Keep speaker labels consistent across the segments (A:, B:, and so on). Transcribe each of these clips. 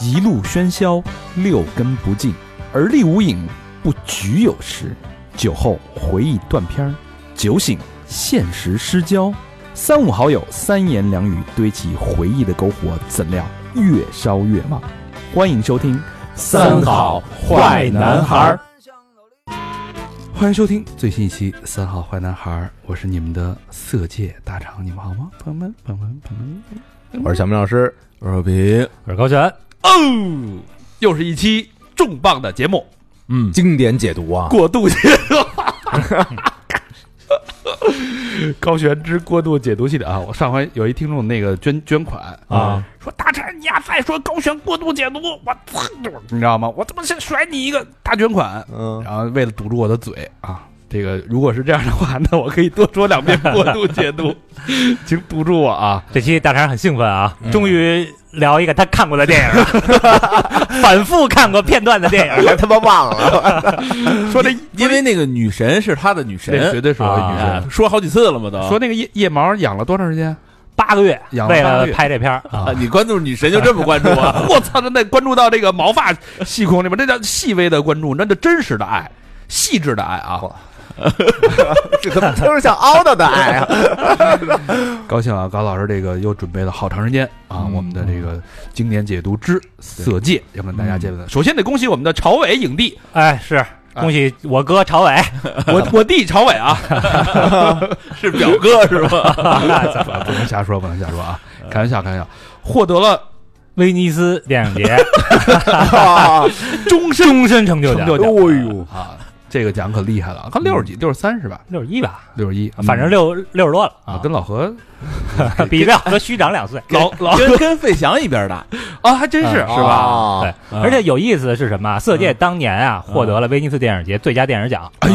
A: 一路喧嚣，六根不净，而立无影，不局有时。酒后回忆断片儿，酒醒现实失焦。三五好友，三言两语堆起回忆的篝火，怎料越烧越旺。欢迎收听《
B: 儿。
C: 欢迎收听最新一期《三好坏男孩》，我是你们的色戒大肠，你们好吗？朋友们，朋友们，朋友们，
B: 我是小明老师，我是皮，
D: 我是高泉，
A: 哦，又是一期重磅的节目，
D: 嗯，
B: 经典解读啊，
A: 过度解读。 高悬之过度解读系列啊！我上回有一听众那个捐捐款
D: 啊，
A: 说大陈你呀再说高悬过度解读，我操，你知道吗？我他妈先甩你一个大捐款，
B: 嗯，
A: 然后为了堵住我的嘴啊，这个如果是这样的话，那我可以多说两遍过度解读，请堵住我啊！
D: 这期大肠很兴奋啊，
B: 嗯
D: 终于聊一个他看过的电影 了，反复看过片段的电影。
B: 还他妈忘了，
A: 说这
E: 因为那个女神是他的女
A: 这绝
E: 神，
A: 对
B: 啊
A: 是我啊的女神。
E: 哎说好几次了嘛都。
A: 说那个腋腋毛养了多长时间？
D: 八个月
A: 养了
D: 为
A: 啊八个
D: 了
A: 月
D: 拍这片儿啊
E: 啊，，你关注女神就这么关注啊？
A: 我操，真的关注到这个毛发细孔里面，这叫细微的关注，那叫真实的爱，细致的爱啊！
B: 这怎么听着像凹的的爱啊？
A: 高兴啊，高老师这个又准备了好长时间啊，
C: 嗯
A: 我们的这个经典解读之《色戒》要跟大家见面。首先得恭喜我们的朝伟影 帝，
D: 哎是。
B: 啊
D: 恭喜我哥朝 伟，
A: 我我弟朝伟 啊，
E: 是表哥是吧？
A: 不能瞎说，不能瞎说啊，开玩笑，开玩笑，获得了
D: 威尼斯电影 节
B: 啊
A: 终身
D: 终身成就
A: 成
D: 奖
A: 就，奖。
B: 哎呦
A: 啊，这个奖可厉害了，他六十几，六十三是吧？
D: 六十一吧，
A: 六十一，
D: 反正六
B: 嗯
D: 六十多了
A: 啊
D: 啊，
A: 跟老何
D: 比亮哥虚长两岁。
A: 老老
E: 跟跟费翔一边大，
A: 啊，还真是
D: 嗯
A: 是吧？
B: 啊嗯
D: 对，而且有意思的是什么啊？色戒当年啊获得了威尼斯电影节最佳电影奖，
A: 哎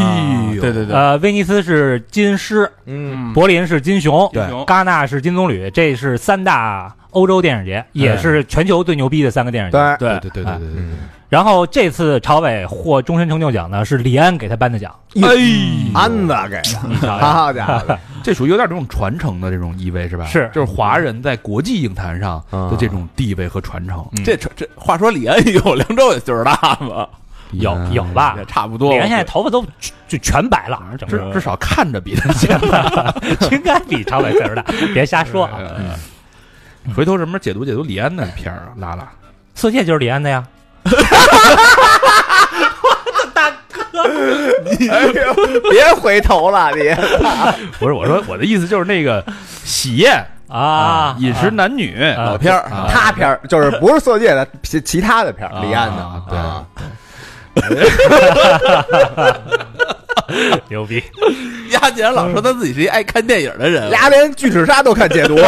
A: 呦，
E: 对对对，
D: 呃，威尼斯是金狮，
B: 嗯，
D: 柏林是金熊，
A: 对
D: 戛纳是金棕榈，这是三大欧洲电影节，也是全球最牛逼的三个电影节。
B: 对，
E: 对
A: 对对对
D: 哎
A: 对对
D: 然后这次朝伟获终身成就奖呢，是李安给他颁的奖。
A: 对，哎
B: 安子给的，
D: 你瞧瞧
B: 好家伙，
A: 这属于有点这种传承的这种意味，是吧？
D: 是
A: 就是华人在国际影坛上的这种地位和传承，
E: 这这这话说李安有梁朝伟岁数大吗？
D: 有
A: 嗯
D: 有吧
E: 也？差不多。
D: 李安现在头发都就就全白了，整
A: 至
D: 个
A: 至少看着比他先。
D: 应该比朝伟岁数大，别瞎说啊。
A: 回头什么时候解读解读李安的片儿啊，拉拉。
D: 色戒就是李安的呀，
B: 别回头了你，
A: 不是，我说我的意思就是那个喜宴
D: 啊，
A: 饮食男女
D: 啊
B: 老片儿
A: 啊
B: 他片儿就是不是色戒的，其其他的片儿，李安的，
A: 啊
B: 啊
A: 对，
D: 牛逼，
E: 丫竟然老说他自己是一爱看电影的人，
B: 嗯俩连巨齿鲨都看解读，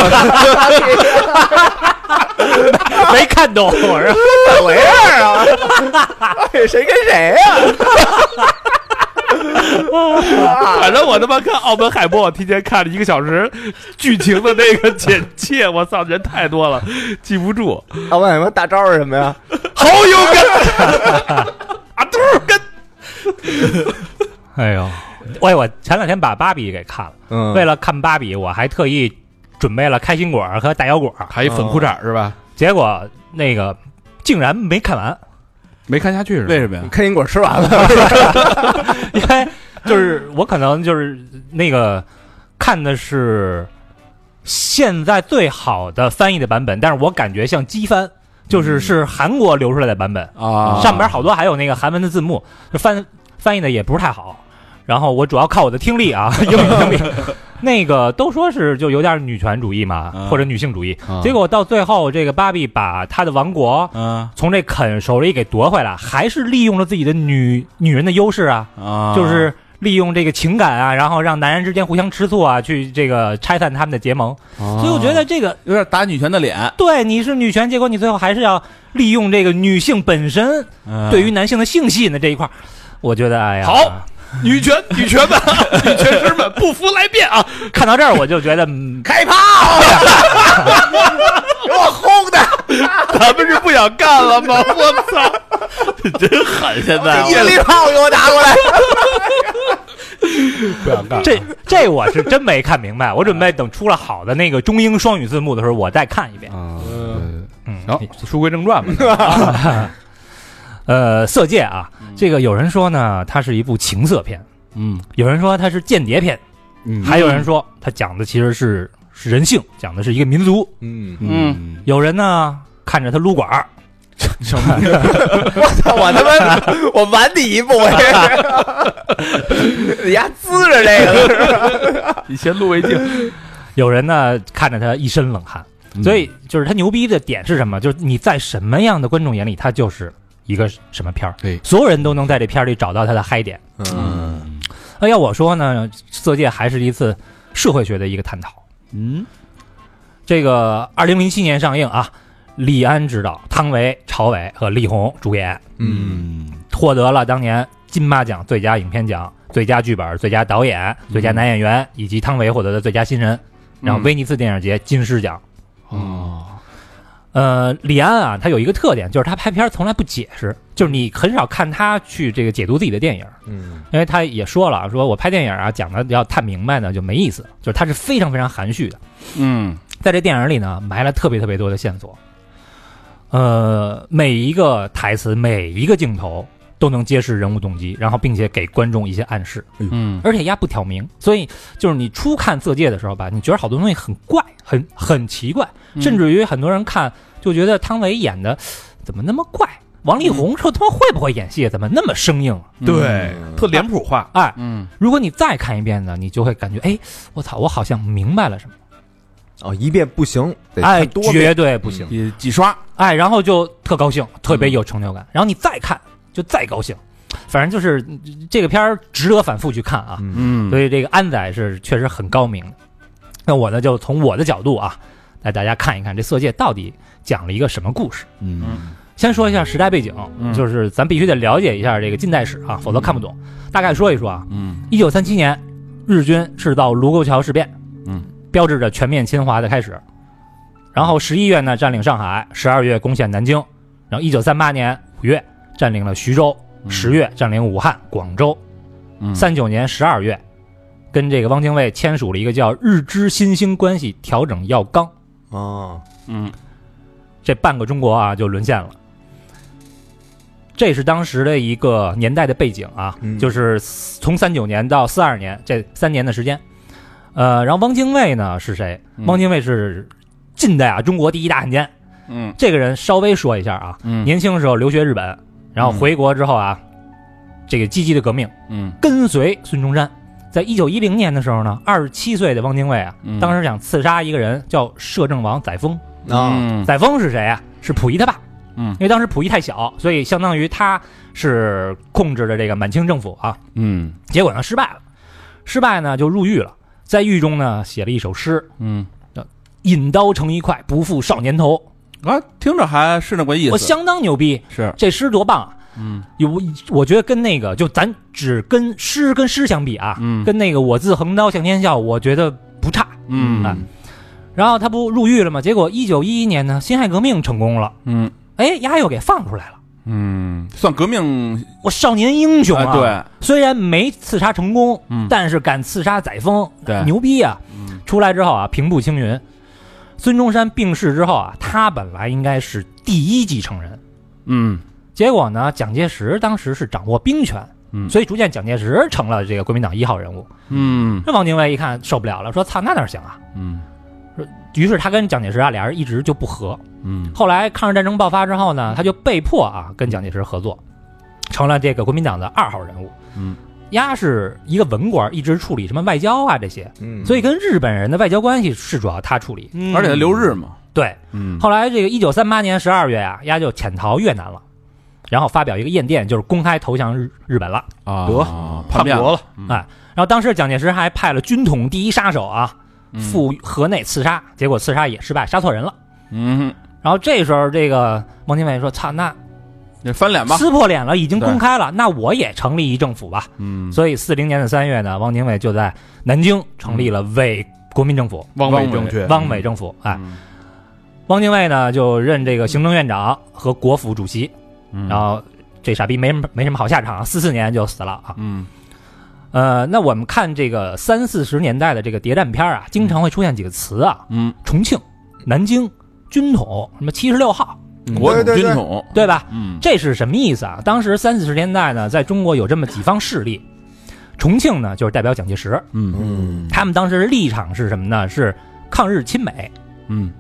D: 没看懂我说
B: 怎么回事儿啊？ 哎谁跟谁呀？
A: 反正我他妈看澳门海默，我提前看了一个小时剧情的那个简介，我操，人太多了，记不住。
B: 啊，问什么大招是什么呀？
A: 好有感， 阿杜跟
D: 哎呦，喂，我前两天把芭比给看了。
B: 嗯
D: 为了看芭比，我还特意准备了开心果和大腰果，
A: 还一粉裤衩是吧？
D: 结果那个竟然没看完，
A: 没看下去是吧？
E: 为什么呀？
B: 开心果吃完了，
D: 因为就是我可能就是那个看的是现在最好的翻译的版本，但是我感觉像机翻，就是是韩国流出来的版本，
E: 啊，
D: 上边好多还有那个韩文的字幕，就翻翻译的也不是太好。然后我主要靠我的听力啊，英语听力，那个都说是就有点女权主义嘛，
E: 啊
D: 或者女性主义，
A: 啊
D: 结果到最后，这个芭比把她的王国
E: 啊
D: 从这肯手里给夺回来，还是利用了自己的女女人的优势啊，
E: 啊，
D: 就是利用这个情感啊，然后让男人之间互相吃醋啊，去这个拆散他们的结盟。
A: 啊
D: 所以我觉得这个呃
E: 有点打女权的脸。
D: 对你是女权，结果你最后还是要利用这个女性本身对于男性的性吸引的这一块儿，我觉得哎呀，
A: 啊好，女权女权们，女权师们不服来辩啊！
D: 看到这儿我就觉得嗯
B: 开炮！给我哦轰的！
A: 咱们是不想干了吗？我 操！哎
E: 狠现
D: 哎
E: 在
B: 一粒炮给我拿过来！
D: 这这我是真没看明白，我准备等出了好的那个中英双语字幕的时候，我再看一遍。
A: 啊，
D: 嗯，
C: 然后书归正传吧，
D: 呃，《色戒》啊，这个有人说呢，它是一部情色片，
F: 嗯
D: 有人说它是间谍片，
C: 嗯
D: 还有人说它讲的其实是是人性，讲的是一个民族。
B: 嗯，
F: 嗯，
D: 有人呢看着他撸管儿，
B: 我他妈我晚你一步，我这是 你丫滋着这个是吧，
F: 以前录为镜，
D: 有人呢看着他一身冷汗。
A: 嗯
D: 所以就是他牛逼的点是什么？就是你在什么样的观众眼里，他就是一个什么片儿。
C: 对
D: 所有人都能在这片儿里找到他的嗨点。
F: 嗯
D: 那呃要我说呢，《色戒》还是一次社会学的一个探讨。
C: 嗯
D: 这个二零零七年上映啊，李安执导，汤唯、朝伟和力宏主演，
C: 嗯
D: 获得了当年金马奖最佳影片奖、最佳剧本、最佳导演、最佳男演员，以及汤唯获得的最佳新人，然后威尼斯电影节金狮奖。
C: 哦，
D: 呃，李安啊，他有一个特点，就是他拍片儿从来不解释，就是你很少看他去这个解读自己的电影，
B: 嗯
D: 因为他也说了，说我拍电影啊，讲的要太明白呢就没意思，就是他是非常非常含蓄的。
F: 嗯
D: 在这电影里呢，埋了特别特别多的线索。呃，每一个台词，每一个镜头都能揭示人物动机，然后并且给观众一些暗示，
F: 嗯
D: 而且压不挑明，所以就是你初看《色戒》的时候吧，你觉得好多东西很怪，很很奇怪，
F: 嗯
D: 甚至于很多人看就觉得汤唯演的怎么那么怪，王力宏说他妈会不会演戏，怎么那么生硬啊？
C: 对，特脸谱化，
D: 哎，
F: 嗯
D: 如果你再看一遍呢，你就会感觉，哎，我操，我好像明白了什么，
B: 哦，一遍不行，得
D: 哎，
B: 看多遍嗯
D: 绝对不行。
F: 也几刷，
D: 哎，然后就特高兴，特别有成就感。然后你再看，就再高兴，反正就是嗯这个片儿值得反复去看啊。
B: 嗯
F: 嗯
D: 所以这个安仔是确实很高明的。那我呢，就从我的角度啊，带大家看一看这《色戒》到底讲了一个什么故事。
C: 嗯
D: 先说一下时代背景，
F: 嗯
D: 就是咱必须得了解一下这个近代史啊，否则看不懂。大概说一说啊，
F: 嗯
D: 一九三七年，日军制造卢沟桥事变，
F: 嗯，
D: 标志着全面侵华的开始。然后十一月呢，占领上海；十二月攻陷南京；然后一九三八年五月占领了徐州；十月占领武汉、广州；
F: 嗯
D: 三九年十二月，跟这个汪精卫签署了一个叫《日支新兴关系调整要纲》，
B: 哦，
F: 嗯
D: 这半个中国啊就沦陷了。这是当时的一个年代的背景啊，
B: 嗯
D: 就是从三九年到四二年这三年的时间。呃，然后汪精卫呢是谁？
F: 嗯
D: 汪精卫是近代啊中国第一大汉奸。
F: 嗯
D: 这个人稍微说一下啊，
F: 嗯
D: 年轻时候留学日本，然后回国之后啊，这个积极的革命，
F: 嗯
D: 跟随孙中山。在一九一零年的时候呢，二十七岁的汪精卫啊，
F: 嗯
D: 当时想刺杀一个人，叫摄政王载沣。
B: 啊，
F: 嗯
D: 载沣是谁啊？是溥仪他爸。
F: 嗯
D: 因为当时溥仪太小，所以相当于他是控制着这个满清政府啊。
F: 嗯
D: 结果呢，失败了，失败呢就入狱了，在狱中呢写了一首诗
F: 嗯
D: “引刀成一快，不负少年头
F: 啊，听着还是那个意”，思，
D: 我相当牛逼，
F: 是
D: 这诗多棒啊！
F: 嗯
D: 有我我觉得跟那个就咱只跟诗跟诗相比啊，
F: 嗯
D: 跟那个“我自横刀向天笑”，我觉得不差。哎
F: 嗯
D: 然后他不入狱了吗？结果一九一一年呢，辛亥革命成功了，
F: 嗯
D: 哎，丫又给放出来了，
F: 嗯，算革命
D: 我少年英雄啊！
F: 哎对，
D: 虽然没刺杀成功，
F: 嗯
D: 但是敢刺杀载沣，
F: 对
D: 牛逼啊！
F: 嗯
D: 出来之后啊，平步青云。孙中山病逝之后啊，他本来应该是第一继承人，
F: 嗯
D: 结果呢，蒋介石当时是掌握兵权，
F: 嗯
D: 所以逐渐蒋介石成了这个国民党一号人物。
F: 嗯
D: 这汪精卫一看受不了了，说：“操，那哪行啊
F: 嗯！”
D: 于是他跟蒋介石啊，俩人一直就不和。
F: 嗯
D: 后来抗日战争爆发之后呢，他就被迫啊跟蒋介石合作，成了这个国民党的二号人物。
F: 嗯，
D: 丫是一个文官，一直处理什么外交啊这些，
B: 嗯
D: 所以跟日本人的外交关系是主要他处理。
C: 嗯
F: 而且他留日嘛，
D: 对，
F: 嗯
D: 后来这个一九三八年十二月啊，丫就潜逃越南了，然后发表一个唁电，就是公开投降日日本了。
F: 啊
C: 得
F: 叛变
C: 国了，
D: 然后当时蒋介石还派了军统第一杀手啊，赴河内刺杀，结果刺杀也失败，杀错人了。
F: 嗯，
D: 然后这时候，这个汪精卫说：“操，那
F: 那翻脸吧，
D: 撕破脸了，已经
F: 对
D: 公开了，那我也成立一政府吧。”
F: 嗯，
D: 所以四零年的三月呢，汪精卫就在南京成立了伪国民政府、
C: 汪
F: 伪
C: 伪正确，
D: 汪伪政府。哎，
F: 嗯
D: 汪精卫呢就任这个行政院长和国府主席，
F: 嗯
D: 然后这傻逼没什么没什么好下场，四四年就死了啊。
F: 嗯
D: 呃，那我们看这个三四十年代的这个谍战片啊，经常会出现几个词啊，
F: 嗯
D: 重庆、南京、军统，什么七十六号，
F: 国
B: 嗯对
F: 统
B: 对
F: 军
B: 对
F: 统，
D: 对吧？
F: 嗯，
D: 这是什么意思啊？当时三四十年代呢，在中国有这么几方势力，重庆呢就是代表蒋介石，
F: 嗯
D: 他们当时立场是什么呢？是抗日亲美。
F: 嗯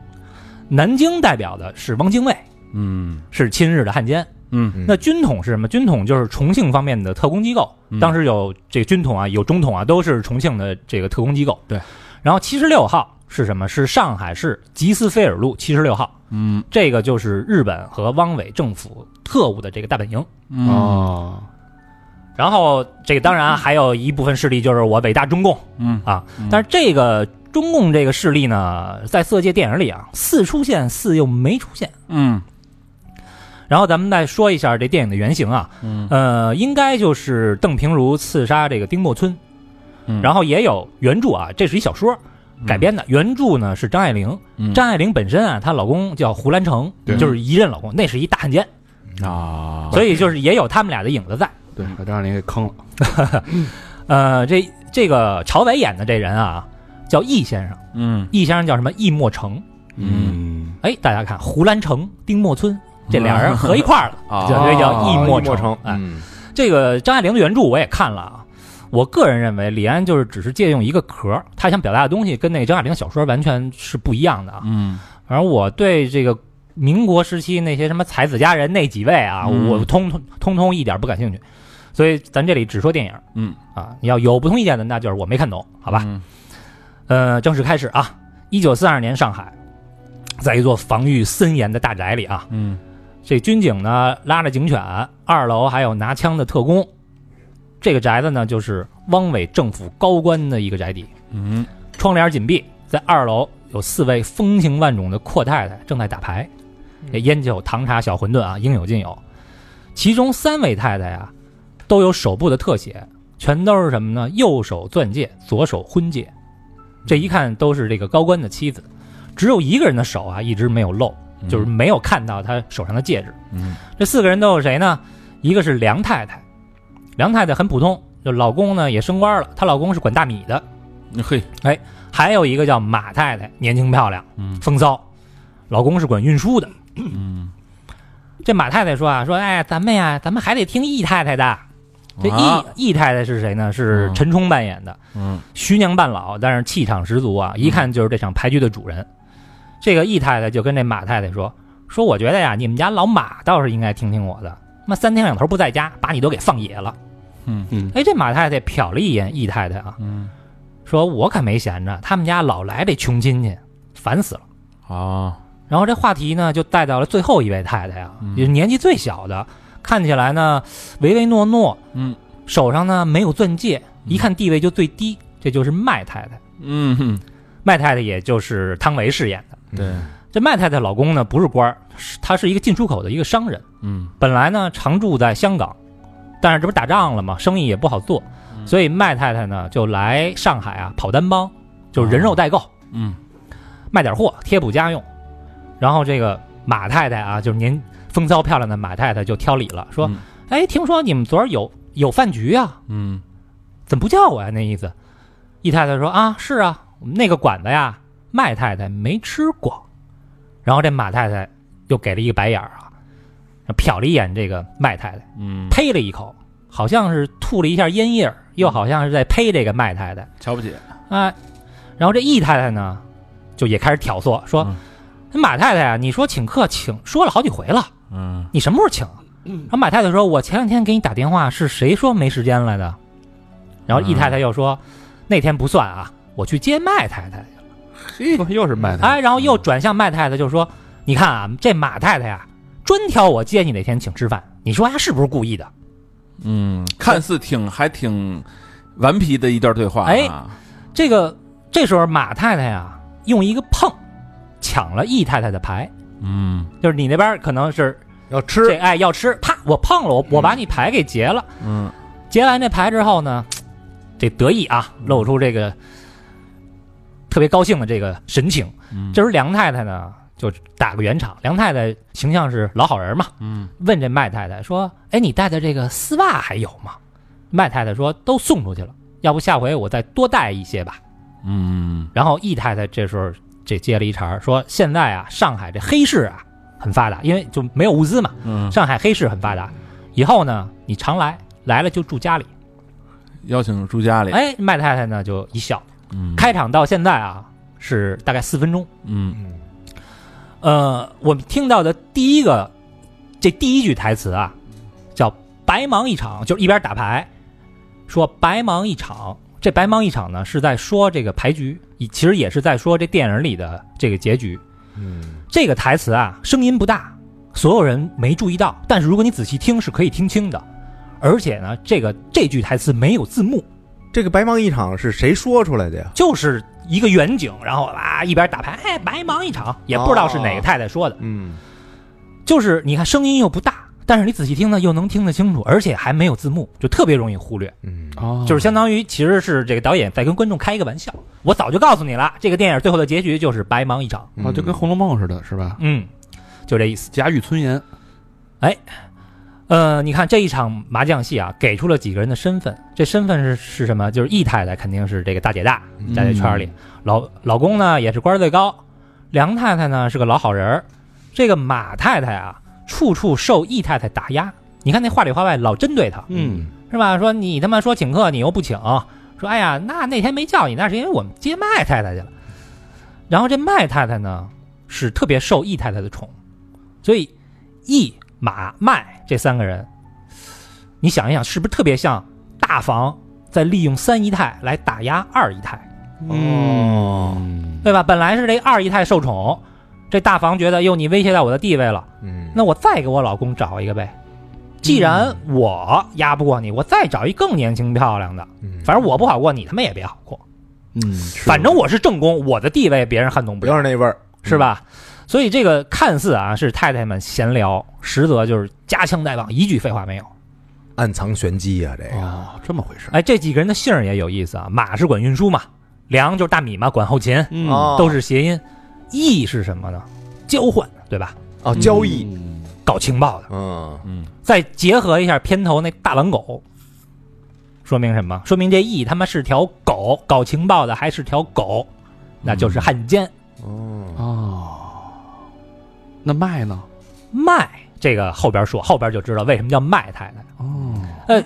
D: 南京代表的是汪精卫，
F: 嗯
D: 是亲日的汉奸。
F: 嗯
D: 那军统是什么？军统就是重庆方面的特工机构。
F: 嗯
D: 当时有这个军统啊，有中统啊，都是重庆的这个特工机构。
F: 对。
D: 然后七十六号是什么？是上海市吉斯菲尔路七十六号，
F: 嗯
D: 这个就是日本和汪伪政府特务的这个大本营。
F: 嗯
C: 哦，
D: 然后这个当然还有一部分势力就是我伟大中共，
F: 嗯
D: 啊
F: 嗯，
D: 但是这个中共这个势力呢，在色戒电影里啊，似出现似又没出现。
F: 嗯
D: 然后咱们再说一下这电影的原型啊，
F: 嗯
D: 呃，应该就是邓平如刺杀这个丁默村，
F: 嗯
D: 然后也有原著啊，这是一小说改编的，原著呢是张爱玲，
F: 嗯
D: 张爱玲本身啊，她老公叫胡兰成，
C: 对
D: 就是一任老公，那是一大汉奸，
C: 嗯
F: 啊，
D: 所以就是也有他们俩的影子在。
C: 对，把张爱玲给坑了。
D: 呃，这这个朝伟演的这人啊，叫易先生，
F: 嗯
D: 易先生叫什么？易墨成。
F: 嗯
D: 哎，大家看，胡兰成、丁默村这俩人合一块儿了，
F: 啊
D: 就所以叫易墨
B: 莫成，
D: 哎，
B: 嗯
D: 这个张爱玲的原著我也看了啊，我个人认为李安就是只是借用一个壳儿，他想表达的东西跟那个张爱玲小说完全是不一样的啊。
F: 嗯
D: 反正我对这个民国时期那些什么才子佳人那几位啊，
F: 嗯
D: 我通通通通一点不感兴趣，所以咱这里只说电影
F: 嗯
D: 啊。你要有不同意见的，那就是我没看懂，好吧？
F: 嗯
D: 呃，正式开始啊，一九四二年上海，在一座防御森严的大宅里啊，
F: 嗯
D: 这军警呢拉着警犬，二楼还有拿枪的特工。这个宅子呢，就是汪伪政府高官的一个宅邸，
F: 嗯
D: 窗帘紧闭，在二楼有四位风情万种的阔太太正在打牌，这烟酒糖茶小馄饨啊，应有尽有。其中三位太太呀、都有手部的特写，全都是什么呢？右手钻戒，左手婚戒，这一看都是这个高官的妻子。只有一个人的手啊，一直没有露，就是没有看到她手上的戒指。
F: 嗯
D: 这四个人都有谁呢？一个是梁太太，梁太太很普通，就老公呢也升官了，她老公是管大米的。
F: 嘿
D: 还有一个叫马太太，年轻漂亮，
F: 嗯
D: 风骚，老公是管运输的。
F: 嗯，
D: 这马太太说啊，说哎，咱们呀，咱们还得听易太太的。这易、
F: 啊
D: 易太太是谁呢？是
F: 嗯
D: 陈冲扮演的，
F: 嗯
D: 徐娘半老，但是气场十足啊，一看就是这场牌局的主人。这个易太太就跟这马太太说，说我觉得呀，你们家老马倒是应该听听我的，他妈三天两头不在家，把你都给放野了。
F: 嗯
C: 嗯
D: 哎，这马太太瞟了一眼易太太啊，
F: 嗯
D: 说我可没闲着，他们家老来这穷亲戚，烦死了。
F: 啊
D: 然后这话题呢，就带到了最后一位太太啊，也是年纪最小的，看起来呢唯唯诺诺，
F: 嗯，
D: 手上呢没有钻戒，一看地位就最低，这就是麦太太。
F: 嗯
D: 麦太太也就是汤唯饰演的。
F: 对
D: 这麦太太老公呢不是官儿，是他是一个进出口的一个商人，
F: 嗯
D: 本来呢常住在香港，但是这不打仗了嘛，生意也不好做，所以麦太太呢就来上海啊跑单帮，就是人肉代购。
F: 嗯
D: 卖点货贴补家用。然后这个马太太啊，就是您风骚漂亮的马太太就挑理了，说
F: 嗯：“
D: 哎、听说你们昨儿有有饭局啊，
F: 嗯
D: 怎么不叫我啊呀、那意思。易太太说：“啊，是啊，我们那个馆子呀，麦太太没吃过。”然后这马太太又给了一个白眼儿啊，瞟了一眼这个麦太太，
F: 嗯，
D: 呸了一口，好像是吐了一下烟叶儿，又好像是在呸这个麦太太。
F: 瞧不起
D: 啊，然后这易太太呢，就也开始挑
C: 嗯
D: 唆说：“马太太啊，你说请客请说了好几回了，
F: 嗯
D: 你什么时候请？”啊然后马太太说：“我前两天给你打电话，是谁说没时间来的？”然后易
C: 嗯
D: 太太又说：“那天不算啊，我去接麦太太。
C: 嘿，又是麦”太嗯
D: 哎，然后又转向麦太太就说：“你看啊，这马太太呀、专挑我接你那天请吃饭，你说她是不是故意的？
F: 嗯，看似挺还挺顽皮的一段对话，
D: 这个这时候马太太呀、用一个碰抢了易太太的牌，
F: 嗯
D: 就是你那边可能是
B: 要
D: 这
B: 吃，
D: 哎要吃，啪，我碰了，我我把你牌给截了，
F: 嗯
D: 截完这牌之后呢，这得意啊，露出这个特别高兴的这个神情。
F: 嗯，
D: 这时候梁太太呢就打个圆场，梁太太形象是老好人嘛，
F: 嗯
D: 问这麦太太说：“哎，你带的这个丝袜还有吗？”麦太太说：“都送出去了，要不下回我再多带一些吧。
F: 嗯”
D: 然后易太太这时候这接了一茬儿，说现在啊，上海这黑市啊很发达，因为就没有物资嘛，
F: 嗯，
D: 上海黑市很发达。以后呢，你常来，来了就住家里。
F: 邀请住家里，
D: 哎，麦太太呢就一笑。
F: 嗯，
D: 开场到现在啊，是大概四分钟。
F: 嗯
B: 嗯
D: 呃，我们听到的第一个这第一句台词啊，叫“白忙一场”，就是一边打牌，说“白忙一场”。这“白忙一场”呢，是在说这个牌局，以其实也是在说这电影里的这个结局。
B: 嗯
D: 这个台词啊，声音不大，所有人没注意到，但是如果你仔细听，是可以听清的。而且呢，这个这句台词没有字幕，
B: 这个白忙一场是谁说出来的呀？
D: 就是一个远景，然后啊一边打牌，哎，白忙一场，也不知道是哪个太太说的。
B: 嗯
D: 就是你看声音又不大，但是你仔细听呢又能听得清楚，而且还没有字幕，就特别容易忽略。
B: 嗯
C: 哦
D: 就是相当于其实是这个导演在跟观众开一个玩笑。我早就告诉你了，这个电影最后的结局就是白忙一场。
A: 哦
C: 啊，就跟《
B: 嗯
C: 红楼梦》似的，是吧？
D: 嗯，就这意思。
C: 贾雨村言，
D: 呃，你看这一场麻将戏啊，给出了几个人的身份，这身份是是什么？就是易太太肯定是这个大姐大，在这圈里，老老公呢也是官儿最高，梁太太呢是个老好人儿，这个马太太啊，处处受易太太打压。你看那话里话外老针对她，
C: 嗯，
D: 是吧？说你他妈说请客，你又不请，说哎呀，那那天没叫你，那是因为我们接麦太太去了。然后这麦太太呢，是特别受易太太的宠，所以易马麦这三个人，你想一想，是不是特别像大房在利用三姨太来打压二姨太，
B: 哦
C: 嗯
D: 对吧？本来是这二姨太受宠，这大房觉得哟，你威胁到我的地位了，
B: 嗯
D: 那我再给我老公找一个呗。既然我压不过你，我再找一更年轻漂亮的。
B: 嗯
D: 反正我不好过，你他妈也别好过。
C: 嗯，
D: 反正我是正宫，我的地位别人撼动不
B: 不要
D: 了，
B: 是那味嗯儿，
D: 是吧？所以这个看似啊是太太们闲聊，实则就是夹枪带棒，一句废话没有。
B: 暗藏玄机啊呀，这个
C: 哦，这么回事儿，
D: 哎，这几个人的姓儿也有意思啊，马是管运输嘛，梁就是大米嘛，管后勤，
C: 嗯
B: 哦
D: 都是谐音。义是什么呢？交换，对吧？
B: 哦交易，，
D: 搞情报的，
B: 嗯
F: 嗯，
D: 再结合一下片头那大狼狗，说明什么？说明这义他妈是条狗，搞情报的还是条狗，那就是汉奸。
B: 哦
C: 哦，那麦呢？
D: 麦这个后边说，后边就知道为什么叫麦太太。
C: 哦，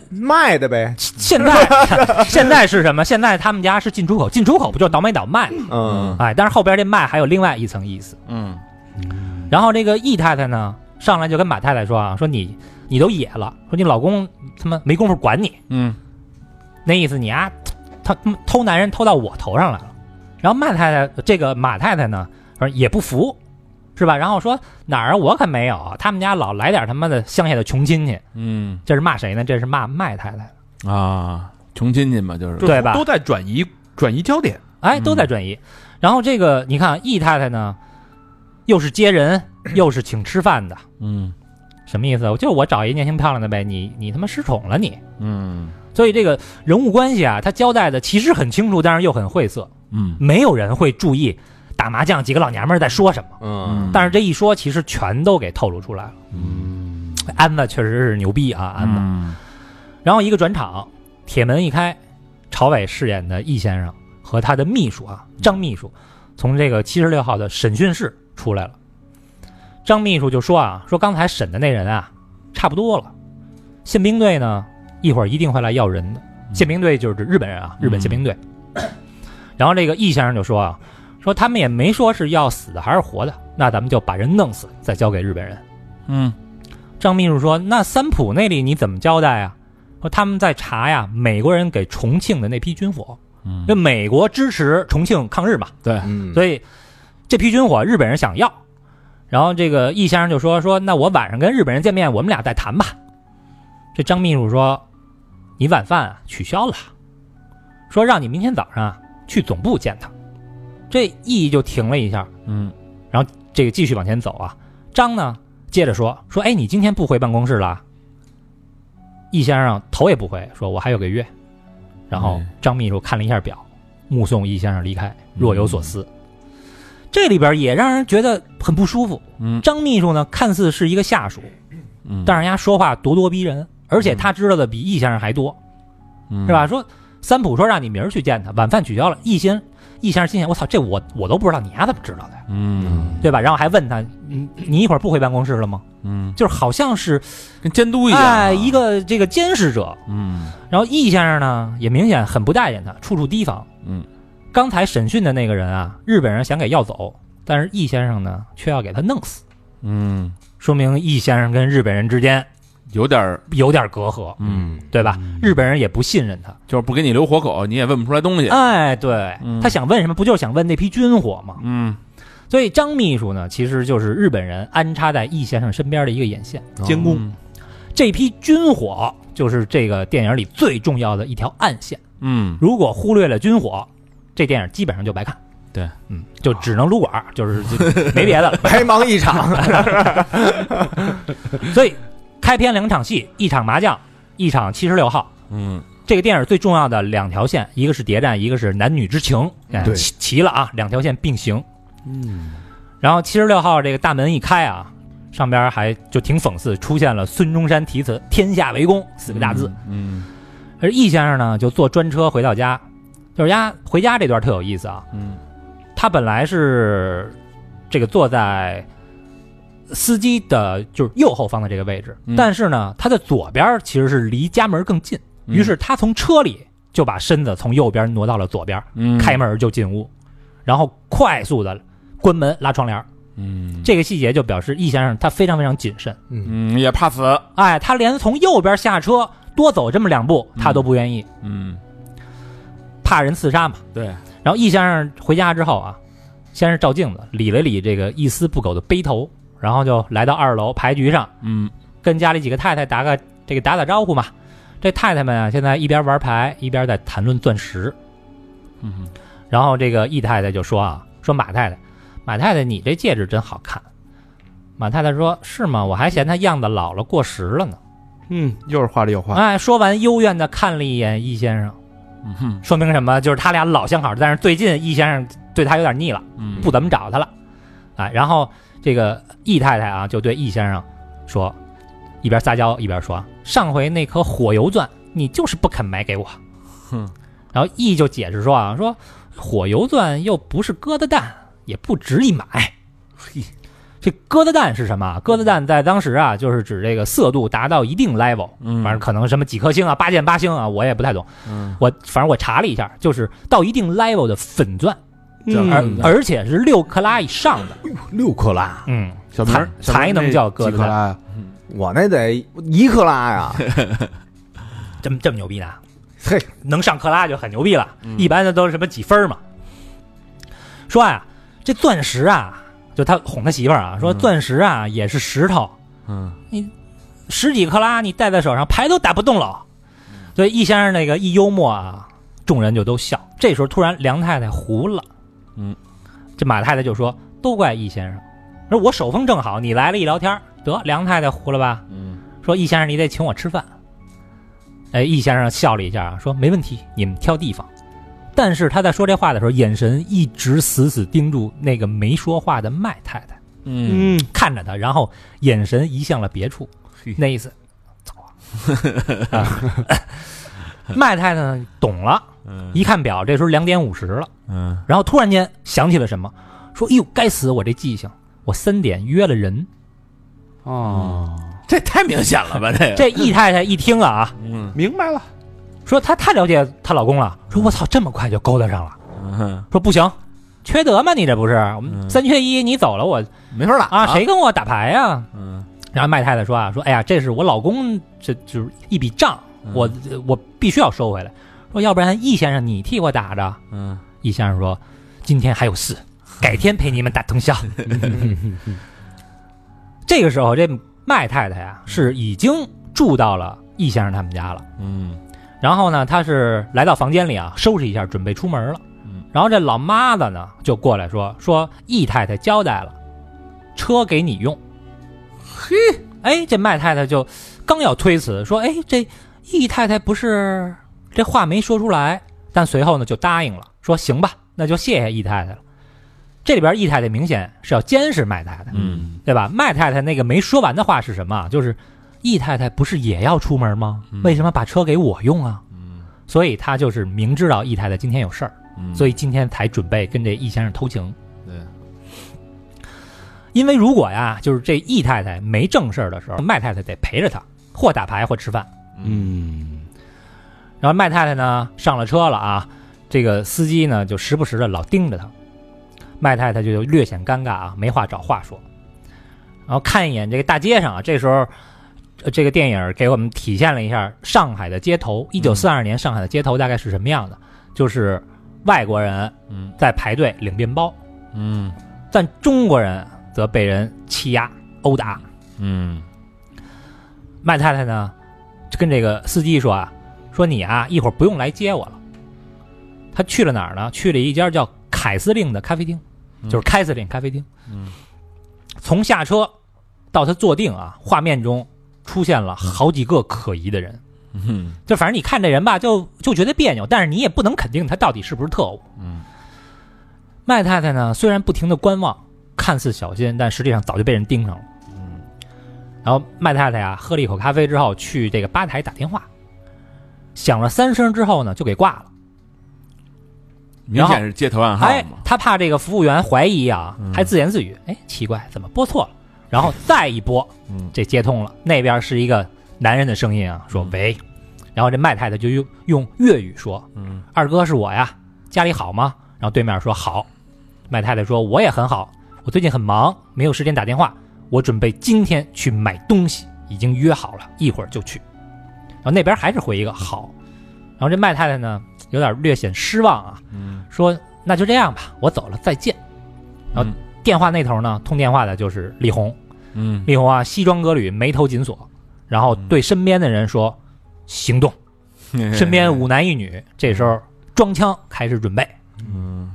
B: 卖的呗，
D: 现在现在是什么？现在他们家是进出口，进出口不就是倒买倒卖吗？
B: 嗯
D: 哎，但是后边这麦还有另外一层意思。
F: 嗯
D: 然后这个易太太呢，上来就跟马太太说啊，说你你都野了，说你老公他妈没工夫管你，
F: 嗯
D: 那意思你啊，他他妈偷男人偷到我头上来了。然后麦太太这个马太太呢，说也不服，是吧？然后说哪儿啊我可没有，他们家老来点他妈的乡下的穷亲戚，
F: 嗯
D: 这是骂谁呢？这是骂麦太太。
F: 啊，穷亲戚嘛，就是
D: 对吧
C: 都在转移转移焦点，
D: 哎，
F: 嗯
D: 都在转移。然后这个你看易太太呢，又是接人，又是请吃饭的，
F: 嗯
D: 什么意思？就是我找一年轻漂亮的呗，你你他妈失宠了你。
F: 嗯
D: 所以这个人物关系啊，他交代的其实很清楚，但是又很晦涩，
F: 嗯
D: 没有人会注意打麻将几个老娘们儿在说什么。
B: 嗯
D: 但是这一说，其实全都给透露出来了。
C: 嗯，
D: 安子确实是牛逼啊，安子。
F: 嗯
D: 然后一个转场，铁门一开，朝伟饰演的易先生和他的秘书啊张秘书，从这个七十六号的审讯室出来了。张秘书就说啊，说刚才审的那人啊，差不多了，宪兵队呢一会儿一定会来要人的。宪兵队就是指日本人啊，日本宪兵队。然后这个易先生就说啊，说他们也没说是要死的还是活的，那咱们就把人弄死，再交给日本人。
F: 嗯
D: 张秘书说：“那三浦那里你怎么交代啊？”说他们在查呀，美国人给重庆的那批军火，
F: 嗯
D: 因为美国支持重庆抗日嘛，
B: 嗯
D: 所以这批军火日本人想要。然后这个易先生就说：“说那我晚上跟日本人见面，我们俩再谈吧。”这张秘书说：“你晚饭啊取消了，说让你明天早上啊去总部见他。”这易就停了一下，
F: 嗯
D: 这个继续往前走啊。张呢，接着说说，哎，你今天不回办公室了啊？易先生头也不回，说我还有个约。然后
F: 嗯
D: 张秘书看了一下表，目送易先生离开，若有所思。这里边也让人觉得很不舒服。
F: 嗯
D: 张秘书呢，看似是一个下属，
F: 嗯，
D: 但是人家说话咄咄逼人，而且他知道的比易先生还多，
F: 嗯
D: 是吧？？说三浦说让你明儿去见他，晚饭取消了。易先易先生心想：我操，这我我都不知道，你丫怎么知道的呀？
F: 嗯
D: 对吧？然后还问他，你你一会儿不回办公室了吗？
F: 嗯，
D: 就是好像是
F: 跟监督一样啊，
D: 哎一个这个监视者。
F: 嗯
D: 然后易先生呢，也明显很不待见他，处处提防。
F: 嗯，
D: 刚才审讯的那个人啊，日本人想给要走，但是易先生呢，却要给他弄死，
F: 嗯，
D: 说明易先生跟日本人之间
F: 有点儿
D: 有点隔阂，
F: 嗯，
D: 对吧？
C: 嗯
D: 日本人也不信任他。
F: 就是不给你留活口，你也问不出来东西。
D: 哎，对
F: 嗯
D: 他想问什么，不就是想问那批军火吗？
F: 嗯
D: 所以张秘书呢，其实就是日本人安插在易先生身边的一个眼线。
B: 哦
C: 监工，
D: 这批军火就是这个电影里最重要的一条暗线，
F: 嗯
D: 如果忽略了军火，这电影基本上就白看。
F: 对，
D: 嗯，就只能撸管儿，就是就没别的了。
B: 白忙一场。
D: 所以开篇两场戏，一场麻将，一场七十六号。
F: 嗯
D: 这个电影最重要的两条线，一个是谍战，一个是男女之情，哎
C: 对
D: 齐齐了啊，两条线并行。
C: 嗯，
D: 然后七十六号这个大门一开啊，上边还就挺讽刺，出现了孙中山题词“天下为公”四个大字。，
F: 嗯
D: 而易先生呢，就坐专车回到家，就是家回家这段特有意思啊。
F: 嗯
D: 他本来是这个坐在司机的就是右后方的这个位置，
F: 嗯
D: 但是呢，他的左边其实是离家门更近，
F: 嗯
D: 于是他从车里就把身子从右边挪到了左边，
F: 嗯，
D: 开门就进屋，然后快速的关门拉窗帘儿。
F: 嗯，
D: 这个细节就表示易先生他非常非常谨慎，
F: 嗯也怕死，
D: 哎，他连从右边下车多走这么两步他都不愿意，
F: 嗯
D: 怕人刺杀嘛。
F: 对，
D: 然后易先生回家之后啊，先是照镜子理了理这个一丝不苟的背头，然后就来到二楼牌局上，
F: 嗯
D: 跟家里几个太太打个这个打打招呼嘛。这太太们啊，现在一边玩牌一边在谈论钻石。
F: 嗯
D: 然后这个易太太就说啊，说马太太，马太太你这戒指真好看。马太太说：“是吗？我还嫌它样子老了过时了呢。
C: 嗯，又是话里有”话，
D: 哎，说完幽怨的看了一眼易先生，
F: 嗯哼
D: 说明什么？就是他俩老相好，但是最近易先生对他有点腻了。
F: 嗯
D: 不怎么找他了，啊，然后这个易太太啊就对易先生说，一边撒娇一边说，上回那颗火油钻你就是不肯买给我，
F: 哼，
D: 然后易就解释说啊，说火油钻又不是疙瘩蛋，也不值一买。
F: 嘿，
D: 这疙瘩蛋是什么啊？疙瘩蛋在当时啊，就是指这个色度达到一定 level，
F: 嗯
D: 反正可能什么几颗星啊、八箭八星啊，我也不太懂。
F: 嗯
D: 我反正我查了一下，就是到一定 level 的粉钻，而
C: 嗯，
D: 而且是六克拉以上的，
C: 六克拉，
D: 嗯，
C: 小明
D: 才才能叫疙
C: 几
D: 瘩
C: 克
D: 蛋，
C: 拉呀？
B: 我那得一克拉呀，
D: 这么这么牛逼的啊，
B: 嘿，
D: 能上克拉就很牛逼了。
F: 嗯
D: 一般的都是什么几分嘛。说呀、这钻石啊，就他哄他媳妇儿啊，说
F: 嗯
D: 钻石啊也是石头，
F: 嗯
D: 十几克拉你戴在手上，牌都打不动了。所以易先生那个一幽默啊，众人就都笑。这时候突然梁太太糊了，
F: 嗯，
D: 这马太太就说：“都怪易先生，说我手风正好，你来了一聊天儿，得梁太太糊了吧？”
F: 嗯
D: 说易先生，你得请我吃饭。哎，易先生笑了一下，说没问题，你们挑地方。但是他在说这话的时候，眼神一直死死盯住那个没说话的麦太太，
F: 嗯，
D: 看着他，然后眼神移向了别处
F: 嘿，
D: 那意思，走啊！ 啊麦太太呢懂了，一看表，这时候两点五十了，
F: 嗯
D: 然后突然间想起了什么，说：“哎呦，该死，我这记性，我三点约了人。
C: 哦，
F: 这太明显了吧？这”个
D: 这易太太一听啊，
F: 嗯
C: 明白了，
D: 说她太了解她老公了，说我操，这么快就勾搭上了，
F: 嗯，
D: 说不行，缺德吗？你这不是我们
F: 嗯
D: 三缺一，你走了我
F: 没法打
D: 啊，谁跟我打牌呀、
F: 嗯
D: 然后麦太太说啊，说哎呀，这是我老公，这就是一笔账，
F: 嗯
D: 我我必须要收回来，说要不然易先生你替我打着。
F: 嗯
D: 易先生说，今天还有 事，改天陪你们打通宵。这个时候，这麦太太呀、是已经住到了易先生他们家了。
F: 嗯
D: 然后呢，他是来到房间里啊，收拾一下，准备出门了
F: 嗯。
D: 然后这老妈子呢，就过来说说易太太交代了，车给你用。嘿，哎，这麦太太就刚要推辞说，哎，这易太太不是这话没说出来，但随后呢就答应了，说行吧，那就谢谢易太太了。这里边易太太明显是要监视麦太太，
F: 嗯
D: 对吧？麦太太那个没说完的话是什么啊？就是易太太不是也要出门吗
F: 嗯？
D: 为什么把车给我用啊？
F: 嗯
D: 所以他就是明知道易太太今天有事儿，
F: 嗯
D: 所以今天才准备跟这易先生偷情。
F: 对，
D: 因为如果呀，就是这易太太没正事儿的时候，麦太太得陪着她，或打牌或吃饭。
C: 嗯，
D: 然后麦太太呢上了车了啊，这个司机呢就时不时的老盯着她，麦太太就略显尴尬啊，没话找话说。然后看一眼这个大街上啊，这时候、呃这个电影给我们体现了一下上海的街头。一九四二年上海的街头大概是什么样的？就是外国人
F: 嗯
D: 在排队领面包，
F: 嗯
D: 但中国人则被人欺压殴打。
F: 嗯
D: 麦太太呢，就跟这个司机说啊，说你啊一会儿不用来接我了。他去了哪儿呢？去了一家叫凯司令的咖啡厅，
F: 嗯
D: 就是凯司令咖啡厅。
F: 嗯，
D: 从下车到他坐定啊，画面中出现了好几个可疑的人。
F: 嗯
D: 就反正你看这人吧，就就觉得别扭，但是你也不能肯定他到底是不是特务。
F: 嗯
D: 麦太太呢，虽然不停的观望，看似小心，但实际上早就被人盯上了。
F: 嗯
D: 然后麦太太啊，喝了一口咖啡之后，去这个吧台打电话，响了三声之后呢，就给挂了。
F: 明显是街头暗号
D: 哎
F: 啊嘛，，嗯
D: 他怕这个服务员怀疑啊，还自言自语：“哎，奇怪，怎么拨错了？”然后再一拨，
F: 嗯
D: 这接通了，那边是一个男人的声音啊，说
F: 嗯：“
D: 喂。”然后这麦太太就用用粤语说
F: 嗯：“
D: 二哥是我呀，家里好吗？”然后对面说：“好。”麦太太说：“我也很好，我最近很忙，没有时间打电话。我准备今天去买东西，已经约好了，一会儿就去。”然后那边还是回一个好。然后这麦太太呢，有点略显失望啊，
F: 嗯
D: 说：“那就这样吧，我走了，再见。”然后电话那头呢，通电话的就是李红。
F: 嗯
D: 李红啊，西装革履，眉头紧锁，然后对身边的人说：“行动！”
F: 嗯
D: 身边五男一女，这时候装腔开始准备。
F: 嗯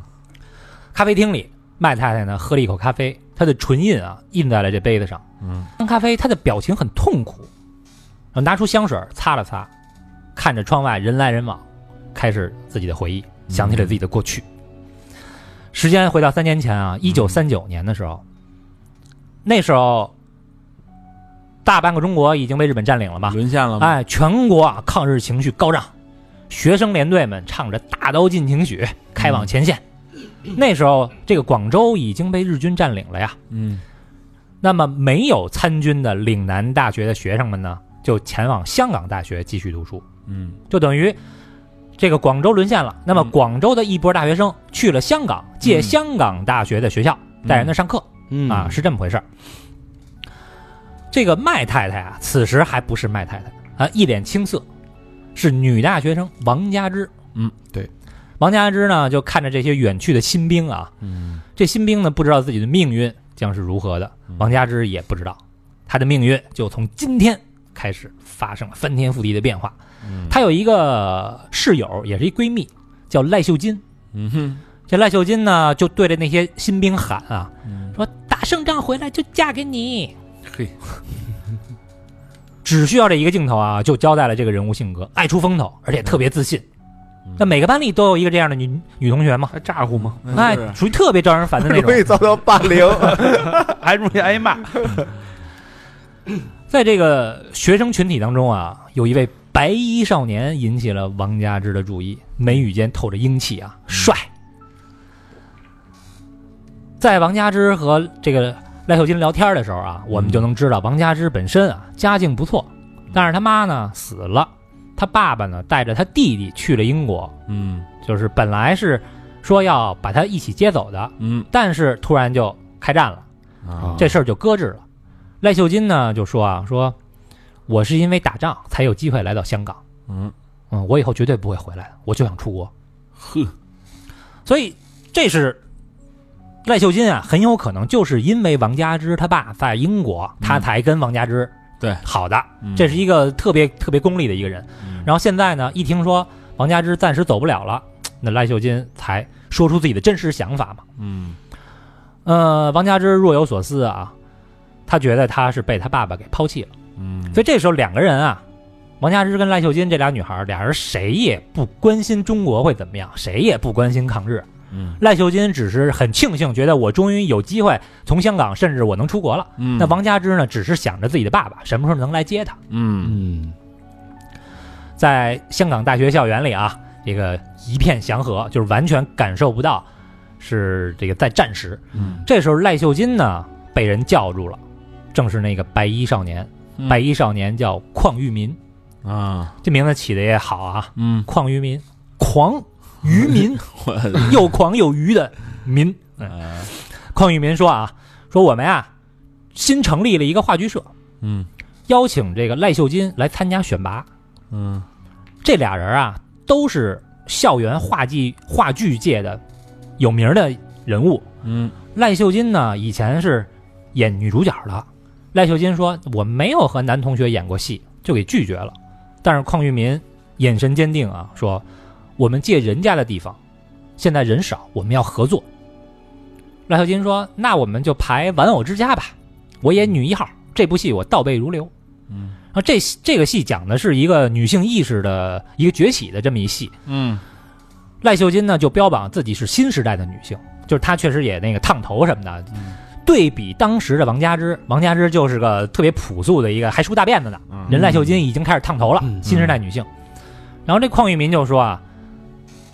D: 咖啡厅里，麦太太呢喝了一口咖啡，她的唇印啊印在了这杯子上。
F: 嗯
D: 喝完咖啡，她的表情很痛苦，然后拿出香水擦了擦，看着窗外人来人往，开始自己的回忆，想起了自己的过去。时间回到三年前啊，一九三九年的时候，那时候大半个中国已经被日本占领了嘛，
F: 沦陷了吗？
D: 哎，全国啊抗日情绪高涨，学生连队们唱着《大刀进行曲》开往前线。那时候，这个广州已经被日军占领了呀。
F: 嗯
D: 那么没有参军的岭南大学的学生们呢，就前往香港大学继续读书，
F: 嗯
D: 就等于这个广州沦陷了。那么广州的一波大学生去了香港，借
F: 嗯
D: 香港大学的学校在人那上课。
C: 嗯
D: 啊，是这么回事儿。这个麦太太啊，此时还不是麦太太啊，一脸青涩，是女大学生王佳芝。
F: 嗯，
C: 对，
D: 王佳芝呢，就看着这些远去的新兵啊，
F: 嗯
D: 这新兵呢，不知道自己的命运将是如何的，王佳芝也不知道，她的命运就从今天开始发生了翻天覆地的变化。
F: 嗯
D: 她有一个室友，也是一闺蜜，叫赖秀金。
F: 嗯哼
D: 这赖秀金呢，就对着那些新兵喊啊，
F: 嗯
D: 说：“打胜仗回来就嫁给你。”
F: 嘿
D: 只需要这一个镜头啊，就交代了这个人物性格，爱出风头，而且特别自信
F: 嗯。
D: 那每个班里都有一个这样的女女同学嘛，
C: 还咋呼吗？
D: 哎
F: 是，
D: 属于特别招人烦的 那种
B: 容。易遭到霸凌。
C: 还容易挨骂。
D: 在这个学生群体当中啊，有一位白衣少年引起了王佳芝的注意，眉宇间透着英气啊，
F: 嗯
D: 帅。在王佳芝和这个赖秀金聊天的时候啊，我
F: 嗯
D: 们就能知道王佳芝本身啊家境不错，但是他妈呢死了，他爸爸呢带着他弟弟去了英国，
F: 嗯
D: 就是本来是说要把他一起接走的，
F: 嗯
D: 但是突然就开战了。
F: 啊
D: 这事儿就搁置了。赖秀金呢就说啊，说我是因为打仗才有机会来到香港，
F: 嗯
D: 嗯，我以后绝对不会回来的，我就想出国。
F: 呵
D: 所以这是赖秀金啊，很有可能就是因为王佳芝他爸在英国，他才跟王佳芝
F: 嗯对
D: 好的，
F: 嗯
D: 这是一个特别特别功利的一个人。
F: 嗯
D: 然后现在呢，一听说王佳芝暂时走不了了，那赖秀金才说出自己的真实想法嘛。
F: 嗯
D: 呃，王佳芝若有所思啊，他觉得他是被他爸爸给抛弃了。
F: 嗯
D: 所以这时候两个人啊，王佳芝跟赖秀金这俩女孩儿，俩人谁也不关心中国会怎么样，谁也不关心抗日。
F: 嗯
D: 赖秀金只是很庆幸，觉得我终于有机会从香港，甚至我能出国了。
F: 嗯
D: 那王佳芝呢，只是想着自己的爸爸什么时候能来接她。
F: 嗯
C: 嗯
D: 在香港大学校园里啊，这个一片祥和，就是完全感受不到是这个在战时。
F: 嗯
D: 这时候赖秀金呢被人叫住了，正是那个白衣少年。
F: 嗯
D: 白衣少年叫邝裕民，
F: 啊，
D: 这名字起的也好啊，
F: 嗯，
D: 邝裕民，狂愚民，
F: 我
D: 又狂又愚的民。嗯
F: 啊
D: 邝裕民说啊，说我们呀新成立了一个话剧社，
F: 嗯
D: 邀请这个赖秀金来参加选拔。
F: 嗯
D: 这俩人啊，都是校园话剧话剧界的有名的人物。
F: 嗯
D: 赖秀金呢，以前是演女主角的。赖秀金说：“我没有和男同学演过戏，就给拒绝了。”但是邝裕民眼神坚定啊，说：“我们借人家的地方，现在人少，我们要合作。”赖秀金说：“那我们就排《玩偶之家》吧，我演女一号，这部戏我倒背如流。”
F: 嗯
D: 然后这这个戏讲的是一个女性意识的一个崛起的这么一戏。
F: 嗯
D: 赖秀金呢就标榜自己是新时代的女性，就是她确实也那个烫头什么的。
C: 嗯
D: 对比当时的王佳芝，王佳芝就是个特别朴素的一个，还梳大辫子呢。
F: 嗯
D: 人赖秀金已经开始烫头了，
C: 嗯
D: 新时代女性。然后这邝裕民就说啊，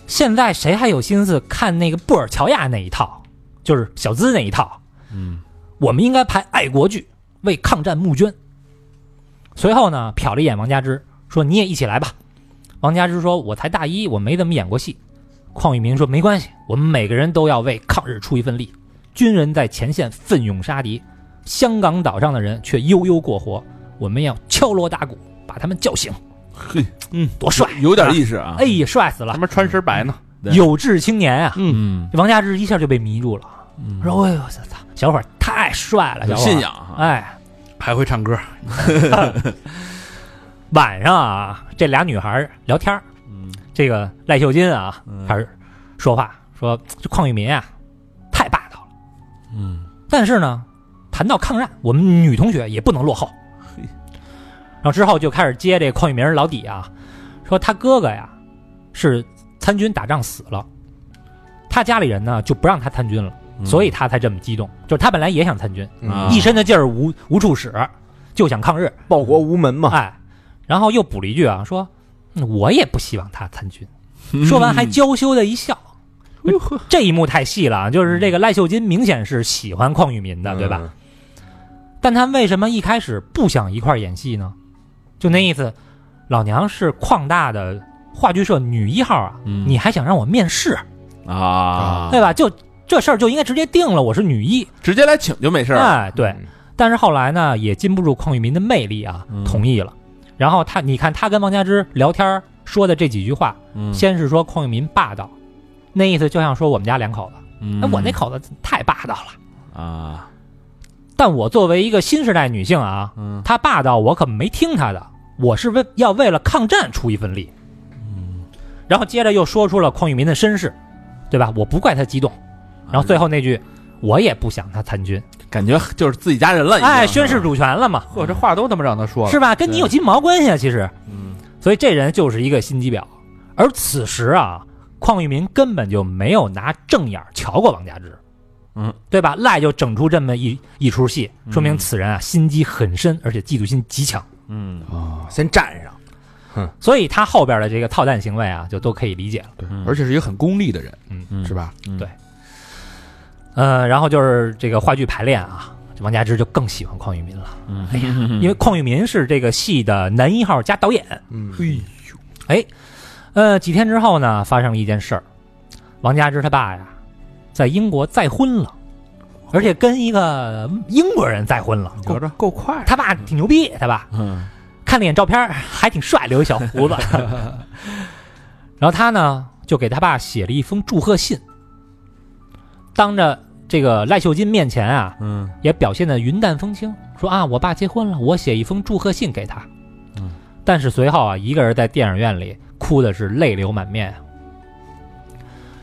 D: 现在谁还有心思看那个布尔乔亚那一套，就是小资那一套？
F: 嗯
D: 我们应该拍爱国剧，为抗战募捐。随后呢，瞟了一眼王佳芝，说：“你也一起来吧。”王佳芝说：“我才大一，我没怎么演过戏。”邝裕民说：“没关系，我们每个人都要为抗日出一份力。军人在前线奋勇杀敌，香港岛上的人却悠悠过活。我们要敲锣打鼓，把他们叫醒。
F: 嘿，
D: 嗯，多帅！
F: 有点意思啊，
D: 哎呀，帅死了！
C: 们穿身白呢，
F: 对
D: 有志青年啊！
F: 嗯，
D: 王佳芝一下就被迷住了，
F: 嗯
D: 说：‘哎呦，我操，小伙儿太帅了，小
F: 有
D: 伙儿
F: 信。仰哈，
D: 哎，
C: 还会唱歌，
D: 晚上啊，这俩女孩儿聊天儿
F: 嗯
D: 这个赖秀金啊
F: 嗯
D: 开始说话，说这邝裕民啊太霸道了，
F: 嗯
D: 但是呢，谈到抗战，我们女同学也不能落后。然后之后就开始接这邝裕民老底啊，说他哥哥呀是参军打仗死了，他家里人呢就不让他参军了，
F: 嗯
D: 所以他才这么激动。就是他本来也想参军，
F: 啊
D: 一身的劲儿无无处使，就想抗日。
B: 嗯报国无门嘛，
D: 哎，然后又补了一句啊，说、嗯我也不希望他参军。
F: 嗯
D: 说完还娇羞的一笑。
F: 哎
D: 这一幕太细了
F: 嗯
D: 啊，就是这个赖秀金明显是喜欢邝裕民的，对吧？
B: 嗯
D: 但他为什么一开始不想一块儿演戏呢？就那意思，老娘是邝大的话剧社女一号啊，
F: 嗯
D: 你还想让我面试，
F: 啊，
D: 对吧？就这事儿就应该直接定了，我是女一。
F: 直接来请就没事儿，
D: 哎，对。
B: 嗯
D: 但是后来呢，也禁不住邝裕民的魅力啊
F: 嗯，
D: 同意了。然后他，你看他跟王佳芝聊天儿说的这几句话，
F: 嗯
D: 先是说邝裕民霸道，那意思就像说我们家两口子，哎，
F: 嗯
D: 我那口子太霸道了。
F: 啊，
D: 但我作为一个新时代女性啊，
F: 嗯
D: 她霸道我可没听她的，我是为要为了抗战出一份力。
F: 嗯
D: 然后接着又说出了邝裕民的身世，对吧？我不怪他激动。然后最后那句，我也不想他参军，
F: 感觉就是自己家人了，已经
D: 哎，宣誓，主权了嘛。
C: 哦嚯，这话都他妈让他说了，
D: 是吧？跟你有鸡毛关系啊，其实。
F: 嗯
D: 所以这人就是一个心机婊。而此时啊，邝裕民根本就没有拿正眼瞧过王佳芝，
F: 嗯，
D: 对吧？赖就整出这么一一出戏，说明此人啊心机很深，而且嫉妒心极强。
F: 嗯
C: 啊，
B: 先占上，
D: 所以他后边的这个操蛋行为啊，就都可以理解了。
C: 对
F: 嗯，
C: 而且是一个很功利的人，
F: 嗯
C: 是吧？
F: 嗯
D: 对呃，然后就是这个话剧排练啊，这王佳芝就更喜欢邝裕民了，
F: 嗯
D: 哎呀，因为邝裕民是这个戏的男一号加导演，
B: 嗯，
D: 呃，几天之后呢，发生了一件事儿，王佳芝他爸呀，在英国再婚了，而且跟一个英国人再婚了。
C: 得着够快，
D: 他爸挺牛逼，他爸
F: 嗯
D: 看了眼照片儿，还挺帅，留一小胡子。 然后他呢，就给他爸写了一封祝贺信，当着这个赖秀金面前啊，
F: 嗯
D: 也表现的云淡风轻，说啊，我爸结婚了，我写一封祝贺信给他。
F: 嗯，
D: 但是随后啊，一个人在电影院里哭的是泪流满面啊。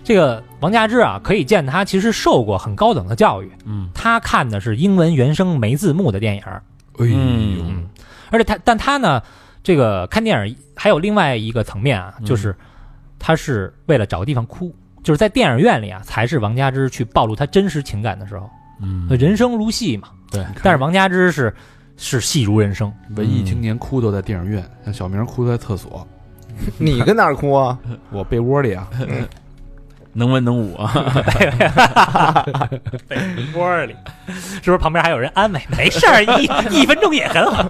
D: 这个王佳芝啊，可以见他其实受过很高等的教育，
F: 嗯
D: 他看的是英文原声没字幕的电影，
C: 哎呦，
F: 嗯
D: 而且他，但他呢，这个看电影还有另外一个层面啊，
F: 嗯
D: 就是他是为了找个地方哭，就是在电影院里啊，才是王佳芝去暴露她真实情感的时候。
F: 嗯，
D: 人生如戏嘛，
F: 对。
D: 但是王佳芝是是戏如人生，
C: 文艺青年哭都在电影院，像小明哭都在厕所，
B: 你跟哪儿哭啊？
G: 我被窝里啊，
F: 能文能武啊，
D: 窝里，是不是旁边还有人安慰？没事儿， 一一分钟也很好。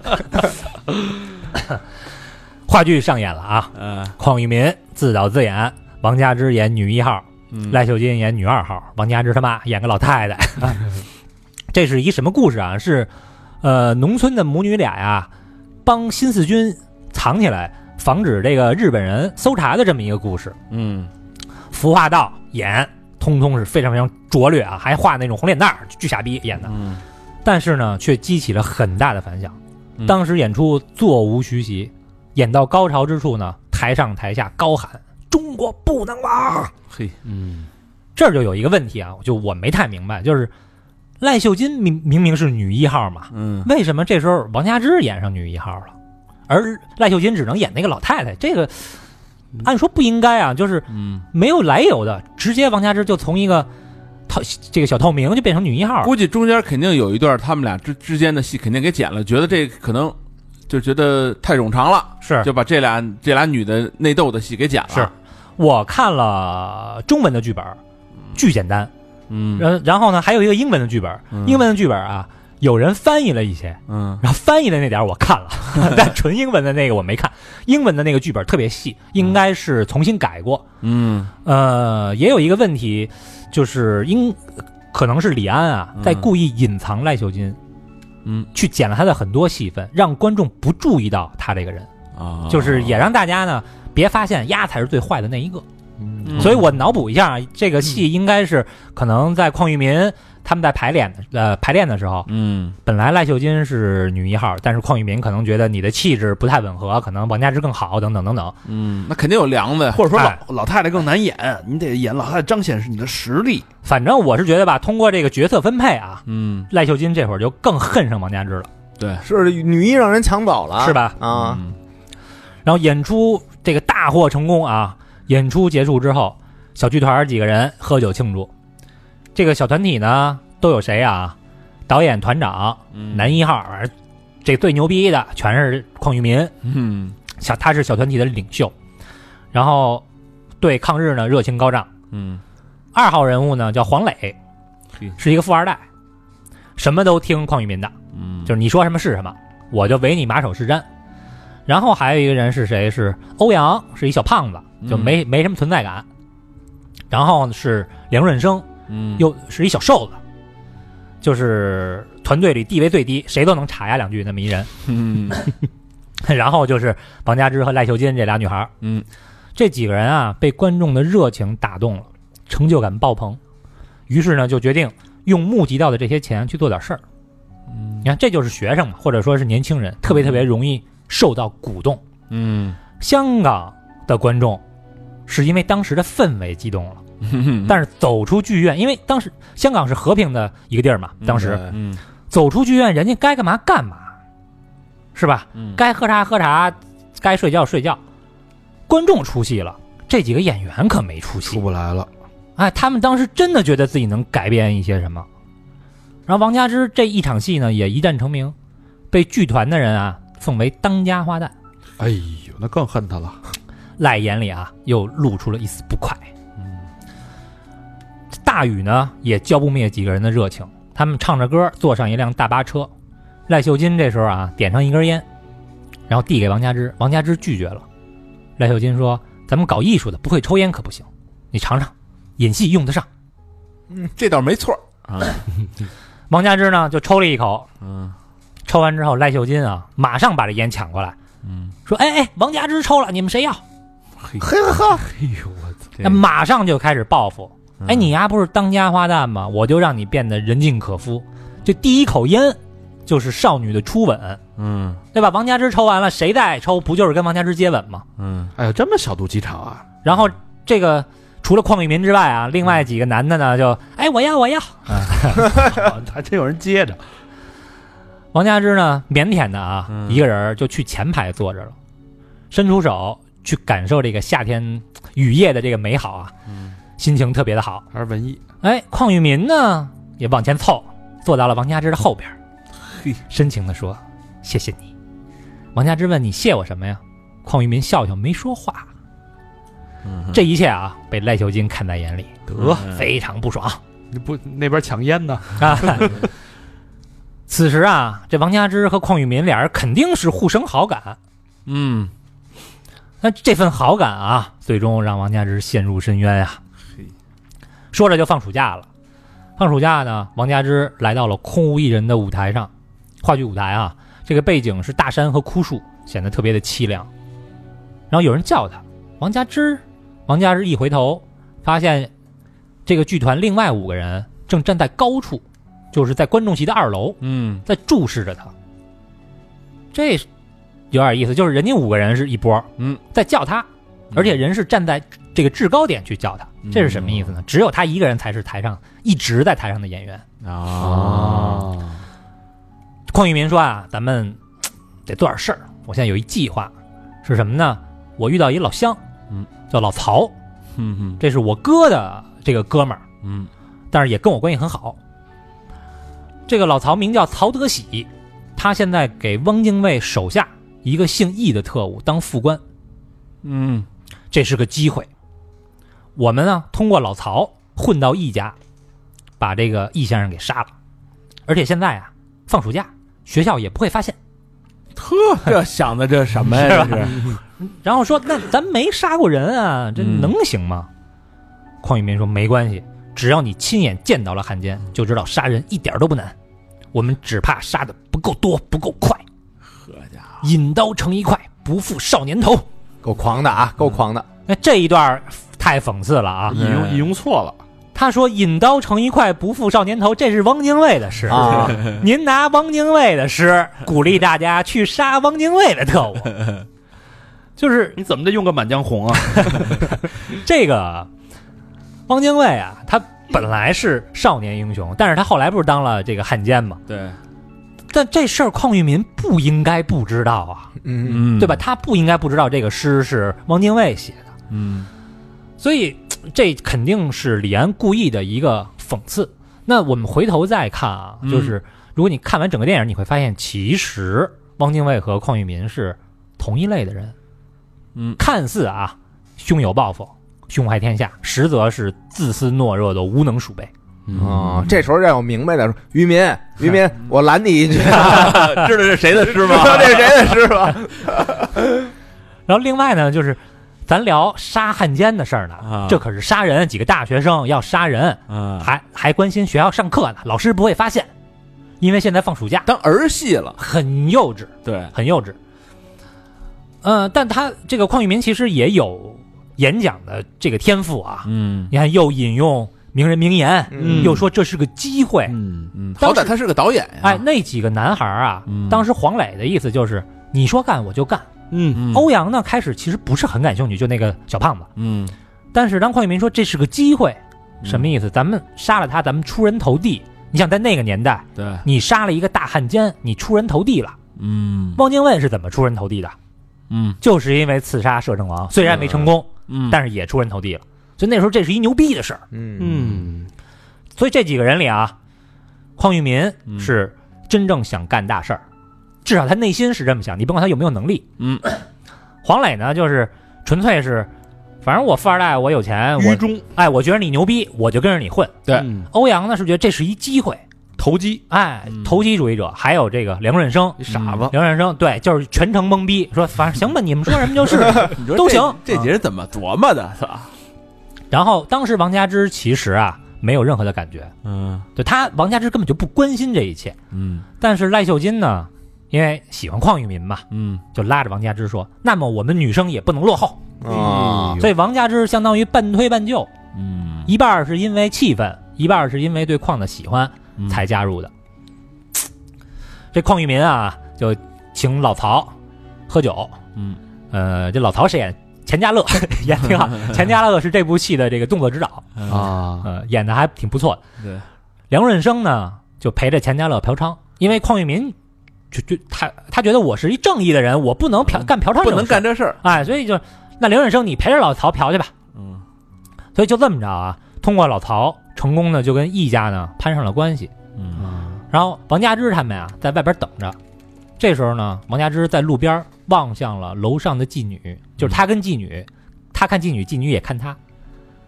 D: 话剧上演了啊！
F: 嗯
D: 邝裕民自导自演，王佳芝演女一号，
F: 嗯
D: 赖秀金演女二号，王佳芝他妈演个老太太。
F: 嗯
D: 这是一什么故事啊？是呃，农村的母女俩呀、帮新四军藏起来，防止这个日本人搜查的这么一个故事。
F: 嗯
D: 服化道演，通通是非常非常拙劣啊，还画那种红脸蛋儿，巨傻逼演的。
F: 嗯
D: 但是呢，却激起了很大的反响
F: 嗯。
D: 当时演出座无虚席，演到高潮之处呢，台上台下高喊“中国不能亡
F: 嘿”。
C: 嗯
D: 这儿就有一个问题啊，就我没太明白，就是赖秀金明明明是女一号嘛，
F: 嗯
D: 为什么这时候王佳芝演上女一号了，而赖秀金只能演那个老太太？这个按说不应该啊，就是
F: 嗯，
D: 没有来由的，直接王佳芝就从一个透这个小透明就变成女一号了。
F: 估计中间肯定有一段他们俩之之间的戏肯定给剪了，觉得这可能就觉得太冗长了，
D: 是
F: 就把这俩这俩女的内斗的戏给剪了。
D: 是，我看了中文的剧本，巨简单。
F: 嗯
D: 然然后呢，还有一个英文的剧本，
F: 嗯
D: 英文的剧本啊，有人翻译了一些，
F: 嗯
D: 然后翻译的那点儿我看 了， 但纯英文的那个我没看。英文的那个剧本特别细，应该是重新改过。
F: 嗯
D: 呃，也有一个问题，就是英可能是李安啊，在
F: 嗯
D: 故意隐藏赖秀金，
F: 嗯
D: 去剪了他的很多戏份，让观众不注意到他这个人，
F: 啊，
D: 就是也让大家呢别发现丫才是最坏的那一个。
F: 嗯
D: 所以我脑补一下，这个戏应该是可能在邝裕民他们在排练的呃排练的时候，
F: 嗯
D: 本来赖秀金是女一号，但是邝裕民可能觉得你的气质不太吻合，可能王佳芝更好，等等等等。
F: 嗯，那肯定有梁子呀。
C: 或者说老、
D: 哎
C: 老太太更难演，你得演老太太，彰显是你的实力。
D: 反正我是觉得吧，通过这个角色分配啊，
F: 嗯，
D: 赖秀金这会儿就更恨上王佳芝了，
F: 对，
B: 是女一让人抢走了，
D: 是？吧？
B: 啊，
F: 嗯
D: 然后演出这个大获成功啊！演出结束之后，小剧团几个人喝酒庆祝。这个小团体呢，都有谁啊？导演、团长、
F: 嗯
D: 男一号，反正这最牛逼的全是邝裕民，
F: 嗯
D: 小他是小团体的领袖，然后对抗日呢热情高涨。
F: 嗯
D: 二号人物呢叫黄磊
F: 嘿，
D: 是一个富二代，什么都听邝裕民的，
F: 嗯，
D: 就是你说什么是什么，我就唯你马首是瞻。然后还有一个人是谁？是欧阳，是一小胖子，就
F: 嗯
D: 没、没什么存在感。然后是梁润生，
F: 嗯
D: 又是一小瘦子，就是团队里地位最低，谁都能插呀两句那么一人。
F: 嗯
D: 然后就是王佳芝和赖秀金这俩女孩儿，
F: 嗯
D: 这几个人啊被观众的热情打动了，成就感爆棚，于是呢就决定用募集到的这些钱去做点事儿。
F: 嗯
D: 你看，这就是学生嘛，或者说是年轻人，特别特别容易受到鼓动。
F: 嗯
D: 香港的观众是因为当时的氛围激动了，
F: 嗯，
D: 但是走出剧院，因为当时香港是和平的一个地儿嘛，当时、
F: 嗯
D: 走出剧院，人家该干嘛干嘛，是吧？
F: 嗯
D: 该喝茶喝茶，该睡觉睡觉。观众出戏了，这几个演员可没出
C: 出
D: 戏。
C: 不来了，
D: 哎，他们当时真的觉得自己能改变一些什么。然后王佳芝这一场戏呢，也一战成名，被剧团的人啊奉为当家花旦。
C: 哎呦，那更恨他了。
D: 赖眼里啊又露出了一丝不快。大雨呢也浇不灭几个人的热情，他们唱着歌坐上一辆大巴车。赖秀金这时候啊点上一根烟，然后递给王佳芝，王佳芝拒绝了。赖秀金说：“咱们搞艺术的不会抽烟可不行，你尝尝，演戏用得上。
F: 嗯，这倒没错儿啊，”
D: 王佳芝呢就抽了一口，
F: 嗯
D: 抽完之后，赖秀金啊马上把这烟抢过来，
F: 嗯，
D: 说：“哎哎，王佳芝抽了，你们谁要？”
B: 嘿呵呵，
C: 哎呦，我操！
F: 对
D: 那马上就开始报复。
F: 嗯
D: 哎，你丫不是当家花旦吗？我就让你变得人尽可夫。这第一口烟就是少女的初吻，
F: 嗯
D: 对吧？王佳芝抽完了，谁再抽不就是跟王佳芝接吻吗？
F: 嗯
C: 哎呀，这么小肚鸡肠啊！
D: 然后这个除了邝裕民之外啊，另
F: 嗯
D: 外几个男的呢就哎我要我要。
C: 还真有人接着。
D: 王佳芝呢腼腆的啊，
F: 嗯
D: 一个人儿就去前排坐着了，伸出手去感受这个夏天雨夜的这个美好啊，
F: 嗯
D: 心情特别的好。
C: 还是文艺，
D: 哎，邝裕民呢也往前凑，坐到了王佳芝的后边儿，
F: 嘿
D: 深情地说：“谢谢你。”王佳芝问：“你谢我什么呀？”邝裕民笑笑没说话。
F: 嗯
D: 这一切啊，被赖秀金看在眼里，
C: 得
F: 嗯
D: 非常不爽。
C: 你不那边抢烟呢？
D: 啊。 此时啊，这王佳芝和邝裕民俩人肯定是互生好感。
F: 嗯，
D: 那这份好感啊，最终让王佳芝陷入深渊啊
F: 嘿。
D: 说着就放暑假了，放暑假呢，王佳芝来到了空无一人的舞台上，话剧舞台啊，这个背景是大山和枯树，显得特别的凄凉。然后有人叫他王佳芝，王佳芝一回头，发现这个剧团另外五个人正站在高处，就是在观众席的二楼，
F: 嗯
D: 在注视着他。这是有点意思，就是人家五个人是一波，
F: 嗯，嗯
D: 在叫他，而且人是站在这个制高点去叫他，这是什么意思呢？只有他一个人才是台上一直在台上的演员。
F: 啊，
D: 邝裕民说啊，咱们嘖得做点事儿，我现在有一计划，是什么呢？我遇到一老乡，
F: 嗯，
D: 叫老曹，
F: 嗯
D: 这是我哥的这个哥们儿，
F: 嗯
D: 但是也跟我关系很好。这个老曹名叫曹德喜，他现在给汪精卫手下一个姓易的特务当副官，
F: 嗯
D: 这是个机会。我们呢，通过老曹混到易家，把这个易先生给杀了。而且现在啊，放暑假，学校也不会发现。
F: 这想的这什么呀？这是
D: 然后说：“那咱没杀过人啊，这
F: 嗯
D: 能行吗？”邝裕民说：“没关系，只要你亲眼见到了汉奸，就知道杀人一点都不难。我们只怕杀的不够多，不够快。
F: 好家伙，
D: 引刀成一快，不负少年头。
B: 够狂的啊，够狂的，”
D: 那这一段儿太讽刺了
F: 嗯
D: 啊！
C: 引用引用错了，
D: 他说“引刀成一快，不负少年头”，这是汪精卫的诗
B: 啊。
D: 您拿汪精卫的诗鼓励大家去杀汪精卫的 特务，就是
C: 你怎么得用个《满江红》啊？
D: 这个汪精卫啊，他本来是少年英雄，但是他后来不是当了这个汉奸嘛？
F: 对，
D: 但这事儿邝裕民不应该不知道啊，
B: 嗯，
F: 嗯
D: 对吧？？他不应该不知道这个诗是汪精卫写的，
F: 嗯
D: 所以嘖这肯定是李安故意的一个讽刺。那我们回头再看啊，
F: 嗯
D: 就是如果你看完整个电影，你会发现其实汪精卫和邝裕民是同一类的人，
F: 嗯
D: 看似啊胸有抱负、胸怀天下，实则是自私懦弱的无能鼠辈。
B: 哦，这时候让我明白了，说于民，于民，我拦你一句，
F: 嗯知道是谁的诗吗？
B: 这 是谁的诗吧？
D: 然后另外呢，就是咱聊杀汉奸的事儿呢，
F: 啊
D: 这可是杀人，几个大学生要杀人，
F: 啊，
D: 还还关心学校上课呢，老师不会发现，因为现在放暑假，
F: 当儿戏了，
D: 很幼稚，
F: 对，
D: 很幼稚。嗯、但他这个邝裕民其实也有演讲的这个天赋啊，
F: 嗯
D: 你看又引用名人名言，
B: 嗯
D: 又说这是个机会，
C: 嗯，
F: 嗯，
D: 当
F: 好
D: 时
F: 歹他是个导演呀，
D: 哎，那几个男孩儿啊，
F: 嗯
D: 当时黄磊的意思就是你说干我就干。
F: 嗯
D: 欧阳呢，开始其实不是很感兴趣，就那个小胖子。
F: 嗯，
D: 但是当邝裕民说这是个机会，
F: 嗯
D: 什么意思？咱们杀了他，咱们出人头地。你想在那个年代，
F: 对，
D: 你杀了一个大汉奸，你出人头地了。
F: 嗯
D: 汪精卫是怎么出人头地的？
F: 嗯
D: 就是因为刺杀摄政王，虽然没成功，
F: 嗯，
D: 但是也出人头地了。所以那时候这是一牛逼的事儿。
B: 嗯
F: 嗯
D: 所以这几个人里啊，邝裕民
F: 嗯
D: 是真正想干大事儿，至少他内心是这么想。你甭管他有没有能力，
F: 嗯，
D: 黄磊呢就是纯粹是，反正我富二代，我有钱，我
C: 愚忠
D: 哎，我觉得你牛逼，我就跟着你混。
F: 对
C: 嗯
D: 欧阳呢是觉得这是一机会，
C: 投机
D: 哎，
F: 嗯
D: 投机主义者，还有这个梁润生。
C: 你傻子，
D: 梁润生对，就是全程懵逼，说反正行吧，你们说什么就是。
F: 你说
D: 都
F: 这
D: 行
F: 这几人怎么琢磨的？是吧？
D: 然后当时王佳芝其实啊没有任何的感觉，
F: 嗯
D: 对他王佳芝根本就不关心这一切。
F: 嗯
D: 但是赖秀金呢，因为喜欢邝裕民嘛，
F: 嗯
D: 就拉着王佳芝说：“那么我们女生也不能落后。
C: 嗯
B: 啊，”
D: 所以王佳芝相当于半推半就，
F: 嗯，
D: 一半儿是因为气愤，一半儿是因为对邝的喜欢
F: 嗯
D: 才加入的。这邝裕民啊，就请老曹喝酒。
F: 嗯，
D: 呃，这老曹谁演？钱嘉乐 演挺好。钱嘉乐是这部戏的这个动作指导，
C: 啊，
D: 呃，演的还挺不错的。
F: 对，
D: 梁润生呢，就陪着钱嘉乐嫖娼，因为邝裕民就就他他觉得我是一正义的人，我不能嫖干嫖娼，
F: 嗯不能干，这事儿。
D: 哎，所以就那梁润生你陪着老曹嫖去吧。
F: 嗯
D: 所以就这么着啊，通过老曹成功的就跟易家呢攀上了关系。
F: 嗯
D: 然后王佳芝他们啊在外边等着，这时候呢，王佳芝在路边望向了楼上的妓女，就是他跟妓女，他看妓女，妓女也看他。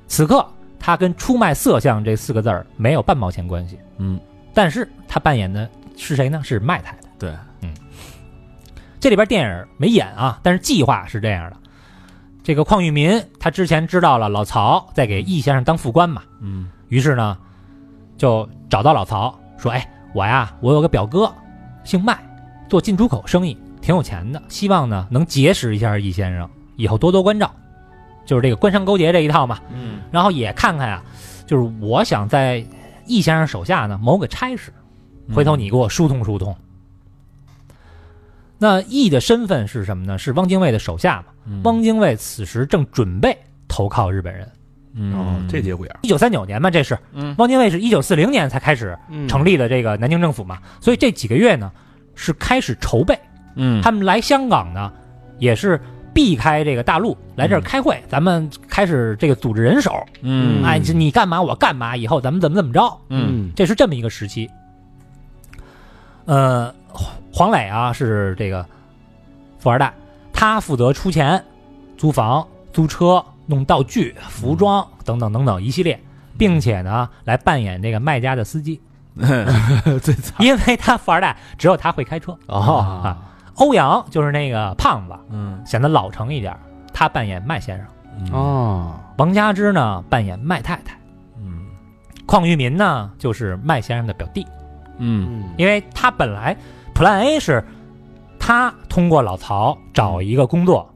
D: 此刻，他跟“出卖色相”这四个字儿没有半毛钱关系。
F: 嗯，
D: 但是他扮演的是谁呢？是麦太太。
F: 对，
D: 嗯，这里边电影没演啊，但是计划是这样的。这个邝裕民他之前知道了老曹在给易先生当副官嘛，
F: 嗯
D: 于是呢，就找到老曹说：“哎，我呀，我有个表哥，姓麦，做进出口生意，挺有钱的，希望呢能结识一下易先生，以后多多关照，就是这个官商勾结这一套嘛。
B: 嗯
D: 然后也看看呀、就是我想在易先生手下呢谋个差事，
F: 嗯
D: 回头你给我疏通疏通。那易的身份是什么呢？是汪精卫的手下嘛。
F: 嗯
D: 汪精卫此时正准备投靠日本人。
F: 嗯
C: 哦，这节骨眼儿
D: 一九三九年嘛，这是
B: 嗯
D: 汪精卫是一九四零年才开始
C: 嗯
F: 嗯
D: 成立的这个南京政府嘛，所以这几个月呢是开始筹备。
F: 嗯
D: 他们来香港呢，也是避开这个大陆，来这儿开会，咱们开始这个组织人手。
F: 嗯
D: 哎，你干嘛我干嘛，以后咱们怎么怎么着，
F: 嗯
D: 这是这么一个时期。呃，黄黄磊啊是这个富二代，他负责出钱、租房、租车、弄道具、服装等等等等一系列，并且呢来扮演这个卖家的司机，
C: 最惨
D: 因为他富二代，只有他会开车。
A: 哦
D: 啊，欧阳就是那个胖子，
F: 嗯
D: 显得老成一点儿，他扮演麦先生；
C: 哦，
D: 王佳芝呢扮演麦太太；
F: 嗯
D: 邝裕民呢就是麦先生的表弟。
F: 嗯
C: 嗯
D: 因为他本来 Plan A 是他通过老曹找一个工作，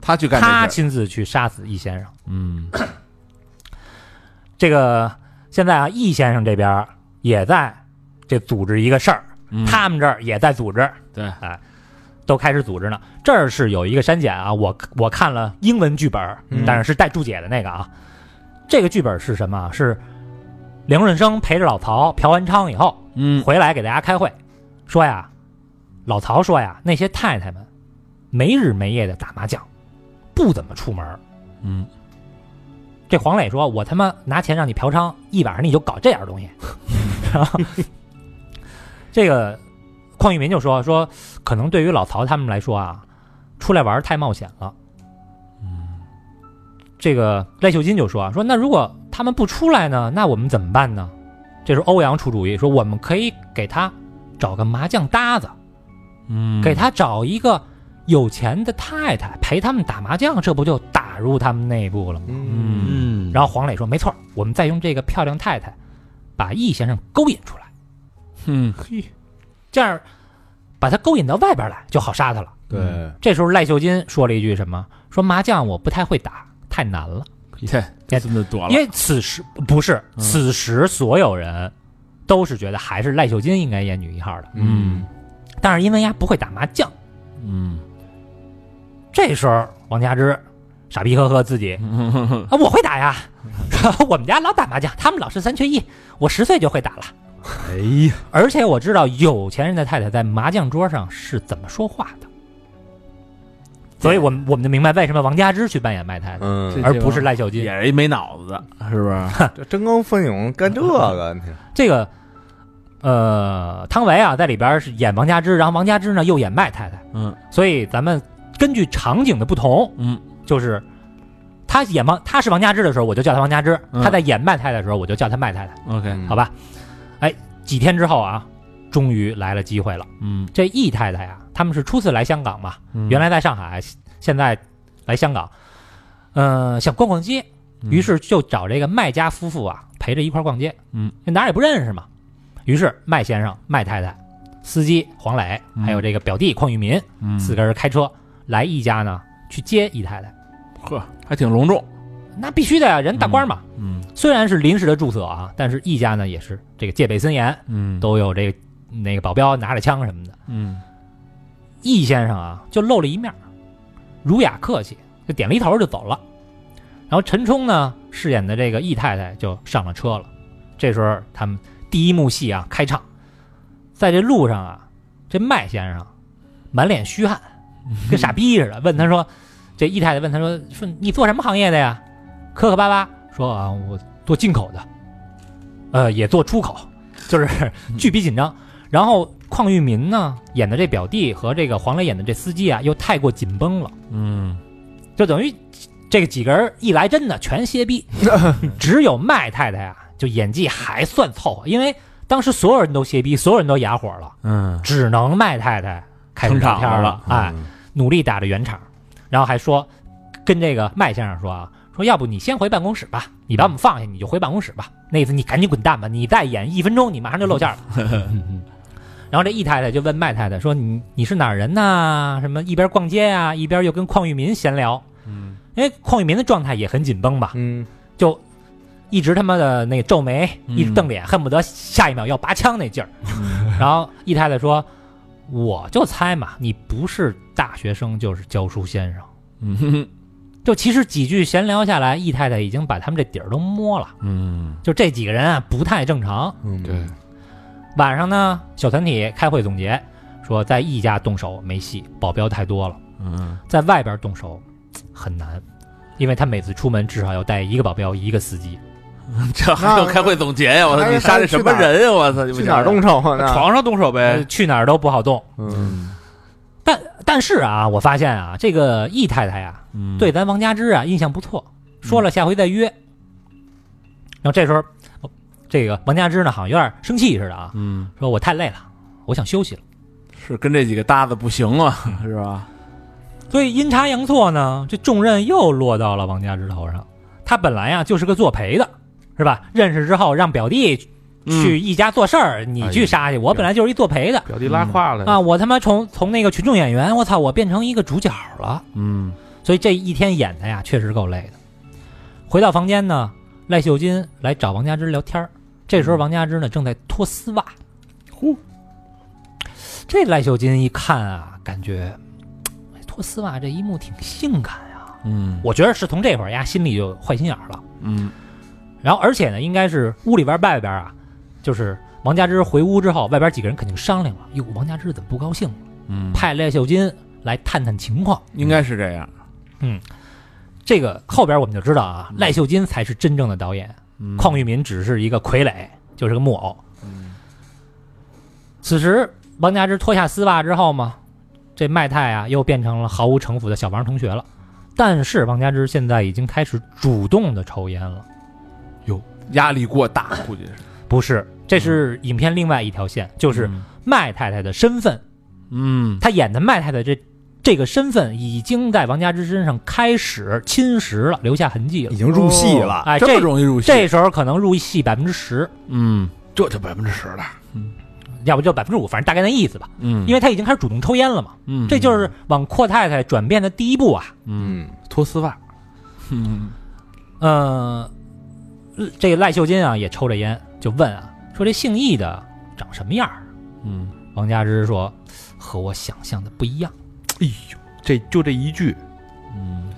F: 他去干
D: 他
F: 这事
D: 亲自去杀死易先生。
F: 嗯
D: 这个现在啊，易先生这边也在这组织一个事儿，
F: 嗯
D: 他们这儿也在组织，
F: 对
D: 哎，都开始组织呢。这儿是有一个删减啊，我我看了英文剧本，
B: 嗯
D: 但是是带注解的那个啊。这个剧本是什么啊？是梁润生陪着老曹嫖完娼以后，
F: 嗯
D: 回来给大家开会，说呀，老曹说呀，那些太太们没日没夜的打麻将，不怎么出门儿。
F: 嗯
D: 这黄磊说，我他妈拿钱让你嫖娼，一晚上你就搞这样东西。然后这个邝裕民就说说，可能对于老曹他们来说啊，出来玩儿太冒险了。嗯这个赖秀金就说啊说，那如果他们不出来呢，那我们怎么办呢？这时候欧阳出主意说，我们可以给他找个麻将搭子，
F: 嗯
D: 给他找一个有钱的太太陪他们打麻将，这不就打入他们内部了吗？
B: 嗯
F: 嗯
C: 嗯
D: 然后黄磊说：“没错儿，我们再用这个漂亮太太，把易先生勾引出来，
F: 嗯
D: 这样把他勾引到外边来，就好杀他了。
F: 对”
D: 这时候赖秀金说了一句什么？说麻将我不太会打，太难了。
F: 这孙子多
D: 因
F: 了
D: 为此时不是
F: 嗯
D: 此时所有人都是觉得还是赖秀金应该演女一号的，
F: 嗯
D: 但是因为丫不会打麻将，
F: 嗯
D: 这时候王佳芝傻逼呵呵自己
F: 嗯
D: 啊，我会打呀， 我们家老打麻将，他们老是三缺一，我十岁就会打了。
C: 哎呀，
D: 而且我知道有钱人的太太在麻将桌上是怎么说话的，所以我们我们就明白为什么王佳芝去扮演麦太太，
B: 嗯，
D: 而不是赖秀金。
F: 也是一没脑子的是不是？
B: 这争光奋勇干这个，你
D: 这个，呃，汤唯啊在里边是演王佳芝，然后王佳芝呢又演麦太太，
F: 嗯
D: 所以咱们根据场景的不同，
F: 嗯
D: 就是她演王她是王佳芝的时候，我就叫她王佳芝；
F: 嗯
D: 她在演麦太太的时候，我就叫她麦太太，
F: OK
D: 好吧？哎，几天之后啊，终于来了机会了。
F: 嗯
D: 这易太太呀、他们是初次来香港嘛，原来在上海，现在来香港，嗯、想逛逛街，于是就找这个麦家夫妇啊陪着一块儿逛街，
F: 嗯，
D: 哪儿也不认识嘛，于是麦先生、麦太太、司机黄磊，
F: 嗯
D: 还有这个表弟邝裕民、
F: 嗯
D: 四个人开车来易家呢去接易太太，
F: 呵还挺隆重
D: 那必须的呀，人大官嘛，
F: 嗯
D: 虽然是临时的住所啊，但是易家呢也是这个戒备森严，
F: 嗯
D: 都有这个那个保镖拿着枪什么的。
F: 嗯
D: 易先生啊，就露了一面儿，儒雅客气，就点了一头就走了。然后陈冲呢，饰演的这个易太太就上了车了。这时候他们第一幕戏啊开场，在这路上啊，这麦先生满脸虚汗，跟傻逼似的，问他说：“这易太太问他说，说你做什么行业的呀？”磕磕巴巴说：“啊，我做 进口的，呃，也做出口，就是巨逼紧张。”然后邝裕民呢演的这表弟和这个黄磊演的这司机啊，又太过紧绷了，
F: 嗯，
D: 就等于这个几个人一来真的全歇逼，只有麦太太啊，就演技还算凑合，因为当时所有人都歇逼，所有人都哑火了，
F: 嗯，
D: 只能麦太太开始
F: 撑
D: 聊
F: 场
D: 天
F: 子
D: 了，哎，，努力打着圆场，然后还说跟这个麦先生说啊，说要不你先回办公室吧，你把我们放下，你就回办公室吧。那意思你赶紧滚蛋吧，你再演一分钟，你马上就露馅了。
C: 嗯
D: 然后这易太太就问麦太太说：“你你是哪儿人呐？什么一边逛街呀、一边又跟邝裕民闲聊，
F: 嗯
D: 因为邝裕民的状态也很紧绷吧，
B: 嗯，
D: 就一直他妈的那个皱眉，
F: 嗯
D: 一直瞪脸，恨不得下一秒要拔枪那劲儿。然后易太太说：“我就猜嘛，你不是大学生就是教书先生。
F: 嗯”
D: 就其实几句闲聊下来，易太太已经把他们这底儿都摸了。
F: 嗯，
D: 就这几个人啊，不太正常。
B: 嗯，
F: 对，
D: 晚上呢，小团体开会总结，说在易家动手没戏，保镖太多了；
F: 嗯
D: 在外边动手嘖很难，因为他每次出门至少要带一个保镖，一个司机。
F: 这还要开会总结呀！我操，
B: 还
F: 你杀这什么人呀！我操，你不
B: 去
F: 想
B: 哪儿动手啊？那
C: 床上动手
D: 呃
F: 哎
C: 呗，
D: 去哪儿都不好动。
B: 嗯，
F: 嗯
D: 但但是啊，我发现啊，这个易太太呀、
F: 嗯，
D: 对咱王佳芝啊印象不错，说了下回再约。然后这时候，哦这个王佳芝呢好像有点生气似的啊，
F: 嗯，
D: 说我太累了，我想休息了。
F: 是跟这几个搭子不行了，是吧？
D: 所以阴差阳错呢，这重任又落到了王佳芝头上。她本来呀、就是个作陪的，是吧？认识之后让表弟去易家做事儿，你去杀去。我本来就是一作陪
A: 哎
D: 的
C: 表弟拉胯了
D: 啊！我他妈从从那个群众演员，我操，我变成一个主角了。
F: 嗯，
D: 所以这一天演的呀，确实够累的。回到房间呢，赖秀金来找王佳芝聊天儿。这时候王佳芝呢正在脱丝袜，呼，这赖秀金一看啊，感觉哎脱丝袜这一幕挺性感呀、
F: 嗯
D: 我觉得是从这会儿呀心里就坏心眼儿了。
F: 嗯
D: 然后而且呢，应该是屋里边儿外边儿啊，就是王佳芝回屋之后，外边儿几个人肯定商量了，哟，王佳芝怎么不高兴了？
F: 嗯，
D: 派赖秀金来探探情况。
F: 应该是这样。
D: 这个后边我们就知道
B: 嗯
D: 啊，赖秀金才是真正的导演，
F: 嗯
D: 邝裕民只是一个傀儡，就是个木偶。
B: 嗯
D: 此时，王佳芝脱下丝袜之后嘛，这麦太啊又变成了毫无城府的小王同学了。但是王佳芝现在已经开始主动的抽烟了，
F: 压力过大，估计是
D: 不是？这
B: 嗯
D: 是影片另外一条线，就是麦太太的身份，
F: 嗯
D: 她演的麦太太这这个身份已经在王佳芝身上开始侵蚀了，留下痕迹了
B: 已。经入戏了，
D: 哎，
F: 这么
D: 这
F: 容易入戏，
D: 这时候可能入戏百分之十，
F: 嗯
C: 这就百分之十了。
D: 要不就百分之五，反正大概那意思吧。
F: 嗯，
D: 因为他已经开始主动抽烟了嘛，
F: 嗯
D: 这就是往阔太太转变的第一步啊。
F: 嗯
B: 嗯，
C: 脱丝袜，
F: 嗯
D: 嗯、呃，这个赖秀金啊也抽着烟，就问啊，说这姓易的长什么样儿？
F: 嗯
D: 王佳芝说，和我想象的不一样。
C: 哎呦，这就这一句，
F: 嗯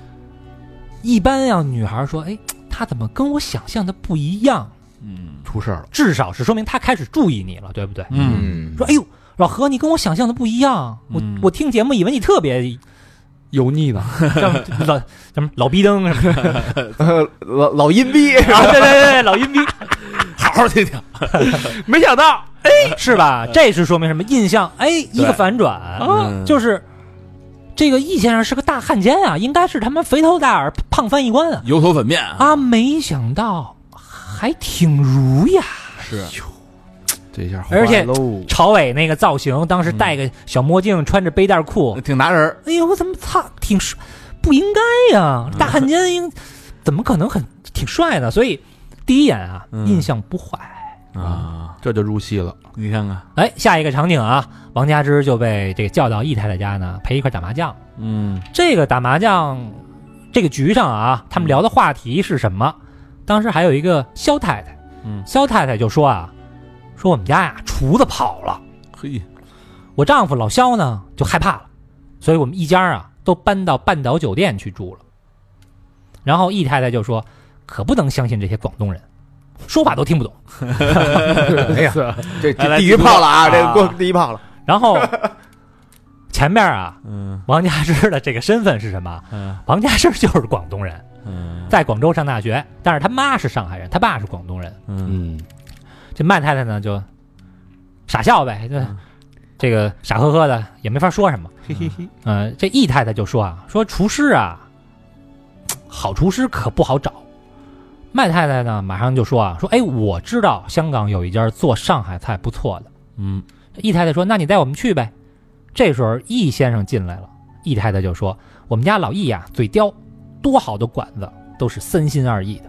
D: 一般呀、女孩说，哎，他怎么跟我想象的不一样？
F: 嗯
C: 出事儿了。
D: 至少是说明他开始注意你了，对不对？
F: 嗯
D: 说，哎呦，老何，你跟我想象的不一样。我、
F: 嗯
D: 我听节目以为你特 别
C: 油腻呢，
D: 像老什么老逼灯什么的。
B: 呃老老阴逼，
D: 啊，对对对，老阴逼，
F: 好好听听，
C: 没想到
D: 是吧？这是说明什么？印象哎，一个反转啊
F: 嗯，
D: 就是这个易先生是个大汉奸啊，应该是他们肥头大耳、胖翻译官啊
F: 油头粉面啊，
D: 啊，没想到还挺儒雅。
F: 是
C: 这下
D: 而且
C: 喽，
D: 朝伟那个造型，当时戴个小墨镜，穿着背带裤，
F: 挺拿人儿，
D: 哎呦，我怎么操，挺帅，不应该呀、
F: 嗯
D: 大汉奸应怎么可能很挺帅呢？所以第一眼啊，
F: 嗯
D: 印象不坏。
F: 啊，
C: 这就入戏了。
F: 你看看，
D: 哎，下一个场景啊，王佳芝就被这个叫到易太太家呢，陪一块打麻将。
F: 嗯
D: 这个打麻将这个局上啊，他们聊的话题是什么？当时还有一个肖太太，
F: 嗯
D: 肖太太就说啊，说我们家呀厨子跑了，
F: 嘿，
D: 我丈夫老肖呢就害怕了，所以我们一家啊都搬到半岛酒店去住了。然后易太太就说，可不能相信这些广东人，说话都听不懂。
B: 哎呀，这
F: 来
B: 这
F: 来
B: 地狱炮了啊，
F: 进
B: 这
F: 入
B: 个
F: 啊
B: 过地狱炮了，
D: 然后前面啊，
F: 嗯
D: 王家芝的这个身份是什么？
F: 嗯
D: 王家芝就是广东人，
F: 嗯
D: 在广州上大学，但是他妈是上海人，他爸是广东人。
F: 嗯
C: 嗯，
D: 这麦太太呢就傻笑呗，就这个傻呵呵的也没法说什么。
C: 嘿嘿嘿，
D: 呃，这易太太就说啊，说厨师啊，好厨师可不好找。麦太太呢，马上就说啊，说哎，我知道香港有一家做上海菜不错的。
F: 嗯，
D: 易太太说，那你带我们去呗。这时候易先生进来了，易太太就说，我们家老易呀、嘴刁，多好的馆子都是三心二意的。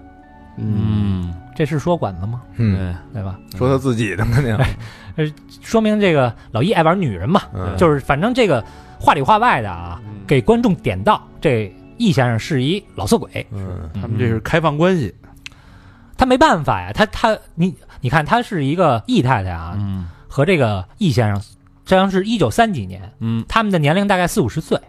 F: 嗯，
D: 这是说馆子吗？
B: 嗯，
F: 对，
D: 对吧？
B: 说他自己的肯定，
D: 说明这个老易爱玩女人嘛，
B: 嗯
D: 就是反正这个话里话外的啊，给观众点到这易先生是一老色鬼，
B: 嗯
C: 他们这是开放关系，
D: 他没办法呀，他他你你看他是一个易太太啊，
F: 嗯
D: 和这个易先生，这样是一九三几年，
F: 嗯，
D: 他们的年龄大概四五十岁，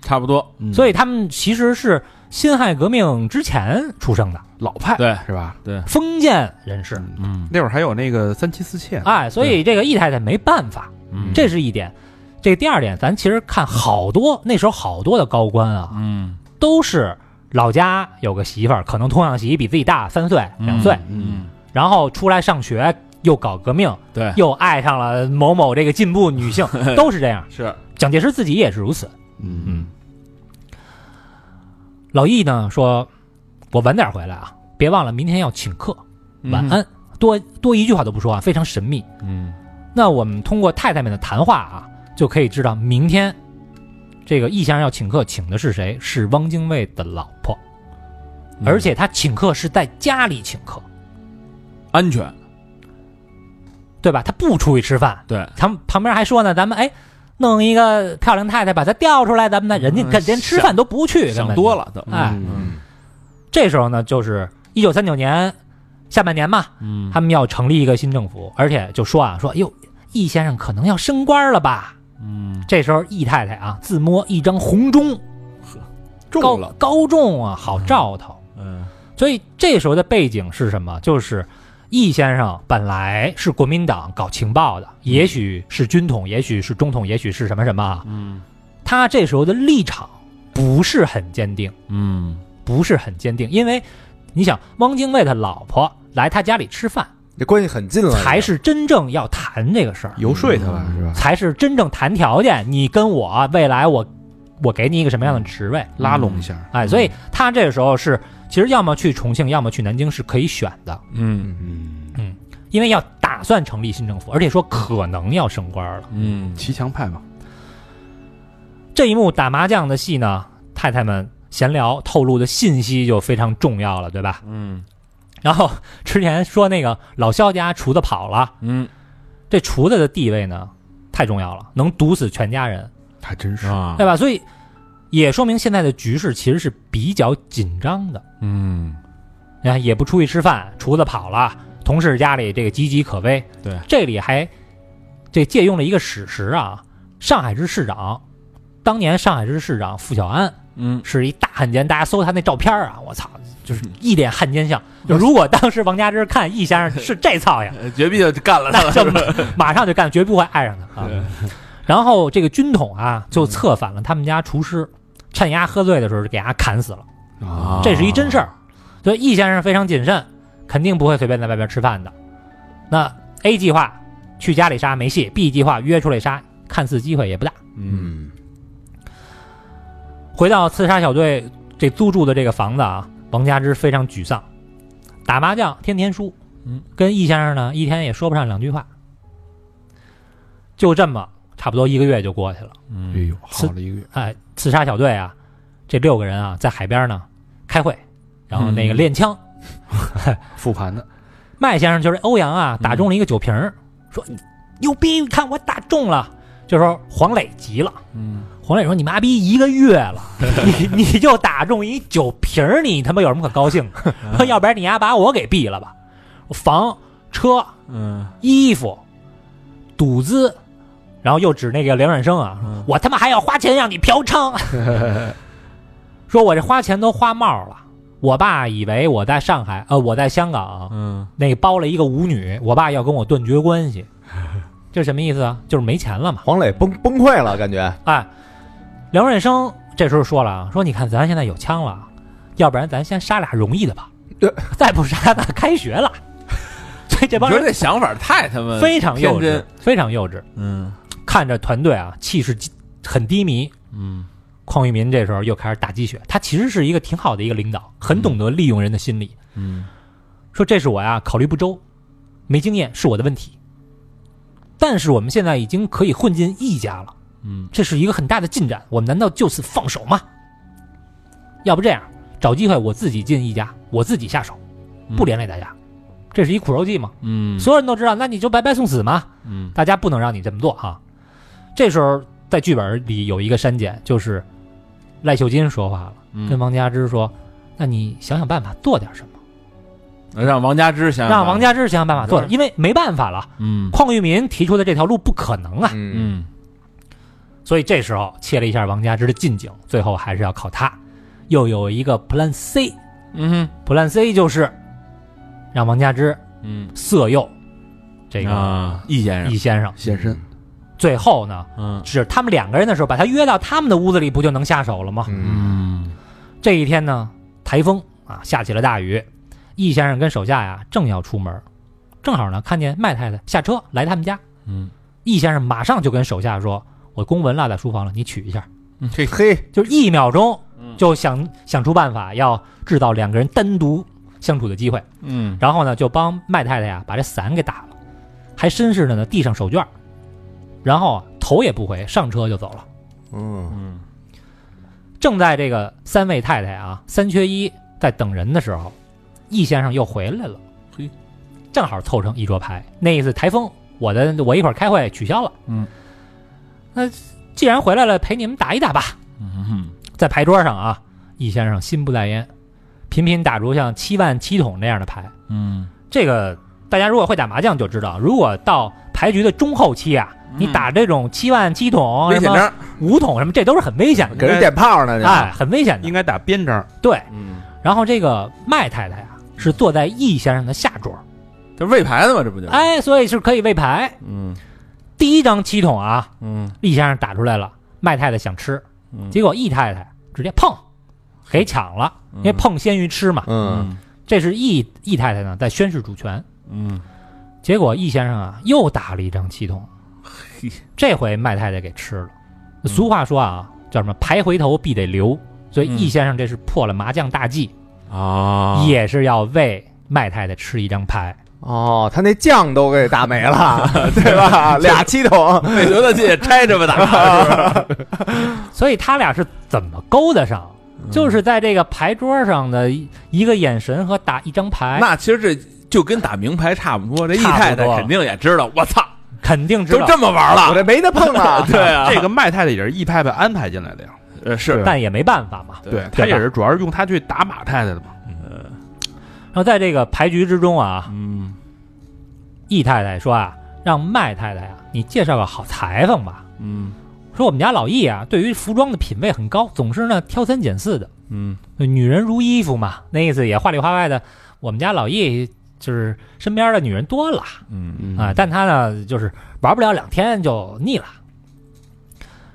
F: 差不多，
C: 嗯
D: 所以他们其实是辛亥革命之前出生的
C: 老派
F: 对，
C: 是吧？
D: 封建人士，
F: 嗯
C: 那会儿还有那个三妻四妾呢，
D: 哎，所以这个易太太没办法，
F: 嗯，
D: 这是一点。这个第二点，咱其实看好多那时候好多的高官啊，
F: 嗯
D: 都是老家有个媳妇儿，可能同样媳妇比自己大三岁、两岁，
F: 嗯，
D: 然后出来上学又搞革命，
F: 对，
D: 又爱上了某某这个进步女 性，都是这样。
F: 是，
D: 蒋介石自己也是如此。
C: 嗯，
D: 老易呢说：“我晚点回来啊，别忘了明天要请客，
F: 嗯
D: 晚安。多多一句话都不说啊，非常神秘。
F: 嗯
D: 那我们通过太太们的谈话啊，就可以知道明天这个易先生要请客，请的是谁？是汪精卫的老婆，
F: 嗯
D: 而且他请客是在家里请客，
F: 安全，
D: 对吧？他不出去吃饭，
F: 对，
D: 他们旁边还说呢，咱们哎，弄一个漂亮太太把她调出来，咱们呢，人家
F: 嗯
D: 跟连吃饭都不去，根
F: 想
D: 本就
F: 多。了都，
D: 哎，
C: 嗯
B: 嗯
D: 这时候呢，就是一九三九年下半年嘛，
F: 嗯
D: 他们要成立一个新政府，而且就说啊，说哟，易先生可能要升官了吧？
F: 嗯
D: 这时候易太太啊，自摸一张红钟，高
B: 中了，
D: 高中啊，好兆头。
F: 嗯
D: 所以这时候的背景是什么？就是易先生本来是国民党搞情报的，也许是军统，也许是中统，也许是什么什么啊。
F: 嗯
D: 他这时候的立场不是很坚定，
F: 嗯
D: 不是很坚定，因为你想，汪精卫的老婆来他家里吃饭，
B: 这关系很近了，
D: 才是真正要谈这个事儿，
C: 游说他吧，是吧？
D: 才是真正谈条件。你跟我未来我，我给你一个什么样的职位？
A: 嗯
C: 拉拢一下，
D: 哎，所以他这个时候是，其实要么去重庆，要么去南京是可以选的，
F: 嗯
C: 嗯，
D: 因为要打算成立新政府，而且说可能要升官了。
F: 嗯，
C: 骑墙派嘛，
D: 这一幕打麻将的戏呢，太太们闲聊透露的信息就非常重要了，对吧？
F: 嗯
D: 然后之前说那个老肖家厨子跑了，
F: 嗯
D: 这厨子的地位呢太重要了，能毒死全家人，
C: 还真是，
F: 啊
D: 对，吧？所以也说明现在的局势其实是比较紧张的。
F: 嗯
D: 你看，也不出去吃饭，厨子跑了，同事家里这个岌岌可危。
F: 对，
D: 这里还这借用了一个史实啊，上海市市长当年上海市市长付小安
F: 嗯
D: 是一大汉奸，大家搜他那照片啊，我操，
F: 就是
D: 一脸汉奸相。就如果当时王家之看易先生 是这操样，
F: 呃绝壁就干 了
D: 那就马上就干，绝不会爱上他啊。然后这个军统啊，就策反了他们家厨师，趁丫喝醉的时候就给丫砍死了，
F: 啊，
D: 这是一真事儿。所以易先生非常谨慎，肯定不会随便在外边吃饭的。那 A 计划去家里杀没戏，B 计划约出来杀，看似机会也不大。
F: 嗯
B: 嗯
D: 回到刺杀小队这租住的这个房子啊，王家之非常沮丧，打麻将天天输，
F: 嗯，
D: 跟易先生呢一天也说不上两句话，就这么差不多一个月就过去了。
C: 哎
F: 嗯
C: 呦，好了一个月，
D: 哎，刺杀小队啊，这六个人啊在海边呢开会，然后那个
F: 嗯
D: 练枪，
C: 复盘的，
D: 麦先生就是欧阳啊，打中了一个酒瓶
F: 嗯
D: 儿，说牛逼，你看我打中了。这时候黄磊急了，
F: 嗯
D: 黄磊说：“你妈逼一个月了， 你你就打中一酒瓶儿，你他妈有什么可高兴的？ 说要不然你丫把我给毙了吧！我房车
F: 嗯
D: 衣服赌资，然后又指那个梁远生啊，
F: 嗯
D: 我他妈还要花钱让你嫖 娼，说我这花钱都花冒了。我爸以为我在上海，呃，我在香港
F: 嗯
D: 那个包了一个舞女，我爸要跟我断绝关 系，这什么意思啊？就是没钱了嘛。
B: 黄磊崩崩溃了，感觉，
D: 哎，梁润生这时候说了啊，说你看咱现在有枪了，要不然咱先杀俩容易的吧
B: 呃，
D: 再不杀那开学 了。所以这
F: 你
D: 帮
F: 说
D: 人
F: 这想法太他妈
D: 非常幼
F: 天
D: 稚
F: 真，
D: 非常幼稚。
F: 嗯
D: 看着团队啊气势很低迷，
F: 嗯
D: 邝裕民这时候又开始打鸡血，他其实是一个挺好的一个领导，很懂得利用人的心理。
F: 嗯
D: 说这是我呀考虑不周，没经验是我的问题。但是我们现在已经可以混进意家了，
F: 嗯
D: 这是一个很大的进展。我们难道就此放手吗？要不这样，找机会我自己进意家，我自己下手，不连累大家。这是一苦肉计嘛，
F: 嗯
D: 所有人都知道，那你就白白送死嘛。
F: 嗯
D: 大家不能让你这么做哈。这时候在剧本里有一个删减，就是赖秀金说话了，
F: 嗯
D: 跟王佳芝说：“那你想想办法做点什么，
F: 嗯让王佳芝想
D: 让王佳芝想想办法做点，
F: 嗯
D: 因为没办法了，
F: 嗯
D: 邝裕民提出的这条路不可能啊。
B: 嗯
F: 嗯
D: 所以这时候切了一下王佳芝的近景，最后还是要靠他。又有一个 Plan C，Plan
F: 嗯
D: C 就是让王佳芝
F: 嗯
D: 色诱这个
F: 啊易先生
D: 易先生。
C: 现身，
D: 最后呢，
F: 嗯
D: 指他们两个人的时候，把他约到他们的屋子里，不就能下手了吗？
B: 嗯
F: 嗯
D: 这一天呢，台风啊，下起了大雨。易先生跟手下呀，正要出门，正好呢看见麦太太下车来他们家。
F: 嗯
D: 易先生马上就跟手下说：“我公文落在书房了，你取一下。
B: 嘿嘿，”
D: 就是一秒钟
F: 嗯
D: 就想想出办法，要制造两个人单独相处的机会。
F: 嗯
D: 然后呢，就帮麦太太呀把这伞给打了，还绅士的呢递上手绢儿，然后啊头也不回上车就走了。
B: 嗯
F: 嗯
D: 正在这个三位太太啊三缺一在等人的时候，易先生又回来了，
F: 嘿，
D: 正好凑成一桌牌。那一次台风，我的我一会儿开会取消了，
F: 嗯，
D: 那既然回来了，陪你们打一打吧。
F: 嗯
D: 在牌桌上啊，易先生心不在焉，频频打出像七万七筒这样的牌。
F: 嗯
D: 这个大家如果会打麻将就知道，如果到牌局的中后期啊，
F: 嗯
D: 你打这种七万七筒、
B: 危
D: 什
B: 险
D: 么
B: 章，
D: 五筒什么，这都是很危险的，
B: 给人点炮呢，这
D: 哎，很危险的
C: 应。该打边章，
D: 对，
B: 嗯，
D: 然后这个麦太太啊是坐在易先生的下桌，
F: 这喂牌的嘛，这不就是
D: 哎，所以是可以喂牌。
F: 嗯
D: 第一张七筒啊，
F: 嗯
D: 易先生打出来了，麦太太想吃，
F: 嗯
D: 结果易太太直接碰给抢了，
F: 嗯
D: 因为碰先于吃嘛。
B: 嗯
D: 这是易易太太呢在宣示主权。
F: 嗯
D: 结果易先生啊又打了一张七筒，
F: 嘿
D: 这回麦太太给吃了。
F: 嗯
D: 俗话说啊，叫什么“牌回头必得留”，所以易
F: 嗯
D: 先生这是破了麻将大忌，
F: 啊
D: 也是要喂麦太太吃一张牌。
B: 哦，他那酱都给打没了， 对啊吧？俩七筒，
F: 费德勒这也拆着吧打，
D: 所以他俩是怎么勾搭上？
F: 嗯
D: 就是在这个牌桌上的一一个眼神和打一张牌，
F: 那其实这就跟打名牌差不多，这易太太肯定也知道，我操，
D: 肯定知
F: 都
D: 道，
F: 这么玩
B: 我
F: 了，
B: 这没得碰了。
F: 对啊，
C: 这个麦太太也是易太太安排进来的呀，
F: 呃是
D: 但也没办法嘛。
F: 对
C: 他也是主要是用他去打马太太的嘛，
D: 然后在这个牌局之中啊，
F: 嗯
D: 易太太说啊，让麦太太啊，你介绍个好裁缝吧。
F: 嗯
D: 说我们家老易啊，对于服装的品味很高，总是呢挑三拣四的。
F: 嗯
D: 女人如衣服嘛，那意思也话里话外的。我们家老易就是身边的女人多了
F: 嗯
D: 啊，但他呢就是玩不了两天就腻了。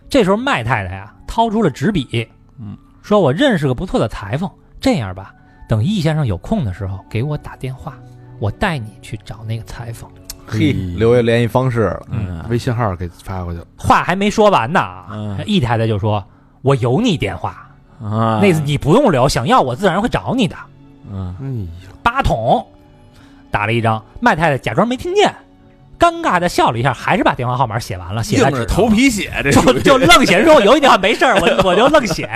D: 这时候麦太太呀、掏出了纸笔，
F: 嗯，
D: 说我认识个不错的裁缝，这样吧，等易先生有空的时候给我打电话，我带你去找那个裁缝。
B: 嘿，留下联系方式了。
F: 嗯
C: 微信号给发过去了，
D: 话还没说完呢，啊
F: 嗯
D: 易太太就说：“我有你电话，
F: 啊
D: 那次你不用留，想要我自然会找你的。”
F: 嗯
C: 哎呦，
D: 八筒，打了一张。麦太太假装没听见，尴尬的笑了一下，还是把电话号码写完了，写
F: 硬
D: 在
F: 着
D: 纸上
F: 头。皮写，这
D: 就就愣写说，我有一电话没事儿，我我就愣写。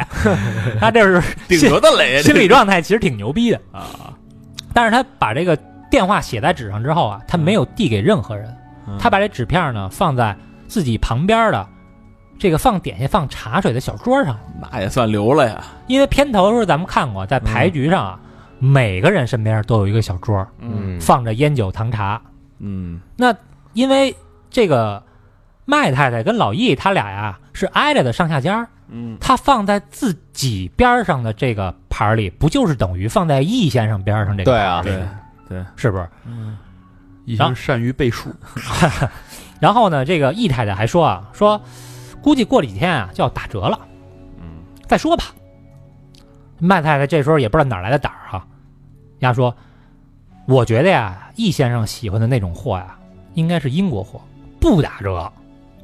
D: 他这是
F: 顶着的雷，
D: 心理状态其实挺牛逼的，
F: 啊，
D: 但是他把这个电话写在纸上之后啊，他没有递给任何人，
F: 嗯
D: 他把这纸片呢放在自己旁边的这个放点心、放茶水的小桌上，
F: 那也算留了呀，
D: 因为片头的时候咱们看过，在牌局上啊，每个人身边都有一个小桌，
B: 嗯
D: 放着烟酒糖茶，
F: 嗯
D: 因为这个麦太太跟老易他俩呀是挨着的上下家儿，
F: 嗯
D: 他放在自己边儿上的这个盘儿里，不就是等于放在易先生边儿上这个
B: 对
D: 盘
B: 啊
D: 儿里
F: 对
D: 是不是？
F: 嗯
C: 一
D: 然后
C: 生善于背书，
D: 然后呢，这个易太太还说啊，说估计过几天啊就要打折了，
F: 嗯
D: 再说吧。麦太太这时候也不知道哪儿来的胆儿哈，丫说，我觉得呀，易先生喜欢的那种货呀，应该是英国货，不打折。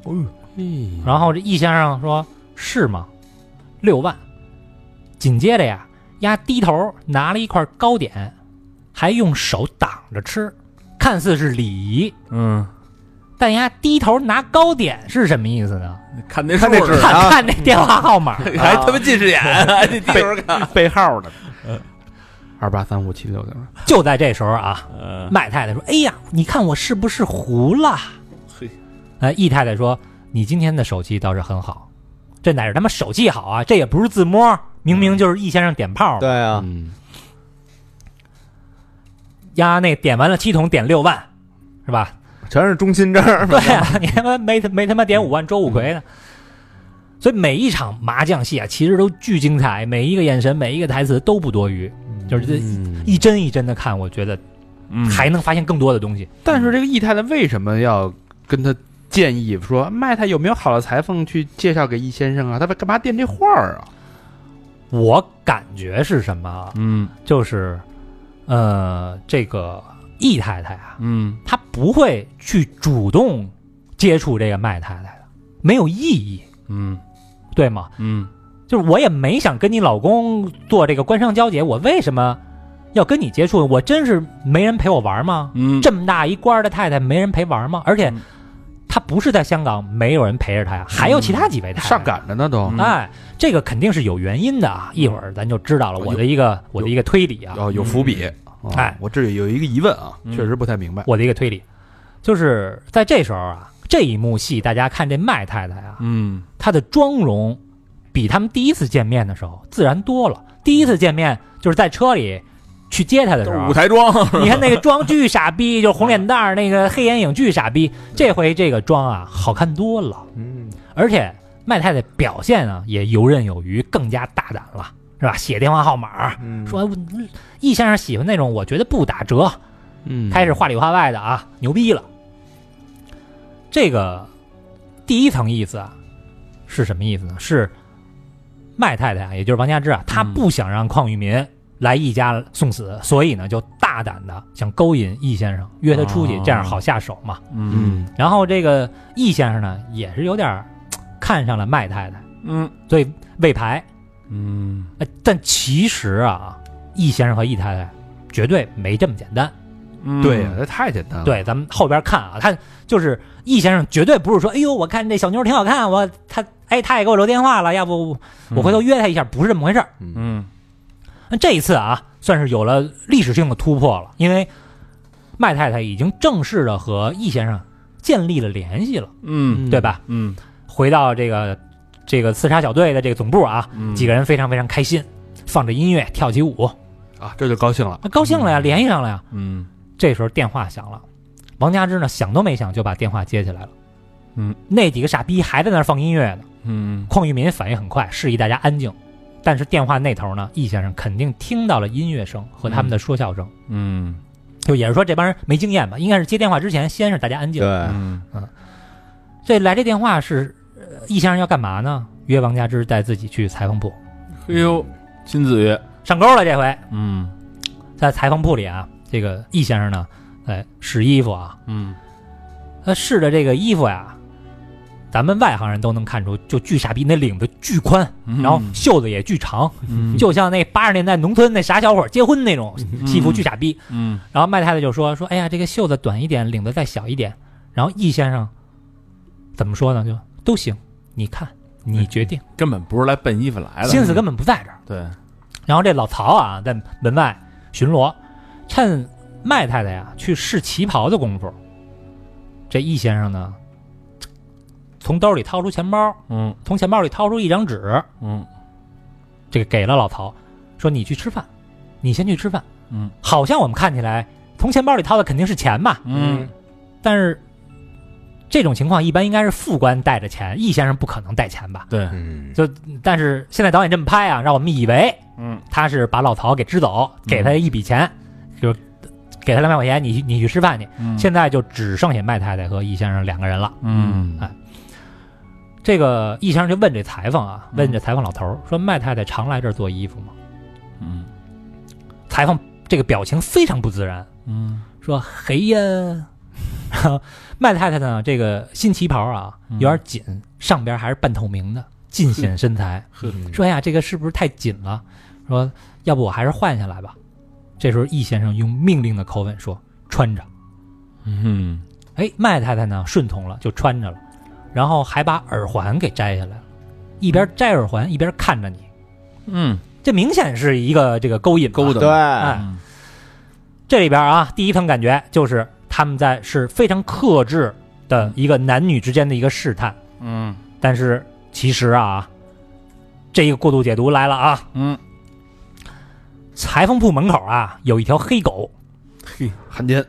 C: 哎
D: 然后这易先生说：“是吗？六万。”紧接着呀，丫低头拿了一块糕点，还用手挡着吃，看似是礼仪，
F: 嗯，
D: 但丫低头拿糕点是什么意思呢？
F: 看那
B: 看那
F: 数儿
B: 纸
D: 看
B: 啊
D: 看那电话号 码，
F: 还他妈近视眼，啊还得
C: 哎
F: 低头看。
G: 背号的，
C: 二八三五七六零，
D: 就在这时候啊，
F: 嗯
D: 麦太太说：“哎呀，你看我是不是糊了？”
F: 嘿，
D: 呃，易太太说：“你今天的手气倒是很好，这哪是他妈手气好啊？这也不是自摸，明明就是易先生点炮。
B: 嗯对啊，
C: 嗯，
D: 呀，那点完了七桶，点六万，是吧？
B: 全是中心证儿，
D: 对啊，你他妈没没他妈点五万周五魁呢。所以每一场麻将戏啊，其实都巨精彩，每一个眼神、每一个台词都不多余，就是这一一帧一帧的看，我觉得
F: 嗯，
D: 还能发现更多的东西。
C: 但是这个易太太为什么要跟他建议说麦太有没有好的裁缝去介绍给易先生啊？他干嘛垫这话儿啊？
D: 我感觉是什么啊？
F: 嗯
D: 就是，呃，这个易太太啊，
F: 嗯
D: 她不会去主动接触这个麦太太的，没有意义，
F: 嗯
D: 对吗？
F: 嗯
D: 就是我也没想跟你老公做这个官商交接，我为什么要跟你接触？我真是没人陪我玩吗？
F: 嗯，
D: 这么大一官儿的太太没人陪玩吗？而且
F: 嗯
D: 她不是在香港没有人陪着她呀，还有其他几位太太啊
C: 上。赶着呢都
F: 嗯。
D: 哎，这个肯定是有原因的啊！一会儿咱就知道了。我的一个我的一个推理啊，
C: 哦，有伏笔。哦
D: 哎
C: 我这里有一个疑问啊，
F: 嗯
C: 确实不太明白。
D: 我的一个推理，就是在这时候啊，这一幕戏大家看这麦太太啊，
F: 嗯
D: 她的妆容比他们第一次见面的时候自然多了。第一次见面就是在车里去接她的时
F: 都是
D: 候
F: 舞，台妆，
D: 你看那个妆巨傻逼，就是红脸蛋儿，那个黑眼影巨傻逼。
F: 嗯
D: 这回这个妆啊，好看多了，
B: 嗯，
D: 而且麦太太表现啊也游刃有余，更加大胆了，是吧？写电话号码，说嗯易先生喜欢那种，我觉得不打折，
C: 嗯
D: 开始话里话外的啊，牛逼了。这个第一层意思啊，是什么意思呢？是麦太太啊，也就是王佳芝啊，她
F: 嗯
D: 不想让邝裕民来易家送死，所以呢，就大胆的想勾引易先生，约他出去，
F: 哦
D: 这样好下手嘛。
F: 嗯
C: 嗯
D: 然后这个易先生呢，也是有点儿嘖看上了麦太太，
F: 嗯
D: 所以喂牌。
F: 嗯
D: 呃但其实啊，易先生和易太太绝对没这么简单。
F: 嗯，
C: 对呀，这太简单了。，
D: 对，咱们后边看啊，他就是易先生绝对不是说，哎呦，我看这小妞儿挺好看，我他哎，他也给我留电话了，要不我回头约他一下，不是这么回事儿。
F: 嗯
D: 那这一次啊，算是有了历史性的突破了，因为麦太太已经正式的和易先生建立了联系了，
F: 嗯
D: 对吧？
F: 嗯
D: 回到这个这个刺杀小队的这个总部啊，
F: 嗯，
D: 几个人非常非常开心，放着音乐跳起舞，
C: 啊，这就高兴了。
D: 那高兴了呀，联系上了呀。
F: 嗯
D: 这时候电话响了，王佳芝呢想都没想就把电话接起来了。
F: 嗯，
D: 那几个傻逼还在那儿放音乐呢。
F: 嗯
D: 邝裕民反应很快，示意大家安静。但是电话那头呢，易先生肯定听到了音乐声和他们的说笑声，
F: 嗯
D: 就也是说这帮人没经验吧，应该是接电话之前先是大家安静。
B: 对，
F: 嗯
D: 这来这电话是呃易先生要干嘛呢？约王佳芝带自己去裁缝铺
F: 哎呦，金子曰，
D: 上钩了。这回
F: 嗯
D: 在裁缝铺里啊，这个易先生呢，哎试衣服啊，
F: 嗯
D: 他试的这个衣服呀，咱们外行人都能看出，就巨傻逼，那领子巨宽，
F: 嗯，
D: 然后袖子也巨长，
F: 嗯
D: 就像那八十年代农村那傻小伙结婚那种西服巨傻逼。
F: 嗯
D: 然后麦太太就说说，哎呀，这个袖子短一点，领子再小一点。然后易先生怎么说呢？就都行，你看你决定，
F: 根本不是来奔衣服哎来了，
D: 心思根本不在这儿。
F: 对，
D: 然后这老曹啊，在门外巡逻，趁麦太太呀去试旗袍的功夫，这易先生呢，从兜里掏出钱包，
F: 嗯
D: 从钱包里掏出一张纸，
F: 嗯
D: 这个给了老曹，说你去吃饭，你先去吃饭。
F: 嗯，
D: 好像我们看起来从钱包里掏的肯定是钱嘛，
F: 嗯
D: 但是这种情况一般应该是副官带着钱，易先生不可能带钱吧？
F: 对，
B: 嗯，
D: 就但是现在导演这么拍啊，让我们以为
F: 嗯
D: 他是把老曹给支走，给他一笔钱，就是给他两百块钱，你你去吃饭去。
F: 嗯
D: 现在就只剩下麦太太和易先生两个人了。
F: 嗯
D: 哎这个易先生就问这裁缝啊，
F: 嗯
D: 问这裁缝老头儿说：“麦太太常来这儿做衣服吗
F: 嗯？”
D: 裁缝这个表情非常不自然，
F: 嗯
D: 说：“嘿呀。” 后麦太太呢，这个新旗袍啊
F: 嗯
D: 有点紧，上边还是半透明的，尽显身材。
B: 嗯
D: 说哎呀，这个是不是太紧了？说要不我还是换下来吧。这时候易先生用命令的口吻说：“穿着。
F: 嗯”
D: 哎，麦太太呢顺从了，就穿着了，然后还把耳环给摘下来了，一边摘耳环一边看着你，
F: 嗯，
D: 这明显是一个这个勾引嘛
F: 勾搭
B: 对，
D: 哎，这里边啊，第一层感觉就是他们在是非常克制的一个男女之间的一个试探，
F: 嗯
D: 但是其实啊，这一个过度解读来了啊，
F: 嗯，
D: 裁缝铺门口啊有一条黑狗，
C: 汉奸，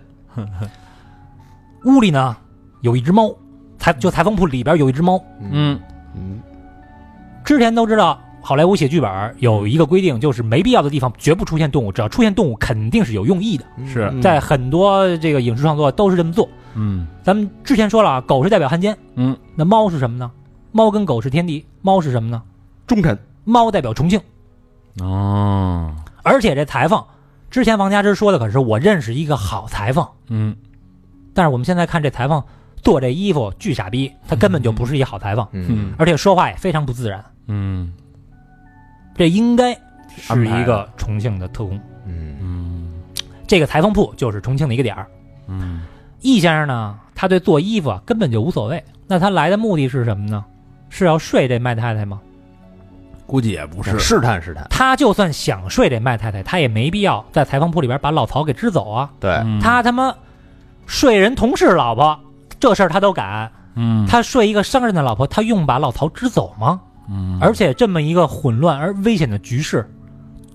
D: 屋里呢有一只猫，裁就裁缝铺里边有一只猫。
F: 嗯
B: 嗯
D: 之前都知道好莱坞写剧本有一个规定，就是没必要的地方绝不出现动物，只要出现动物肯定是有用意的，
F: 是
B: 嗯
D: 在很多这个影视创作都是这么做。
F: 嗯
D: 咱们之前说了啊，狗是代表汉奸，
F: 嗯，
D: 那猫是什么呢？猫跟狗是天敌，猫是什么呢？
C: 忠臣，
D: 猫代表重庆，
F: 哦，
D: 而且这裁缝，之前王佳芝说的可是我认识一个好裁缝，
F: 嗯
D: 但是我们现在看这裁缝做这衣服巨傻逼，他根本就不是一好裁缝，
B: 嗯
D: 而且说话也非常不自然，
F: 嗯
D: 这应该是
F: 安排
D: 一个重庆的特工。
B: 嗯
F: 嗯
D: 这个裁缝铺就是重庆的一个点儿。
F: 嗯
D: 易先生呢，他对做衣服啊根本就无所谓，那他来的目的是什么呢？是要睡这麦太太吗？
F: 估计也不是
B: 想，试探试探，
D: 他就算想睡这麦太太，他也没必要在裁缝铺里边把老曹给支走啊。
B: 对，
F: 嗯
D: 他他妈睡人同事老婆这事儿他都敢，
F: 嗯
D: 他睡一个商人的老婆，他用把老曹支走吗？
F: 嗯
D: 而且这么一个混乱而危险的局势，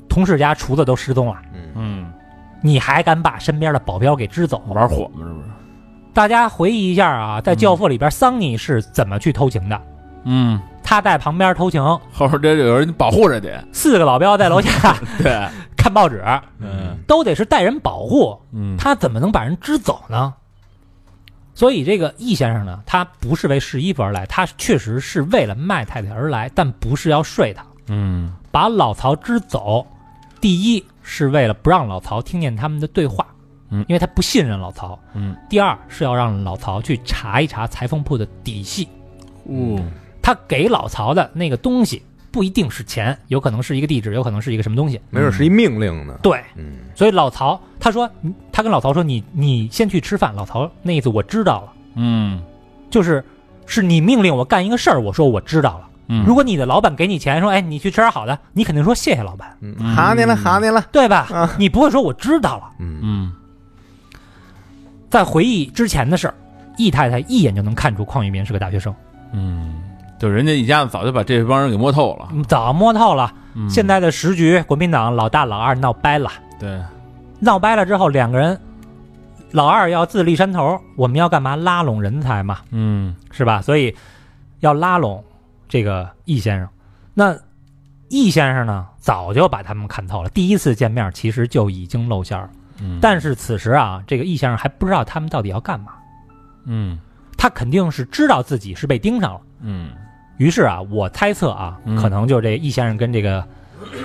D: 同事家厨子都失踪了，
B: 嗯
F: 嗯
D: 你还敢把身边的保镖给支走？
F: 玩火嘛是不是？
D: 大家回忆一下啊，在《教父》里边，桑尼是怎么去偷情的？
F: 嗯，
D: 他在旁边偷情，
F: 后边这有人保护着得，
D: 四个老镖在楼下
F: 对，
D: 看报纸，
F: 嗯
D: 都得是带人保护，
F: 嗯
D: 他怎么能把人支走呢？所以这个易先生呢，他不是为试衣服而来，他确实是为了卖太太而来，但不是要睡他。
F: 嗯
D: 把老曹支走，第一是为了不让老曹听见他们的对话，
F: 嗯
D: 因为他不信任老曹；
F: 嗯，
D: 第二是要让老曹去查一查裁缝铺的底细，
F: 哦，
D: 他给老曹的那个东西不一定是钱，有可能是一个地址，有可能是一个什么东西。
B: 没准是一命令呢，
D: 对，
B: 嗯
D: 所以老曹他说，嗯他跟老曹说，你你先去吃饭。老曹那意思我知道了，
F: 嗯
D: 就是是你命令我干一个事儿，我说我知道了。
F: 嗯，
D: 如果你的老板给你钱说，哎，你去吃点好的，你肯定说谢谢老板，
B: 嗯，哈你了哈你了，
D: 对吧？
B: 啊
D: 你不会说我知道了。
B: 嗯
F: 嗯
D: 在回忆之前的事儿，易太太一眼就能看出邝玉民是个大学生，
F: 嗯，就人家一家子早就把这帮人给摸透了，
D: 嗯早摸透了。
F: 嗯
D: 现在的时局，国民党老大老二闹掰了，
F: 对，
D: 闹掰了之后，两个人，老二要自立山头，我们要干嘛？拉拢人才嘛，
F: 嗯
D: 是吧？所以要拉拢这个易先生。那易先生呢，早就把他们看透了。第一次见面其实就已经露馅儿了，
F: 嗯，
D: 但是此时啊，这个易先生还不知道他们到底要干嘛，
F: 嗯
D: 他肯定是知道自己是被盯上了。
F: 嗯
D: 于是啊，我猜测啊，
F: 嗯
D: 可能就这易先生跟这个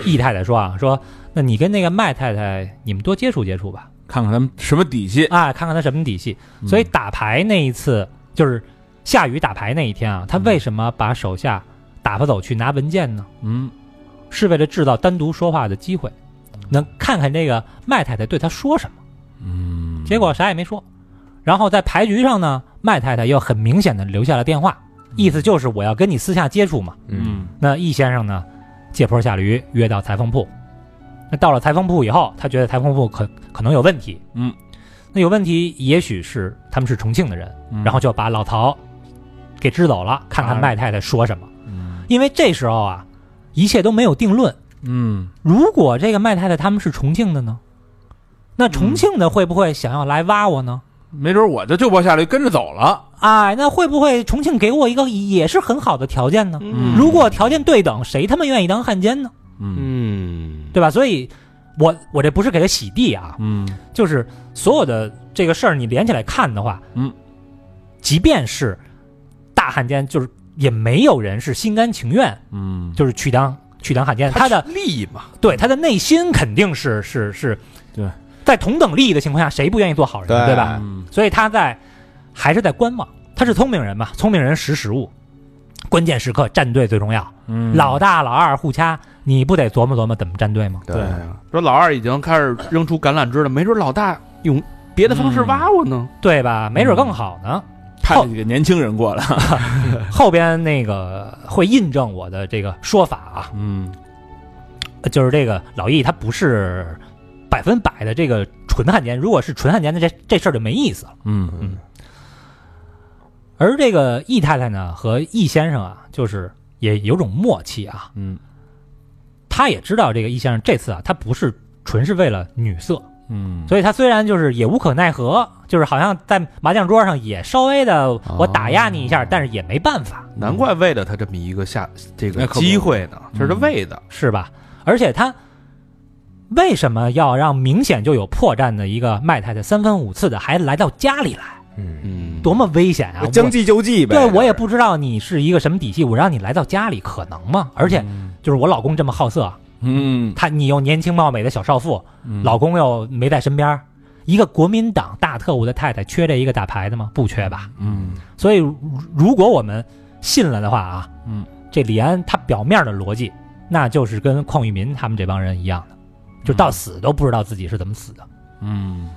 D: 易太太说啊，说那你跟那个麦太太，你们多接触接触吧，
F: 看看他们什么底细，
D: 啊，看看他什么底细。
F: 嗯
D: 所以打牌那一次，就是下雨打牌那一天啊，他为什么把手下打发走去拿文件呢？
F: 嗯
D: 是为了制造单独说话的机会，能看看这个麦太太对他说什么。
F: 嗯，
D: 结果啥也没说。然后在牌局上呢，麦太太又很明显的留下了电话，
F: 嗯
D: 意思就是我要跟你私下接触嘛。
B: 嗯
D: 那易先生呢，借坡下驴约到裁缝铺。那到了裁缝铺以后，他觉得裁缝铺可可能有问题，
F: 嗯，
D: 那有问题也许是他们是重庆的人，
F: 嗯
D: 然后就把老曹给支走了，看看
F: 啊
D: 麦太太说什么。
F: 嗯
D: 因为这时候啊，一切都没有定论。
F: 嗯
D: 如果这个麦太太他们是重庆的呢，那重庆的会不会想要来挖我呢？
F: 没准我就就坡下驴跟着走了，
D: 哎，那会不会重庆给我一个也是很好的条件呢？
F: 嗯
D: 如果条件对等，谁他妈愿意当汉奸呢？
F: 嗯
B: 嗯，
D: 对吧？所以我我这不是给他洗地啊，
F: 嗯
D: 就是所有的这个事儿你连起来看的话，
F: 嗯，
D: 即便是大汉奸，就是也没有人是心甘情愿，
F: 嗯，
D: 就是去当去当汉奸，他的
C: 利益嘛，
D: 对他的内心肯定是是是，
F: 对，
D: 在同等利益的情况下，谁不愿意做好人，
B: 对
D: 对吧？
F: 嗯
D: 所以他在还是在观望。他是聪明人嘛，聪明人识时务，关键时刻站队最重要。
F: 嗯
D: 老大老二互掐，你不得琢磨琢磨怎么站队吗？
B: 对
C: 啊说老二已经开始扔出橄榄枝了，没准老大用别的方式挖我呢。
D: 对吧？没准更好呢。
F: 派了几个年轻人过来，
D: 后边那个会印证我的这个说法啊，呃
F: 嗯
D: 就是这个老易他不是百分百的这个纯汉奸，如果是纯汉奸，那这这事儿就没意思了。
F: 嗯
D: 而这个易太太呢和易先生啊，就是也有种默契啊，
F: 嗯
D: 他也知道这个易先生这次啊，他不是纯是为了女色，
F: 嗯，
D: 所以他虽然就是也无可奈何，就是好像在麻将桌上也稍微的我打压你一下，但是也没办法，
C: 难怪为了他这么一个下这
F: 那
C: 个
F: 可不
C: 机会呢，这是
F: 嗯
C: 为的。
D: 是吧？而且他为什么要让明显就有破绽的一个麦太太三番五次的还来到家里来，
B: 嗯，
C: 嗯，
D: 多么危险啊！
B: 我呃将计就计
D: 我
B: 呗。
D: 对我也不知道你是一个什么底细，我让你来到家里可能吗？而且就是我老公这么好色，啊
F: 嗯
D: 他你又年轻貌美的小少妇，
F: 嗯
D: 老公又没在身边，一个国民党大特务的太太缺这一个打牌的吗？不缺吧。
F: 嗯
D: 所以如如果我们信了的话啊，
F: 嗯，
D: 这李安他表面的逻辑，那就是跟邝裕民他们这帮人一样的，就到死都不知道自己是怎么死的。
F: 嗯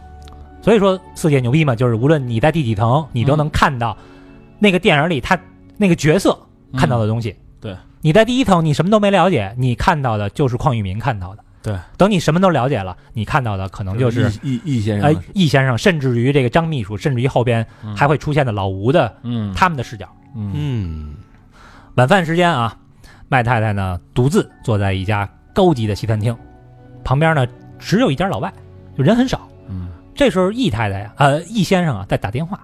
D: 所以说四姐牛逼嘛，就是无论你在第几层，你
F: 嗯
D: 都能看到那个电影里他那个角色看到的东西。
F: 嗯对，
D: 你在第一层，你什么都没了解，你看到的就是邝裕民看到的。
F: 对，
D: 等你什么都了解了，你看到的可能就是
F: 嗯易易易先
D: 呃
F: 生，
D: 易先生，甚至于这个张秘书，甚至于后边
F: 嗯
D: 还会出现的老吴的
F: 嗯
D: 他们的视角。
F: 嗯
C: 嗯，
D: 晚饭时间啊，麦太太呢独自坐在一家高级的西餐厅，旁边呢只有一家老外，就人很少。
F: 嗯，
D: 这时候易太太呀、呃，易先生啊在打电话，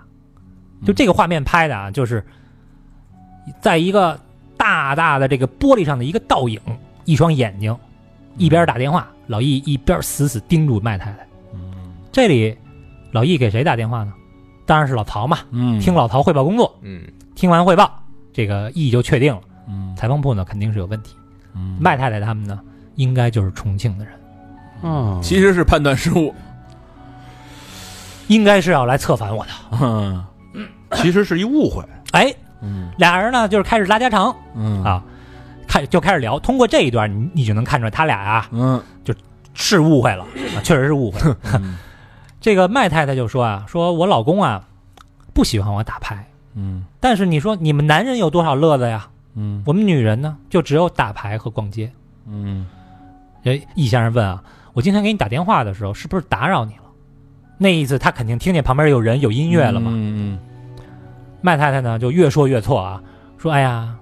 F: 嗯
D: 就这个画面拍的啊，就是在一个大大的这个玻璃上的一个倒影，一双眼睛，
F: 嗯
D: 一边打电话，老易一边死死盯住麦太太。
F: 嗯
D: 这里老易给谁打电话呢？当然是老曹嘛，
F: 嗯
D: 听老曹汇报工作。
B: 嗯，
D: 听完汇报，这个易就确定了，
F: 嗯
D: 裁缝铺呢肯定是有问题。
F: 嗯
D: 麦太太他们呢，应该就是重庆的人，
A: 哦
C: 啊，
F: 其实是判断失误，
D: 应该是要来策反我的。
F: 嗯
C: 其实是一误会。
D: 哎，
F: 嗯
D: 俩人呢就是开始拉家常
F: 嗯
D: 啊，开就开始聊。通过这一段，你你就能看出来他俩啊
F: 嗯
D: 是误会了，啊确实是误会了。 这个麦太太就说啊，说我老公啊不喜欢我打牌，
F: 嗯
D: 但是你说你们男人有多少乐子呀？
F: 嗯
D: 我们女人呢，就只有打牌和逛街。
F: 嗯
D: 哎，易先生问啊，我今天给你打电话的时候，是不是打扰你了？那意思他肯定听见旁边有人有音乐了嘛。
F: 嗯
D: 麦太太呢就越说越错啊，说哎呀，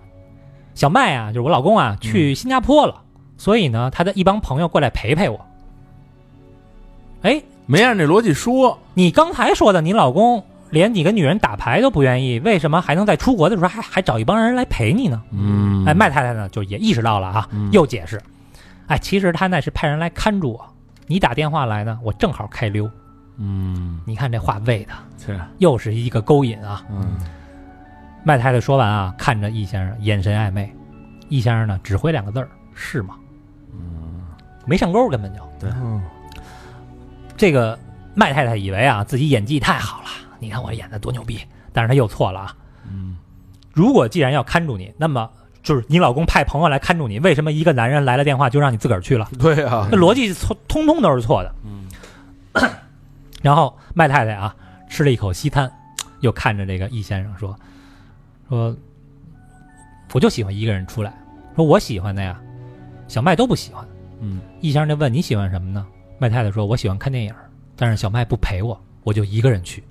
D: 小麦啊，就是我老公啊，去新加坡了，所以呢，他的一帮朋友过来陪陪我。哎，
F: 没按这逻辑说，
D: 你刚才说的，你老公连你跟女人打牌都不愿意，为什么还能在出国的时候还还找一帮人来陪你呢？
F: 嗯
D: 哎，麦太太呢就也意识到了啊，
F: 嗯
D: 又解释，哎，其实他那是派人来看住我，你打电话来呢，我正好开溜。
F: 嗯
D: 你看这话喂的，
F: 是
D: 又是一个勾引啊！
F: 嗯
D: 麦太太说完啊，看着易先生，眼神暧昧。易先生呢，只回两个字儿：“是吗？”没上钩，根本就。
F: 嗯对
D: 这个麦太太以为啊，自己演技太好了，你看我演的多牛逼，但是她又错了啊。
F: 嗯
D: 如果既然要看住你，那么就是你老公派朋友来看住你，为什么一个男人来了电话就让你自个儿去了？
C: 对啊
D: 这，逻辑错，通通都是错的。
F: 嗯
D: 然后麦太太啊，吃了一口西餐，又看着这个易先生说：“说我就喜欢一个人出来，说我喜欢的呀，小麦都不喜欢。
F: 嗯”
D: 易先生就问：“你喜欢什么呢？”麦太太说：“我喜欢看电影，但是小麦不陪我，我就一个人去。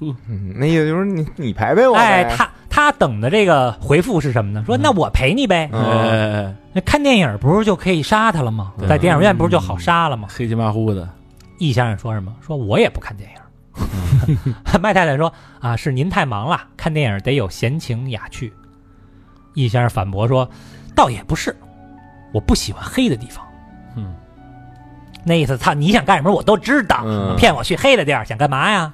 B: 嗯那意思就是你你陪陪”我
D: 哎，
B: 呗
D: 他他等的这个回复是什么呢？
F: 嗯
D: 说：“那我陪你呗。
B: 嗯
F: 哎，
D: 那看电影不是就可以杀他了吗？
F: 对嗯
D: 在电影院不是就好杀了吗？
F: 黑漆麻糊的，
D: 易先生说什么？说我也不看电影。 麦太太说啊，是您太忙了，看电影得有闲情雅趣。易先生反驳说，倒也不是，我不喜欢黑的地方。
F: 嗯，
D: 那意思，他你想干什么我都知道，
B: 嗯
D: 骗我去黑的地儿想干嘛呀？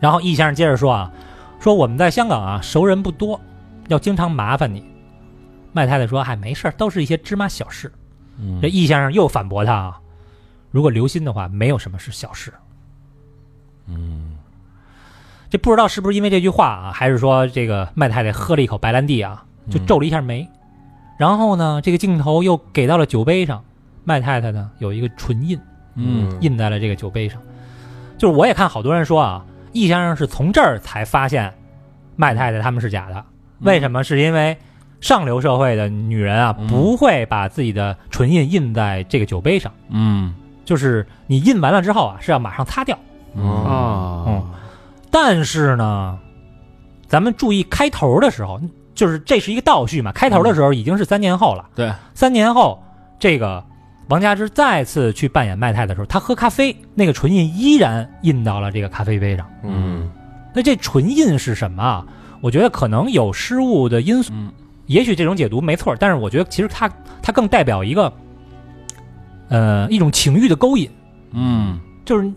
D: 然后易先生接着说啊，说我们在香港啊熟人不多，要经常麻烦你。麦太太说，嗨、没事儿，都是一些芝麻小事。
F: 嗯
D: 这易先生又反驳他啊，如果留心的话，没有什么是小事。
F: 嗯
D: 这不知道是不是因为这句话啊，还是说这个麦太太喝了一口白兰地啊，就
F: 嗯
D: 皱了一下眉。然后呢，这个镜头又给到了酒杯上，麦太太呢有一个唇印
F: 嗯
D: 印在了这个酒杯上。就是我也看好多人说啊，易先生是从这儿才发现麦太太他们是假的，为什么？是因为上流社会的女人啊，
F: 嗯
D: 不会把自己的唇印印在这个酒杯上，
F: 嗯
D: 就是你印完了之后啊，是要马上擦掉。
F: 嗯
C: 啊，
D: 但是呢，咱们注意开头的时候，就是这是一个倒叙嘛，开头的时候已经是三年后了。
F: 对，
D: 三年后，这个王佳芝再次去扮演麦太的时候，她喝咖啡，那个唇印依然印到了这个咖啡杯上。
F: 嗯
D: 那这唇印是什么啊？我觉得可能有失误的因素，
F: 嗯
D: 也许这种解读没错，但是我觉得其实它它更代表一个，呃，一种情欲的勾引。
F: 嗯
D: 就是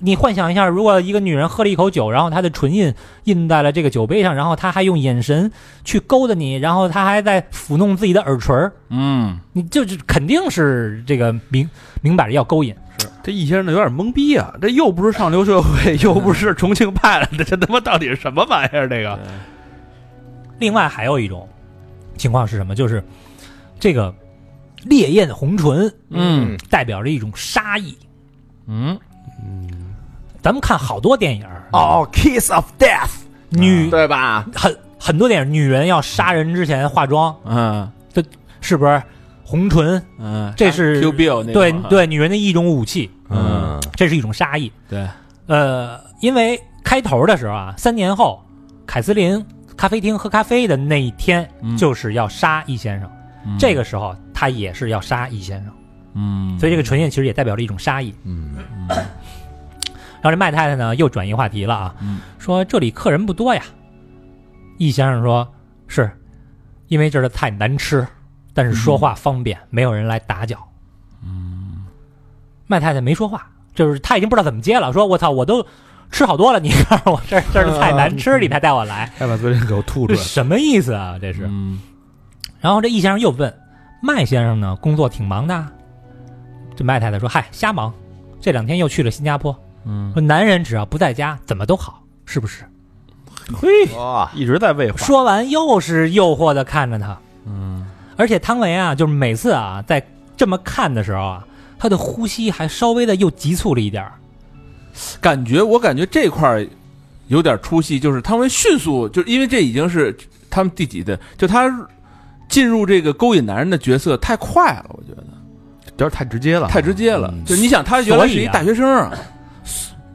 D: 你幻想一下，如果一个女人喝了一口酒，然后她的唇印印在了这个酒杯上，然后她还用眼神去勾搭你，然后她还在抚弄自己的耳垂儿，
F: 嗯，
D: 你就是肯定是这个明明摆着要勾引。
C: 这易先生有点懵逼啊，这又不是上流社会，又不是重庆派来的，这他妈到底是什么玩意儿？这个
D: 另外还有一种情况是什么？就是这个烈焰红唇，
F: 嗯，
D: 代表着一种杀意。
F: 嗯
D: 咱们看好多电影儿，
B: 哦，Kiss of Death，
D: 女
B: 嗯对吧？
D: 很很多电影，女人要杀人之前化妆，
F: 嗯
D: 是不是红唇？
F: 嗯，
D: 这是
F: Q Bill 那
D: 对
F: 种啊
D: 对，女人的一种武器，
F: 嗯
D: 这是一种杀意。
F: 对，
D: 呃，因为开头的时候啊，三年后，凯瑟琳咖啡厅喝咖啡的那一天，
F: 嗯
D: 就是要杀易先生。
F: 嗯
D: 这个时候，他也是要杀易先生，
F: 嗯，
D: 所以这个唇印其实也代表了一种杀意。
A: 嗯
D: 然后这麦太太呢，又转移话题了啊，
F: 嗯
D: 说这里客人不多呀。易先生说，是因为这儿的菜难吃，但是说话方便，没有人来打搅。
F: 嗯
D: 麦太太没说话，就是她已经不知道怎么接了，说我操，我都吃好多了，你告诉我这这儿的菜难吃，你才带我来，
C: 还把嘴里给我吐
D: 这什么意思啊？这是。
F: 嗯
D: 然后这易先生又问麦先生呢，工作挺忙的啊。这麦太太说：“嗨，瞎忙，这两天又去了新加坡。
F: 嗯
D: 说男人只要不在家，怎么都好，是不是
C: 嘿，
B: 哇，
C: 一直在喂？”话，
D: 说完又是诱惑的看着他，
F: 嗯
D: 而且汤唯啊，就是每次啊，在这么看的时候啊，他的呼吸还稍微的又急促了一点儿。
F: 感觉我感觉这块儿有点出戏，就是他们迅速，就是因为这已经是他们第几的，就他进入这个勾引男人的角色太快了，我觉得
C: 有点太直接了，
F: 太直接了。
A: 嗯
F: 就你想，他原来是
D: 所以
F: 一
D: 啊
F: 大学生啊，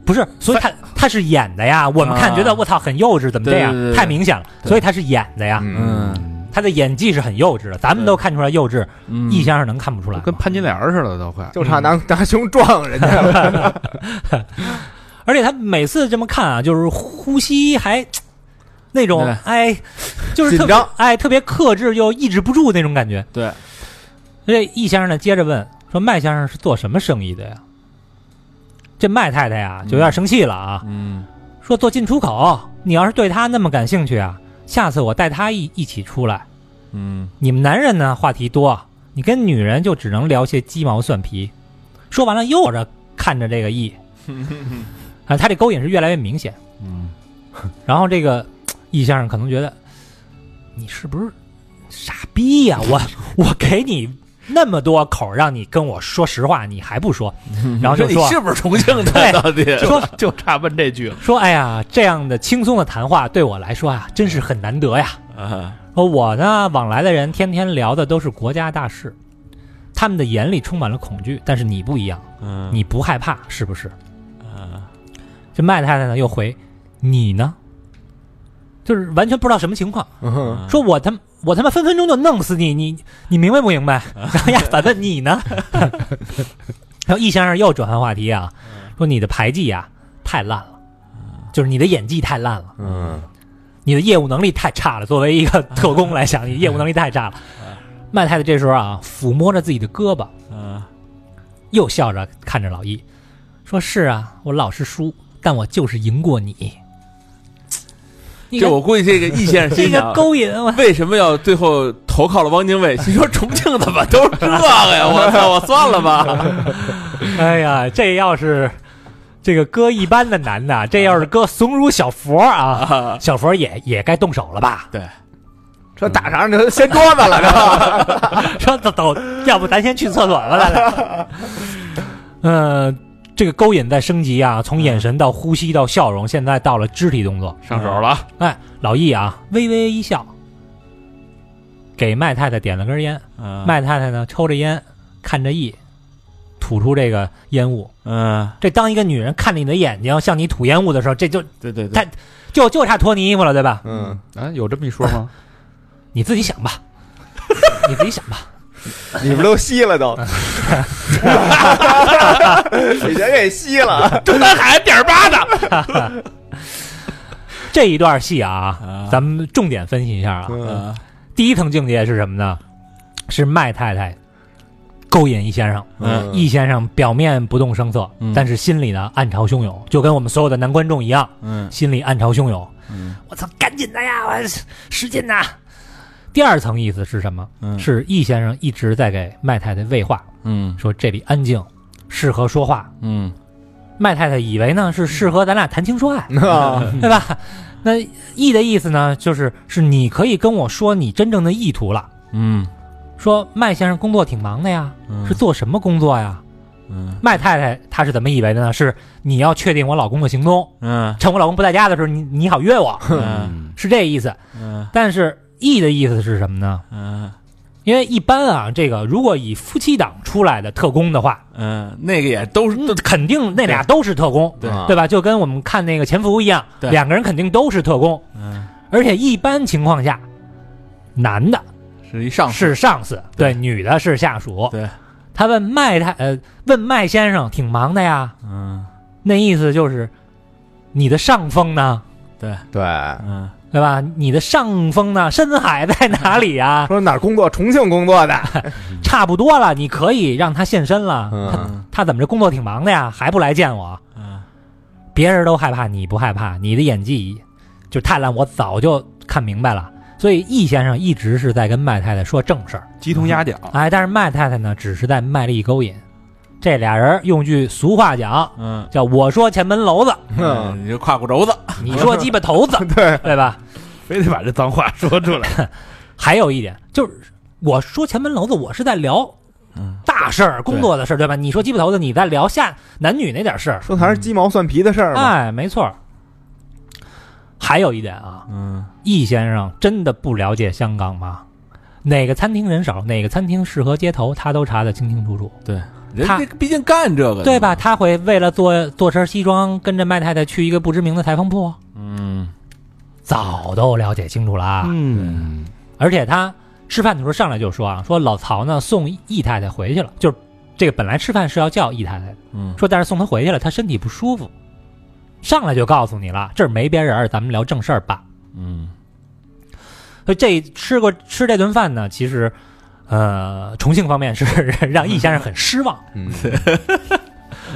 D: 不是，所以他他是演的呀。我们看
F: 啊
D: 觉得我操很幼稚，怎么这样
F: 对对？对对
D: 太明显了，
F: 对
D: 所以他是演的呀。
A: 嗯，
F: 啊
D: 他的演技是很幼稚的，咱们
F: 对
D: 都看出来幼稚，
F: 嗯
D: 易先生能看不出来吗。
C: 跟潘金莲似的，都快。嗯
B: 就差拿拿胸撞人家了。
D: 而且他每次这么看啊，就是呼吸还那种
F: 对
D: 哎，就是特别
B: 紧张
D: 哎特别克制又抑制不住那种感觉。
F: 对，
D: 所以易先生呢接着问说：“麦先生是做什么生意的呀？”这麦太太呀就有点生气了啊，
F: 嗯
D: 说做进出口，你要是对他那么感兴趣啊，下次我带他一一起出来。
F: 嗯
D: 你们男人呢，话题多，啊你跟女人就只能聊些鸡毛蒜皮。说完了，又这看着这个 E，啊，他这勾引是越来越明显。
F: 嗯
D: 然后这个 E 先生可能觉得你是不是傻逼呀、我我给你那么多口儿让你跟我说实话，你还不说，然后就
C: 你
F: 嗯
D: 说啊
C: 是不是重庆
D: 对
C: 的？到底
D: 说
C: 就差问这句了。
D: 说，哎呀，这样的轻松的谈话对我来说啊，真是很难得呀。
F: 啊
D: 说我呢，往来的人天天聊的都是国家大事，他们的眼里充满了恐惧。但是你不一样，
F: 嗯
D: 你不害怕是不是？
F: 啊
D: 这麦太太呢又回，你呢？就是完全不知道什么情况，
B: 嗯
D: 说我他妈我他妈分分钟就弄死你，你你明白不明白？
F: 嗯
D: 然后呀，反问你 呢？然后易先生又转换话题啊，
F: 嗯
D: 说你的牌技啊太烂了，就是你的演技太烂了。
A: 嗯
D: 你的业务能力太差了。作为一个特工来讲，你业务能力太差了。麦太太这时候啊，抚摸着自己的胳膊，
F: 啊
D: 又笑着看着老易，说：“是啊，我老是输，但我就是赢过你。你
F: 这
D: 看
F: 我啊估计这个易先生
D: 这
F: 心
D: 个
F: 想，
D: 勾引 我，
F: 为什么要最后投靠了汪精卫？心说重庆怎么都是这个呀？我操，我算了吧。
D: 哎呀，这要是这个搁一般的男的，啊这要是搁怂如小佛啊，小佛也也该动手了吧？
B: 说打上就掀桌子了，
D: 说走走，要不咱先去厕所吧，咱俩。嗯，这个勾引在升级啊，从眼神到呼吸到笑容，现在到了肢体动作。
F: 上手了啊，
D: 哎，老易啊，微微一笑，给麦太太点了根烟。
A: 啊
F: 嗯
D: 麦太太呢，抽着烟，看着易，吐出这个烟雾。
F: 嗯，
D: 这当一个女人看着你的眼睛向你吐烟雾的时候，这就
F: 对对
D: 他就就差脱你衣服了，对吧？
B: 嗯，
C: 啊，有这么一说 吗？
D: 你自己想吧， 你自己想吧。
B: 你们都吸了都，你全给吸了，
D: 这一段戏啊，咱们重点分析一下啊。
F: 嗯
D: 第一层境界是什么呢？是麦太太勾引易先生，
F: 嗯
D: 易先生表面不动声色，
F: 嗯
D: 但是心里呢暗潮汹涌，就跟我们所有的男观众一样，
F: 嗯
D: 心里暗潮汹涌。
F: 嗯
D: 我操，赶紧的呀，我使劲呐！第二层意思是什么？
F: 嗯
D: 是易先生一直在给麦太太喂话，
F: 嗯
D: 说这里安静，适合说话。
F: 嗯
D: 麦太太以为呢是适合咱俩谈情说爱，
B: 啊
F: 嗯
D: 对吧？那意的意思呢，就是是你可以跟我说你真正的意图了。
F: 嗯
D: 说麦先生工作挺忙的呀，
F: 嗯
D: 是做什么工作呀？
F: 嗯
D: 麦太太她是怎么以为的呢？是你要确定我老公的行踪，
F: 嗯
D: 趁我老公不在家的时候，你你好约我，
F: 嗯
C: 嗯，
D: 是这意思。
F: 嗯
D: 但是意的意思是什么呢？
F: 嗯
D: 因为一般啊，这个如果以夫妻档出来的特工的话，
F: 嗯，那个也都是
D: 嗯肯定那俩都是特工，
F: 对啊
B: 啊
D: 对吧？就跟我们看那个潜伏一样，
F: 对
D: 两个人肯定都是特工，
F: 嗯
D: 而且一般情况下，男的
F: 是一上
D: 是上司，
F: 对
D: 对，女的是下属。
F: 对，
D: 他问麦太呃，问麦先生挺忙的呀，
F: 嗯
D: 那意思就是你的上峰呢，
B: 对，
F: 嗯
D: 对吧？你的上峰呢，深海在哪里呀、
B: 说哪儿工作？重庆工作的，
F: 嗯
D: 差不多了，你可以让他现身了。他
B: 嗯
D: 他怎么这工作挺忙的呀，还不来见我？
F: 嗯
D: 别人都害怕，你不害怕，你的演技就太烂，我早就看明白了。所以易先生一直是在跟麦太太说正事儿，
C: 鸡同鸭讲，
D: 哎，但是麦太太呢，只是在卖力勾引。这俩人用句俗话讲，
F: 嗯
D: 叫我说前门楼子，
B: 嗯，
F: 你就胯骨轴子，
D: 你说鸡巴头子，
B: 对，
D: 对吧？
C: 非得把这脏话说出来。
D: 还有一点就是，我说前门楼子，我是在聊
F: 嗯
D: 大事儿、工作的事儿，对吧？你说鸡巴头子，你在聊下男女那点事儿，
B: 说还是鸡毛蒜皮的事儿嘛，
D: 哎，没错儿。还有一点啊，
F: 嗯
D: 易先生真的不了解香港吗？哪个餐厅人少，哪个餐厅适合街头，他都查得清清楚楚，
F: 对，人
D: 他
F: 这毕竟干这个的
D: 对吧？？他会为了做做身西装，跟着麦太太去一个不知名的裁缝铺，
F: 嗯
D: 早都了解清楚了啊。
C: 嗯，
D: 而且他吃饭的时候上来就说啊，说老曹呢送易太太回去了，就是这个本来吃饭是要叫易太太的，
F: 嗯
D: 说但是送她回去了，她身体不舒服，上来就告诉你了，这儿没别人儿，咱们聊正事儿吧。
F: 嗯
D: 所以这吃过吃这顿饭呢，其实，呃，重庆方面是 让易先生很失望，
B: 嗯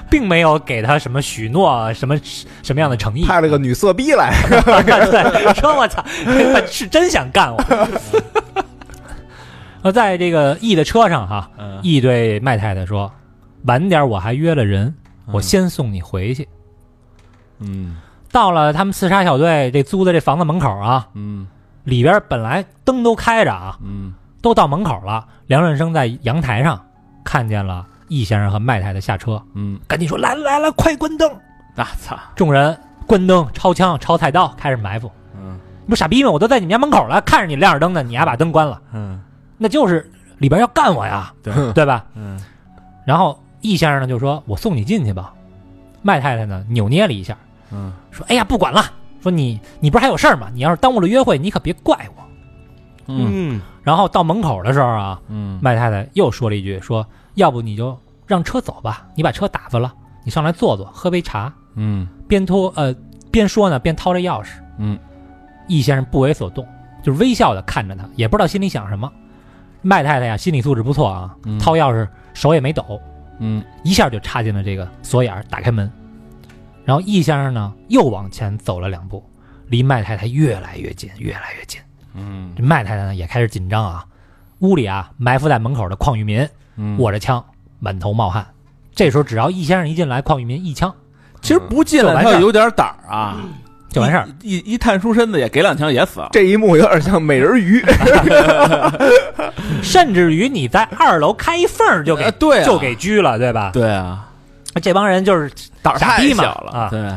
D: 并没有给他什么许诺，什么什么样的诚意。
B: 派了个女色逼来，
D: 对， 说我操，他是真想干我。 呃，在这个易的车上哈，
F: 嗯
D: 易对麦太太说：“晚点我还约了人，我先送你回去。
F: 嗯
D: 到了他们刺杀小队这租的这房子门口啊，
F: 嗯
D: 里边本来灯都开着啊，
F: 嗯
D: 都到门口了。梁润生在阳台上看见了易先生和麦太太下车，
F: 嗯，
D: 赶紧说：“来了来了，快关灯
F: 那操！”
D: 众人关灯、抄枪、抄菜刀，开始埋伏。
F: 嗯
D: 你不傻逼吗？我都在你们家门口了，看着你亮着灯呢，你还把灯关了，
F: 嗯
D: 那就是里边要干我呀，
F: 对
D: 对吧？
F: 嗯
D: 然后易先生呢就说：“我送你进去吧。”麦太太呢扭捏了一下，
F: 嗯
D: 说：“哎呀，不管了，说你你不是还有事儿吗？你要是耽误了约会，你可别怪我。
F: 嗯
D: 嗯”然后到门口的时候啊，
F: 嗯
D: 麦太太又说了一句：“说要不你就让车走吧，你把车打发了，你上来坐坐，喝杯茶。
F: 嗯”
D: 边拖呃边说呢边掏着钥匙。
F: 嗯，
D: 易先生不为所动，就是微笑的看着他，也不知道心里想什么。麦太太呀，心理素质不错啊，
F: 嗯
D: 掏钥匙手也没抖，
F: 嗯
D: 一下就插进了这个锁眼儿，打开门。然后易先生呢，又往前走了两步，离麦太太越来越近，越来越近。
F: 嗯
D: 这麦太太呢也开始紧张啊。屋里啊，埋伏在门口的邝玉民
F: 嗯
D: 握着枪，满头冒汗。这时候只要易先生一进来，邝玉民一枪
F: 其实不进
D: 就
F: 来
D: 完
F: 他
D: 事
F: 要
D: 儿
F: 有点胆儿啊，
D: 就完事儿。
F: 一一一探出身子也给两枪也死了。
B: 这一幕有点像美人鱼，
D: 甚至于你在二楼开一缝儿就给
F: 呃对啊
D: 就给拘了，对吧？
F: 对啊，
D: 这帮人就是
B: 胆儿
D: 傻
B: 太
D: 逼嘛
B: 小了。
D: 啊！
F: 对，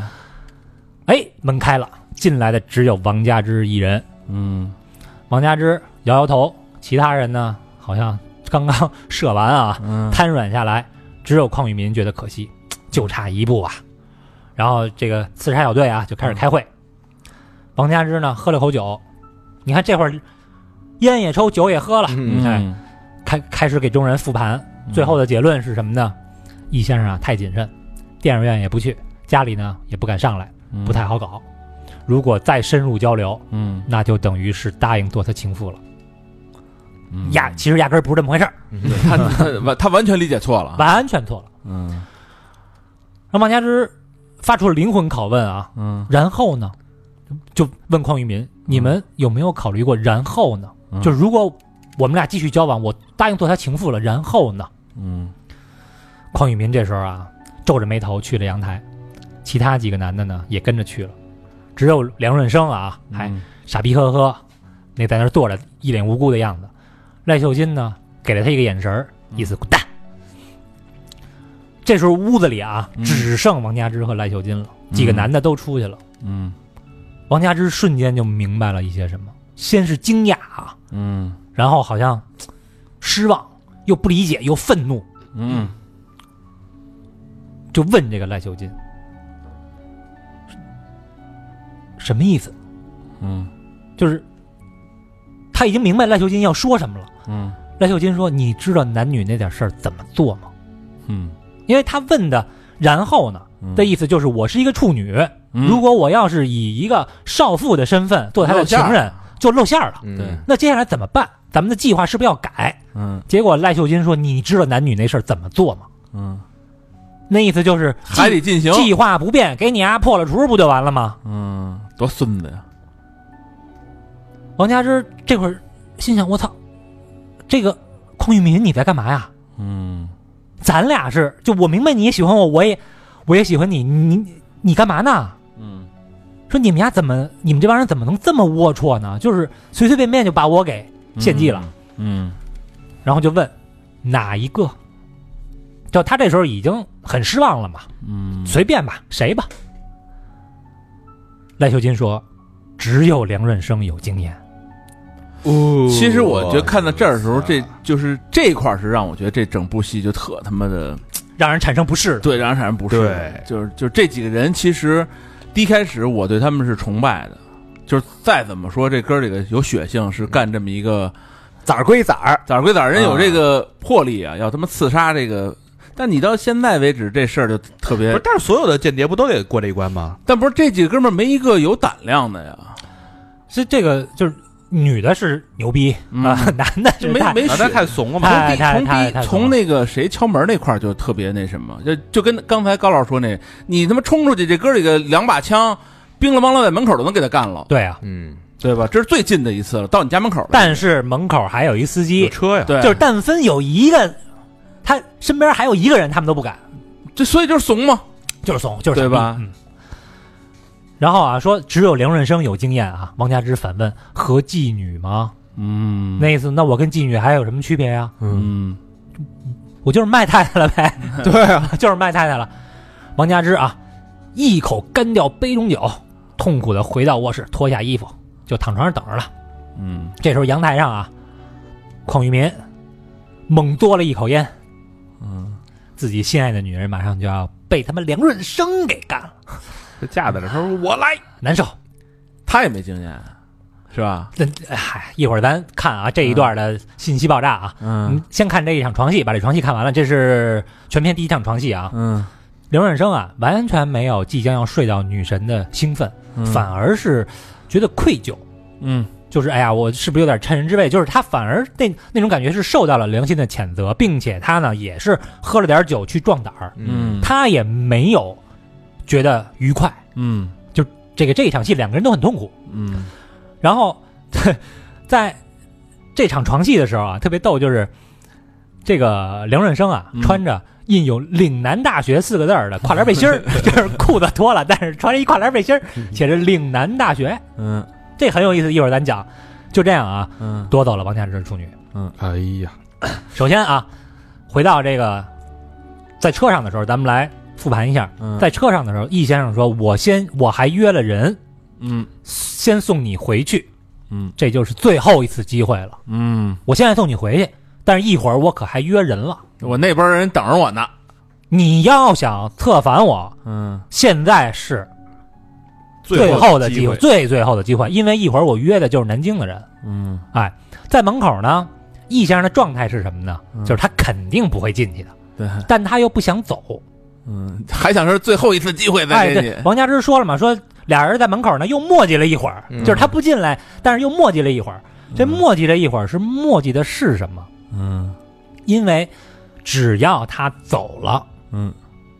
D: 哎，门开了，进来的只有王佳芝一人。
F: 嗯
D: 王佳芝摇摇头，其他人呢好像刚刚 射完啊，
F: 嗯，
D: 瘫软下来，只有邝玉民觉得可惜，就差一步啊。然后这个刺杀小队啊就开始开会。
F: 嗯
D: 王佳芝呢喝了口酒，你看这会儿烟也抽，酒也喝了，
B: 嗯
D: 哎，开开始给众人复盘。
F: 嗯
D: 最后的结论是什么呢？易先生啊太谨慎，电影院也不去，家里呢也不敢上来，
F: 嗯
D: 不太好搞。如果再深入交流，
F: 嗯
D: 那就等于是答应做他情妇了。
F: 嗯
D: 压其实压根儿不是这么回事儿，
F: 他他完他完全理解错了。
D: 完全错了。
F: 啊嗯
D: 让王佳芝发出了灵魂拷问啊，
F: 嗯
D: 然后呢，就问邝玉民：“你们有没有考虑过然后呢？
F: 嗯
D: 就如果我们俩继续交往，我答应做他情妇了，然后呢
F: 嗯？”
D: 邝玉民这时候啊，皱着眉头去了阳台，其他几个男的呢也跟着去了，只有梁润生啊，还
F: 嗯
D: 傻逼呵呵，那在那儿坐着，一脸无辜的样子。赖秀金呢，给了他一个眼神儿，意
F: 嗯
D: 思滚蛋。这时候屋子里啊，
F: 嗯
D: 只剩王佳芝和赖秀金了，几个
F: 嗯
D: 男的都出去了。
F: 嗯
D: 王佳芝瞬间就明白了一些什么，先是惊讶啊，
F: 嗯
D: 然后好像嘖失望，又不理解，又愤怒，
F: 嗯，
D: 就问这个赖秀金什么意思？
F: 嗯
D: 就是他已经明白赖秀金要说什么了。
F: 嗯
D: 赖秀金说：“你知道男女那点事儿怎么做吗
F: 嗯？”
D: 因为他问的“然后呢”
F: 嗯
D: 的意思就是我是一个处女，
F: 嗯
D: 如果我要是以一个少妇的身份做他的情
F: 露馅
D: 人，就露馅儿了。
B: 嗯
F: 对
D: 那接下来怎么办？咱们的计划是不是要改？
F: 嗯
D: 结果赖秀金说：“你知道男女那事儿怎么做吗
F: 嗯，？”
D: 那意思就是
F: 还得
D: 计
F: 进行。
D: 计划不变，给你丫、破了除不就完了吗？
F: 嗯，多孙子呀！
D: 王佳芝这会儿心想：“我操，这个邝玉民你在干嘛呀？
F: 嗯
D: 咱俩是就我明白你也喜欢我，我也我也喜欢你，你你你干嘛呢？
F: 嗯
D: 说你们家怎么你们这帮人怎么能这么龌龊呢？就是随随便便就把我给献祭了。
F: 嗯
D: 然后就问哪一个？就他这时候已经很失望了嘛，
F: 嗯
D: 随便吧，谁吧。赖秀金说：“只有梁润生有经验。
B: 哦
F: 其实我觉得看到这儿的时候，这就是啊这一块儿是让我觉得这整部戏就特他妈的”
D: 让人产生不适了。
F: 对，让人产生不适。
G: 对
F: 就是就是这几个人，其实第一开始我对他们是崇拜的，就是再怎么说这哥儿几个有血性，是干这么一个
B: 崽儿归崽儿，
F: 咋归咋，人有这个魄力啊，要他妈刺杀这个。但你到现在为止，这事儿就特
G: 不
F: 别
G: 是，，但是所有的间谍不都得过这一关吗？
F: 但不是这几个哥们儿没一个有胆量的呀，
D: 是这个就是女的是牛逼
F: 嗯
D: 啊，男的
F: 就是哎没
D: 太
F: 没
G: 那
F: 血
G: 他太怂了嘛。
F: 从
D: 太
F: 第
D: 太
F: 从
D: 太太
F: 第从那个谁敲门那块儿就特别那什么，就就跟刚才高老师说那，你他妈冲出去，这哥几个两把枪，兵了邦啷在门口都能给他干了，
D: 对啊。
B: 嗯，
F: 对吧？这是最近的一次了，到你家门口了。
D: 但是门口还有一司
G: 有
D: 机，
G: 车呀，
F: 对，
D: 就是但分有一个，他身边还有一个人，他们都不敢，
F: 这所以就是怂嘛，
D: 就是怂，就是
F: 对
D: 傻逼
F: 吧
D: 嗯。然后啊，说只有梁润生有经验啊。王佳芝反问：“和妓女吗？”
F: 嗯
D: 那意思，那我跟妓女还有什么区别呀、
F: 嗯
D: 我就是卖太太了 呗，
B: 对啊，
D: 就是卖太太了。王佳芝啊，一口干掉杯中酒，痛苦的回到卧室，脱下衣服就躺床上等着了。
F: 嗯
D: 这时候阳台上啊，邝玉民猛嘬了一口烟，
F: 嗯，
D: 自己心爱的女人马上就要被他们梁润生给干了，
G: 这架在这儿，他说我来，
D: 难受。
F: 他也没经验，是吧？
D: 那嗨，一会儿咱看啊这一段的信息爆炸啊。
F: 嗯
D: 嗯，先看这一场床戏，把这床戏看完了，这是全片第一场床戏啊。
F: 嗯，
D: 梁润生啊，完全没有即将要睡到女神的兴奋，反而是觉得愧疚，
F: 嗯
D: 就是哎呀，我是不是有点趁人之危？就是他反而那那种感觉是受到了良心的谴责，并且他呢也是喝了点酒去壮胆儿，
F: 嗯
D: 他也没有觉得愉快。
F: 嗯
D: 这个这一场戏两个人都很痛苦，
F: 嗯
D: 然后在这场床戏的时候啊，特别逗，就是这个梁润生啊，
F: 嗯
D: 穿着印有“岭南大学”四个字儿的跨 栏背心儿，就是裤子脱了，但是穿着一跨栏背心儿，写着“岭南大学
F: 嗯”，
D: 这很有意思。一会儿咱讲。就这样啊，
F: 嗯
D: 夺走了王佳芝的处女。
C: 哎呀，
D: 首先啊，回到这个在车上的时候，咱们来复盘一下。
F: 嗯，
D: 在车上的时候，易先生说：“我先我还约了人，
F: 嗯
D: 先送你回去，
F: 嗯
D: 这就是最后一次机会了。
F: 嗯，
D: 我现在送你回去，但是一会儿我可还约人了。
F: 我那边人等着我呢。
D: 你要想策反我，
F: 嗯
D: 现在是最
B: 最
D: 后
B: 后
D: 的
B: 的
D: 机
B: 机
D: 会，
B: 会
D: 最最后的机会，因为一会儿我约的就是南京的人。
F: 嗯
D: 在门口呢，易先生的状态是什么呢？
F: 嗯
D: 就是他肯定不会进去的，
F: 对，
D: 但他又不想走。
F: 嗯，还想是最后一次机会
D: 哎，
F: 再给
D: 对，
F: 你。
D: 王佳芝说了嘛，说俩人在门口呢又磨叽了一会儿，
B: 嗯
D: 就是他不进来，但是又磨叽了一会儿。这磨叽了一会儿是磨叽的是什么？
F: 嗯
D: 因为只要他走了，
F: 嗯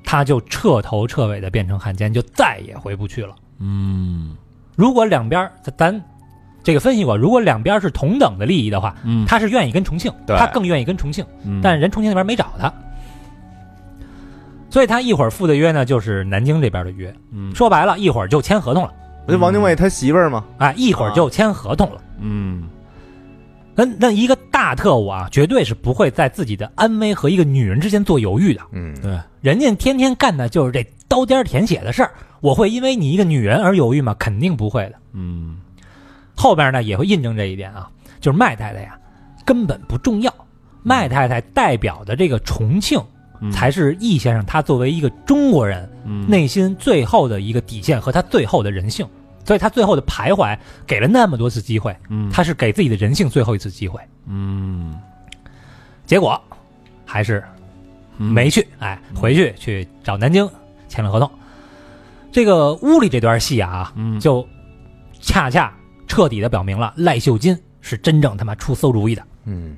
D: 他就彻头彻尾的变成汉奸，就再也回不去了。
F: 嗯
D: 如果两边儿咱咱这个分析过，如果两边儿是同等的利益的话，
F: 嗯，
D: 他是愿意跟重庆，
B: 对
D: 他更愿意跟重庆，
F: 嗯
D: 但人重庆那边没找他，所以他一会儿赴的约呢就是南京这边的约，
F: 嗯
D: 说白了，一会儿就签合同了，
B: 不是王精卫他媳妇儿吗？
D: 哎，一会儿就签合同了。
F: 嗯
D: 那那一个大特务啊，绝对是不会在自己的安危和一个女人之间做犹豫的。
B: 嗯
F: 对，
D: 人家天天干的就是这刀尖儿舔血的事儿，我会因为你一个女人而犹豫吗？肯定不会的。
F: 嗯
D: 后边呢也会印证这一点啊，就是麦太太呀，根本不重要。麦太太代表的这个重庆，
F: 嗯
D: 才是易先生他作为一个中国人
F: 嗯
D: 内心最后的一个底线和他最后的人性。所以他最后的徘徊，给了那么多次机会，
F: 嗯
D: 他是给自己的人性最后一次机会。
F: 嗯
D: 结果还是
F: 嗯
D: 没去，哎，回去去找南京签了合同。这个屋里这段戏啊，
F: 嗯
D: 就恰恰彻底的表明了赖秀金是真正他妈出馊主意的。
B: 嗯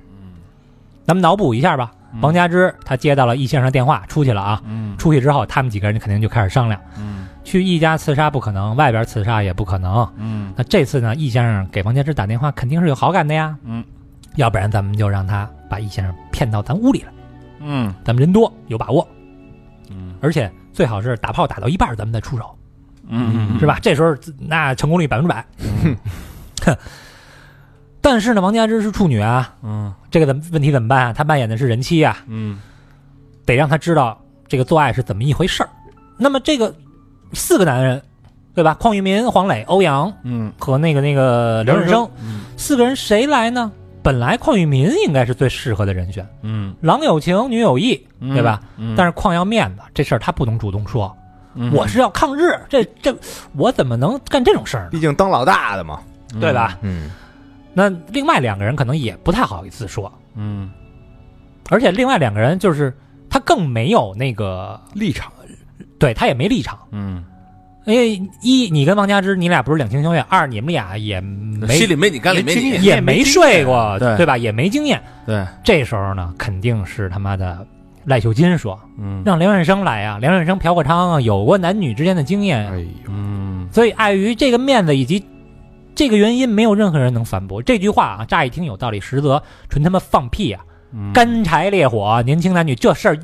D: 咱们脑补一下吧，王佳芝她接到了易先生的电话，出去了啊。
F: 嗯
D: 出去之后，他们几个人肯定就开始商量，
F: 嗯
D: 去易家刺杀不可能，外边刺杀也不可能。
F: 嗯
D: 那这次呢，易先生给王佳芝打电话肯定是有好感的呀，
F: 嗯
D: 要不然咱们就让他把易先生骗到咱屋里来。
F: 嗯
D: 咱们人多有把握，
F: 嗯
D: 而且最好是打炮打到一半儿咱们再出手，
F: 嗯
D: 是吧？这时候那成功率百分之百。哼 但是呢，王佳芝是处女啊，
F: 嗯
D: 这个怎么问题怎么办啊？她扮演的是人妻啊，
F: 嗯
D: 得让她知道这个做爱是怎么一回事儿。那么这个四个男人，对吧？邝裕民、黄磊、欧阳
F: 嗯
D: 和那个那个梁润生，四个人谁来呢？本来邝裕民应该是最适合的人选，
F: 嗯，
D: 郎有情，女有意，对吧？
F: 嗯？
D: 但
F: 是
D: 是邝要面子，这事儿他不能主动说。我是要抗日，这这我怎么能干这种事儿呢？
B: 毕竟当老大的嘛。
D: 对？吧？
B: 嗯
D: 那另外两个人可能也不太好意思说，
F: 嗯
D: 而且另外两个人就是他更没有那个
C: 立场
D: 对他也没立场，
F: 嗯，
D: 因为一你跟王佳芝你俩不是两情相悦，二你们俩也没
F: 心里没你干里没你
D: 也没睡过，
F: 对
D: 吧？也没经验。
F: 对，
D: 这时候呢，肯定是他妈的赖秀金说
F: 嗯
D: 让梁润生来啊，梁润生、朴过昌啊，有过男女之间的经验啊，
C: 哎呦，
F: 嗯
D: 所以碍于这个面子以及这个原因，没有任何人能反驳这句话啊。乍一听有道理，实则纯他妈放屁啊！
F: 嗯
D: 干柴烈火，啊年轻男女这事儿，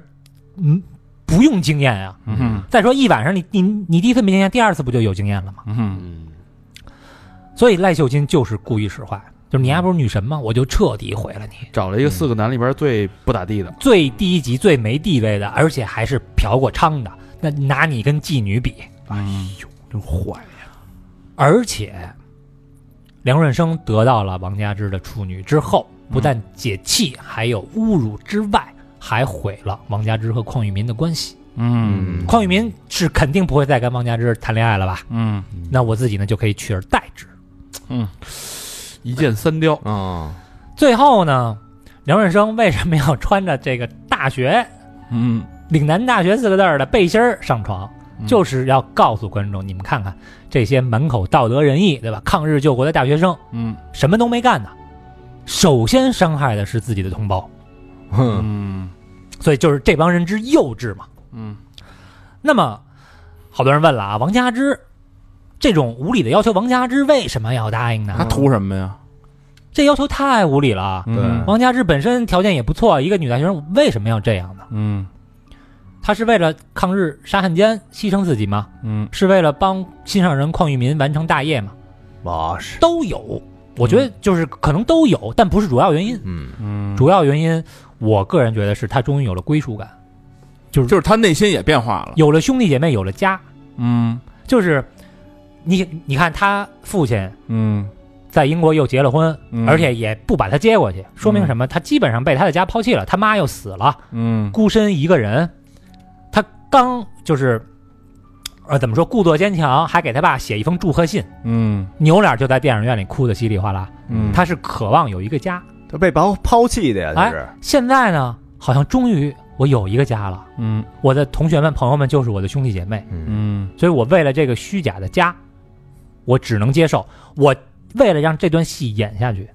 D: 嗯，不用经验啊。
F: 嗯
D: 再说一晚上你你你第一次没经验，第二次不就有经验了吗？
F: 嗯
C: 嗯，
D: 所以赖秀金就是故意使坏，就是你还不是女神吗？我就彻底毁了你。
C: 找了一个四个男里边最不咋地的，
D: 最低级、最没地位的，而且还是嫖过娼的，那拿你跟妓女比，
C: 哎呦，真坏呀！
D: 而且，梁润生得到了王佳芝的处女之后，不但解气，还有侮辱之外，还毁了王佳芝和邝裕民的关系。
F: 嗯
D: 邝裕民是肯定不会再跟王佳芝谈恋爱了吧？
F: 嗯
D: 那我自己呢就可以取而代之。
C: 一箭三雕，
B: 啊，
D: 最后呢，梁润生为什么要穿着这个大学
F: 嗯
D: 岭南大学四个字儿的背心儿上床，
F: 嗯
D: 就是要告诉观众，你们看看这些满口道德仁义，对吧？抗日救国的大学生，
F: 嗯
D: 什么都没干呢，首先伤害的是自己的同胞，
B: 哼
F: 嗯
D: 所以就是这帮人之幼稚嘛。
F: 嗯
D: 那么，好多人问了啊，王佳芝这种无理的要求，王佳芝为什么要答应
F: 他
D: 呢？
F: 图什么呀？
D: 这要求太无理了。
F: 对
C: 嗯
D: 王佳芝本身条件也不错，一个女大学生为什么要这样呢？
F: 嗯
D: 她是为了抗日杀汉奸牺牲自己吗？
F: 嗯
D: 是为了帮心上人邝裕民完成大业吗？
B: 老实，
D: 都有，我觉得就是可能都有，但不是主要原因。
B: 嗯，
F: 嗯，
D: 主要原因，我个人觉得是她终于有了归属感，
F: 嗯就是他内心也变化了，
D: 有了兄弟姐妹，有了家。
F: 嗯
D: 就是你你看，她父亲
F: 嗯，
D: 在英国又结了婚，
F: 嗯
D: 而且也不把她接过去，说明什么？她基本上被她的家抛弃了，她妈又死了，
F: 嗯
D: 孤身一个人，她刚就是。呃，怎么说？故作坚强，还给他爸写一封祝贺信，
F: 嗯
D: 扭脸就在电影院里哭得稀里哗啦。
F: 嗯，
D: 她是渴望有一个家，
B: 他被抛抛弃的呀，他是，
D: 现在呢，好像终于我有一个家了，
F: 嗯
D: 我的同学们、朋友们就是我的兄弟姐妹，
B: 嗯
F: 嗯
D: 所以我为了这个虚假的家，我只能接受。我为了让这段戏演下去，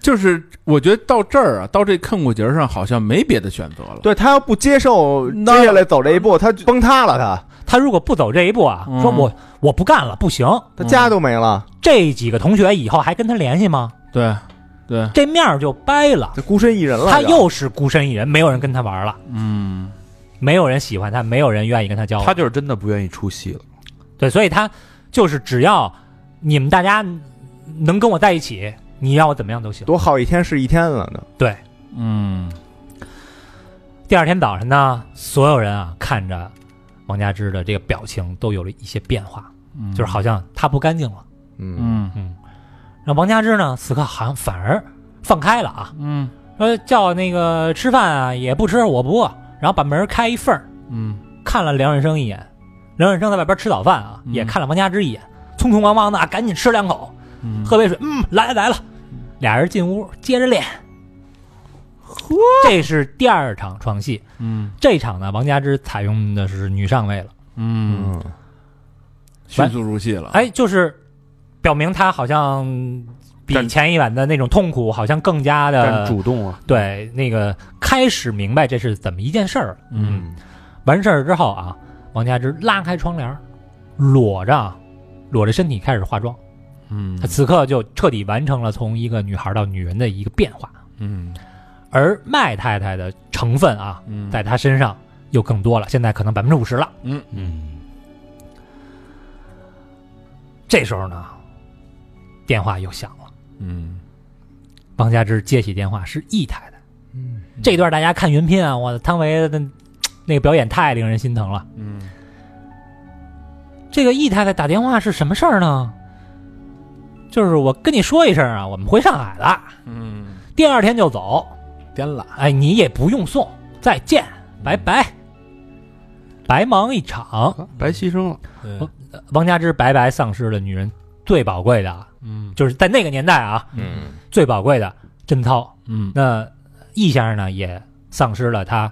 F: 就是我觉得到这儿啊，到这坑骨节儿上好像没别的选择了，
B: 对他要不接受
F: 那
B: 接下来走这一步，他崩塌了他，
D: 他如果不走这一步啊，
F: 嗯
D: 说我我不干了，不行，
B: 他家都没了，
D: 这几个同学以后还跟他联系吗？
F: 对对，
D: 这面儿就掰了，
B: 他孤身一人了，
D: 他
B: 就
D: 又是孤身一人，没有人跟他玩了，
F: 嗯
D: 没有人喜欢他，没有人愿意跟他交往。
C: 他就是真的不愿意出戏了。
D: 对，所以他就是只要你们大家能跟我在一起，你要我怎么样都行。
B: 多好一天是一天了呢，
F: 嗯
D: 第二天早晨呢，所有人啊看着王佳芝的这个表情都有了一些变化，
F: 嗯，
D: 就是好像她不干净了。
B: 嗯，
F: 嗯
D: 嗯，然后王佳芝呢，此刻好像反而放开了啊，
F: 嗯
D: 说叫那个吃饭啊也不吃，我不饿，然后把门开一缝儿，
F: 嗯
D: 看了梁润生一眼，梁润生在外边吃早饭啊，
F: 嗯
D: 也看了王佳芝一眼，匆匆忙忙的啊赶紧吃两口，
F: 嗯，
D: 喝杯水，嗯，来了来了，俩人进屋接着练。这是第二场床戏，
F: 嗯
D: 这场呢，王佳芝采用的是女上位了，
F: 嗯，
B: 嗯，
F: 迅速入戏了，
D: 哎，就是表明她好像比
F: 站
D: 前一晚的那种痛苦，好像更加
C: 但
D: 的
C: 主动啊，
D: 对那个开始明白这是怎么一件事儿了。
F: 嗯
D: 完事儿之后啊，王佳芝拉开窗帘儿，裸着啊裸着身体开始化妆，
F: 嗯
D: 她此刻就彻底完成了从一个女孩到女人的一个变化，
F: 嗯
D: 而麦太太的成分啊，
F: 嗯，
D: 在她身上又更多了，现在可能百分之五十了。
F: 嗯
C: 嗯，
D: 这时候呢，电话又响了。
F: 嗯
D: 王佳芝接起电话是易太太。
B: 嗯，
D: 这段大家看原片啊，我的汤唯的那个表演太令人心疼了。
F: 嗯
D: 这个易太太打电话是什么事儿呢？就是我跟你说一声啊，我们回上海了，
F: 嗯
D: 第二天就走。
B: 颠了，
D: 哎，你也不用送，再见，拜拜，白忙一场。
C: 啊白牺牲了。
F: 嗯对
D: 哦王佳芝白白丧失了女人最宝贵的，
F: 嗯
D: 就是在那个年代啊，
B: 嗯
D: 最宝贵的贞操。
F: 嗯
D: 那易先生呢，也丧失了他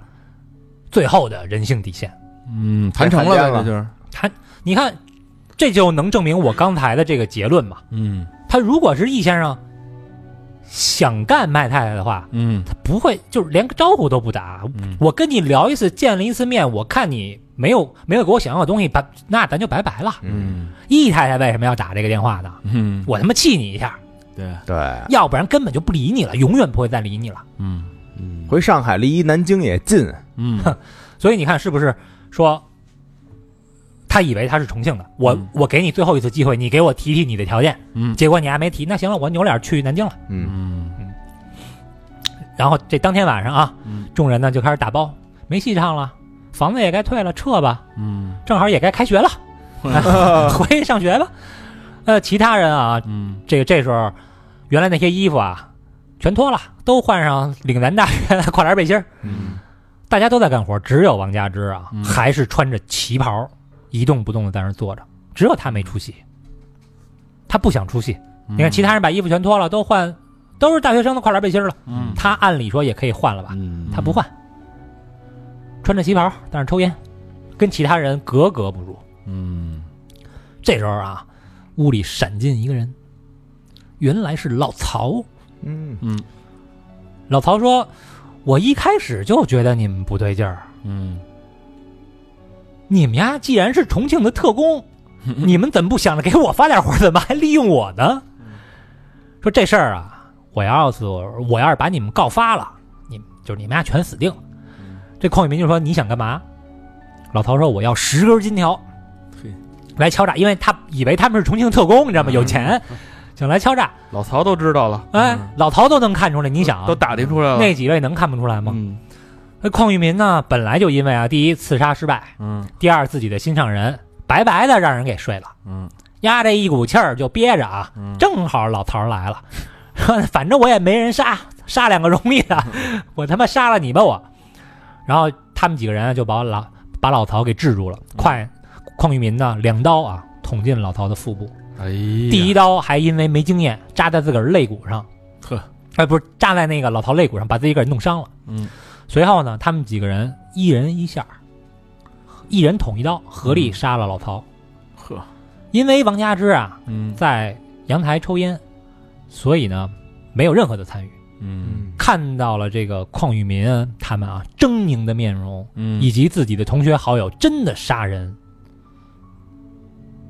D: 最后的人性底线。
F: 嗯，谈成了呗，这就是
D: 你看，这就能证明我刚才的这个结论嘛。
F: 嗯
D: 他如果是易先生想干麦太太的话，
F: 嗯
D: 他不会就是连个招呼都不打。
F: 嗯
D: 我跟你聊一次，见了一次面，我看你没有没有给我想要的东西，把那咱就拜拜了。
B: 嗯，
D: 易太太为什么要打这个电话呢？
F: 嗯，
D: 我他妈气你一下，
F: 对
B: 对，
D: 要不然根本就不理你了，永远不会再理你了。
F: 嗯
C: 嗯，
B: 回上海离南京也近，
F: 嗯
D: 所以你看，是不是说他以为他是重庆的？我、
F: 嗯
D: 我给你最后一次机会，你给我提提你的条件。
F: 嗯
D: 结果你还没提，那行了，我扭脸去南京了。
B: 嗯，
F: 嗯
D: 然后这当天晚上啊，
F: 嗯
D: 众人呢就开始打包，没戏唱了，房子也该退了，撤吧，
F: 嗯
D: 正好也该开学了， 回去上学吧。呃，其他人啊，
F: 嗯
D: 这个这时候原来那些衣服啊全脱了，都换上岭南大学的 跨栏背心儿
F: 嗯
D: 大家都在干活，只有王佳芝啊，
F: 嗯
D: 还是穿着旗袍，一动不动的在那儿坐着，只有她没出戏。她不想出戏，你
F: 嗯
D: 看其他人把衣服全脱了，都换，都是大学生的跨栏背心了，
F: 嗯
D: 她按理说也可以换了吧，
C: 嗯，
D: 她不换，穿着旗袍，但是抽烟，跟其他人格格不入。
F: 嗯
D: 这时候啊，屋里闪进一个人，原来是老曹。
B: 嗯
F: 嗯
D: 老曹说：“我一开始就觉得你们不对劲儿，
F: 嗯
D: 你们呀，既然是重庆的特工， 你们怎么不想着给我发点活儿？怎么还利用我呢？说这事儿啊，我要是我要是把你们告发了，你就是你们俩全死定了。这邝永明就说你想干嘛？老陶说我要十根金条
F: 嘿，
D: 来敲诈，因为他以为他们是重庆特工，你知道吗？有钱，想来敲诈。
C: 老曹都知道了，
D: 哎，老陶都能看出来，你想啊
C: 嗯都打听出来了。
D: 那几位能看不出来吗？
C: 嗯，
D: 那邝玉民呢，本来就因为啊，第一刺杀失败，
F: 嗯
D: 第二自己的心上人白白的让人给睡了，
F: 嗯
D: 压这一股气儿就憋着啊，
F: 嗯，
D: 正好老头儿来了， 说反正我也没人杀，杀两个容易的，
C: 嗯
D: 我他妈杀了你吧我。然后他们几个人就把老把老曹给制住了，快，
C: 嗯
D: 邝玉民呢两刀啊捅进老曹的腹部，
C: 哎，
D: 第一，刀还因为没经验扎在自个儿肋骨上，
F: 呵，
D: 哎，不是扎在那个老曹肋骨上，把自己给弄伤了。
F: 嗯，
D: 随后呢，他们几个人一人一下，一人捅一刀，合力杀了老曹。
F: 嗯呵，
D: 因为王佳芝啊
F: 嗯
D: 在阳台抽烟，所以呢没有任何的参与。
F: 嗯
C: 嗯，
D: 看到了这个邝玉民他们啊狰狞的面容，
F: 嗯，
D: 以及自己的同学好友真的杀人，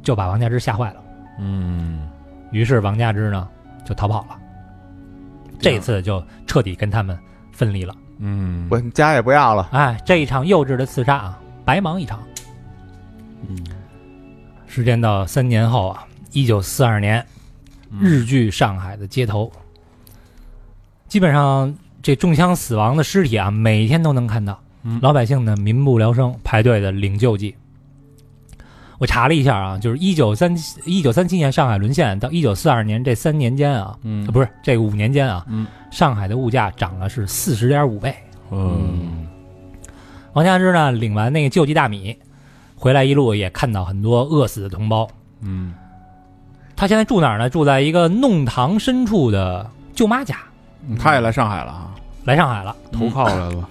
D: 就把王佳芝吓坏了。
F: 嗯
D: 于是王佳芝呢就逃跑了，这次就彻底跟他们分离了。
F: 嗯，
B: 我家也不要了，
D: 哎，这一场幼稚的刺杀啊，白忙一场。
C: 嗯，
D: 时间到三年后啊，一九四二年，日据上海的街头，基本上这中枪死亡的尸体啊，每天都能看到，
F: 嗯
D: 老百姓呢民不聊生，排队的领救济。我查了一下啊，就是一九三一九三七年上海沦陷到一九四二年这三年间啊，
F: 嗯
D: 啊不是这五年间啊，
F: 嗯
D: 上海的物价涨了是四十点五倍。
F: 嗯
D: 王佳芝呢领完那个救济大米，回来一路也看到很多饿死的同胞。
F: 嗯
D: 他现在住哪儿呢？住在一个弄堂深处的舅妈家，
F: 他也来上海了啊，
D: 来上海了。
C: 投靠来了，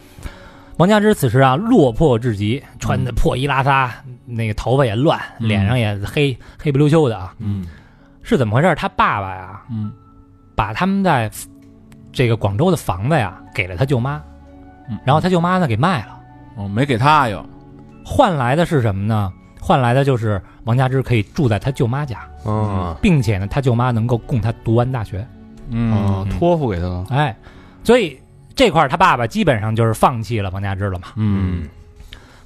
D: 王佳芝此时啊落魄至极，穿的破衣拉撒，那个头发也乱，
F: 嗯
D: 脸上也黑、黑不溜秋的啊，
F: 嗯
D: 是怎么回事？他爸爸呀，
F: 嗯
D: 把他们在这个广州的房子呀给了他舅妈，
F: 嗯，
D: 然后他舅妈呢给卖了，
F: 哦没给他又，
D: 换来的是什么呢？换来的就是王佳芝可以住在他舅妈家。
B: 嗯，
D: 并且呢，他舅妈能够供他读完大学。
C: 啊
A: 哦
F: 嗯，
C: 托付给他了，
D: 哎，所以这块儿他爸爸基本上就是放弃了王佳芝了嘛。
F: 嗯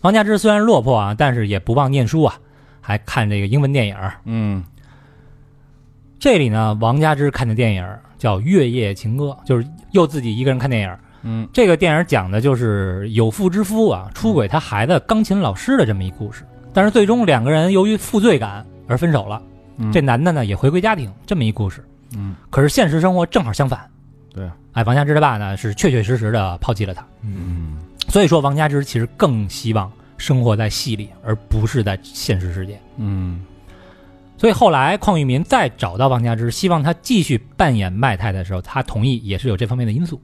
D: 王佳芝虽然落魄啊，但是也不忘念书啊，还看这个英文电影儿。
F: 嗯
D: 这里呢，王佳芝看的电影儿叫《月夜情歌》，就是又自己一个人看电影儿。
F: 嗯
D: 这个电影讲的就是有妇之夫啊出轨他孩子钢琴老师的这么一故事，但是最终两个人由于负罪感而分手了。
F: 嗯
D: 这男的呢也回归家庭，这么一故事。
F: 嗯
D: 可是现实生活正好相反。
F: 对啊，
D: 哎，王佳芝他爸呢是确确实实的抛弃了他，
F: 嗯
D: 所以说王佳芝其实更希望生活在戏里，而不是在现实世界。
F: 嗯
D: 所以后来邝玉民再找到王佳芝，希望她继续扮演麦太的时候，她同意也是有这方面的因素。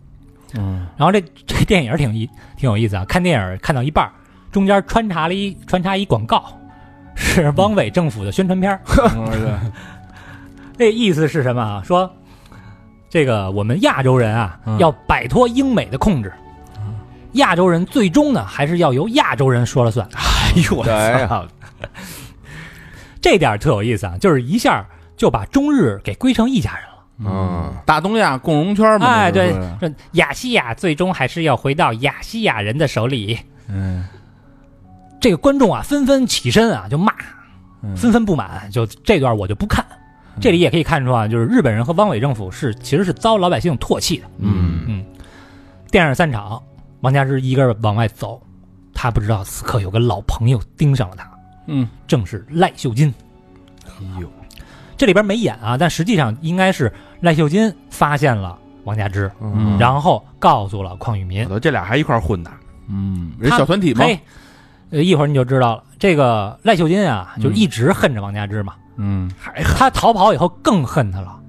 F: 嗯
D: 然后这 这电影挺一挺有意思啊，看电影看到一半儿，中间穿插了一穿插一广告，是汪伪政府的宣传片儿。
F: 嗯
D: 这意思是什么啊？说这个我们亚洲人啊，
F: 嗯
D: 要摆脱英美的控制，亚洲人最终呢还是要由亚洲人说了算。哎呦我
B: 对啊
D: 操！这点儿特有意思啊，就是一下就把中日给归成一家人了。
B: 嗯，
F: 大东亚共荣圈嘛，
D: 哎，
F: 这
D: 对
F: 不是，
D: 这亚细亚最终还是要回到亚细亚人的手里。
F: 嗯
D: 这个观众啊，纷纷起身啊，就骂，
F: 嗯
D: 纷纷不满，就这段我就不看。这里也可以看出啊，就是日本人和汪伪政府是其实是遭老百姓唾弃的。
F: 嗯
D: 电影散场，王佳芝一个人往外走，他不知道此刻有个老朋友盯上了他，
F: 嗯
D: 正是赖秀金。
C: 哎呦，
D: 这里边没演啊，但实际上应该是赖秀金发现了王佳芝，
F: 嗯
D: 然后告诉了邝玉民
C: 我。都这俩还一块儿混的，
F: 嗯，人小团体嘛，
D: 嘿，呃，一会儿你就知道了。这个赖秀金啊，
F: 嗯
D: 就一直恨着王佳芝嘛。
F: 嗯
D: 他逃跑以后更恨他了，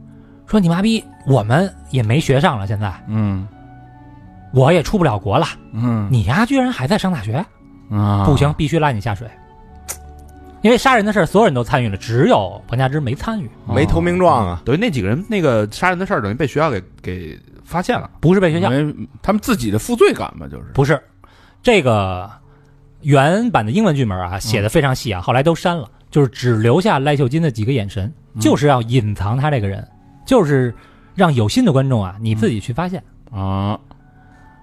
D: 说你妈逼，我们也没学上了，现在
F: 嗯
D: 我也出不了国了，
F: 嗯
D: 你呀居然还在上大学，
F: 啊，
D: 不行，必须拉你下水。因为杀人的事儿所有人都参与了，只有王佳芝没参与，
B: 没投名状啊，
C: 等于那几个人那个杀人的事儿，等于被学校给给发现了，
D: 不是被学
F: 因
D: 校，
F: 为他们自己的负罪感吧，就是
D: 不是这个原版的英文剧本啊，写的非常细啊，后来都删了，就是只留下赖秀金的几个眼神，就是要隐藏他这个人，就是让有心的观众啊你自己去发现。
F: 啊，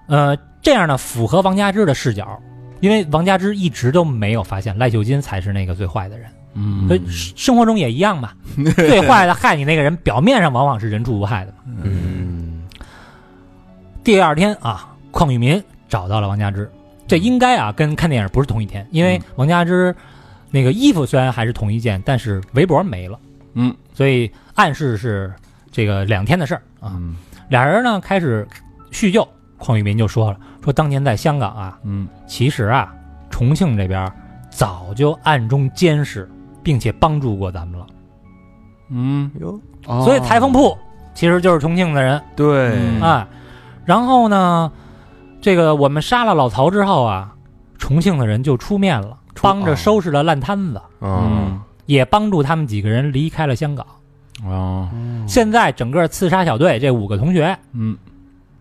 D: 呃，这样呢符合王佳芝的视角，因为王佳芝一直都没有发现赖秀金才是那个最坏的人，
F: 嗯
D: 所以生生活中也一样 嘛，最坏的害你那个人，表面上往往是人畜无害的嘛。
F: 嗯
D: 第二天啊，邝裕民找到了王佳芝，这应该啊跟看电影不是同一天，因为
F: 嗯
D: 王佳芝那个衣服虽然还是同一件，但是围脖没了，
F: 嗯
D: 所以暗示是这个两天的事儿啊。
F: 嗯
D: 俩人呢开始叙旧，邝裕民就说了，说当年在香港啊，
F: 嗯
D: 其实啊，重庆这边早就暗中监视并且帮助过咱们了，
F: 嗯，
B: 哟，
D: 所以裁缝铺其实就是重庆的人。
C: 对
F: 嗯
D: 哎，然后呢，这个我们杀了老曹之后啊，重庆的人就出哦面了，帮着收拾了烂摊子，
F: 嗯
D: 也帮助他们几个人离开了香港。
F: 啊
D: 现在整个刺杀小队这五个同学，
F: 嗯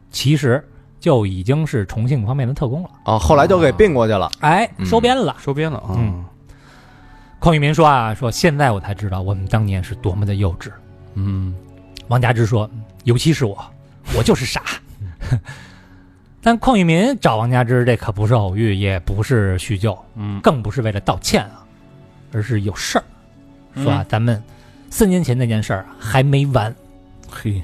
D: 其实就已经是重庆方面的特工了，
B: 哦，后来就给并过去了。
D: 哎，
B: 嗯
D: 收编了。
C: 收编了啊，
D: 嗯邝裕民说啊，说现在我才知道我们当年是多么的幼稚。
F: 嗯
D: 王佳芝说，嗯尤其是 我，我就是傻。嗯但邝裕民找王佳芝，这可不是偶遇，也不是叙旧，
F: 嗯
D: 更不是为了道歉啊，而是有事儿，
F: 嗯
D: 说啊，咱们四年前那件事儿啊还没完。
F: 嘿，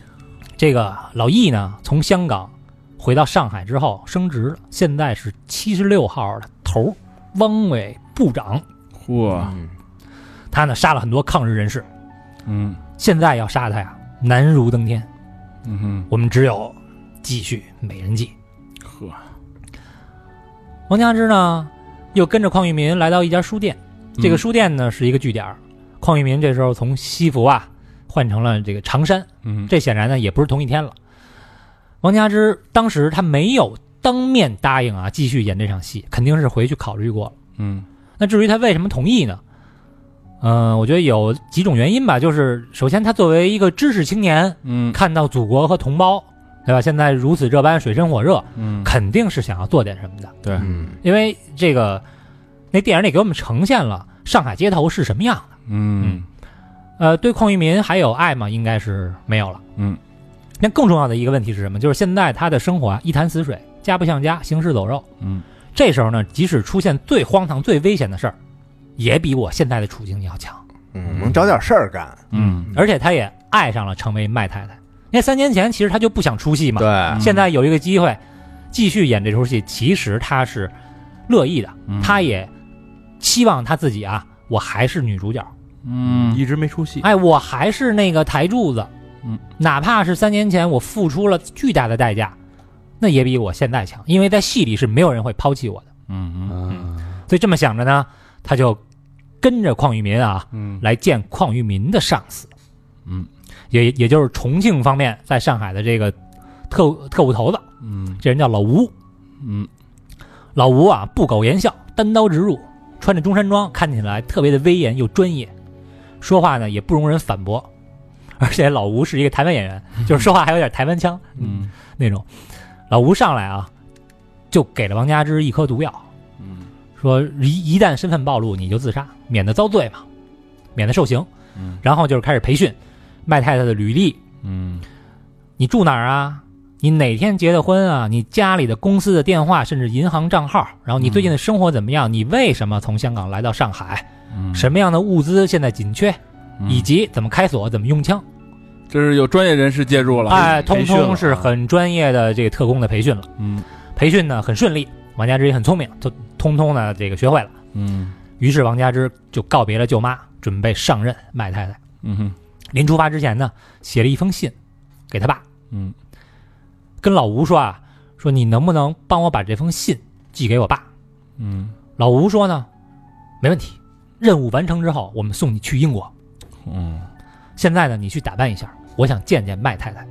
D: 这个老易呢，从香港回到上海之后升职了，现在是七十六号的头儿，汪伪部长。
F: 嚯，
B: 嗯
D: 他呢杀了很多抗日人士，
F: 嗯
D: 现在要杀他呀，难如登天。
F: 嗯哼
D: 我们只有继续美人计。
F: 呵，
D: 王佳芝呢，又跟着邝裕民来到一家书店，
F: 嗯
D: 这个书店呢是一个据点儿。邝裕民这时候从西服啊换成了这个长衫，
F: 嗯
D: 这显然呢也不是同一天了。王佳芝当时他没有当面答应啊继续演这场戏，肯定是回去考虑过了。
F: 嗯
D: 那至于他为什么同意呢？嗯、我觉得有几种原因吧，就是首先他作为一个知识青年，
F: 嗯
D: 看到祖国和同胞，对吧？现在如此这般水深火热，
F: 嗯
D: 肯定是想要做点什么的。
F: 对
B: 嗯
D: 因为这个那电影里给我们呈现了上海街头是什么样的。
F: 嗯
D: 呃，对邝裕民还有爱吗？应该是没有了。
F: 嗯，
D: 那更重要的一个问题是什么？就是现在他的生活啊，一潭死水，家不像家，行尸走肉。
F: 嗯，
D: 这时候呢，即使出现最荒唐、最危险的事儿，也比我现在的处境要强。
B: 嗯，能找点事儿干。
F: 嗯
D: 而且他也爱上了成为麦太太。因为三年前其实他就不想出戏嘛，
B: 对，
D: 现在有一个机会继续演这出戏，其实他是乐意的，
F: 嗯
D: 他也期望他自己啊，我还是女主角，
F: 嗯
C: 一直没出戏，
D: 哎，我还是那个台柱子，
F: 嗯，
D: 哪怕是三年前我付出了巨大的代价，那也比我现在强，因为在戏里是没有人会抛弃我的，
F: 嗯
C: 嗯
D: 所以这么想着呢，他就跟着邝裕民啊
F: 嗯
D: 来见邝裕民的上司，
F: 嗯，
D: 也也就是重庆方面在上海的这个特务特务头子，
F: 嗯
D: 这人叫老吴，
F: 嗯
D: 老吴啊，不苟言笑，单刀直入，穿着中山装，看起来特别的威严又专业，说话呢也不容人反驳。而且老吴是一个台湾演 员，就是说话还有点台湾腔
F: 嗯
D: 那种。老吴上来啊，就给了王佳芝一颗毒药，
F: 嗯
D: 说一一旦身份暴露，你就自杀，免得遭罪嘛，免得受刑。
F: 嗯
D: 然后就是开始培训麦太太的履历，
F: 嗯
D: 你住哪儿啊？你哪天结的婚啊？你家里的公司的电话，甚至银行账号，然后你最近的生活怎么样？你为什么从香港来到上海？
F: 嗯
D: 什么样的物资现在紧缺？以及怎么开锁，怎么用枪？
F: 这是有专业人士介入了，
D: 哎，
F: 培
D: 通
F: 训了啊
D: 通是很专业的这个特工的培训了。
F: 嗯
D: 培训呢很顺利，王佳芝也很聪明，都通通呢这个学会了。
F: 嗯
D: 于是王佳芝就告别了舅妈，准备上任麦太太。
F: 嗯哼
D: 临出发之前呢，写了一封信给他爸，
F: 嗯
D: 跟老吴说啊，说你能不能帮我把这封信寄给我爸？
F: 嗯
D: 老吴说呢，没问题，任务完成之后，我们送你去英国。
F: 嗯
D: 现在呢，你去打扮一下，我想见见麦太太。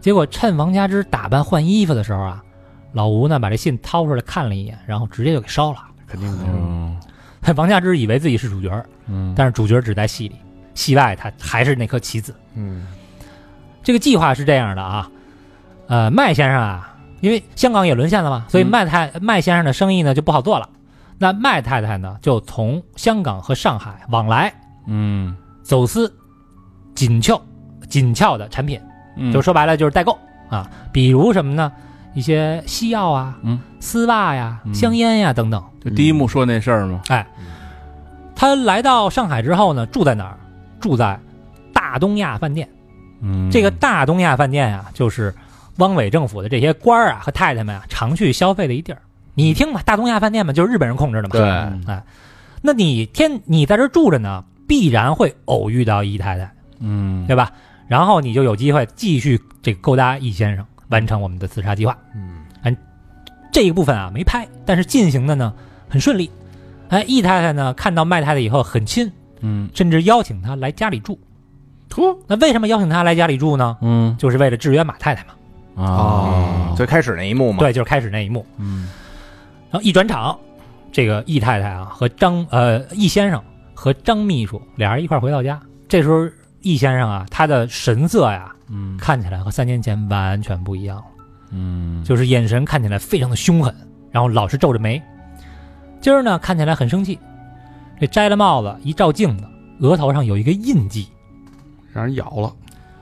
D: 结果趁王佳芝打扮换衣服的时候啊，老吴呢把这信掏出来看了一眼，然后直接就给烧了。
C: 肯定的，
F: 嗯
D: 王佳芝以为自己是主角，
F: 嗯，
D: 但是主角只在戏里，戏外他还是那颗棋子。
B: 嗯
D: 这个计划是这样的啊，呃，麦先生啊，因为香港也沦陷了嘛，所以
F: 嗯
D: 麦太、麦先生的生意呢就不好做了。那麦太太呢，就从香港和上海往来
F: 嗯
D: 走私紧俏紧俏的产品，
F: 嗯
D: 就说白了就是代购啊，比如什么呢？一些西药啊、
F: 嗯
D: 丝袜呀、
F: 嗯
D: 香烟呀等等。
F: 就第一幕说那事儿嘛，
D: 他来到上海之后呢，住在哪儿？住在大东亚饭店。
F: 嗯
D: 这个大东亚饭店啊，就是汪伪政府的这些官儿啊和太太们啊常去消费的一地儿。你一听吧，大东亚饭店嘛，就是日本人控制的嘛。哎
B: 对，
D: 那你天你在这儿住着呢，必然会偶遇到姨太太，
F: 嗯，
D: 对吧？然后你就有机会继续这个勾搭易先生，完成我们的刺杀计划。
B: 嗯
D: 这一部分啊没拍，但是进行的呢很顺利。哎，易太太呢看到麦太太以后很亲，
F: 嗯
D: 甚至邀请她来家里住。
F: 嚯，
D: 那为什么邀请她来家里住呢？
F: 嗯
D: 就是为了制约马太太嘛。
F: 啊，
B: 哦最开始那一幕嘛，
D: 对，就是开始那一幕。
F: 嗯
D: 然后一转场，这个易太太啊和张呃易先生和张秘书俩人一块儿回到家。这时候易先生啊，他的神色呀
F: 嗯
D: 看起来和三年前完全不一样了，
F: 嗯，
D: 就是眼神看起来非常的凶狠，然后老是皱着眉。今儿呢看起来很生气，这摘了帽子一照镜子，额头上有一个印记，
C: 让人咬了，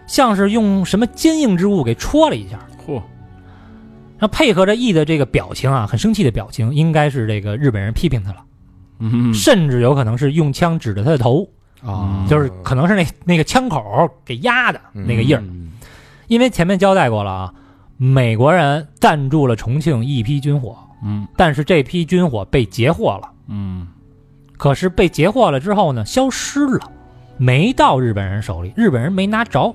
D: 像是用什么坚硬之物给戳了一下。
F: 嚯，
D: 然后配合着易的这个表情啊，很生气的表情，应该是这个日本人批评他了。
F: 嗯
D: 甚至有可能是用枪指着他的头，
F: 啊
D: 就是可能是那那个枪口给压的
B: 嗯
D: 那个印儿。因为前面交代过了啊，美国人赞助了重庆一批军火，
F: 嗯
D: 但是这批军火被截获了，
F: 嗯
D: 可是被截获了之后呢，消失了，没到日本人手里，日本人没拿着。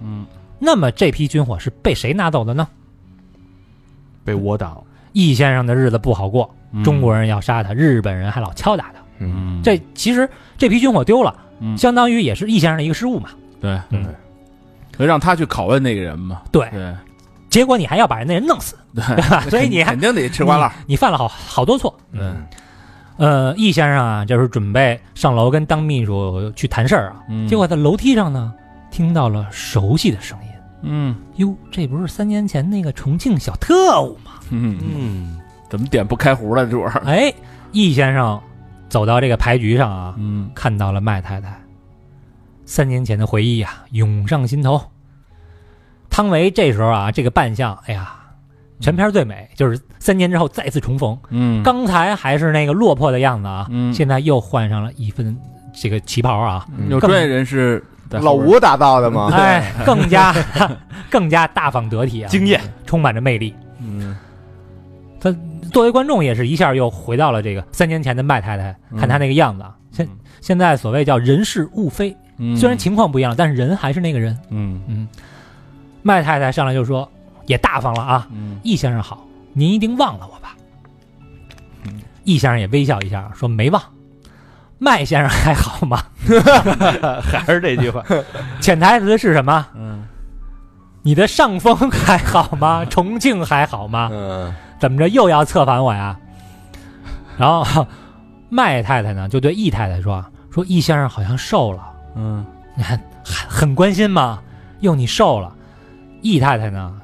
F: 嗯，
D: 那么这批军火是被谁拿走的呢？
C: 被我挡，
D: 易先生的日子不好过，
F: 嗯
D: 中国人要杀他，日本人还老敲打他。
B: 嗯，
F: 嗯
D: 这其实这批军火丢了，
F: 嗯
D: 相当于也是易先生的一个失误嘛。
F: 对
D: 嗯
B: 对
F: 所以让他去拷问那个人嘛，
D: 对，
F: 对
D: 结果你还要把人那人弄死， 对吧？所以你还嗯
F: 肯定得吃瓜烂，
D: 你你犯了好好多错。
B: 嗯
D: 呃，易先生啊，就是准备上楼跟当秘书去谈事儿啊，
F: 嗯
D: 结果在楼梯上呢，听到了熟悉的声音。
F: 嗯
D: 哟，这不是三年前那个重庆小特务吗？
F: 嗯，
C: 嗯，
F: 怎么点不开壶了这会儿？
D: 哎，易先生走到这个牌局上啊，
F: 嗯
D: 看到了麦太太。三年前的回忆啊，涌上心头。汤唯这时候啊，这个扮相，哎呀，全片最美，就是三年之后再次重逢。
F: 嗯，
D: 刚才还是那个落魄的样子啊，
F: 嗯
D: 现在又换上了一份这个旗袍啊，
F: 有专业人士在
B: 老
F: 后边
B: 吴打造的
F: 啊
B: 嘛，
D: 哎，更加 更加大方得体啊，
G: 惊艳，
D: 充满着魅力。
F: 嗯
D: 作为观众，也是一下又回到了这个三年前的麦太太，
F: 嗯
D: 看她那个样子啊，现现在所谓叫人事物非，
F: 嗯
D: 虽然情况不一样，但是人还是那个人。
F: 嗯
D: 麦太太上来就说，也大方了啊，
F: 嗯
D: 易先生好，您一定忘了我吧？
F: 嗯
D: 易先生也微笑一下说没忘。麦先生还好吗？
G: 还是这句话，
D: 潜台词是什么？
F: 嗯
D: 你的上峰还好吗？重庆还好吗？
B: 嗯
D: 怎么着又要策反我呀？然后麦太太呢就对易太太说：“说易先生好像瘦了，
F: 嗯
D: 你看很很关心嘛。哟，你瘦了。”易太太呢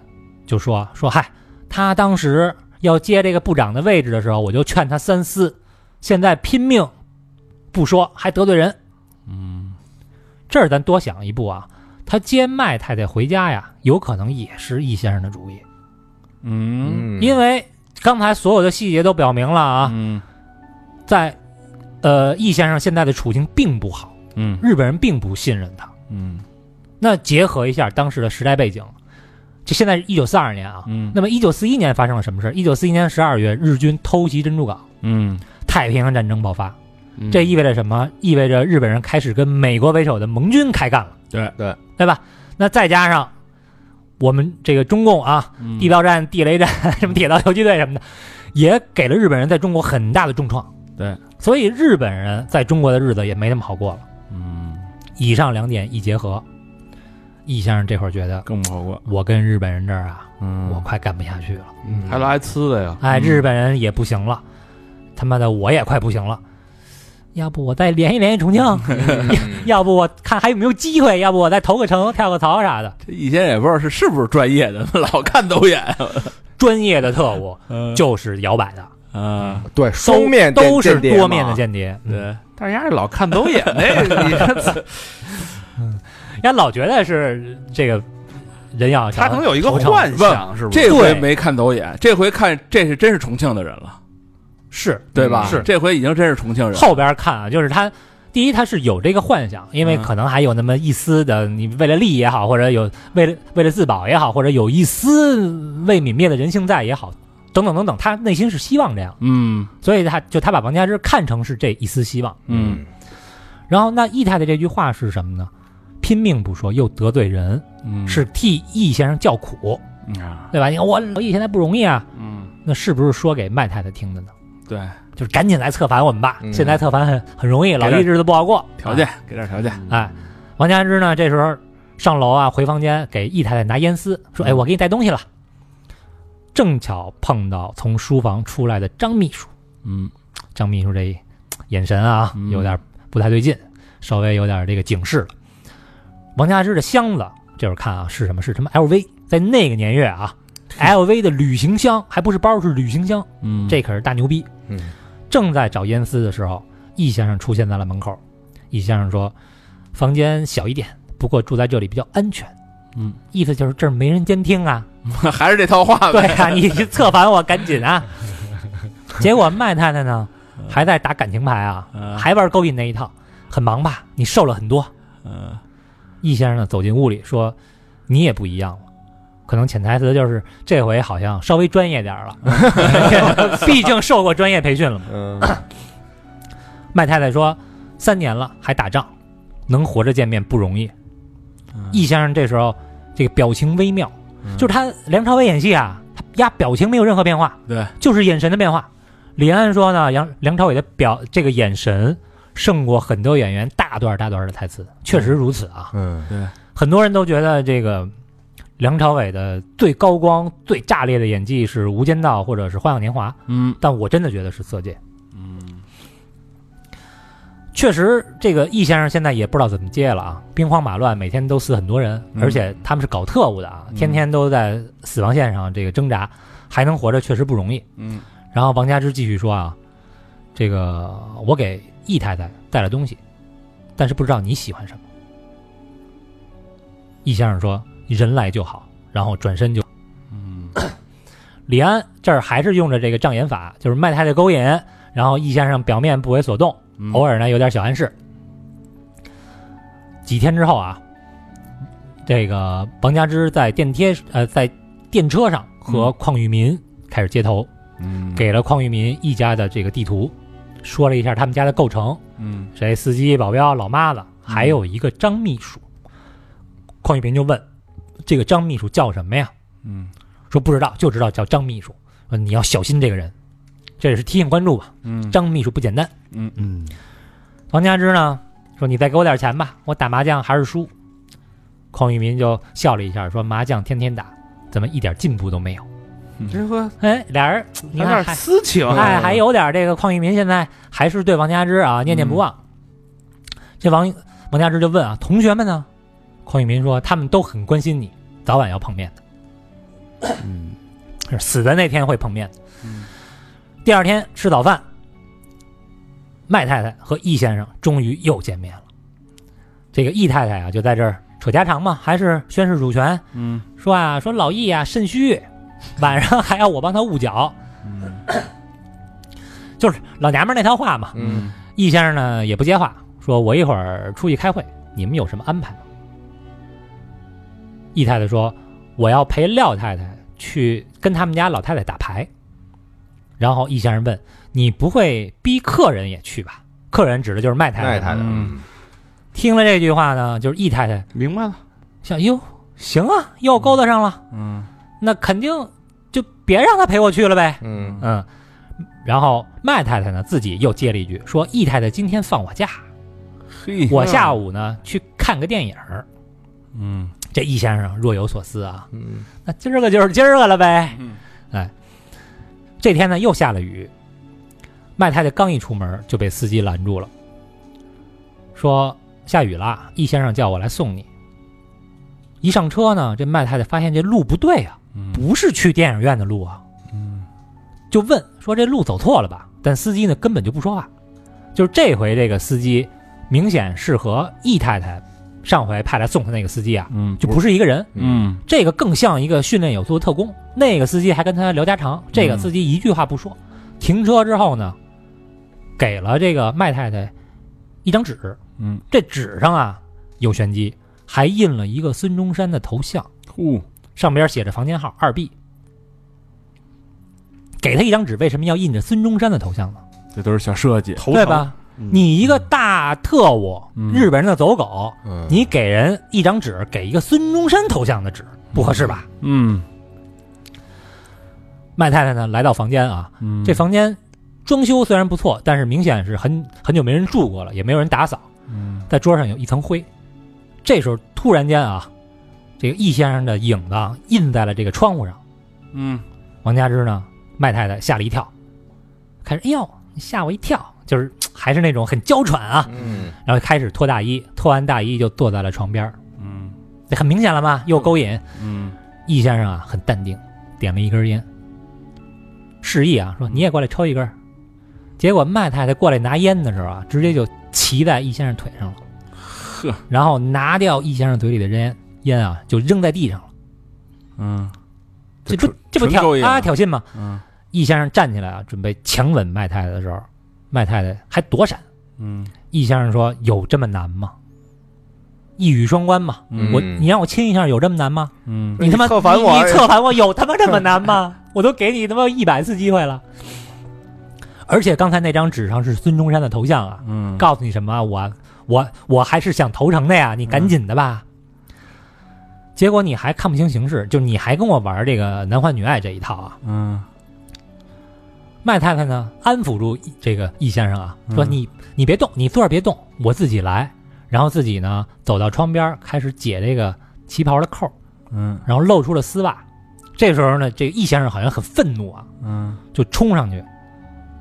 D: 就说：“说嗨，他当时要接这个部长的位置的时候，我就劝他三思，现在拼命不说，还得罪人。
F: 嗯
D: 这儿咱多想一步啊，他接麦太太回家呀，有可能也是易先生的主意，
F: 嗯
B: 嗯，
D: 因为刚才所有的细节都表明了啊。
F: 嗯
D: 在呃易先生现在的处境并不好，
F: 嗯
D: 日本人并不信任他。
F: 嗯
D: 那结合一下当时的时代背景，就现在是一九四二年啊，
F: 嗯
D: 那么一九四一年发生了什么事？一九四一年十二月，日军偷袭珍珠港，
F: 嗯
D: 太平洋战争爆发。
C: 嗯
D: 这意味着什么？意味着日本人开始跟美国为首的盟军开干了。
F: 对
B: 对
D: 对吧？那再加上我们这个中共啊，
F: 嗯
D: 地道战、地雷战、什么铁道游击队什么的，也给了日本人在中国很大的重创。
F: 对，
D: 所以日本人在中国的日子也没那么好过了。
F: 嗯
D: 以上两点一结合，易先生这会儿觉得
F: 更不好过，
D: 我跟日本人这儿啊，
F: 嗯
D: 我快干不下去了，
B: 嗯
C: 还老挨呲的呀，
D: 哎，
F: 嗯
D: 日本人也不行了，他妈的我也快不行了，要不我再联系联系重庆， 要不我看还有没有机会，要不我再投个城、跳个槽啥的。
F: 这以前也不知道是是不是专业的， 老看啊导演，
D: 专业的特务
F: 嗯
D: 就是摇摆的，
F: 啊，
B: 对
D: 都
B: 双面
D: 都是
B: 间谍嘛
D: 多面的，间谍。嗯，
F: 对，
C: 但是人家老看 都眼那，你这
D: 人家老觉得是这个人要
C: 他可能有一个幻想，是不是？
F: 这回
D: 对
F: 没看走眼，这回看这是真是重庆的人了，
D: 是
F: 对吧？
C: 是
F: 这回已经真是重庆人了。
D: 后边看啊，就是他第一他是有这个幻想，因为
F: 嗯
D: 可能还有那么一丝的，你为了利益也好，或者有为了为了自保也好，或者有一丝未泯灭的人性在也好，等等等等，他内心是希望这样，
F: 嗯
D: 所以他就他把王佳芝看成是这一丝希望。
F: 嗯
D: 然后那易太太这句话是什么呢？拼命不说，又得罪人，
F: 嗯，
D: 是替易先生叫苦，
F: 啊，
D: 对吧？你看我老易现在不容易啊，
F: 嗯，啊
D: 那是不是说给麦太太听的呢？
F: 对，
D: 就是赶紧来策反我们吧，
B: 嗯
D: 现在策反很很容易，老易日子不好过。
F: 条件给点条件，
D: 哎，王佳芝呢，这时候上楼啊，回房间给易太太拿烟丝，说：“哎，我给你带东西了。”正巧碰到从书房出来的张秘书，
F: 嗯
D: 张秘书这一眼神啊
F: 嗯，
D: 有点不太对劲，稍微有点这个警示了。王佳芝的箱子，这会儿看啊，是什么？是什么 LV？在那个年月啊，LV 的旅行箱还不是包，是旅行箱，
F: 嗯，
D: 这可是大牛逼。
B: 嗯，
D: 正在找烟丝的时候，易先生出现在了门口。易先生说：“房间小一点，不过住在这里比较安全。”
F: 嗯，
D: 意思就是这儿没人监听啊。
F: 还是这套话
D: 对
F: 呗。
D: 啊，你你策反我，赶紧 啊！结果麦太太呢，还在打感情牌啊，
F: 嗯
D: 还玩勾引那一套，很忙吧？你瘦了很多。
F: 嗯
D: 易先生呢走进屋里说：“你也不一样了。”可能潜台词就是这回好像稍微专业点儿了， 毕竟受过专业培训了嘛。
B: 嗯，
D: 麦太太说：“三年了还打仗，能活着见面不容易。”易先生这时候这个表情微妙，就是他梁朝伟演戏啊，他压表情没有任何变化，
F: 对，
D: 就是眼神的变化。李安说呢，梁梁朝伟的表这个眼神胜过很多演员大段大段的台词，确实如此啊。
B: 嗯，
D: 很多人都觉得这个梁朝伟的最高光、最炸裂的演技是《无间道》或者是《花样年华》，
F: 嗯
D: 但我真的觉得是《色戒》。
F: 嗯
D: 确实，这个易先生现在也不知道怎么接了啊，兵荒马乱，每天都死很多人，
F: 嗯
D: 而且他们是搞特务的啊，
F: 嗯
D: 天天都在死亡线上这个挣扎，还能活着确实不容易。
F: 嗯
D: 然后王佳芝继续说啊，这个我给易太太带了东西，但是不知道你喜欢什么。易先生说：“人来就好。”然后转身就
F: 嗯
D: 李安这儿还是用着这个障眼法，就是麦太太勾引，然后易先生表面不为所动，
F: 嗯，
D: 偶尔呢有点小暗示。几天之后啊，这个王佳芝在电梯呃在电车上和邝玉民开始接头，
F: 嗯
D: 给了邝玉民一家的这个地图，说了一下他们家的构成，
F: 嗯
D: 谁司机、保镖、老妈子，还有一个张秘书。邝玉民就问：“这个张秘书叫什么呀
F: 嗯？”
D: 说不知道，就知道叫张秘书。说你要小心这个人，这也是提醒关注吧。
F: 嗯
D: 张秘书不简单。
C: 嗯，
D: 王佳芝呢说：“你再给我点钱吧，我打麻将还是输。”邝玉民就笑了一下，说：“麻将天天打，怎么一点进步都没有
C: 这和？”
D: 哎，俩人你
C: 有
D: 看
C: 点
D: 还
C: 私情啊，
D: 哎，还有点这个邝玉民现在还是对王佳芝啊念念
C: 嗯
D: 不忘。这王王佳芝就问啊，同学们呢？邝玉民说他们都很关心你，早晚要碰面的，
C: 嗯
D: 是死的那天会碰面的。
F: 嗯
D: 第二天吃早饭，麦太太和易先生终于又见面了。这个易太太啊，就在这儿扯家常嘛，还是宣誓主权，
F: 嗯
D: 说啊，说老易啊肾虚，晚上还要我帮他捂脚，
F: 嗯
D: 就是老娘们儿那套话嘛。
B: 嗯，
D: 易先生呢也不接话，说我一会儿出去开会，你们有什么安排吗？易太太说我要陪廖太太去跟他们家老太太打牌。然后易先生问你不会逼客人也去吧？客人指的就是麦太太。
B: 太太的，
F: 嗯
D: 听了这句话呢，就是易太太
C: 明白了，
D: 想哟，行啊，又勾搭上了，
F: 嗯
D: 那肯定就别让他陪我去了呗。
B: 嗯
D: 嗯，然后麦太太呢自己又接了一句说易太太今天放我假。
F: 嘿，
D: 我下午呢去看个电影儿。
F: 嗯
D: 这易先生若有所思啊，
B: 嗯
D: 那今儿个就是今儿个了呗。哎
F: 嗯
D: 这天呢又下了雨，麦太太刚一出门就被司机拦住了，说下雨了，易先生叫我来送你。一上车呢，这麦太太发现这路不对啊，
F: 嗯
D: 不是去电影院的路啊，
F: 嗯
D: 就问说这路走错了吧？但司机呢根本就不说话，就是这回这个司机明显是和易太太上回派来送他那个司机啊，
F: 嗯，
D: 就不是一个人。
F: 嗯
D: 这个更像一个训练有素的特工。那个司机还跟他聊家
F: 嗯
D: 常，这个司机一句话不说。停车之后呢，给了这个麦太太一张纸，
F: 嗯，
D: 这纸上啊有玄机，还印了一个孙中山的头像，
F: 呼，
D: 上边写着房间号二 B。给他一张纸，为什么要印着孙中山的头像呢？
F: 这都是小设计，
G: 头
D: 对
G: 嗯
D: 吧？你一个大特务，
F: 嗯
D: 日本人的走狗，
B: 嗯
D: 你给人一张纸，给一个孙中山头像的纸，不合适吧？
F: 嗯
D: 麦太太呢，来到房间啊，
F: 嗯，
D: 这房间装修虽然不错，但是明显是很很久没人住过了，也没有人打扫，
F: 嗯
D: 在桌上有一层灰。这时候突然间啊，这个易先生的影子啊印在了这个窗户上。
F: 嗯
D: 王佳芝呢，麦太太吓了一跳，开始哎呦，你吓我一跳，就是嘖还是那种很娇喘啊，
B: 嗯
D: 然后开始脱大衣，脱完大衣就坐在了床边儿，
F: 嗯
D: 这很明显了吧？又勾引。
F: 嗯
D: 易先生啊，很淡定，点了一根烟，示意啊说你也过来抽一根儿。结果麦太太过来拿烟的时候啊，直接就骑在易先生腿上了，
F: 呵，
D: 然后拿掉易先生嘴里的烟烟啊，就扔在地上了。
F: 嗯
D: 这不
F: 纯
D: 这不
F: 纯
D: 挑
F: 勾引
D: 啊
F: 啊
D: 挑衅吗？
F: 嗯
D: 易先生站起来啊，准备强吻麦太太的时候，麦太太还躲闪。
F: 嗯
D: 易先生说：“有这么难吗？一语双关嘛，
F: 嗯
D: 我你让我亲一下，有这么难吗？
F: 嗯
D: 你他妈
B: 你策反我
D: 你你策反我有他妈这么难 吗？我都给你他妈一百次机会了。而且刚才那张纸上是孙中山的头像啊，
F: 嗯，
D: 告诉你什么啊？我我我还是想投诚的呀，你赶紧的吧。结果你还看不清形势，就你还跟我玩这个男欢女爱这一套啊！
F: 嗯
D: 麦太太呢，安抚住这个易先生啊，说
F: 嗯
D: 你、你别动，你坐着别动，我自己来。然后自己呢走到窗边儿开始解这个旗袍的扣儿，
F: 嗯
D: 然后露出了丝袜。这时候呢，这个易先生好像很愤怒啊，
F: 嗯
D: 就冲上去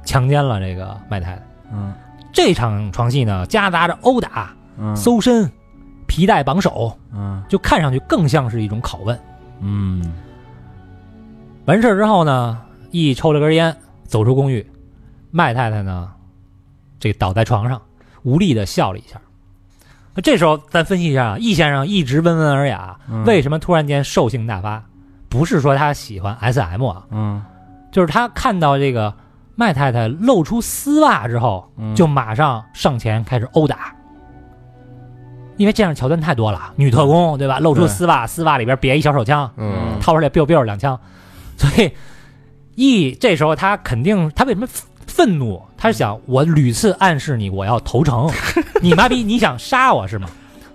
D: 强奸了这个麦太太。
F: 嗯
D: 这场床戏呢，夹杂着殴打、
F: 嗯，
D: 搜身、皮带绑手，
F: 嗯
D: 就看上去更像是一种拷问。
F: 嗯
D: 完事儿之后呢，易抽了根烟，走出公寓。麦太太呢，这倒在床上，无力的笑了一下。那这时候，咱分析一下，易先生一直温文尔雅，
F: 嗯
D: 为什么突然间兽性大发？不是说他喜欢 S.M 啊，
F: 嗯
D: 就是他看到这个麦太太露出丝袜之后，
F: 嗯
D: 就马上上前开始殴打。因为这样桥段太多了，女特工对吧？露出
F: 对
D: 丝袜，丝袜里边别一小手枪，
B: 嗯
D: 掏出来 biu biu 两枪，所以 E 这时候他肯定他为什么愤怒？他是想我屡次暗示你我要投 诚，你妈逼你想杀我是吗？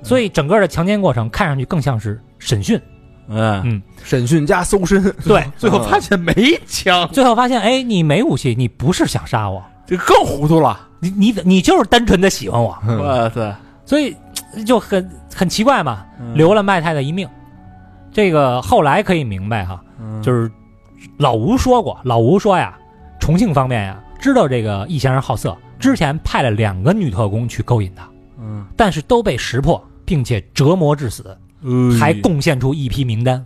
D: 所以整个的强奸过程看上去更像是审讯。
F: 嗯
B: 审讯加搜身，
D: 对，
G: 最
C: 嗯
G: 后发现没枪，
D: 最后发现哎，你没武器，你不是想杀我，
F: 这更糊涂了，
D: 你你你就是单纯的喜欢我，
F: 我操，
D: 所以就很很奇怪嘛，
F: 嗯
D: 留了麦太太一命。这个后来可以明白哈，
F: 嗯
D: 就是老吴说过，老吴说呀，重庆方面呀，知道这个易先生好色，之前派了两个女特工去勾引他，
F: 嗯，
D: 但是都被识破，并且折磨致死，
F: 哎
D: 还贡献出一批名单，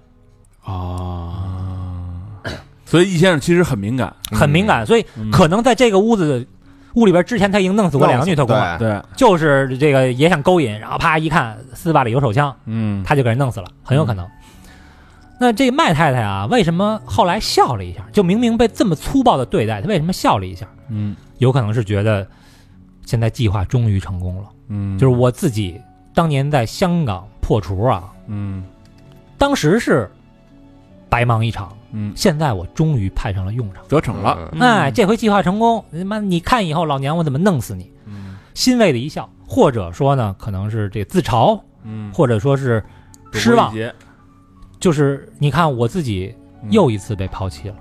F: 啊。所以易先生其实很敏感，
D: 很敏感，所以
F: 嗯
D: 可能在这个屋子屋里边之前，他已经弄死过两个女特工啊了，
B: 对，
F: 对，
D: 就是这个也想勾引，然后啪一看丝袜里有手枪，
F: 嗯，
D: 他就给人弄死了，很有可能。那这麦太太啊，为什么后来笑了一下？就明明被这么粗暴的对待，她为什么笑了一下？
F: 嗯
D: 有可能是觉得现在计划终于成功了。
F: 嗯，
D: 就是我自己当年在香港破除啊，
F: 嗯
D: 当时是白忙一场，
F: 嗯，
D: 现在我终于派上了用场。
F: 得逞了，
B: 嗯
D: 哎，这回计划成功，他妈你看以后老娘我怎么弄死你？
F: 嗯
D: 欣慰的一笑，或者说呢，可能是这自嘲，
F: 嗯，
D: 或者说是失望，
F: 躲过一劫，
D: 就是你看我自己
F: 嗯
D: 又一次被抛弃了，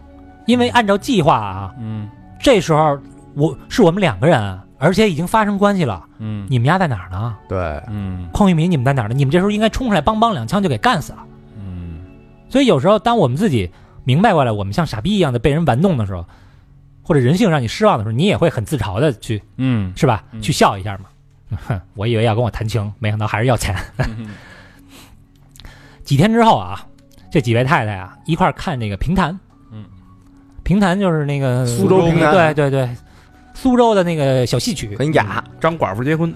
D: 因为按照计划啊，
F: 嗯
D: 这时候我是我们两个人啊，而且已经发生关系了。
F: 嗯
D: 你们家在哪儿呢？
B: 对，
F: 嗯
D: 邝玉民，你们在哪儿呢？你们这时候应该冲出来，梆梆两枪就给干死了。
F: 嗯
D: 所以有时候，当我们自己明白过来，我们像傻逼一样的被人玩弄的时候，或者人性让你失望的时候，你也会很自嘲的去，
F: 嗯
D: 是吧？
F: 嗯
D: 去笑一下嘛。 哼，我以为要跟我谈情，没想到还是要钱。
F: 嗯
D: 几天之后啊，这几位太太啊一块儿看那个评弹，
F: 嗯，
D: 评弹就是那个
B: 苏州评弹
D: 对对对，苏州的那个小戏曲，
B: 很雅，
G: 张寡妇结婚，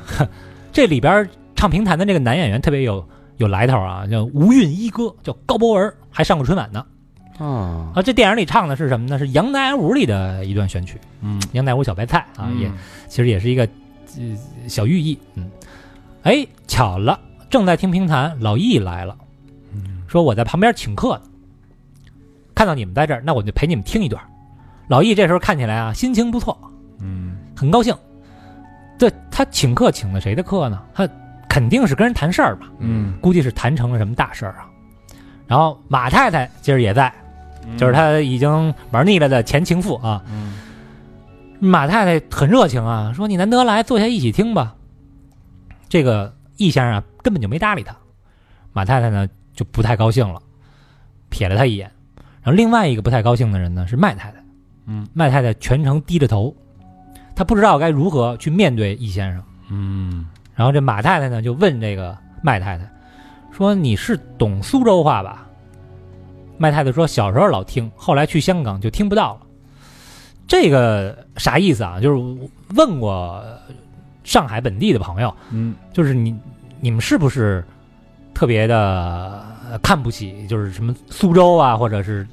D: 这里边唱评弹的这个男演员特别有有来头啊，叫吴韵一哥，叫高博文，还上过春晚呢。
C: 啊，
D: 啊，这电影里唱的是什么呢？是《杨乃武》里的一段选曲，
F: 嗯
D: 《杨乃武小白菜》啊，
F: 嗯
D: 也其实也是一个呃小寓意。嗯，哎，巧了，正在听评弹，老易来了，说我在旁边请客呢，看到你们在这儿，那我就陪你们听一段。老易这时候看起来啊，心情不错，
F: 嗯
D: 很高兴。这他请客请的谁的客呢？他肯定是跟人谈事儿嘛，
F: 嗯，
D: 估计是谈成了什么大事儿啊。然后马太太今儿也在，就是他已经玩腻了的前情妇啊。
F: 嗯，
D: 马太太很热情啊，说你难得来，坐下一起听吧。这个易先生啊，根本就没搭理他。马太太呢就不太高兴了，瞥了他一眼。然后另外一个不太高兴的人呢是麦太太，
F: 嗯，
D: 麦太太全程低着头，她不知道该如何去面对易先生。
F: 嗯
D: 然后这马太太呢就问这个麦太太说：“你是懂苏州话吧？”麦太太说：“小时候老听，后来去香港就听不到了。”这个啥意思啊？就是我问过上海本地的朋友，
F: 嗯
D: 就是你你们是不是特别的呃看不起，就是什么苏州啊，或者是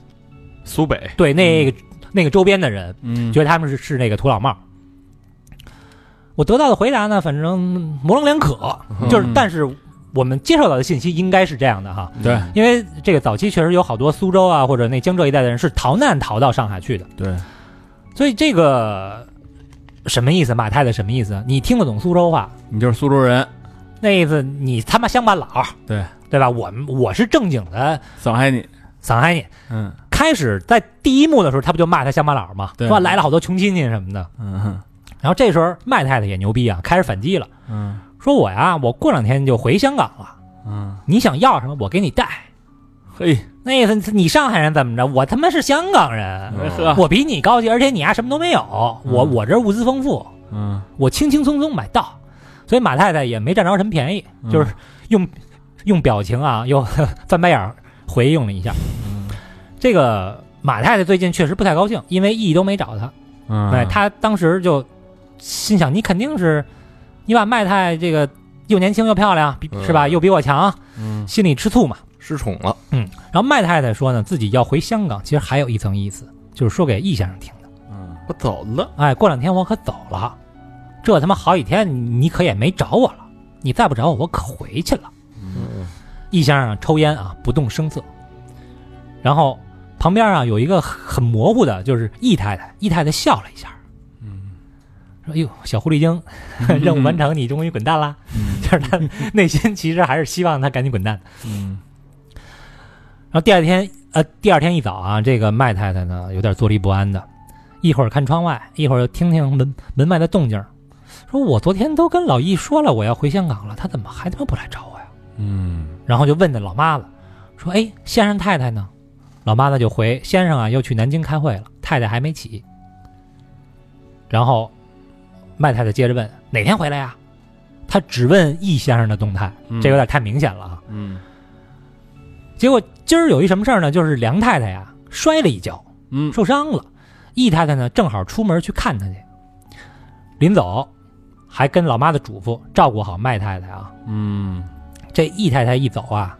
G: 苏北
D: 对那个、那个周边的人，
F: 嗯，
D: 觉得他们是是那个土老帽儿。我得到的回答呢，反正模棱两可，就是
F: 嗯
D: 但是我们接受到的信息应该是这样的哈，
F: 对
D: 因为这个早期确实有好多苏州啊或者那江浙一带的人是逃难逃到上海去的，
F: 对，
D: 所以这个什么意思？马太太什么意思？你听得懂苏州话，
F: 你就是苏州人，
D: 那意思你他妈乡巴佬，
F: 对
D: 对吧？我们我是正经的
F: 伤害你，
D: 上海人。
F: 嗯
D: 开始在第一幕的时候，他不就骂他乡巴佬嘛，
F: 对
D: 说来了好多穷亲戚什么的，
F: 嗯
D: 然后这时候麦太太也牛逼啊，开始反击了，
F: 嗯
D: 说我呀，我过两天就回香港了，
F: 嗯，
D: 你想要什么我给你带。
F: 嘿，
D: 那意思你上海人怎么着？我他妈是香港人，
F: 呵，
D: 我比你高级，而且你呀什么都没有，我我这儿物资丰富，
F: 嗯
D: 我轻轻松松买到，所以马太太也没占着什么便宜，
F: 嗯
D: 就是用用表情啊，又 翻白眼儿回应了一下。这个马太太最近确实不太高兴，因为义都没找她，
F: 嗯，
D: 哎，他当时就心想：你肯定是你把麦太这个又年轻又漂亮，比是吧？
B: 嗯
D: 又比我强，
F: 嗯
D: 心里吃醋嘛。
B: 失宠了，
D: 嗯，然后麦太太说呢，自己要回香港，其实还有一层意思，就是说给易先生听的。
F: 嗯
C: 我走了，
D: 哎，过两天我可走了，这他妈好几天你你可也没找我了，你再不找我，我可回去了。
B: 嗯
D: 易先生啊抽烟啊，不动声色，然后旁边啊有一个很模糊的，就是易太太，易太太笑了一下。
F: 嗯
D: 说：“哎呦，小狐狸精， 任务完成，你终于滚蛋啦！”
F: 嗯
D: 就是他内心其实还是希望他赶紧滚蛋。
F: 嗯
D: 然后第二天，呃，第二天一早啊，这个麦太太呢有点坐立不安的，一会儿看窗外，一会儿又听听门门外的动静儿，说：“我昨天都跟老易说了我要回香港了，他怎么还他妈不来找我呀
F: 嗯？”
D: 然后就问那老妈了，说：“哎，先生太太呢？”老妈呢就回：“先生啊，又去南京开会了，太太还没起。”然后麦太太接着问：“哪天回来呀、她只问易先生的动态，
F: 嗯
D: 这有点太明显了啊。
F: 嗯
D: 结果今儿有一什么事儿呢？就是梁太太呀摔了一跤，
F: 嗯
D: 受伤了。易太太呢正好出门去看她去，临走还跟老妈的嘱咐照顾好麦太太啊。
F: 嗯，
D: 这易太太一走啊，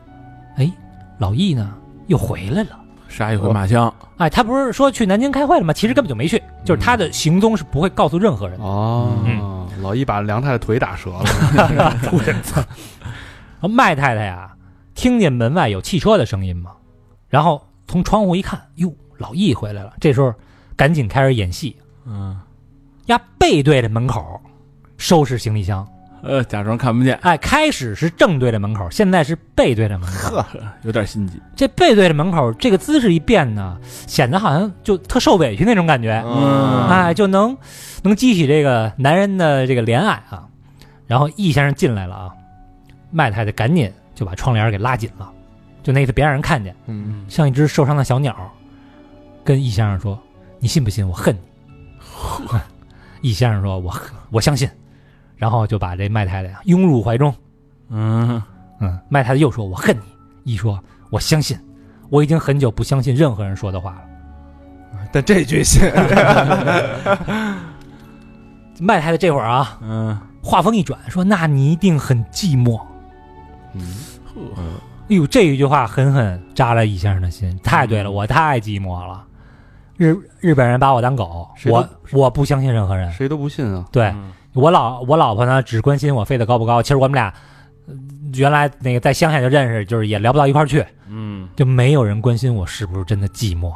D: 哎，老易呢又回来了。
F: 杀一回马枪，
D: 哎，他不是说去南京开会了吗？其实根本就没去，就是他的行踪是不会告诉任何人的。
C: 哦，
D: 嗯
C: 老易把梁太太腿打折 了，
D: 然后麦太太呀、听见门外有汽车的声音嘛，然后从窗户一看，哟，老易回来了。这时候赶紧开始演戏，
F: 嗯
D: 呀，背对着门口收拾行李箱。
F: 呃，假装看不见，
D: 哎，开始是正对着门口，现在是背对着门口。
F: 有点心机，
D: 这背对着门口这个姿势一变呢，显得好像就特受委屈那种感觉，
F: 嗯
D: 哎，就能能激起这个男人的这个怜爱啊。然后易先生进来了啊，麦太太赶紧就把窗帘给拉紧了，就那意思别让人看见，
B: 嗯，
D: 像一只受伤的小鸟，跟易先生说：“你信不信我恨 你？”易先生说：“我我相信。”然后就把这麦太太啊拥入怀中。
F: 嗯
D: 嗯，麦太太又说：“我恨你。”易说：“我相信，我已经很久不相信任何人说的话了。
B: 但这句信，”
D: 麦太太这会儿啊，
F: 嗯
D: 话锋一转，说：“那你一定很寂寞。”
C: 嗯
D: 哎呦，这一句话狠狠扎了一先生的心。太对了，我太寂寞了。日日本人把我当狗，
C: 谁都
D: 我我嗯不相信任何人。
C: 谁都不信 啊。
D: 对我老我老婆呢，只关心我飞得高不高。其实我们俩呃原来那个在乡下就认识，就是也聊不到一块儿去。
F: 嗯
D: 就没有人关心我是不是真的寂寞。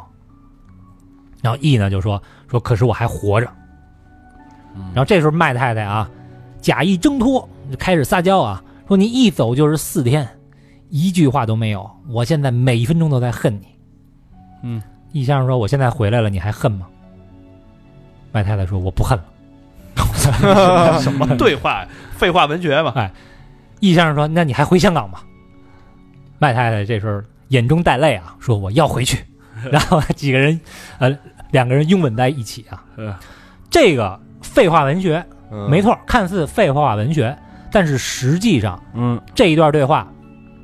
D: 然后 E 呢就说说，可是我还活着。然后这时候麦太太啊，假意挣脱，就开始撒娇啊，说你一走就是四天，一句话都没有，我现在每一分钟都在恨你。
F: 嗯
D: 易先生说：“我现在回来了，你还恨吗？”麦太太说：“我不恨了。
A: 什么对话？废话文学嘛。”
D: 易先生说：“那你还回香港吗？”麦太太这时候眼中带泪啊，说：“我要回去。”然后几个人，呃，两个人拥吻在一起啊
F: 呃。
D: 这个废话文学
B: 嗯
D: 没错，看似废话文学，但是实际上
F: 嗯
D: 这一段对话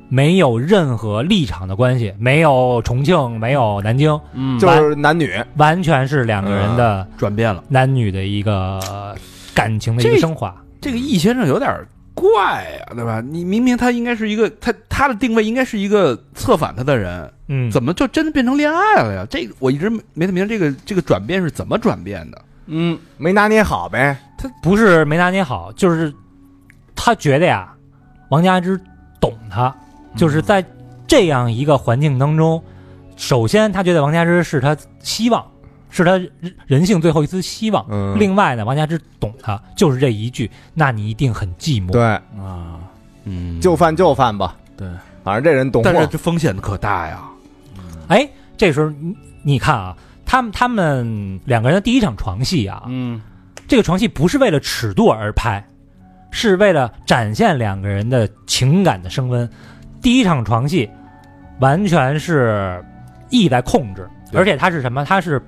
D: 没有任何立场的关系，没有重庆，没有南京，
F: 嗯，
B: 就是男女，
D: 完全是两个人的
C: 转变了，
D: 男女的一个呃感情的一个
C: 这
D: 升华。
C: 这个易先生有点怪啊，对吧？你明明他应该是一个他他的定位应该是一个策反他的人，
D: 嗯，
C: 怎么就真的变成恋爱了呀？这个我一直没没太明白这个这个转变是怎么转变的。
F: 嗯
B: 没拿捏好呗。
D: 不是没拿捏好，就是他觉得呀，王佳芝懂他，
B: 嗯
D: 就是在这样一个环境当中，首先他觉得王佳芝是他希望，是他人人性最后一丝希望。
B: 嗯
D: 另外呢，王佳芝懂他，就是这一句，那你一定很寂寞。
B: 对，
F: 啊，
C: 嗯
B: 就犯就犯吧。
F: 对，
B: 反正这人懂
C: 但是
B: 货。
C: 这风险可大呀。
D: 哎，这时候你你看啊，他们他们两个人的第一场床戏啊，
F: 嗯
D: 这个床戏不是为了尺度而拍，是为了展现两个人的情感的升温。第一场床戏完全是意在控制，而且他是什么？他是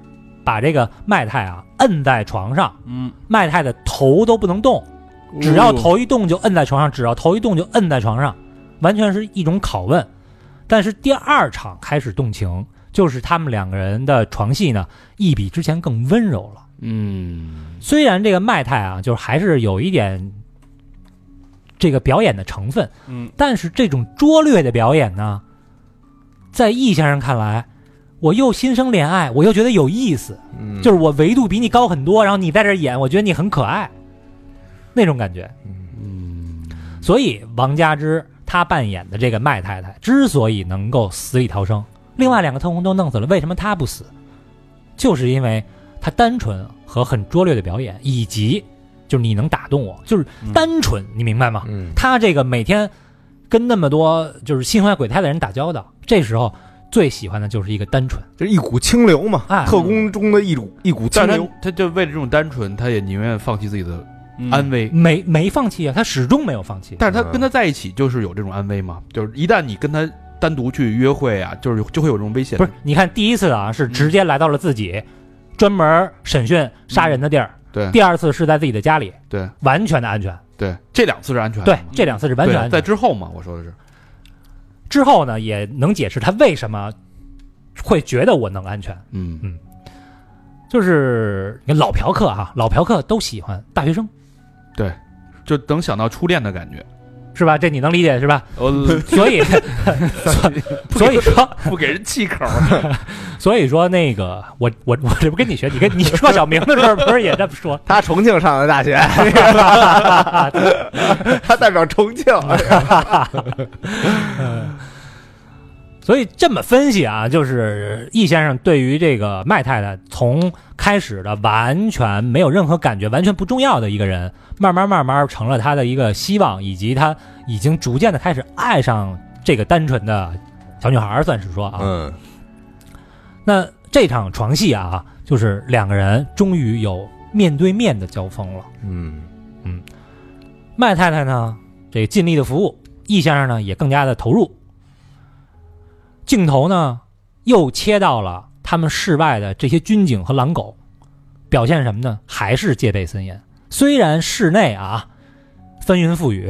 D: 把这个麦太啊摁在床上，
F: 嗯，
D: 麦太的头都不能动，只要头一动就摁在床上，只要头一动就摁在床上，完全是一种拷问。但是第二场开始动情，就是他们两个人的床戏呢，一比之前更温柔了。
C: 嗯，
D: 虽然这个麦太啊，就是还是有一点这个表演的成分，
F: 嗯，
D: 但是这种拙劣的表演呢，在易先生看来，我又心生怜爱，我又觉得有意思，
B: 嗯
D: 就是我维度比你高很多，然后你在这儿演，我觉得你很可爱，那种感觉。嗯，所以王佳芝她扮演的这个麦太太之所以能够死里逃生，另外两个特工都弄死了，为什么她不死？就是因为她单纯和很拙劣的表演，以及就是你能打动我，就是单纯，你明白吗？
B: 嗯，
D: 他这个每天跟那么多就是心怀鬼胎的人打交道，这时候最喜欢的就是一个单纯。
B: 就是一股清流嘛，
D: 哎
B: 特工中的一股一股清
C: 但是
B: 流
C: 他。他就为了这种单纯，他也宁愿放弃自己的
F: 嗯
C: 安危。
D: 没没放弃啊，他始终没有放弃。
C: 但是他跟他在一起就是有这种安危嘛，就是一旦你跟他单独去约会啊，就是有就会有这种危险。
D: 不是，你看第一次啊，是直接来到了自己专门审讯杀人的地儿；
C: 嗯对
D: 第二次是在自己的家里，
C: 对
D: 完全的安全。
C: 对，这两次是安全的
D: 对
C: 嘛，，
D: 这两次是完全
C: 对
D: 安
C: 在
D: 全。
C: 之后嘛，我说的是，
D: 之后呢，也能解释他为什么会觉得我能安全。
C: 嗯
D: 就是你看老嫖客哈、老嫖客都喜欢大学生，
C: 就能想到初恋的感觉。
D: 是吧？这你能理解是吧？
C: 我
D: 所 以，所以说，
A: 不给人气口。
D: 所以说那个，我我我这不跟你学，你跟你说小明的时候不是也这么说？
B: 他重庆上的大学，他代表重庆。哎
D: 所以这么分析啊，就是易先生对于这个麦太太从开始的完全没有任何感觉、完全不重要的一个人，慢慢慢慢成了他的一个希望，以及他已经逐渐的开始爱上这个单纯的小女孩儿，算是说啊，
B: 嗯，
D: 那这场床戏啊，就是两个人终于有面对面的交锋了。
B: 嗯，
D: 麦太太呢，这尽力的服务；易先生呢，也更加的投入。镜头呢，又切到了他们室外的这些军警和狼狗，表现什么呢？还是戒备森严。虽然室内啊翻云覆雨，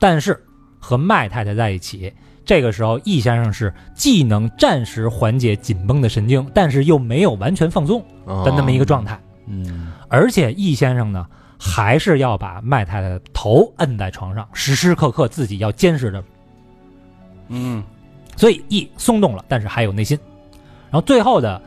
D: 但是和麦太太在一起，这个时候易先生是既能暂时缓解紧绷的神经，但是又没有完全放松的那么一个状态。
C: 嗯
D: 而且易先生呢，还是要把麦太太的头摁在床上，时时刻刻自己要监视着。
F: 嗯，
D: 所以一松动了，但是还有内心。然后最后的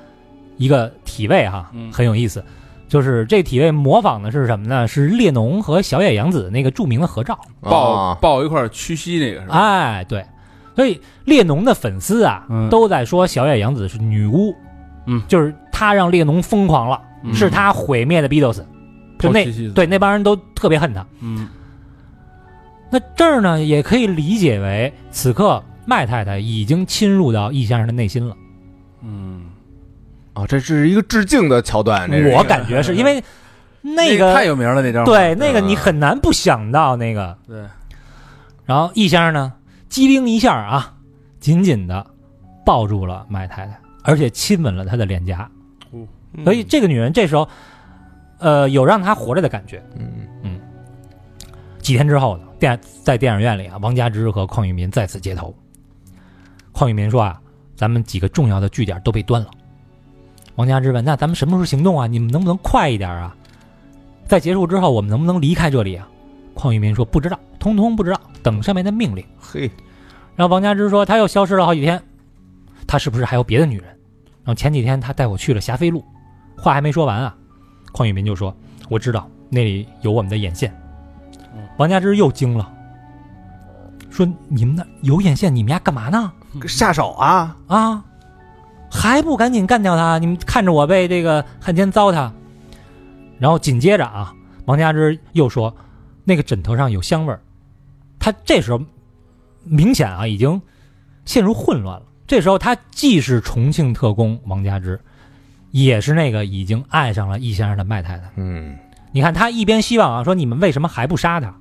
D: 一个体位哈、
F: 嗯
D: 很有意思，就是这体位模仿的是什么呢？是列侬和小野洋子那个著名的合照。
F: 抱
B: 啊
F: 抱一块儿屈膝那个是吧？
D: 哎，对，所以列侬的粉丝啊，
F: 嗯
D: 都在说小野洋子是女巫，
F: 嗯
D: 就是她让列侬疯狂了，
F: 嗯
D: 是她毁灭的 Beatles，就
F: 抱
D: 那
F: 屈膝的
D: 对那帮人都特别恨她。
F: 嗯
D: 那这儿呢，也可以理解为此刻麦太太已经侵入到易先生的内心了。
F: 嗯，
B: 啊，这是一个致敬的桥段，这是
D: 我感觉是因为那个
F: 太有名了那张，
D: 对那个
B: 嗯
D: 你很难不想到那个。
F: 对，
D: 然后易先生呢，机灵一下啊，紧紧的抱住了麦太太，而且亲吻了她的脸颊。
A: 嗯
D: 所以这个女人这时候，呃，有让她活着的感觉。
B: 嗯
D: 几天之后呢，电在电影院里啊，王佳芝和邝裕民再次接头。邝裕民说啊，咱们几个重要的据点都被端了。王佳芝问：“那咱们什么时候行动啊？你们能不能快一点啊？在结束之后，我们能不能离开这里啊？”邝裕民说：“不知道，通通不知道，等上面的命令。”
B: 嘿，
D: 然后王佳芝说她又消失了好几天，她是不是还有别的女人？然后前几天她带我去了霞飞路，话还没说完啊，邝裕民就说我知道那里有我们的眼线。王佳芝又惊了，说你们那有眼线，你们家干嘛呢？
B: 下手啊，
D: 啊，还不赶紧干掉他！你们看着我被这个汉奸糟蹋。然后紧接着啊，王佳芝又说，那个枕头上有香味儿。他这时候明显啊，已经陷入混乱了。这时候他既是重庆特工王佳芝，也是那个已经爱上了易先生的麦太太。
B: 嗯
D: 你看他一边希望啊，说你们为什么还不杀他，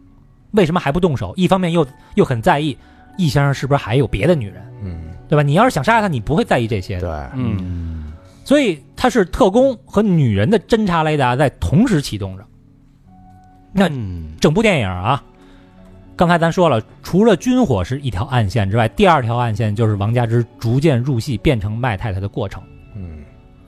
D: 为什么还不动手？一方面又又很在意易先生是不是还有别的女人。
B: 嗯，
D: 对吧？你要是想杀他，你不会在意这些
B: 对
D: 的。，
F: 嗯
D: 所以他是特工和女人的侦察雷达在同时启动着。那
C: 嗯
D: 整部电影啊，刚才咱说了，除了军火是一条暗线之外，第二条暗线就是王佳芝逐渐入戏变成麦太太的过程。
B: 嗯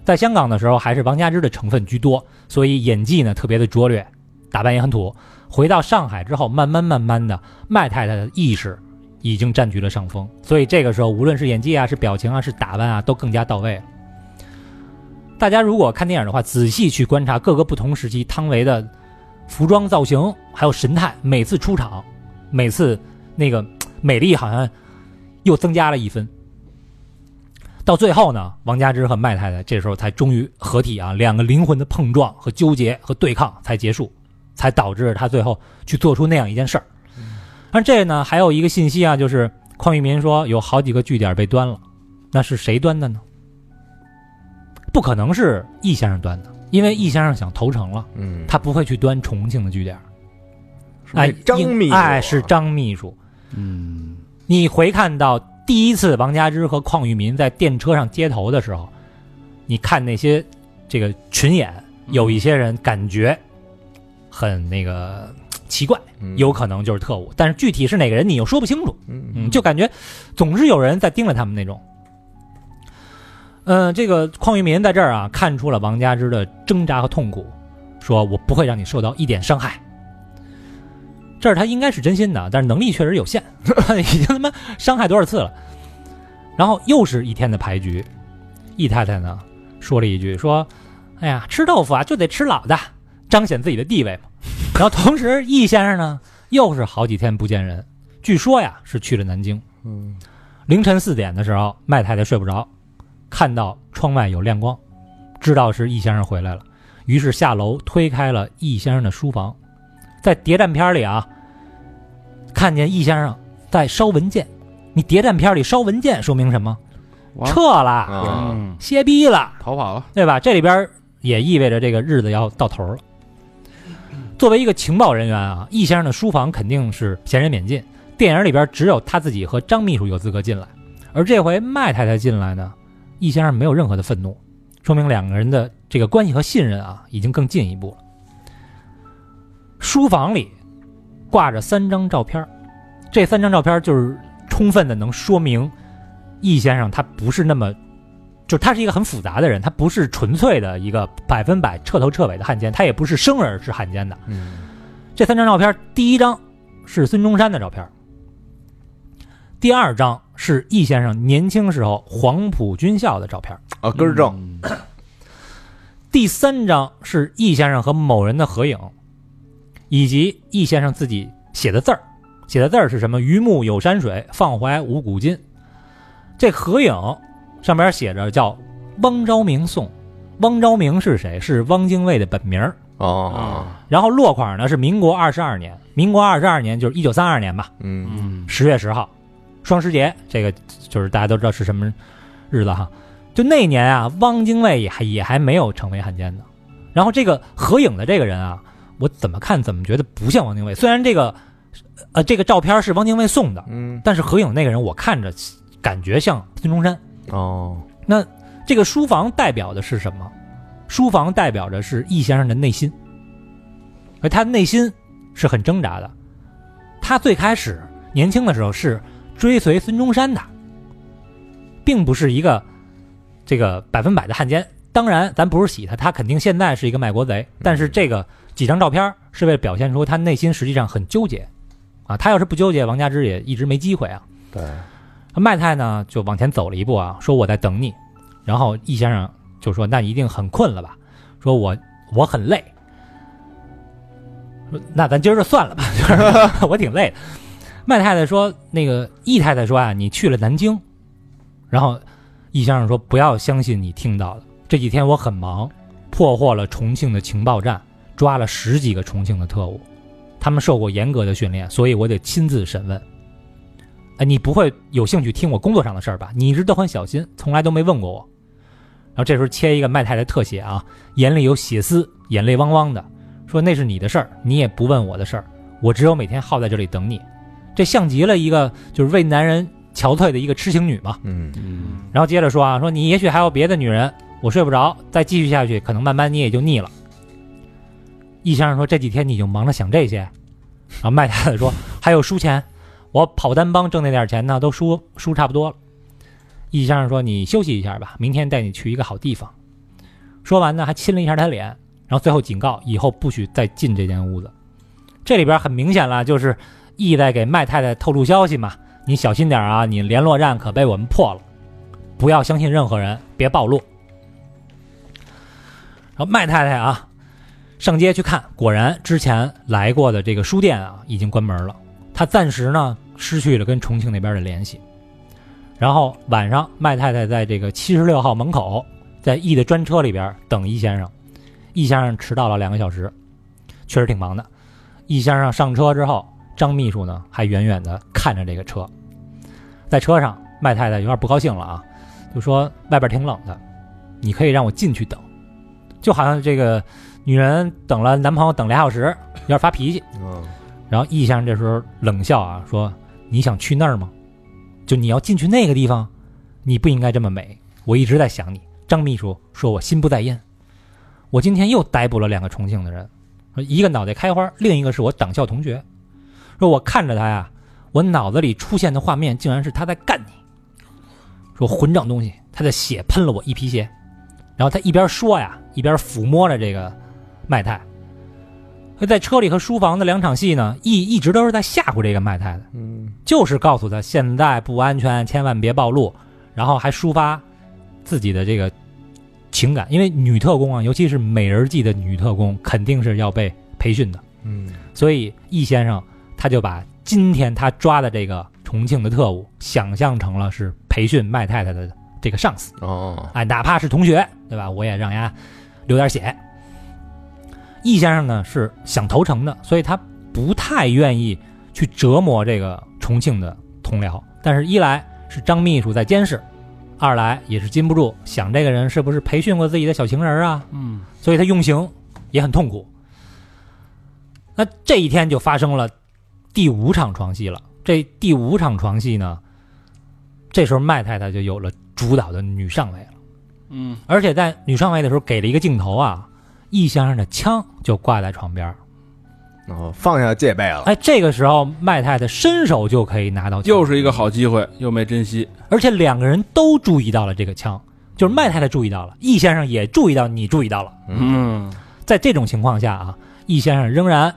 D: 在香港的时候，还是王佳芝的成分居多，所以演技呢特别的拙劣，打扮也很土。回到上海之后，慢慢慢慢的，麦太太的意识已经占据了上风，所以这个时候无论是演技啊、是表情啊、是打扮啊，都更加到位了。大家如果看电影的话，仔细去观察各个不同时期汤唯的服装造型，还有神态，每次出场，每次那个美丽好像又增加了一分。到最后呢，王佳芝和麦太太这时候才终于合体啊，两个灵魂的碰撞和纠结和对抗才结束，才导致他最后去做出那样一件事儿。但这呢，还有一个信息啊，就是邝裕民说有好几个据点被端了，那是谁端的呢？不可能是易先生端的，因为易先生想投诚了，
B: 嗯，
D: 他不会去端重庆的据点。哎，
B: 张
D: 应
B: 秘书
D: 哎是张秘书，
C: 嗯
D: 你回看到第一次王佳芝和邝裕民在电车上接头的时候，你看那些这个群演，有一些人感觉很那个奇怪，
B: 嗯
D: 有可能就是特务，但是具体是哪个人你又说不清楚，
B: 嗯
D: 嗯，就感觉总是有人在盯着他们那种。嗯、这个邝裕民在这儿啊，看出了王佳芝的挣扎和痛苦，说我不会让你受到一点伤害。这儿他应该是真心的，但是能力确实有限， 已经他妈伤害多少次了。然后又是一天的牌局，易太太呢说了一句说：“哎呀，吃豆腐啊就得吃老的，彰显自己的地位嘛。”然后同时易先生呢又是好几天不见人，据说呀是去了南京。
B: 嗯
D: 凌晨四点的时候，麦太太睡不着，看到窗外有亮光，知道是易先生回来了，于是下楼推开了易先生的书房。在谍战片里啊，看见易先生在烧文件。你谍战片里烧文件说明什么？
A: 哦
F: 哇
D: 撤了，
B: 啊，
F: 嗯，
D: 歇逼了。
F: 逃跑了，
D: 对吧？这里边也意味着这个日子要到头了。作为一个情报人员啊，易先生的书房肯定是闲人免进。电影里边只有他自己和张秘书有资格进来，而这回麦太太进来呢，易先生没有任何的愤怒，说明两个人的这个关系和信任啊，已经更进一步了。书房里挂着三张照片儿，这三张照片儿就是充分的能说明易先生他不是那么就是他是一个很复杂的人，他不是纯粹的一个百分百彻头彻尾的汉奸，他也不是生而是汉奸的。
B: 嗯
D: 这三张照片，第一张是孙中山的照片，第二张是易先生年轻时候黄埔军校的照片，
B: 啊，根儿正，
C: 嗯
D: 第三张是易先生和某人的合影，以及易先生自己写的字儿，写的字儿是什么？榆木有山水，放怀无古今。这合影上边写着叫汪昭明颂，汪昭明是谁？是汪精卫的本名儿。
B: 哦，
D: 然后落款呢是民国二十二年，民国二十二年就是一九三二年吧，
B: 嗯
F: 嗯
D: 十月十号，双十节，这个就是大家都知道是什么日子哈。就那年啊，汪精卫也还也还没有成为汉奸呢。然后这个合影的这个人啊，我怎么看怎么觉得不像汪精卫。虽然这个呃这个照片是汪精卫送的，
B: 嗯，
D: 但是合影那个人我看着感觉像孙中山。
B: 哦，
D: 这个书房代表的是什么？书房代表着是易先生的内心，而他内心是很挣扎的。他最开始年轻的时候是追随孙中山的，并不是一个这个百分百的汉奸。当然，咱不是洗他，他肯定现在是一个卖国贼。但是这个几张照片是为了表现出他内心实际上很纠结啊。他要是不纠结，王家之也一直没机会啊。
B: 对，
D: 麦太呢就往前走了一步啊，说我在等你。然后易先生就说：“那你一定很困了吧？”说我我很累。说那咱今儿就算了吧， 就是我挺累的。麦太太说：“那个易太太说啊，你去了南京。”然后易先生说：“不要相信你听到的，这几天我很忙，破获了重庆的情报站，抓了十几个重庆的特务，他们受过严格的训练，所以我得亲自审问。”哎，你不会有兴趣听我工作上的事儿吧？你一直都很小心，从来都没问过我。然后这时候切一个麦太太特写啊，眼里有血丝，眼泪汪汪的，说那是你的事儿，你也不问我的事儿，我只有每天耗在这里等你。这像极了一个就是为男人憔悴的一个痴情女嘛。
B: 嗯
F: 嗯
D: 然后接着说啊，说你也许还有别的女人，我睡不着，再继续下去，可能慢慢你也就腻了。易先生说这几天你就忙着想这些，然后麦太太说还有输钱，我跑单帮挣那点钱呢，都输输差不多了。易先生说你休息一下吧，明天带你去一个好地方。说完呢，还亲了一下他脸，然后最后警告以后不许再进这间屋子。这里边很明显了，就是易在给麦太太透露消息嘛，你小心点啊，你联络站可被我们破了。不要相信任何人，别暴露。然后麦太太啊，上街去看，果然之前来过的这个书店啊已经关门了。她暂时呢失去了跟重庆那边的联系。然后晚上，麦太太在这个七十六号门口，在易的专车里边等易先生。易先生迟到了两个小时，确实挺忙的。易先生上车之后，张秘书呢还远远的看着这个车。在车上，麦太太有点不高兴了啊，就说外边挺冷的，你可以让我进去等，就好像这个女人等了男朋友等俩小时，有点发脾气。
B: 嗯
D: 然后易先生这时候冷笑啊，说你想去那儿吗？就你要进去那个地方，你不应该这么美。我一直在想你。张秘书说我心不在焉，我今天又逮捕了两个重庆的人，说一个脑袋开花，另一个是我党校同学。说我看着他呀，我脑子里出现的画面竟然是他在干你。说混账东西，他的血喷了我一皮鞋。然后他一边说呀，一边抚摸着这个麦太。所以在车里和书房的两场戏呢，一一直都是在吓唬这个麦太太，
B: 嗯
D: 就是告诉她现在不安全，千万别暴露，然后还抒发自己的这个情感，因为女特工啊，尤其是美人计的女特工，肯定是要被培训的，
B: 嗯
D: 所以易先生他就把今天他抓的这个重庆的特务想象成了是培训麦太太的这个上司。
B: 哦，
D: 哎，哪怕是同学，对吧？我也让人家流点血。易先生呢是想投诚的，所以他不太愿意去折磨这个重庆的同僚。但是，一来是张秘书在监视，二来也是禁不住想这个人是不是培训过自己的小情人啊，
F: 嗯
D: 所以他用刑也很痛苦。那这一天就发生了第五场床戏了。这第五场床戏呢，这时候麦太太就有了主导的女上尉了。
F: 嗯
D: 而且在女上尉的时候给了一个镜头啊，易先生的枪就挂在床边儿。
B: 然后哦放下戒备了，
D: 哎，这个时候麦太太伸手就可以拿到枪，
F: 又是一个好机会，又没珍惜。
D: 而且两个人都注意到了这个枪，就是麦太太注意到了，易先生也注意到你注意到了。
F: 嗯，
D: 在这种情况下啊，易先生仍然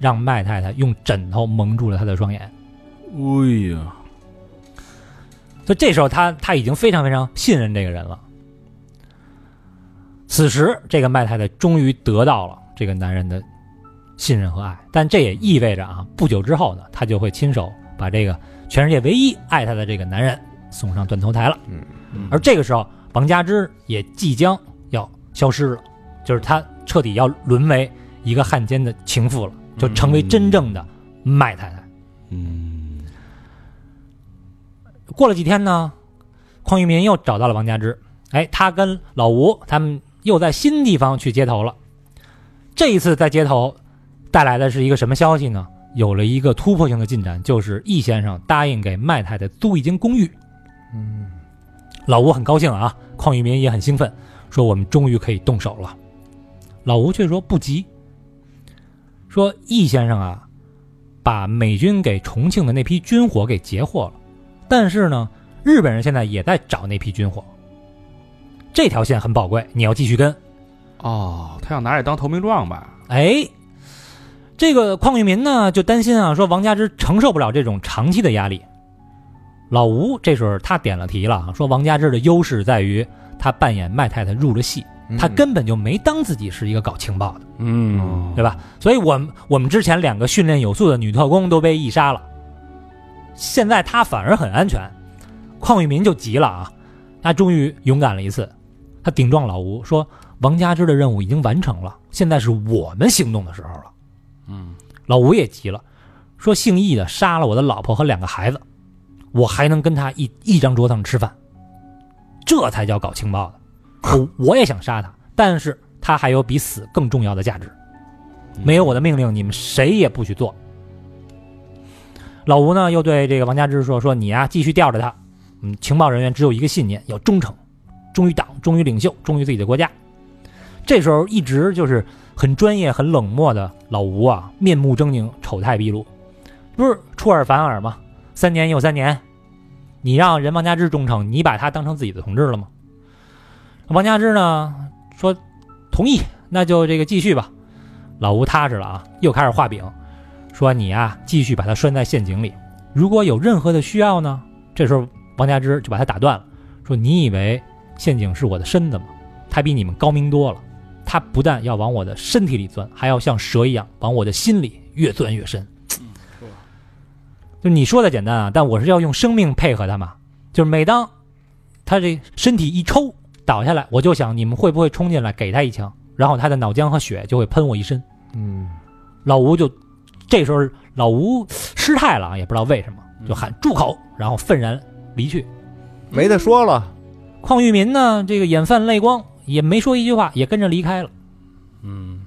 D: 让麦太太用枕头蒙住了他的双眼。
F: 哎呀，
D: 所以这时候他他已经非常非常信任这个人了。此时，这个麦太太终于得到了这个男人的信任和爱，但这也意味着啊，不久之后呢，她就会亲手把这个全世界唯一爱她的这个男人送上断头台了。
B: 嗯
F: 嗯
D: 而这个时候，王佳芝也即将要消失了，就是她彻底要沦为一个汉奸的情妇了，就成为真正的麦太太。
C: 嗯，
D: 过了几天呢，匡裕民又找到了王家之，哎，他跟老吴他们又在新地方去接头了。这一次在接头带来的是一个什么消息呢？有了一个突破性的进展，就是易先生答应给麦太太租一间公寓。
B: 嗯
D: 老吴很高兴啊，匡裕民也很兴奋，说我们终于可以动手了。老吴却说不急，说易先生啊，把美军给重庆的那批军火给截获了，但是呢，日本人现在也在找那批军火，这条线很宝贵，你要继续跟。
C: 哦，他要拿这当投名状吧？
D: 哎，这个匡裕民呢就担心啊，说王家之承受不了这种长期的压力。老吴这时候他点了题了啊，说王家之的优势在于他扮演麦太太入了戏，
B: 嗯
D: 他根本就没当自己是一个搞情报的，
F: 嗯，
C: 哦
D: 对吧？所以我们我们之前两个训练有素的女特工都被缢杀了，现在他反而很安全。匡裕民就急了啊，他终于勇敢了一次，他顶撞老吴说：“王家之的任务已经完成了，现在是我们行动的时候了。”
F: 嗯，
D: 老吴也急了，说：“姓易的杀了我的老婆和两个孩子，我还能跟他一一张桌子上吃饭，这才叫搞情报的。我我也想杀他，但是他还有比死更重要的价值。”
A: 嗯
D: 没有我的命令，你们谁也不许做。老吴呢，又对这个王家之说：“说你呀、继续吊着他。嗯，情报人员只有一个信念，要忠诚，忠于党，忠于领袖，忠于自己的国家。”这时候，一直就是很专业、很冷漠的老吴啊，面目狰狞，丑态毕露，不是出尔反尔吗？三年又三年，你让人王家之忠诚，你把他当成自己的同志了吗？王家之呢说同意，那就这个继续吧。老吴踏实了啊，又开始画饼，说你啊，继续把他拴在陷阱里。如果有任何的需要呢，这时候王家之就把他打断了，说你以为陷阱是我的身子吗？他比你们高明多了，他不但要往我的身体里钻，还要像蛇一样往我的心里越钻越深。就你说的简单啊，但我是要用生命配合他嘛。就是每当他这身体一抽倒下来，我就想你们会不会冲进来给他一枪，然后他的脑浆和血就会喷我一身。
B: 嗯
D: 老吴就这时候老吴失态了啊，也不知道为什么，就喊住口，然后愤然离去。
B: 没得说了，
D: 邝裕民呢，这个眼泛泪光，也没说一句话，也跟着离开了。
F: 嗯，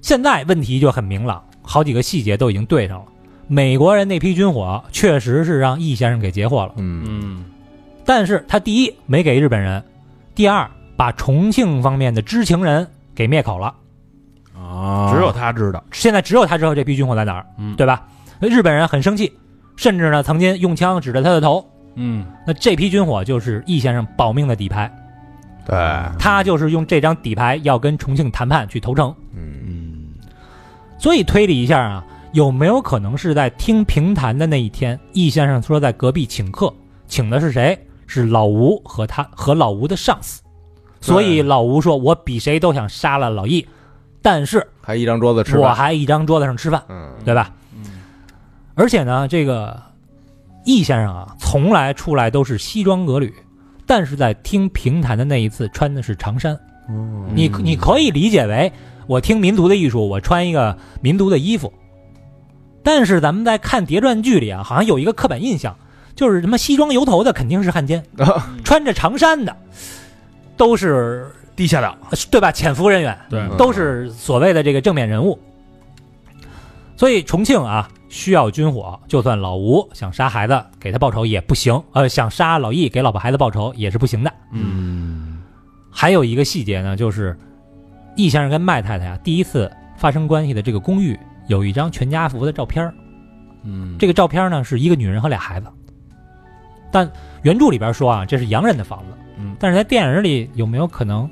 D: 现在问题就很明朗，好几个细节都已经对上了。美国人那批军火确实是让易先生给截获了，
B: 嗯
F: 嗯，
D: 但是他第一没给日本人，第二把重庆方面的知情人给灭口了。
F: 啊，
C: 只有他知道，
D: 现在只有他知道这批军火在哪儿，
F: 嗯
D: 对吧？日本人很生气，甚至呢曾经用枪指着他的头。
F: 嗯，
D: 那这批军火就是易先生保命的底牌，
B: 对，
D: 他就是用这张底牌要跟重庆谈判去投诚。
B: 嗯
C: 嗯，
D: 所以推理一下啊，有没有可能是在听评弹的那一天，易先生说在隔壁请客，请的是谁？是老吴和他和老吴的上司。所以老吴说：“我比谁都想杀了老易，但是
B: 还一张桌子吃
D: 我
B: 饭，
D: 还一张桌子上吃饭，
B: 嗯
D: 对吧？”而且呢，这个易先生啊，从来出来都是西装革履，但是在听评弹的那一次穿的是长衫。
B: 嗯
D: 你你可以理解为我听民族的艺术，我穿一个民族的衣服。但是咱们在看谍战剧里啊，好像有一个刻板印象，就是什么西装油头的肯定是汉奸，
B: 啊
D: 穿着长衫的都是
A: 地下党，
D: 呃对吧？潜伏人员
F: 对
B: 嗯
D: 呃都是所谓的这个正面人物。所以重庆啊，需要军火，就算老吴想杀孩子给他报仇也不行，呃，想杀老易给老婆孩子报仇也是不行的。
C: 嗯，
D: 还有一个细节呢，就是易先生跟麦太太啊第一次发生关系的这个公寓有一张全家福的照片儿，
F: 嗯，
D: 这个照片呢是一个女人和俩孩子，但原著里边说啊这是洋人的房子，
F: 嗯
D: 但是在电影里有没有可能，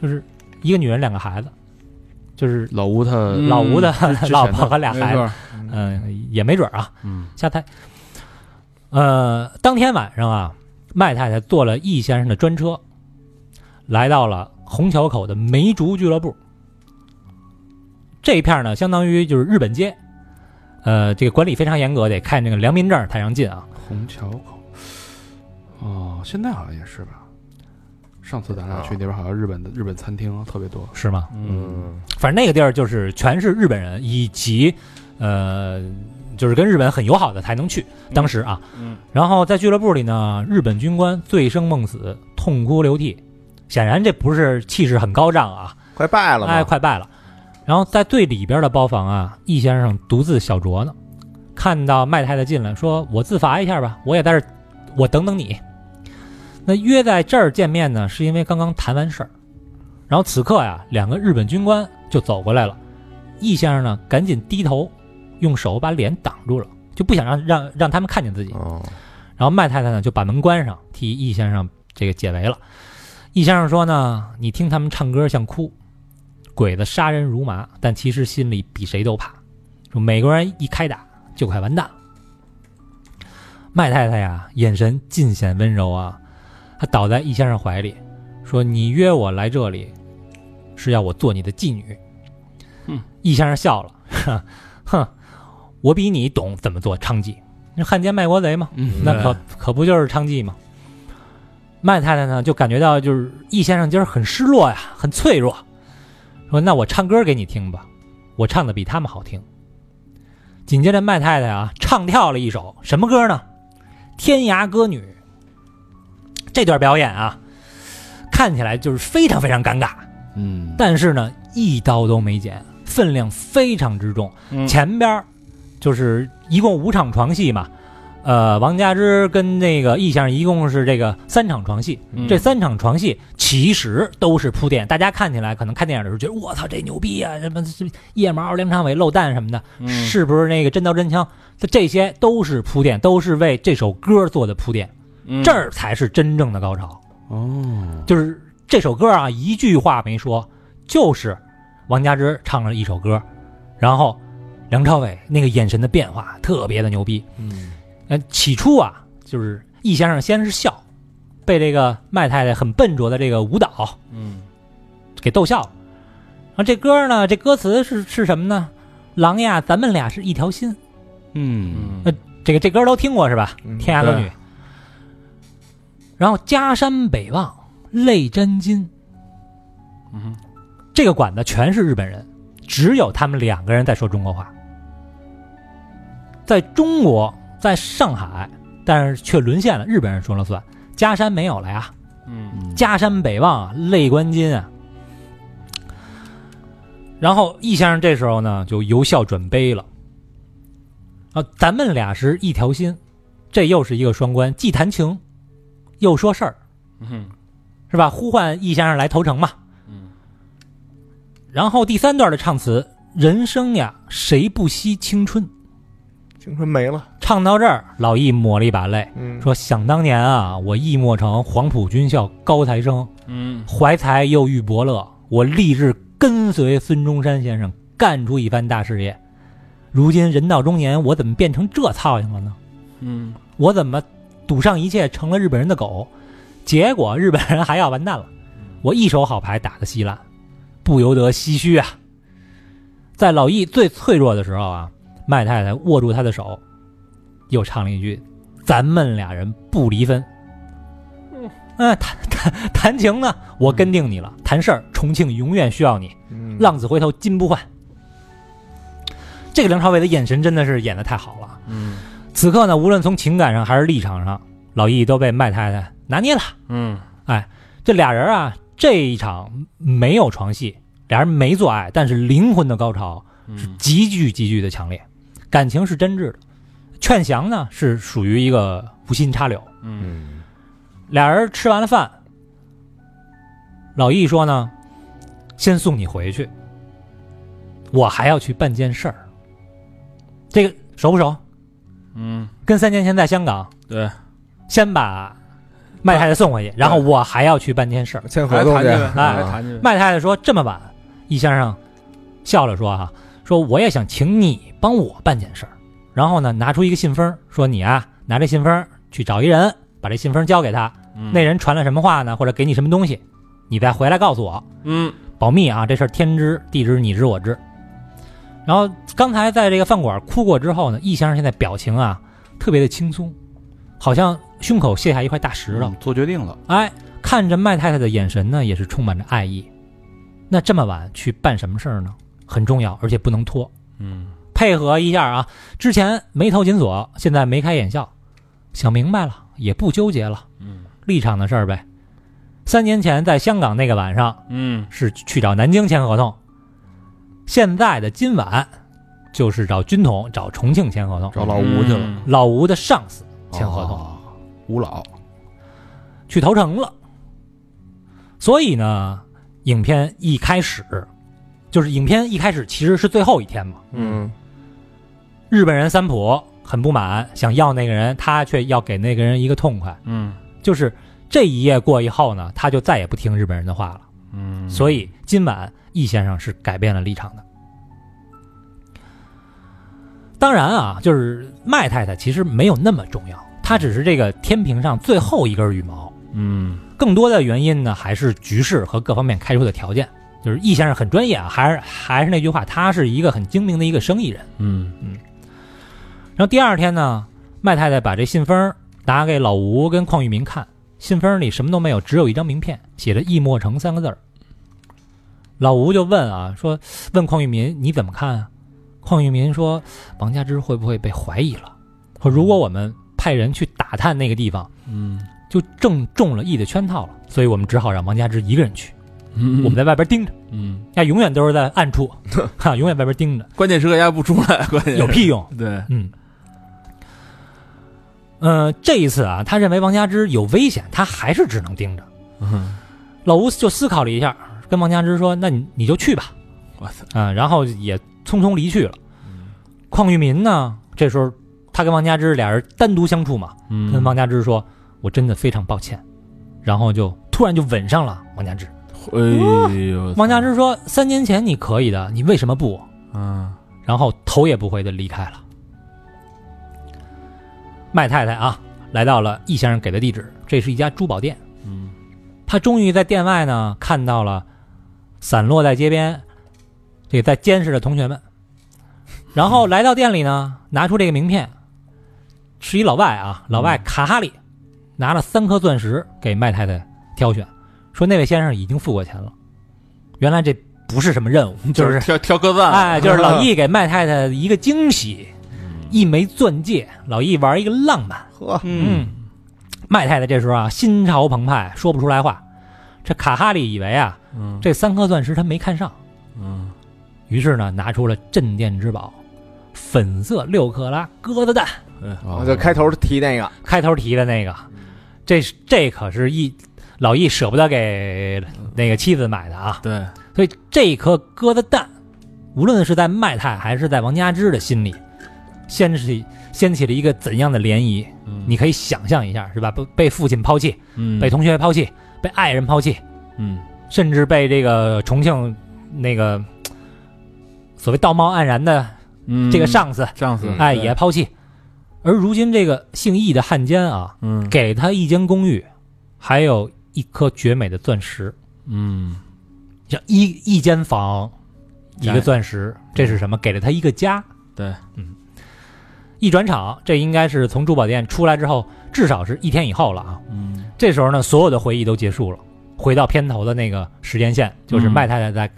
D: 就是一个女人两个孩子，就是
G: 老吴他
F: 嗯
D: 老吴的
G: 前的
D: 老婆和俩
F: 没
D: 孩子，
F: 错，
D: 嗯，也没准儿啊，
F: 嗯
D: 下台。呃，当天晚上啊，麦太太坐了易先生的专车，来到了虹桥口的梅竹俱乐部。这一片儿呢，相当于就是日本街，呃，这个管理非常严格，得看这个良民证才让进啊。
C: 虹桥口。哦，现在好像也是吧。上次咱俩去那边，好像日本的日本餐厅特别多。
D: 是吗？
B: 嗯，
D: 反正那个地儿就是全是日本人，以及呃，就是跟日本很友好的才能去。当时啊，
A: 嗯，
D: 然后在俱乐部里呢，日本军官醉生梦死，痛哭流涕，显然这不是气势很高涨啊，
B: 快败了
D: 哎，
B: 嘛，
D: 快败了。然后在最里边的包房啊，易先生独自小酌呢，看到麦太太进来，说：“我自罚一下吧，我也在这儿，我等等你。”那约在这儿见面呢，是因为刚刚谈完事儿。然后此刻呀，两个日本军官就走过来了，易先生呢赶紧低头，用手把脸挡住了，就不想让让让他们看见自己。
B: 哦，
D: 然后麦太太呢就把门关上，替易先生这个解围了。易先生说呢：“你听他们唱歌像哭，鬼子杀人如麻，但其实心里比谁都怕。说美国人一开打就快完蛋了。”麦太太呀，眼神尽显温柔啊，她倒在易先生怀里，说：“你约我来这里，是要我做你的妓女。”
F: 嗯，
D: 易先生笑了，哼，我比你懂怎么做娼妓，那汉奸卖国贼嘛。
F: 嗯
D: 那可可不就是娼妓吗？麦太太呢，就感觉到就是易先生今儿很失落呀，很脆弱，说：“那我唱歌给你听吧，我唱的比他们好听。”紧接着，麦太太啊唱跳了一首什么歌呢？《天涯歌女》。这段表演啊，看起来就是非常非常尴尬，
C: 嗯，
D: 但是呢，一刀都没剪，分量非常之重。
A: 嗯
D: 前边儿就是一共五场床戏嘛，呃，王佳芝跟那个易先生一共是这个三场床戏，
A: 嗯
D: 这三场床戏其实都是铺垫。大家看起来可能看电影的时候觉得我操这牛逼啊，什么什么腋毛、梁朝伟漏蛋什么的，
F: 嗯
A: 嗯
D: 是不是那个真刀真枪？这些都是铺垫，都是为这首歌做的铺垫，
A: 嗯
F: 嗯
D: 这儿才是真正的高潮。
C: 哦，
D: 就是这首歌啊，一句话没说，就是王佳芝唱了一首歌，然后梁朝伟那个眼神的变化特别的牛逼。
F: 嗯
D: 呃，起初啊，就是易先生先是笑，被这个麦太太很笨拙的这个舞蹈
F: 嗯
D: 给逗笑了。然后这歌呢，这歌词是是什么呢？狼呀，咱们俩是一条心。
C: 嗯，
D: 呃这个这歌都听过是吧？
B: 嗯
D: 天涯歌女。然后家山北望泪沾襟，
F: 嗯
D: 这个馆子全是日本人，只有他们两个人在说中国话。在中国，在上海，但是却沦陷了，日本人说了算。家山没有了呀，
F: 嗯
D: 家山北望啊，泪观今啊。然后易先生这时候呢，就由笑转悲了。啊，咱们俩是一条心，这又是一个双关，既谈情，又说事儿，
F: 嗯
D: 是吧？呼唤易先生来投诚嘛。
F: 嗯。
D: 然后第三段的唱词：“人生呀，谁不惜青春
B: 青春没了，？”
D: 唱到这儿，老易抹了一把泪，
B: 嗯，
D: 说：“想当年啊，我易墨城黄埔军校高材生，
F: 嗯
D: 怀才又遇伯乐，我立志跟随孙中山先生干出一番大事业。如今人到中年，我怎么变成这操性了呢？
F: 嗯
D: 我怎么赌上一切成了日本人的狗？结果日本人还要完蛋了，我一手好牌打得稀烂，不由得唏嘘啊。在老易最脆弱的时候啊，麦太太握住他的手，又唱了一句：“咱们俩人不离分。”嗯，谈谈谈情呢，我跟定你了；谈事儿，重庆永远需要你。
B: 嗯
D: 浪子回头金不换。这个梁朝伟的眼神真的是演的太好了。
F: 嗯
D: 此刻呢，无论从情感上还是立场上，老易都被麦太太拿捏了。
F: 嗯
D: 这俩人啊，这一场没有床戏，俩人没做爱，但是灵魂的高潮是
F: 嗯
D: 极具极具的强烈，感情是真挚的。劝降呢是属于一个无心插柳。
F: 嗯
B: 嗯，
D: 俩人吃完了饭，老易说呢，先送你回去，我还要去办件事儿。这个熟不熟？
F: 嗯，
D: 跟三年前在香港
F: 对，
D: 先把麦太太送回去，然后我还要去办件事儿。
B: 签合
F: 还
B: 同
F: 谈
B: 去啊
F: 去，呗，
D: 哎
F: 还谈去呗。
D: 麦太太说：“这么晚，易先生笑着说、哈，说我也想请你帮我办件事儿。然后呢，拿出一个信封，说你啊，拿这信封去找一人，把这信封交给他。
F: 嗯
D: 那人传了什么话呢？或者给你什么东西，你再回来告诉我，
F: 嗯
D: 保密啊，这事儿天知地知你知我知。”然后刚才在这个饭馆哭过之后呢，易先生现在表情啊特别的轻松，好像胸口卸下一块大石头。
C: 嗯做决定了，
D: 哎，看着麦太太的眼神呢，也是充满着爱意。那这么晚去办什么事儿呢？很重要，而且不能拖。
F: 嗯，
D: 配合一下啊，之前眉头紧锁，现在眉开眼笑，想明白了，也不纠结了。
F: 嗯，
D: 立场的事儿呗。三年前在香港那个晚上
F: 嗯
D: 是去找南京签合同，现在的今晚就是找军统、找重庆签合同，
C: 找老吴去了，
F: 嗯
D: 老吴的上司签合同。
C: 哦，吴老，
D: 去投诚了。所以呢，影片一开始，就是影片一开始其实是最后一天嘛。
B: 嗯，
D: 日本人三浦很不满，想要那个人，他却要给那个人一个痛快。
F: 嗯
D: 就是这一夜过以后呢，他就再也不听日本人的话了。
F: 嗯，
D: 所以今晚易先生是改变了立场的。当然啊，就是麦太太其实没有那么重要，她只是这个天平上最后一根羽毛。
F: 嗯
D: 更多的原因呢，还是局势和各方面开出的条件。就是易先生很专业啊，还是还是那句话，他是一个很精明的一个生意人。
F: 嗯
D: 然后第二天呢，麦太太把这信封拿给老吴跟邝玉民看，信封里什么都没有，只有一张名片，写着“易墨城”三个字儿。老吴就问啊，说问邝玉民你怎么看啊？邝玉民说，王家之会不会被怀疑了？说如果我们派人去打探那个地方，
F: 嗯
D: 就正中了易的圈套了，所以我们只好让王家之一个人去。
F: 嗯，
D: 我们在外边盯着，
F: 嗯，
D: 那永远都是在暗 处，哈，永远外边盯着，
F: 关键时刻压不出来，关键是
D: 有屁用？
F: 对，
D: 嗯，呃，这一次啊，他认为王佳芝有危险，他还是只能盯着。
F: 嗯
D: 老吴就思考了一下，跟王佳芝说：“那你你就去吧。
F: 我操，”
D: 啊，然后也匆匆离去了。
F: 嗯
D: 邝玉民呢，这时候他跟王佳芝俩人单独相处嘛，
F: 嗯
D: 跟王佳芝说：“我真的非常抱歉。”然后就突然就吻上了王佳芝。
F: 哎呦，
D: 王佳芝说：“三年前你可以的，你为什么不我？”
F: 嗯
D: 然后头也不回的离开了。麦太太啊，来到了易先生给的地址，这是一家珠宝店。
F: 嗯
D: 她终于在店外呢看到了散落在街边这个在监视的同学们，然后来到店里呢，拿出这个名片，是一老外啊，老外卡哈里拿了三颗钻石给麦太太挑选，说那位先生已经付过钱了。原来这不是什么任务，就是
F: 挑挑鸽子，
D: 哎，就是老易给麦太太一个惊喜，一枚钻戒，老易玩一个浪漫。
B: 呵，
D: 嗯，麦太太这时候啊，心潮澎湃，说不出来话。这卡哈利以为啊，
F: 嗯
D: 这三颗钻石他没看上，
F: 嗯
D: 于是呢，拿出了镇店之宝——粉色六克拉鸽子蛋，
C: 哦
B: 我就开头提那个，
D: 开头提的那个。这是这可是一老易舍不得给那个妻子买的啊。
F: 对，
D: 所以这颗鸽子蛋，无论是在麦太还是在王佳芝的心里，掀起掀起了一个怎样的涟漪？
F: 嗯
D: 你可以想象一下，是吧？被被父亲抛弃，
F: 嗯
D: 被同学抛弃，被爱人抛弃，
F: 嗯
D: 甚至被这个重庆那个所谓道貌岸然的
F: 嗯
D: 这个上司，
F: 上司
D: 哎，
F: 对
D: 也抛弃。而如今这个姓易的汉奸啊，
F: 嗯
D: 给他一间公寓，还有一颗绝美的钻石。
F: 嗯
D: 像一一间房，一
F: 家
D: 个钻石，这是什么？给了他一个家。
F: 对，
D: 嗯。一转场，这应该是从珠宝店出来之后，至少是一天以后了啊。
F: 嗯
D: 这时候呢，所有的回忆都结束了，回到片头的那个时间线，就是
F: 嗯
D: 麦太太在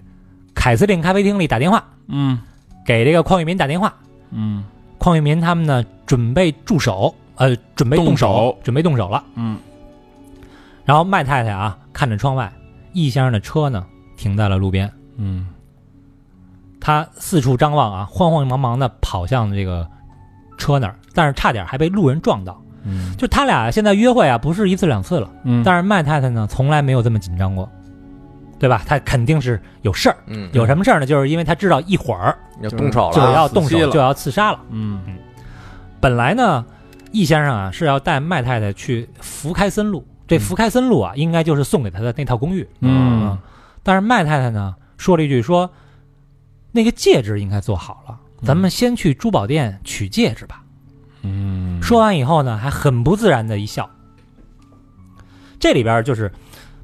D: 凯司令咖啡厅里打电话
F: 嗯
D: 给这个邝玉民打电话，
F: 嗯
D: 邝玉民他们呢准备驻守，呃，准备动
F: 动
D: 手
F: 手，
D: 准备动手了。
F: 嗯
D: 然后麦太太啊看着窗外，易先生的车呢停在了路边，
F: 嗯
D: 他四处张望啊，慌慌忙忙的跑向这个车那儿，但是差点还被路人撞到。
F: 嗯
D: 就他俩现在约会啊，不是一次两次了，
F: 嗯，
D: 但是麦太太呢，从来没有这么紧张过，对吧？她肯定是有事儿，
B: 嗯，
D: 有什么事儿呢？就是因为她知道一会儿
B: 有动手
D: 就
B: 了啊，
D: 要动
F: 死期
D: 手，
F: 了
D: 就要刺杀了。
F: 嗯
D: 本来呢，易先生啊是要带麦太太去福开森路，这福开森路啊，应该就是送给他的那套公寓。
F: 嗯
D: 啊，但是麦太太呢说了一句说，那个戒指应该做好了，咱们先去珠宝店取戒指吧。
F: 嗯
D: 说完以后呢，还很不自然的一笑。这里边就是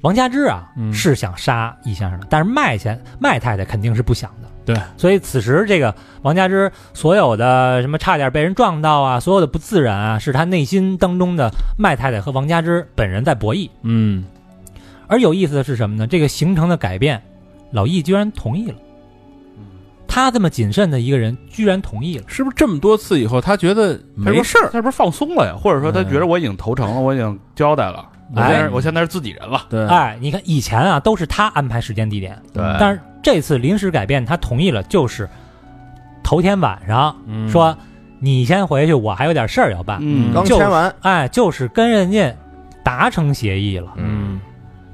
D: 王佳芝啊，
F: 嗯
D: 是想杀易先生的，但是麦先麦太太肯定是不想的。
F: 对，
D: 所以此时这个王佳芝所有的什么差点被人撞到啊，所有的不自然啊，是他内心当中的麦太太和王佳芝本人在博弈。
F: 嗯
D: 而有意思的是什么呢？这个行程的改变，老易居然同意了。他这么谨慎的一个人，居然同意了。
F: 是不是这么多次以后，他觉得没事儿？
A: 他是不是放松了呀？或者说他觉
C: 嗯
A: 得我已经投诚了，我已经交代了，我现在
D: 哎
A: 是我现在是自己人了。
F: 对，
D: 哎，你看以前啊都是他安排时间地点，
A: 对
F: 哎
D: 但是这次临时改变，他同意了，就是头天晚上
F: 嗯
D: 说你先回去，我还有点事儿要办。
A: 嗯
B: 刚签完，
D: 哎，就是跟人家达成协议了。
F: 嗯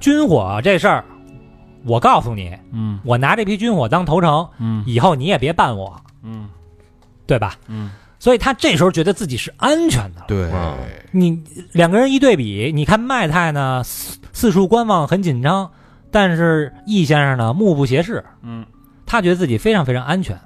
D: 军火这事儿，我告诉你，
F: 嗯
D: 我拿这批军火当头城，
F: 嗯
D: 以后你也别办我，
F: 嗯
D: 对吧？
F: 嗯，
D: 所以他这时候觉得自己是安全的了。
C: 对，
D: 你两个人一对比，你看麦太呢四四处观望，很紧张，但是易先生呢目不斜视，
F: 嗯，
D: 他觉得自己非常非常安全。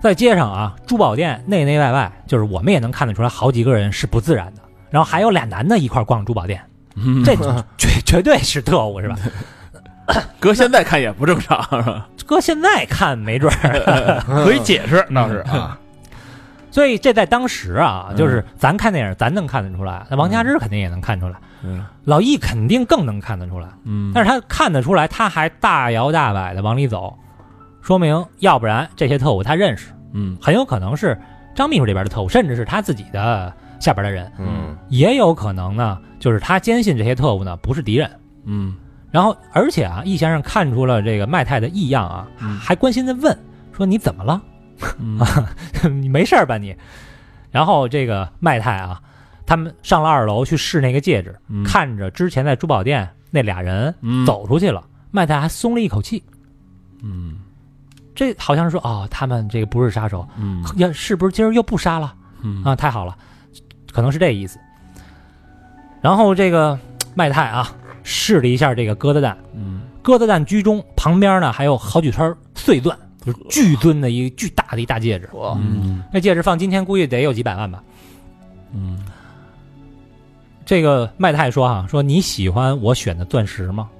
D: 在街上啊，珠宝店内内外外，就是我们也能看得出来，好几个人是不自然的。然后还有俩男的一块儿逛珠宝店， 这绝绝对是特务是吧？
F: 搁嗯现在看也不正常，是吧？
D: 搁现在看没准儿。
A: 可以解释，
C: 嗯
A: 那是 啊，
D: 所以这在当时啊，就是咱看电影，咱能看得出来，那王佳芝肯定也能看出来，
F: 嗯
D: 老易肯定更能看得出来。
F: 嗯
D: 但是他看得出来，他还大摇大摆的往里走，说明要不然这些特务他认识，
F: 嗯
D: 很有可能是张秘书这边的特务，甚至是他自己的下边的人，
F: 嗯
D: 也有可能呢，就是他坚信这些特务呢不是敌人。
F: 嗯
D: 然后，而且啊，易先生看出了这个麦太的异样啊，
F: 嗯
D: 还关心的问说：“你怎么了？
F: 嗯
D: 你没事儿吧你？”然后这个麦太啊，他们上了二楼去试那个戒指，
F: 嗯
D: 看着之前在珠宝店那俩人
F: 嗯
D: 走出去了，麦太还松了一口气。
F: 嗯
D: 这好像是说哦，他们这个不是杀手，
F: 嗯
D: 要是不是今儿又不杀了
F: 嗯
D: 啊？太好了，可能是这意思。然后这个麦太啊，试了一下这个鸽子蛋，
F: 嗯
D: 鸽子蛋居中，旁边呢还有好几圈碎钻，就是巨尊的一巨大的一大戒指。
B: 哇，
F: 嗯
D: 那戒指放今天估计得有几百万吧。
F: 嗯
D: 这个麦太说哈、说你喜欢我选的钻石吗？
F: 嗯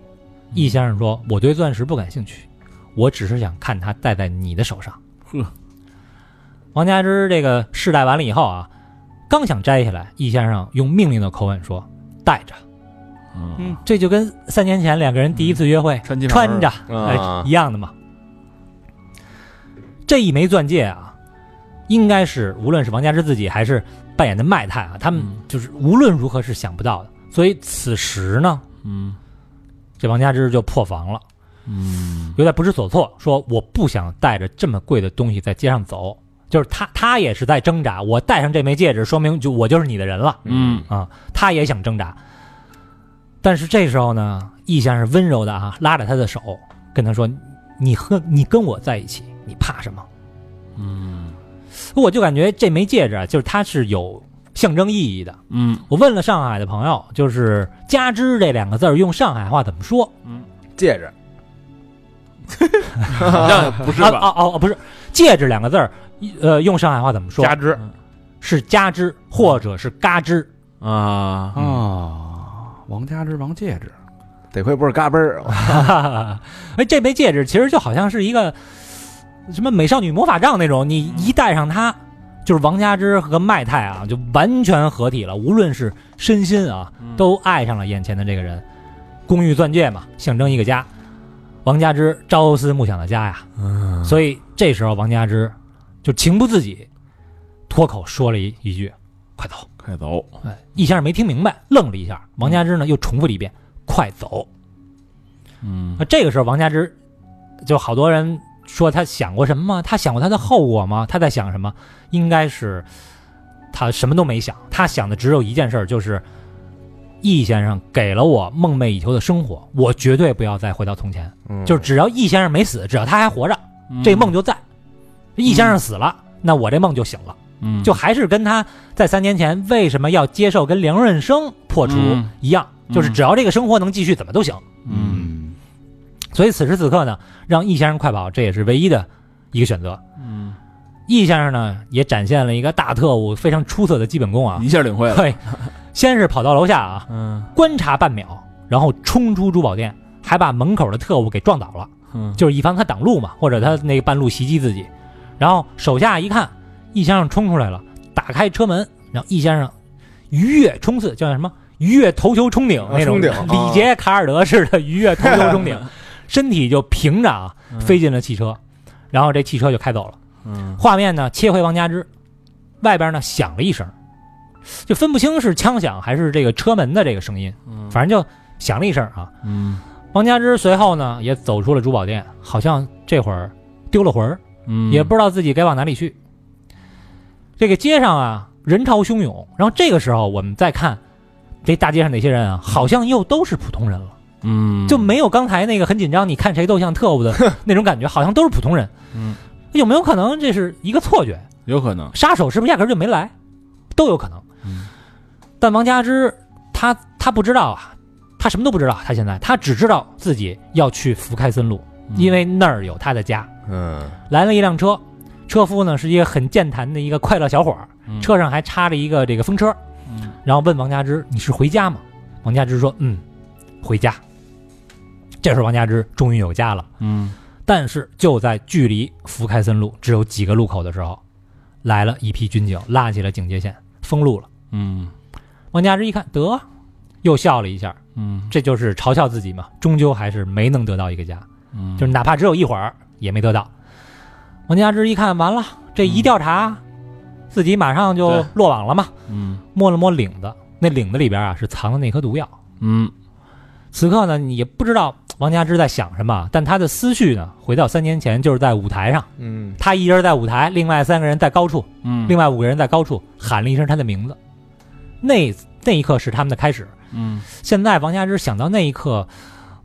D: 易先生说，我对钻石不感兴趣，我只是想看它戴在你的手上。
F: 呵，
D: 王佳芝这个试戴完了以后啊，刚想摘下来，易先生用命令的口吻说：“戴着。”
F: 嗯，
D: 这就跟三年前两个人第一次约会、
F: 穿金牌儿
D: 穿着、哎
B: 啊
D: 一样的嘛。这一枚钻戒啊，应该是无论是王佳芝自己还是扮演的麦太啊，他们
F: 嗯
D: 就是无论如何是想不到的。所以此时呢，
F: 嗯
D: 这王佳芝就破防了，
F: 嗯
D: 有点不知所措，说我不想带着这么贵的东西在街上走。就是他，他也是在挣扎。我戴上这枚戒指，说明就我就是你的人了
F: 嗯
D: 啊！他也想挣扎，但是这时候呢，易先生温柔的啊拉着他的手，跟他说：“你和你跟我在一起，你怕什么
F: 嗯？”
D: 我就感觉这枚戒指啊，就是它是有象征意义的。
F: 嗯
D: 我问了上海的朋友，就是“加之”这两个字儿用上海话怎么说？
B: 戒指，
F: 好像不是
D: 啊
F: 吧？
D: 哦哦哦，不是“戒指”两个字儿，呃，用上海话怎么说？
A: 加之
D: 是“加之”或者是“嘎吱
F: 啊
C: 啊，王家之王戒指，
B: 得亏不是嘎嘣儿，”。啊
D: 哎，这枚戒指其实就好像是一个什么美少女魔法杖那种，你一戴上它，就是王佳芝和麦太啊，就完全合体了。无论是身心啊，都爱上了眼前的这个人。公寓钻戒嘛，象征一个家。王佳芝朝思暮想的家呀，
B: 嗯
D: 所以这时候王佳芝就情不自己，脱口说了一一句：“快走！”
F: 快走！
D: 哎，易先生没听明白，愣了一下。王佳芝呢又重复了一遍：“快走！”
F: 嗯
D: 那这个时候，王佳芝就好多人说他想过什么吗？他想过他的后果吗？他在想什么？应该是他什么都没想，他想的只有一件事儿，就是易先生给了我梦寐以求的生活，我绝对不要再回到从前。
B: 嗯
D: 就是只要易先生
F: 嗯
D: 没死，只要他还活着，这梦就在。易先生死了，那我这梦就醒了。
F: 嗯
D: 就还是跟他在三年前为什么要接受跟梁润生破除
F: 嗯
D: 一样，
F: 嗯
D: 就是只要这个生活能继续，怎么都行。
F: 嗯
G: 嗯，
D: 所以此时此刻呢，让易先生快跑，这也是唯一的一个选择。
F: 嗯，
D: 易先生呢，也展现了一个大特务非常出色的基本功啊。
F: 一下领会 了，
D: 嘿，先是跑到楼下啊，
F: 嗯
D: 观察半秒，然后冲出珠宝店，还把门口的特务给撞倒了，
F: 嗯，
D: 就是以防他挡路嘛，或者他那个半路袭击自己。然后手下一看，易先生冲出来了，打开车门，然后易先生鱼跃冲刺，叫什么？鱼跃头球冲顶
B: 啊
D: 那种，
B: 冲顶
D: 李杰卡尔德式的鱼跃头球 冲顶，身体就平着啊
F: 嗯
D: 飞进了汽车，然后这汽车就开走了。
F: 嗯
D: 画面呢切回王家之，外边呢响了一声，就分不清是枪响还是这个车门的这个声音，
F: 嗯
D: 反正就响了一声啊。
F: 嗯
D: 王家之随后呢也走出了珠宝店，好像这会儿丢了魂儿，
F: 嗯
D: 也不知道自己该往哪里去。这个街上啊人潮汹涌，然后这个时候我们再看这大街上那些人啊，好像又都是普通人了，
F: 嗯
D: 就没有刚才那个很紧张，你看谁都像特务的 那种感觉，好像都是普通人。
F: 嗯，
D: 有没有可能这是一个错觉？
F: 有可能，
D: 杀手是不是压根儿就没来，都有可能。
F: 嗯
D: 但王佳芝他他不知道啊，他什么都不知道，他现在他只知道自己要去福开森路，
F: 嗯
D: 因为那儿有他的家。
B: 嗯
D: 来了一辆车，车夫呢是一个很健谈的一个快乐小伙儿，
F: 嗯
D: 车上还插着一个这个风车，
F: 嗯
D: 然后问王佳芝：“你是回家吗？”王佳芝说：“嗯，回家。”这时候王佳芝终于有家了。
F: 嗯
D: 但是就在距离福开森路只有几个路口的时候，来了一批军警，拉起了警戒线，封路了。
F: 嗯
D: 王佳芝一看，得，又笑了一下，
F: 嗯
D: 这就是嘲笑自己嘛，终究还是没能得到一个家，
F: 嗯，
D: 就是哪怕只有一会儿也没得到。王佳芝一看，完了，这一调查，自己马上就
F: 对
D: 落网了嘛。
F: 嗯
D: 摸了摸领子，那领子里边啊是藏的那颗毒药。
F: 嗯
D: 此刻呢，你也不知道王佳芝在想什么，但他的思绪呢，回到三年前，就是在舞台上。
B: 嗯
D: 他一人在舞台，另外三个人在高处，
F: 嗯，
D: 另
F: 外
D: 外五个人在高处喊了一声他的名字。那那一刻是他们的开始。
F: 嗯
D: 现在王佳芝想到那一刻，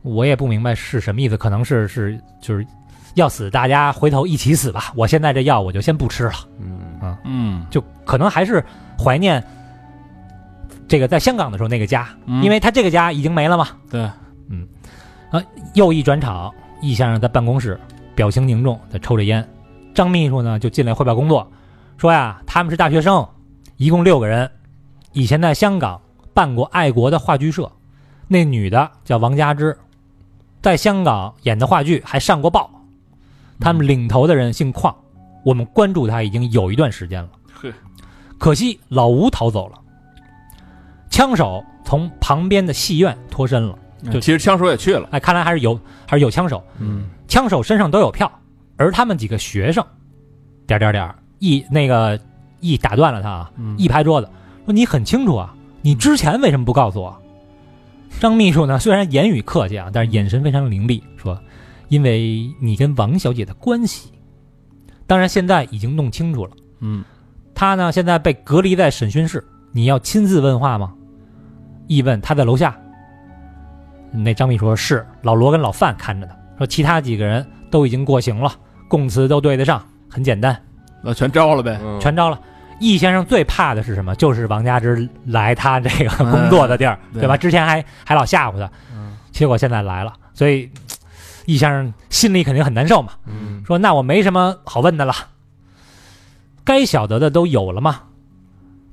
D: 我也不明白是什么意思，可能是是就是要死，大家回头一起死吧。我现在这药我就先不吃了，
B: 嗯
F: 嗯
D: 就可能还是怀念这个在香港的时候那个家，
F: 嗯
D: 因为他这个家已经没了嘛。
F: 对，
D: 嗯，啊，又一转场，易先生在办公室表情凝重，在抽着烟。张秘书呢就进来汇报工作，说呀，他们是大学生，一共六个人，以前在香港办过爱国的话剧社，那女的叫王佳芝，在香港演的话剧还上过报。他们领头的人姓邝，我们关注他已经有一段时间了。
F: 呵
D: 可惜老吴逃走了，枪手从旁边的戏院脱身了。
F: 嗯其实枪手也去了，
D: 哎，看来还是有还是有枪手，
F: 嗯
D: 枪手身上都有票，而他们几个学生，点儿点儿点儿，一那个一打断了他啊，
F: 嗯
D: 一拍桌子说：“你很清楚啊，你之前为什么不告诉我？”张秘书呢，虽然言语客气啊，但是眼神非常凌厉，说：“因为你跟王小姐的关系，当然现在已经弄清楚了。”
F: 嗯
D: 他呢现在被隔离在审讯室，你要亲自问话吗？一问他在楼下。那张秘书说是老罗跟老范看着他，说其他几个人都已经过刑了，供词都对得上，很简单，
F: 那全招了呗，
B: 嗯
D: 全招了。易先生最怕的是什么？就是王家之来他这个工作的地儿，
F: 嗯对
D: 对吧？之前还还老吓唬他，
F: 嗯
D: 结果现在来了，所以嘖易先生心里肯定很难受嘛。
F: 嗯
D: 说那我没什么好问的了，该晓得的都有了嘛。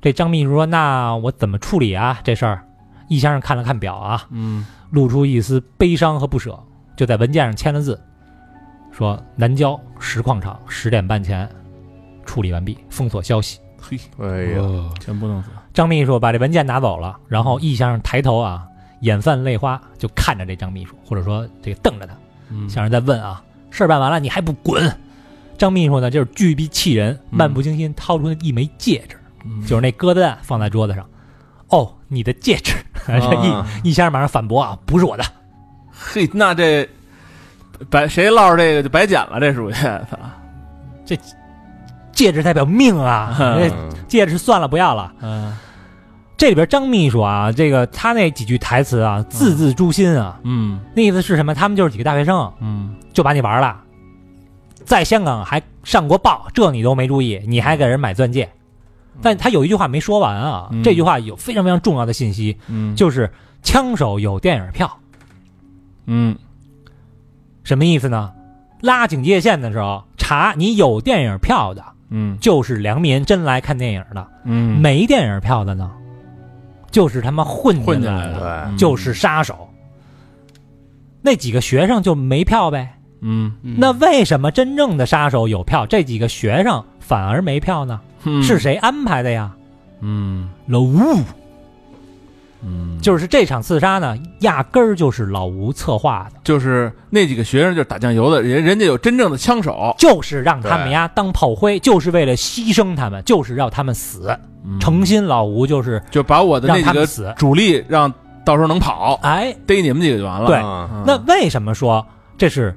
D: 这张秘书说：“那我怎么处理啊？这事儿？”易先生看了看表啊，
F: 嗯
D: 露出一丝悲伤和不舍，就在文件上签了字，说南郊石矿场十点半前处理完毕，封锁消息。
F: 嘿，
B: 哎
A: 嗯
B: 呀，
C: 哦
F: 全部弄死，
D: 张秘书把这文件拿走了，然后易先生抬头啊，眼泛泪花，就看着这张秘书，或者说这个瞪着他。
F: 嗯
D: 像是在问啊，事儿办完了你还不滚？张秘书呢，就是巨逼气人，
F: 嗯
D: 漫不经心掏出一枚戒指，就是是那鸽子蛋放在桌子上。哦，你的戒指！
B: 啊
D: 这易易先生马上反驳啊，不是我的。
F: 嘿，那这白谁落着这个就白捡了，这属于
D: 戒指代表命啊，
F: 嗯
D: 这戒指算了，不要了。
F: 嗯
D: 这里边张秘书啊，这个他那几句台词啊，字字诛心啊。
F: 嗯
D: 那意思是什么？他们就是几个大学生，
F: 嗯
D: 就把你玩了，在香港还上过报，这你都没注意，你还给人买钻戒，但他有一句话没说完啊，
F: 嗯
D: 这句话有非常非常重要的信息，
F: 嗯
D: 就是枪手有电影票，
F: 嗯
D: 什么意思呢？拉警戒线的时候查你有电影票的，
F: 嗯
D: 就是良民真来看电影的；
F: 嗯，
D: 没电影票的呢，就是他妈混进
F: 混进
D: 来
F: 来
D: 的，
B: 啊
F: 的，嗯
D: 就是杀手。那几个学生就没票呗，
F: 嗯，
D: 那为什么真正的杀手有票，这几个学生反而没票呢？
F: 嗯
D: 是谁安排的呀？
F: 嗯
D: 老吴
F: 嗯，
D: 就是这场刺杀呢，压根儿就是老吴策划的，
F: 就是那几个学生就是打酱油的，人人家有真正的枪手，
D: 就是让他们呀当炮灰，就是为了牺牲他们，就是要他们死。
F: 嗯
D: 诚心老吴就是
F: 就把我的那
D: 让
F: 几
D: 他
F: 个
D: 们死。
F: 主力让到时候能跑，
D: 哎，
F: 逮你们几个就完了。
D: 对
B: 嗯
F: 嗯
D: 哎那为什么说这是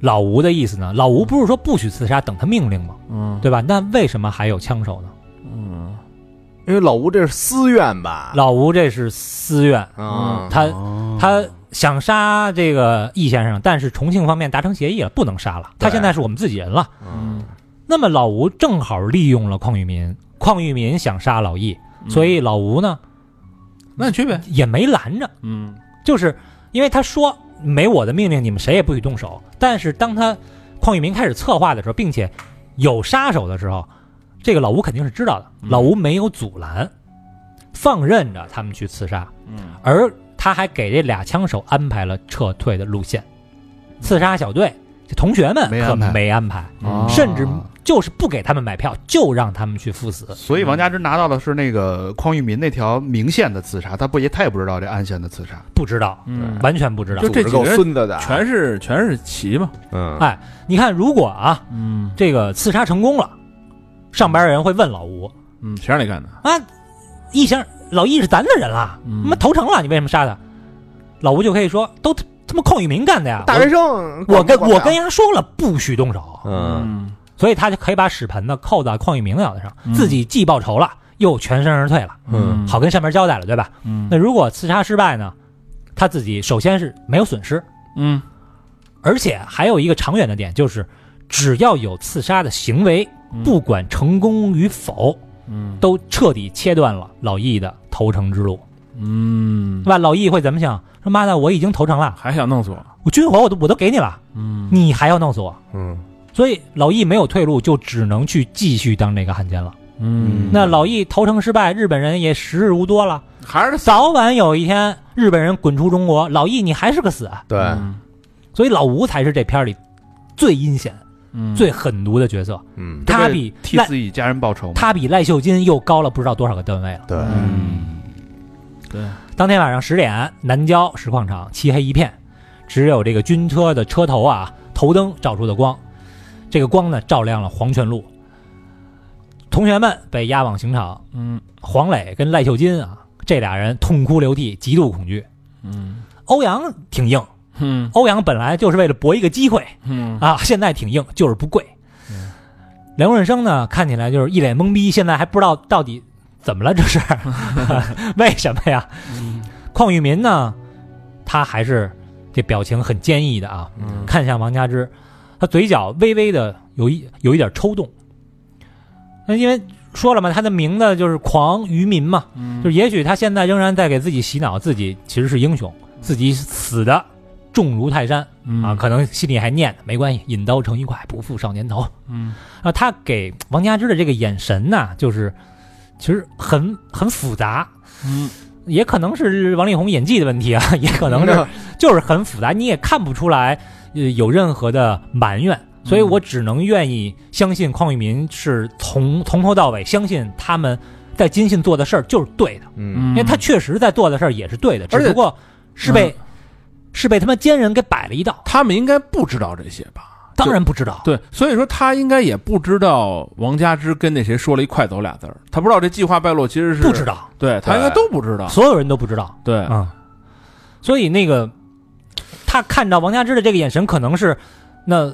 D: 老吴的意思呢？老吴不是说不许刺杀，等他命令吗？
F: 嗯
D: 对吧？那为什么还有枪手呢？
F: 嗯
B: 因为老吴这是私怨吧？
D: 老吴这是私怨，
B: 啊，
D: 他
C: 哦
D: 他想杀这个易先生，但是重庆方面达成协议了，不能杀了。他
B: 对
D: 现在是我们自己人了。
B: 嗯
D: 那么老吴正好利用了邝玉民，邝玉民想杀老易，
F: 嗯
D: 所以老吴呢
F: 那你去呗，
D: 也没拦着，
F: 嗯
D: 就是因为他说没我的命令，你们谁也不许动手。但是当他邝玉民开始策划的时候，并且有杀手的时候，这个老吴肯定是知道的。
F: 嗯
D: 老吴没有阻拦，放任着他们去刺杀。
F: 嗯
D: 而他还给这俩枪手安排了撤退的路线，刺杀小队这同学们
C: 没
D: 可
C: 安排
D: 没安
F: 啊嗯
D: 排，
C: 哦
D: 甚至就是不给他们买票，就让他们去赴死。
C: 所以王家之拿到的是那个匡玉民那条明线的刺杀，他不也他也不知道这暗线的刺杀。
D: 不知道，
F: 嗯，
D: 完全不知道
F: 就。这几
B: 够
F: 个人
B: 孙子的，
F: 全是全是棋嘛，
B: 嗯
D: 哎，你看，如果啊，
F: 嗯
D: 这个刺杀成功了，上边的人会问老吴
F: 嗯，谁让你干的？
D: 啊，易先生，老易是咱的人了，
F: 嗯
D: 他妈投诚了，你为什么杀他？老吴就可以说，都他他妈邝玉民干的呀，
B: 大学生，
D: 我我跟
B: 管不
D: 我
B: 了
D: 跟人家说了，不许动手。
B: 啊嗯
F: 嗯
D: 所以他就可以把屎盆子扣到邝玉明的脑袋上，
F: 嗯
D: 自己既报仇了，又全身而退了，
B: 嗯
D: 好跟上面交代了，对吧？
F: 嗯
D: 那如果刺杀失败呢，他自己首先是没有损失，
F: 嗯
D: 而且还有一个长远的点就是，只要有刺杀的行为，
F: 嗯
D: 不管成功与否，
F: 嗯
D: 都彻底切断了老易的投诚之路，
F: 嗯
D: 对，吧？老易会怎么想？说妈的，我已经投诚了，
F: 还想弄死我？
D: 我军火我都我都给你了，
F: 嗯
D: 你还要弄死我？
B: 嗯
D: 所以老易没有退路，就只能去继续当这个汉奸了。
F: 嗯，
D: 那老易投诚失败，日本人也时日无多了，
F: 还是
D: 早晚有一天日本人滚出中国，老易你还是个死啊！
B: 对，
D: 所以老吴才是这片儿里最阴险、
F: 嗯
D: 最狠毒的角色，
B: 嗯
D: 他比
C: 替
D: 赖
C: 自己家人报仇嘛。
D: 他比赖秀金又高了不知道多少个段位了。
B: 对，
C: 嗯，
D: 当天晚上十点，南郊石矿场漆黑一片，只有这个军车的车头啊头灯照出的光，这个光呢照亮了黄泉路。同学们被押往刑场，
F: 嗯
D: 黄磊跟赖秀金啊这俩人痛哭流涕，极度恐惧。
F: 嗯
D: 欧阳挺硬，
F: 嗯
D: 欧阳本来就是为了搏一个机会
F: 嗯
D: 啊，现在挺硬，就是不跪。梁润生呢，看起来就是一脸懵逼，现在还不知道到底怎么了，这是 为什么呀？
F: 嗯
D: 邝玉民呢，他还是这表情很坚毅的啊，
F: 嗯
D: 看向王佳芝，他嘴角微微的有一有一点抽动。那因为说了嘛，他的名字就是狂于民嘛，
F: 嗯
D: 就是也许他现在仍然在给自己洗脑，自己其实是英雄，自己死的重如泰山
F: 嗯
D: 啊，可能心里还念没关系，引刀成一快，不负少年头。
F: 嗯
D: 啊，他给王佳芝的这个眼神呐、就是其实很很复杂，
F: 嗯
D: 也可能是王力宏演技的问题啊， 也可能
F: 嗯
D: 是就是很复杂，你也看不出来呃有任何的埋怨，所以
F: 嗯
D: 我只能愿意相信邝玉民是从从头到尾相信他们在金信做的事儿就是对的。
B: 嗯
D: 因为他确实在做的事儿也是对的，只
F: 而且
D: 不过是被、
F: 嗯
D: 是被他妈奸人给摆了一道。
F: 他们应该不知道这些吧？
D: 当然不知道，
F: 对，所以说他应该也不知道王佳芝跟那谁说了一“快走”俩字儿，他不知道这计划败露其实是
D: 不知，道，
F: 对他应该都不知
B: 啊
F: 道，
D: 所有人都不知道
F: 对
D: 啊、，所以那个他看到王佳芝的这个眼神，可能是那。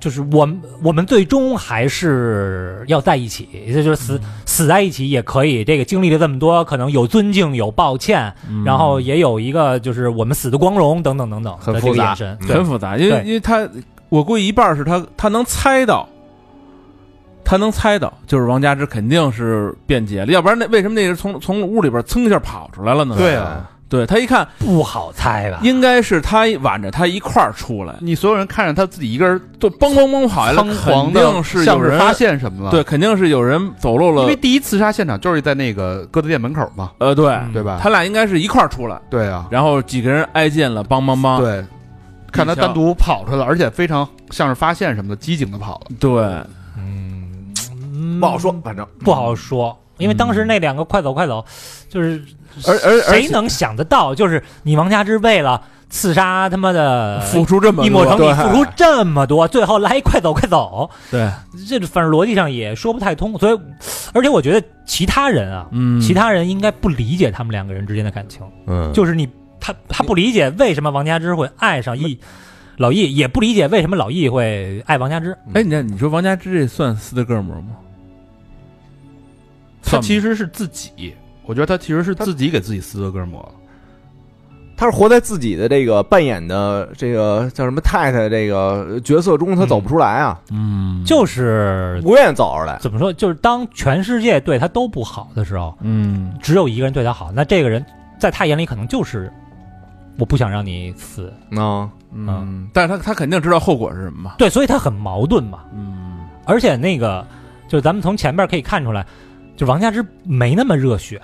D: 就是我们，我们最终还是要在一起，也就是死、死在一起也可以。这个经历了这么多，可能有尊敬，有抱歉，
F: 嗯
B: 嗯
D: 然后也有一个就是我们死的光荣等等等等
B: 很
D: 的这
B: 复
D: 个眼
B: 杂
D: 神，，
F: 很复杂，因为
D: 对
F: 因为他，我估计一半是他他能猜到他能猜到，就是王佳芝肯定是变节了，要不然那为什么那人从从屋里边噌一下跑出来了呢？
A: 对啊，
F: 对他一看，
D: 不好猜吧？
F: 应该是他挽着他一块儿出来，
A: 你所有人看着他自己一个人
F: 对，嘣嘣嘣跑下来，
A: 嗯仓皇
F: 肯
A: 的，
F: 定是有
A: 像是
F: 人
A: 发现什么了。
F: 对，，肯定是有人走漏
A: 因
F: 了
A: 为，第一刺杀现场就是在那个鸽子店门口嘛，
F: 呃，对，
D: 嗯
A: 对吧？
F: 他俩应该是一块儿出来，
A: 对啊，
F: 然后几个人挨近了，帮帮
D: 啊
F: 帮，
A: 对，看他单独跑出来了，而且非常像是发现什么的，机警的跑了。
F: 对，
D: 嗯
B: 不好说，反正
D: 不好说，因为当时那两个快走快走，就是
F: 而而而
D: 谁能想得到，就是你王家之为了刺杀他妈的
F: 付出这么
D: 一抹
F: 多
D: 城，你付出这么多，最后来一快走快走，
F: 对，
D: 这反正逻辑上也说不太通。所以，而且我觉得其他人啊，
F: 嗯，
D: 其他人应该不理解他们两个人之间的感情，
B: 嗯
D: 就是你他他不理解为什么王家之会爱上
F: 嗯
D: 易老易，也不理解为什么老易会爱王家之。
F: 哎，你看，你说王佳芝这算斯德哥尔摩吗？
A: 他其实是自己，我觉得他其实是自己给自己斯德哥尔摩了。
B: 他是活在自己的这个扮演的这个叫什么太太这个角色中，他走不出来啊，
F: 嗯，
D: 就是
B: 不愿意走出来。
D: 怎么说，就是当全世界对他都不好的时候，
F: 嗯，
D: 只有一个人对他好，那这个人在他眼里可能就是我不想让你死，
B: 嗯，
F: 嗯，但是他他肯定知道后果是什么嘛。
D: 对，所以他很矛盾嘛。
F: 嗯，
D: 而且那个，就是咱们从前面可以看出来，就王家之没那么热血，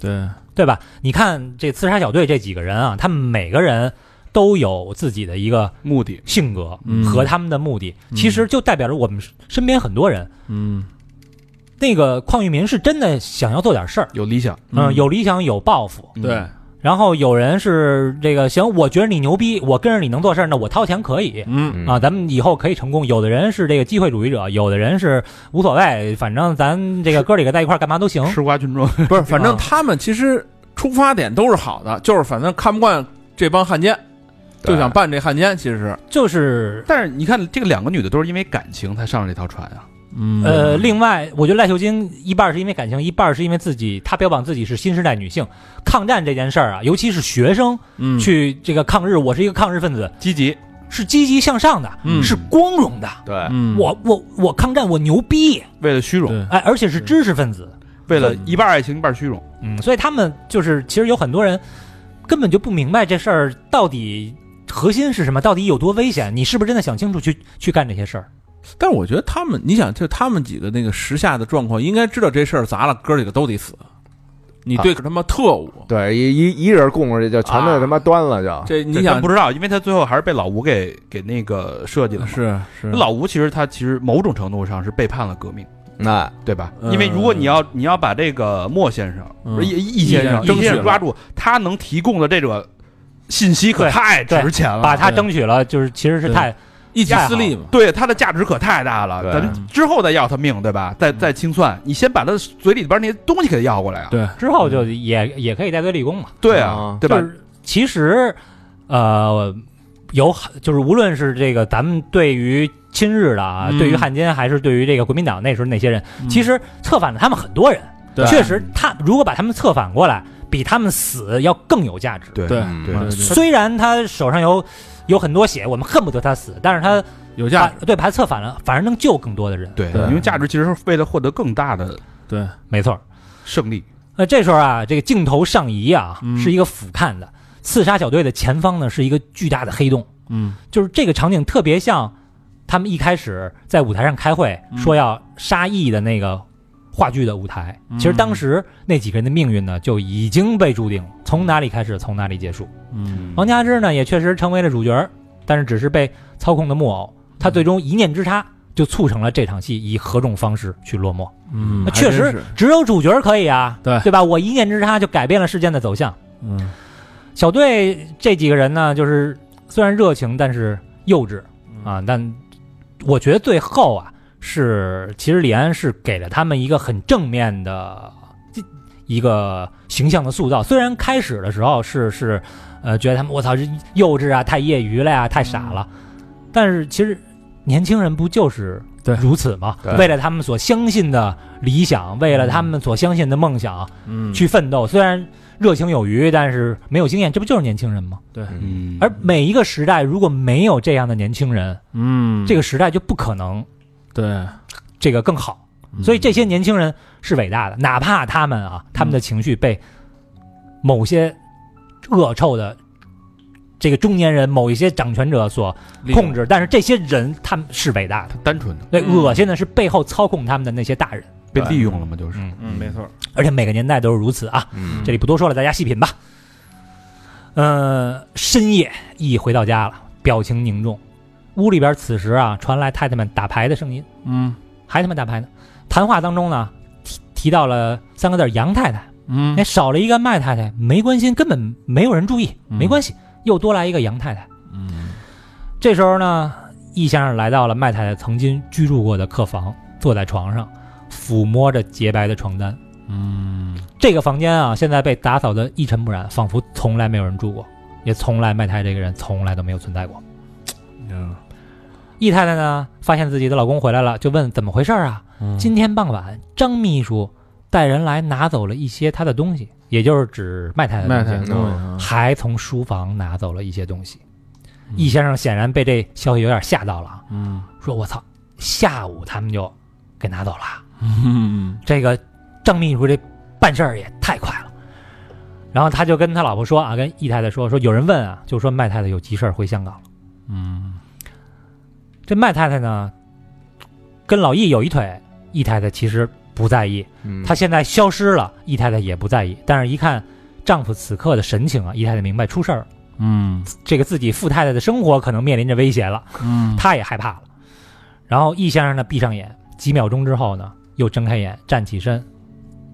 F: 对，
D: 对吧？你看这刺杀小队这几个人啊，他们每个人都有自己的一个
A: 目的
D: 性格
F: 嗯
D: 和他们的目的，
F: 嗯
D: 其实就代表着我们身边很多人。
F: 嗯
D: 那个邝裕民是真的想要做点事儿，
A: 有理想，
F: 啊
A: 嗯
D: 嗯，有理想有抱负，
F: 对，
D: 然后有人是这个行，我觉得你牛逼，我跟着你能做事儿，那我掏钱可以。
F: 嗯
D: 啊，咱们以后可以成功。有的人是这个机会主义者，有的人是无所谓，反正咱这个哥几个在一块儿干嘛都行。
A: 吃瓜群众。
F: 不是，反正
D: 啊
F: 他们其实出发点都是好的，就是反正看不惯这帮汉奸，
B: 对
F: 就想办这汉奸。其实，
D: 就是
A: 但是你看，这个两个女的都是因为感情才上了这条船啊。
F: 嗯
D: 呃，另外，我觉得赖秀晶一半是因为感情，一半是因为自己，她标榜自己是新时代女性，抗战这件事儿啊，尤其是学生
F: 嗯
D: 去这个抗日，我是一个抗日分子，
A: 积极，
D: 是积极向上的，
F: 嗯
D: 是光荣的。
B: 对，
F: 嗯
D: 我我我抗战，我牛逼，
A: 为了虚荣，
F: 对
D: 哎，而且是知识分子，
A: 为了一半爱情一半虚荣。
D: 嗯，所以他们就是其实有很多人根本就不明白这事儿到底核心是什么，到底有多危险，你是不是真的想清楚去去干这些事儿？
F: 但我觉得他们，你想，就他们几个那个时下的状况，应该知道这事儿砸了，哥几个都得死。你对他妈特务，
B: 对，一一一人供出去就全被他妈端了，就
F: 这你
A: 对
F: 想
A: 但不知道，因为他最后还是被老吴给给那个设计了嘛。
F: 是是
A: 老吴其实他其实某种程度上是背叛了革命，
B: 那
A: 对吧？
F: 嗯
A: 因为如果你要你要把这个莫先生、
F: 嗯
A: 不是易易先生、易
F: 易先生
A: 先生抓住，他能提供的这种信息可
D: 对
A: 太值钱了，
D: 把他
F: 啊对
D: 争取了，就是其实是
F: 对
D: 太
F: 一己私利嘛，
A: 对他的价值可太大了。
B: 对
A: 咱们之后再要他命，对吧？再再清算，你先把他嘴里边那些东西给他要过来啊。
F: 对，
D: 之后就也也可以戴罪立功嘛。
A: 对啊
B: 嗯，
A: 对吧
D: 就？是其实，呃，有就是无论是这个咱们对于亲日的啊，
F: 嗯
D: 对于汉奸，还是对于这个国民党那时候那些人，其实策反了他们很多人。
F: 对
D: 确实他，如果把他们策反过来，比他们死要更有价值。
A: 对
F: 对
B: 嗯
A: 对
F: 对对
D: 虽然他手上有有很多血，我们恨不得他死，但是
F: 嗯
D: 他
F: 有
D: 把
F: 价值，
D: 对把他策反了，反而能救更多的人。
A: 对
F: 对
A: 因为价值其实是为了获得更大的
F: 对，
D: 没错儿。
A: 胜利。
D: 那这时候啊，这个镜头上移啊，
F: 嗯
D: 是一个俯瞰的。刺杀小队的前方呢，是一个巨大的黑洞。
F: 嗯
D: 就是这个场景特别像他们一开始在舞台上开会
F: 嗯
D: 说要杀义的那个话剧的舞台。
F: 嗯
D: 其实当时那几个人的命运呢，就已经被注定了，从哪里开始，从哪里结束。
F: 嗯
D: 王佳芝呢，也确实成为了主角，但是只是被操控的木偶。他最终一念之差，就促成了这场戏以何种方式去落幕。
F: 嗯
D: 那确实，只有主角可以啊，
F: 对
D: 对吧？我一念之差就改变了事件的走向。
F: 嗯
D: 小队这几个人呢，就是虽然热情，但是幼稚啊。但我觉得最后啊，是其实李安是给了他们一个很正面的一个形象的塑造。虽然开始的时候是是呃觉得他们我操是幼稚啊，太业余了呀、太傻了，但是其实年轻人不就是
F: 对
D: 如此吗
B: 对？
D: 为了他们所相信的理想，为了他们所相信的梦想，
F: 嗯
D: 去奋斗，虽然热情有余，但是没有经验，这不就是年轻人吗？
B: 嗯
A: 嗯
D: 而每一个时代如果没有这样的年轻人，
F: 嗯
D: 这个时代就不可能
F: 对
D: 这个更好。
F: 嗯
D: 所以这些年轻人是伟大的，哪怕他们啊，他们的情绪被某些恶臭的这个中年人、某一些掌权者所控制，但是这些人他们是伟大的，
C: 单纯的
D: 对，
F: 嗯
D: 恶心的是背后操控他们的那些大人，
C: 被利用了嘛，就是
D: 嗯，
A: 嗯，没错，
D: 而且每个年代都是如此啊。
B: 嗯
D: 这里不多说了，大家细品吧。呃，深夜一回到家了，表情凝重，屋里边此时啊传来太太们打牌的声音，
F: 嗯
D: 孩子们打牌呢。谈话当中呢提提到了三个字儿杨太太，
F: 嗯
D: 哎，少了一个麦太太没关系，根本没有人注意，
F: 嗯
D: 没关系，又多来一个杨太太。
F: 嗯
D: 这时候呢，易先生来到了麦太太曾经居住过的客房，坐在床上，抚摸着洁白的床单。
F: 嗯
D: 这个房间啊，现在被打扫得一尘不染，仿佛从来没有人住过，也从来麦太太这个人从来都没有存在过。
F: 嗯
D: 易太太呢，发现自己的老公回来了，就问怎么回事儿啊？今天傍晚，张秘书带人来拿走了一些她的东西，也就是指麦太太的东
F: 麦
D: 西。
F: 太啊
B: 嗯
D: 还从书房拿走了一些东西。易先生显然被这消息有点吓到了啊，
F: 嗯
D: 说：“我操，下午他们就给拿走了。
F: 嗯
D: 这个张秘书这办事儿也太快了。”然后他就跟他老婆说啊，跟易太太说说有人问啊，就说麦太太有急事儿回香港了。
F: 嗯
D: 这麦太太呢，跟老易有一腿，易太太其实不在意，
B: 嗯
D: 她现在消失了，易太太也不在意。但是，一看丈夫此刻的神情啊，易太太明白出事儿了。
F: 嗯
D: 这个自己富太太的生活可能面临着威胁了，
F: 嗯
D: 她也害怕了。然后易先生呢闭上眼，几秒钟之后呢又睁开眼，站起身，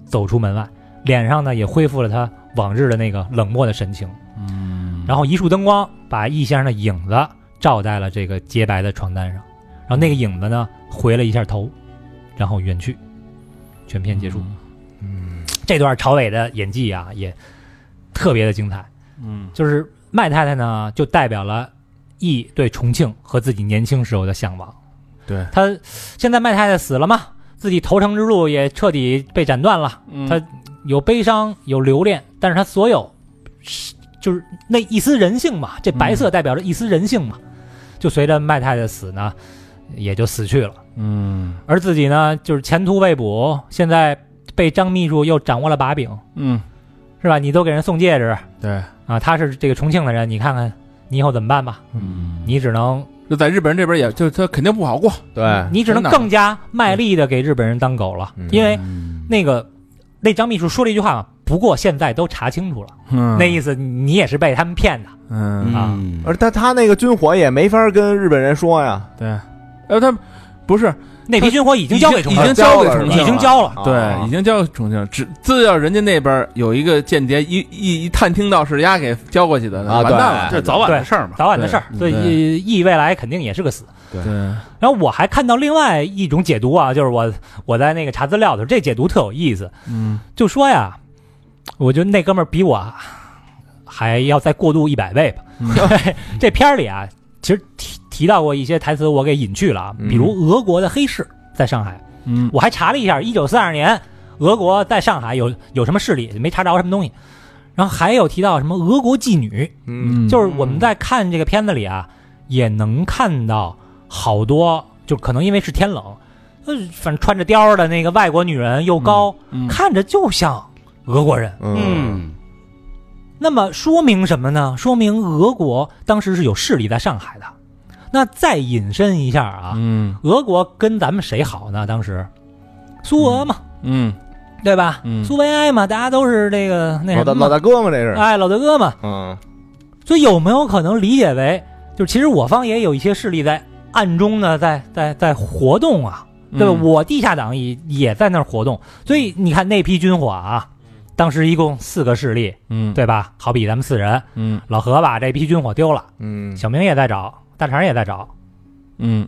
D: 走出门外，脸上呢也恢复了他往日的那个冷漠的神情。
F: 嗯
D: 然后一束灯光把易先生的影子照在了这个洁白的床单上，然后那个影子呢回了一下头，然后远去。全片结束，
B: 嗯
D: 这段朝伟的演技啊也特别的精彩。
F: 嗯
D: 就是麦太太呢，就代表了 E 对重庆和自己年轻时候的向往。
F: 对
D: 他现在麦太太死了嘛，自己投诚之路也彻底被斩断了，
F: 嗯
D: 他有悲伤，有留恋，但是他所有是就是那一丝人性嘛，这白色代表着一丝人性嘛，就随着麦太太的死呢，也就死去了。
F: 嗯
D: 而自己呢，就是前途未卜，现在被张秘书又掌握了把柄，
F: 嗯
D: 是吧？你都给人送戒指，
F: 对
D: 啊，他是这个重庆的人，你看看你以后怎么办吧？
F: 嗯
D: 你只能
F: 就在日本人这边也就他肯定不好过，
B: 对，
D: 你只能
F: 真的嗯
D: 更加卖力的给日本人当狗了，
B: 嗯
D: 因为那个那张秘书说了一句话嘛，不过现在都查清楚了，
F: 嗯
D: 那意思你也是被他们骗的。
F: 嗯
D: 啊
C: 嗯
B: 而他他那个军火也没法跟日本人说呀，
F: 对，呃他不是
D: 那批军火已经交给重庆
F: 已经
D: 了，
F: 交
B: 交
F: 给
B: 了
F: 重庆了，
D: 已经交了。
F: 啊
B: 啊
F: 对，已经交给重庆，只只要人家那边有一个间谍一一一探听到是丫给交过去的，
B: 啊
F: 完蛋了，
A: 这早晚的事儿嘛。
D: 早晚的事儿，所
F: 对嗯
D: 以
F: 对
D: 呃易未来肯定也是个死。
F: 对，
D: 然后我还看到另外一种解读啊，就是我我在那个查资料的时候，这解读特有意思，
F: 嗯
D: 就说呀，我觉得那哥们儿比我还要再过度一百倍吧。
F: 嗯
D: 这片儿里啊，其实提提到过一些台词，我给隐去了啊，
B: 嗯
D: 比如俄国的黑市在上海，
F: 嗯
D: 我还查了一下，一九四二年俄国在上海有有什么势力，没查着什么东西。然后还有提到什么俄国妓女，
B: 嗯
D: 就是我们在看这个片子里啊，也能看到好多，就可能因为是天冷，呃，反正穿着貂儿的那个外国女人又高，
F: 嗯
D: 看着就像俄国人。
B: 嗯
D: 那么说明什么呢？说明俄国当时是有势力在上海的。那再引申一下啊，
F: 嗯
D: 俄国跟咱们谁好呢？当时苏俄嘛，
F: 嗯
D: 对吧？
F: 嗯
D: 苏维埃嘛，大家都是这个那
B: 老
D: 什
B: 大
D: 么嘛，
B: 老大哥嘛，这是，
D: 哎，老大哥嘛。
B: 嗯
D: 所以有没有可能理解为，就是其实我方也有一些势力在暗中呢，在在在活动啊，对吧？
F: 嗯
D: 我地下党也也在那儿活动。所以你看那批军火啊，当时一共四个势力，
F: 嗯
D: 对吧？好比咱们四人，
F: 嗯
D: 老何把这批军火丢了，
B: 嗯
D: 小明也在找，大肠也在找，
F: 嗯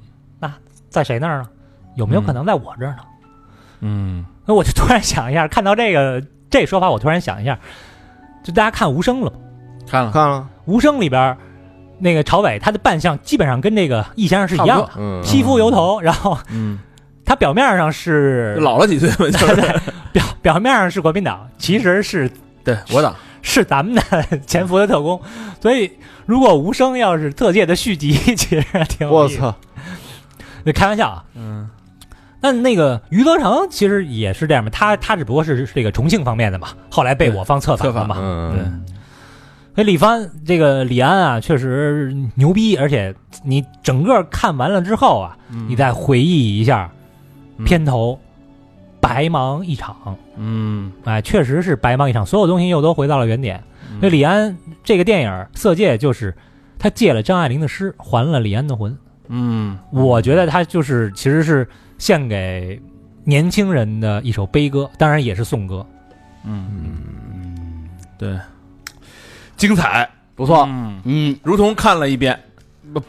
D: 在谁那儿呢？有没有可能在我这儿呢？
F: 嗯
D: 那、我就突然想一下，看到这个这说法，我突然想一下，就大家看《无声》了吗？
F: 看了
B: 看了，
D: 《无声》里边儿那个朝伟他的扮相基本上跟这个易先生是一样的，
B: 嗯
D: 披肤油头，然后
F: 嗯
D: 他表面上是
F: 老了几岁嘛，就是
D: 表表面上是国民党，其实是
F: 对我党
D: 是咱们的潜伏的特工，所以如果《无声》要嗯是特界的续集，其实还挺有
B: 我
D: 意思。
B: 操，
D: 那开玩笑啊，
F: 嗯
D: 那那个余则成其实也是这样嘛，他他只不过是是这个重庆方面的嘛，后来被我方策反了嘛。
B: 嗯，
D: 所哎以李帆这个李安啊，确实牛逼，而且你整个看完了之后啊，你再回忆一下片头，白忙一场，
F: 嗯，
D: 哎，确实是白忙一场，所有东西又都回到了原点。所以李安这个电影《色戒》就是他借了张爱玲的诗，还了李安的魂。
F: 嗯
D: 我觉得他就是其实是献给年轻人的一首悲歌，当然也是颂歌。
F: 嗯，
A: 精彩，
B: 不错，
F: 嗯，
A: 嗯，
F: 如同看了一遍，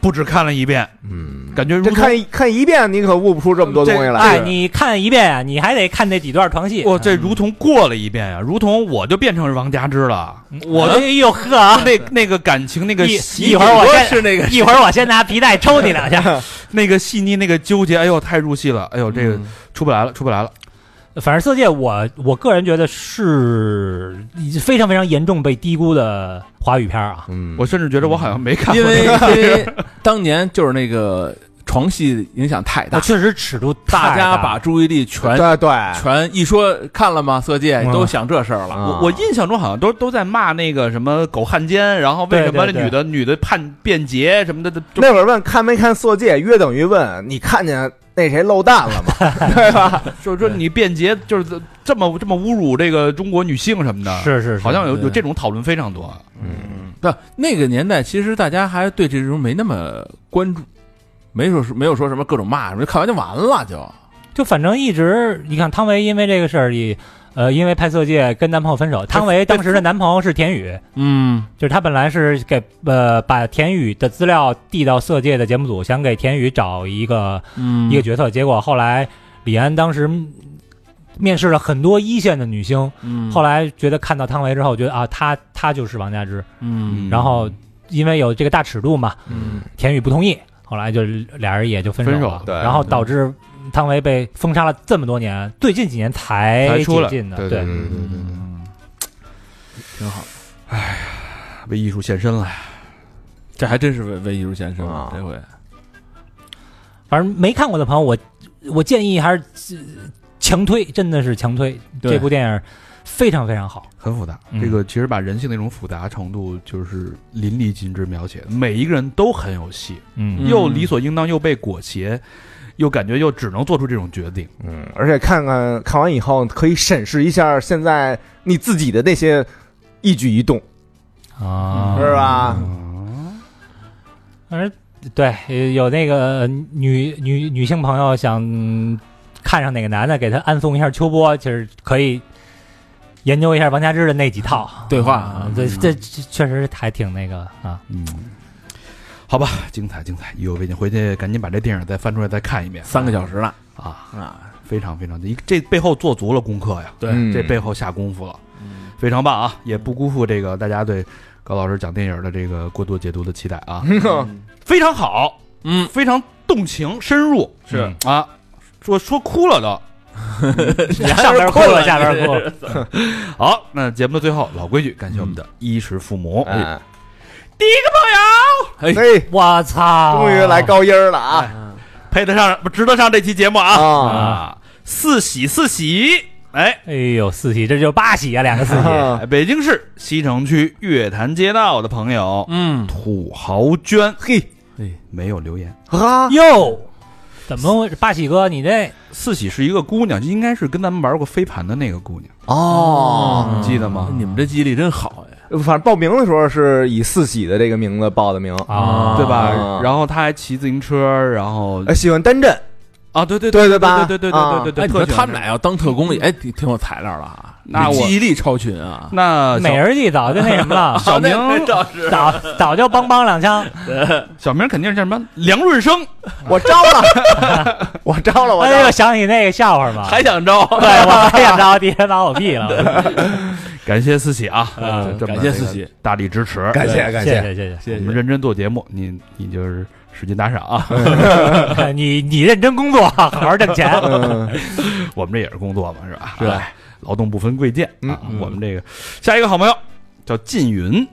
A: 不止看了一遍，
B: 嗯，
A: 感觉如
B: 这
A: 同
B: 看一看一遍，你可悟不出这么多东西来。
D: 哎，你看一遍啊，你还得看那几段床戏。
A: 哇，这如同过了一遍呀、如同我就变成王佳芝了，
D: 我这呦呵啊
A: 就！那那个感情，那个
D: 嗯一
A: 细
D: 一会儿我先
A: 是那个
D: 一会儿我先拿皮带抽你两下。
A: 那个细腻，那个纠结，哎呦，太入戏了，哎呦，这
F: 嗯
A: 个出不来了，出不来了，
D: 反正色戒我，我个人觉得是非常非常严重被低估的华语片儿啊。
B: 嗯，
A: 我甚至觉得我好像没看过
F: 因
A: 那
F: 为
A: 个，
F: 因为当年就是那个床戏影响太
D: 它
F: 大，
D: 确实尺度
F: 大
D: 太
F: 家
D: 了
F: 把注意力全
B: 对对，
F: 全一说看了吗？色戒
D: 嗯
F: 都想这事儿了。
B: 啊
A: 我我印象中好像都都在骂那个什么狗汉奸，然后为
D: 对
A: 什么
D: 对对
A: 女的女的叛变节什么的，就
B: 那会儿问看没看《色戒》，约等于问你看见那谁漏蛋了吗？对吧？
A: 就是说你变节就是这么这么侮辱这个中国女性什么的，
D: 是是是
A: 好像有有
F: 对
A: 这种讨论非常多。
B: 嗯，
F: 不，那个年代其实大家还对这种没那么关注，没说没有说什么各种骂什么，看完就完了就。
D: 就反正一直你看汤唯因为这个事儿也呃因为拍色戒跟男朋友分手。汤唯当时的男朋友是田宇，
F: 嗯
D: 就是她本来是给呃把田宇的资料递到色戒的节目组，想给田宇找一个
F: 嗯
D: 一个角色，结果后来李安当时面试了很多一线的女星，
F: 嗯
D: 后来觉得看到汤唯之后，觉得啊，她她就是王佳芝。
F: 嗯
D: 然后因为有这个大尺度嘛，
F: 嗯
D: 田宇不同意，后来就俩人也就分手
A: 分
D: 了。
A: 手
B: 对
D: 然后导致汤唯被封杀了这么多年，最近几年才
A: 才出
D: 解
A: 来
D: 禁的。
A: 对
D: 对
A: 对
B: 嗯
A: 对对对，
F: 挺好，
A: 为艺术献身了。
F: 这还真是为为艺术献身
B: 啊
F: 了这回。
D: 反正没看过的朋友，我我建议还是呃强推，真的是强推
F: 对
D: 这部电影，非常非常好。
A: 很复杂，
D: 嗯
A: 这个其实把人性那种复杂程度就是淋漓尽致描写的，每一个人都很有戏，
D: 嗯
A: 又理所应当又被裹挟，又感觉又只能做出这种决定。
B: 嗯，而且看看看完以后，可以审视一下现在你自己的那些一举一动，
D: 啊，
B: 是吧？
D: 反正对，呃有那个呃女女女性朋友想嗯看上哪个男的，给他暗送一下秋波，其实可以研究一下王佳芝的那几套
F: 对话
D: 啊这这这确实还挺那个啊。
A: 嗯，好吧，精彩精彩，意犹未尽，回去赶紧把这电影再翻出来再看一遍。
F: 三个小时了
A: 啊，
F: 啊，
A: 非常非常的，这背后做足了功课呀，
F: 对
B: 嗯
F: 嗯
A: 这背后下功夫了，非常棒啊！也不辜负这个大家对高老师讲电影的这个过度解读的期待啊，非常好，
F: 嗯，
A: 非常动情深入，
F: 是
A: 嗯啊，说说哭了都。
D: 上边哭了，下边哭了。
A: 好，那节目的最后，老规矩，感谢我们的衣食父母。哎
B: 哎，
F: 哎
B: 嘿，
D: 我操！
B: 哎终于来高音儿了啊！
A: 配得上，不值得上这期节目啊！
B: 啊
A: 啊，四喜四喜，哎，
D: 哎呦，四喜，这就八喜啊，两个四喜。
B: 啊
A: 北京市西城区月坛街道的朋友，
F: 嗯，
A: 土豪娟，嘿
F: 哎，
A: 没有留言。
B: 啊，
D: 哟，怎么回事？八喜哥，你这
A: 四喜是一个姑娘，应该是跟咱们玩过飞盘的那个姑娘，
B: 哦，
A: 你记得吗？
F: 哎你们这记忆力真好哎。
B: 反正报名的时候是以四喜的这个名字报的名，
D: 啊，
A: 对吧
B: 啊？
A: 然后她还骑自行车，然后
B: 哎，喜欢单阵，
A: 啊，对对
B: 对
A: 对
B: 对吧
A: 对对对对 对对，
F: 哎，你
A: 特
F: 说
A: 喜欢
F: 他们
A: 这
F: 俩要当特工也哎，挺挺有材料了啊。
A: 那我
F: 记忆力超群啊
A: 个，那小
D: 美人计早就那什么了，
A: 小明
D: 早早就梆梆两枪。
A: 小明肯定是叫什么梁润生，
F: 啊
B: 我招了， 我招了，我招
D: 哎
B: 了
D: 呦，，想起那个笑话嘛，
F: 想招？
D: 对，我还想着第一天把我毙了。
A: 感谢四喜啊，
F: 嗯
A: 这这么
F: 感谢
A: 这个
F: 四喜
A: 大力支持，
B: 感谢感
D: 谢谢
B: 谢，
D: 谢
F: 谢
A: 我
B: 嗯
A: 们认真做节目，你你就是使劲打赏啊！
D: 谢，你你认真工作，好好挣钱。
B: 嗯，
A: 我们这也是工作嘛，是吧？
F: 对
A: 哎，劳动不分贵贱啊！
F: 嗯
A: 我们这个下一个好朋友叫靳云，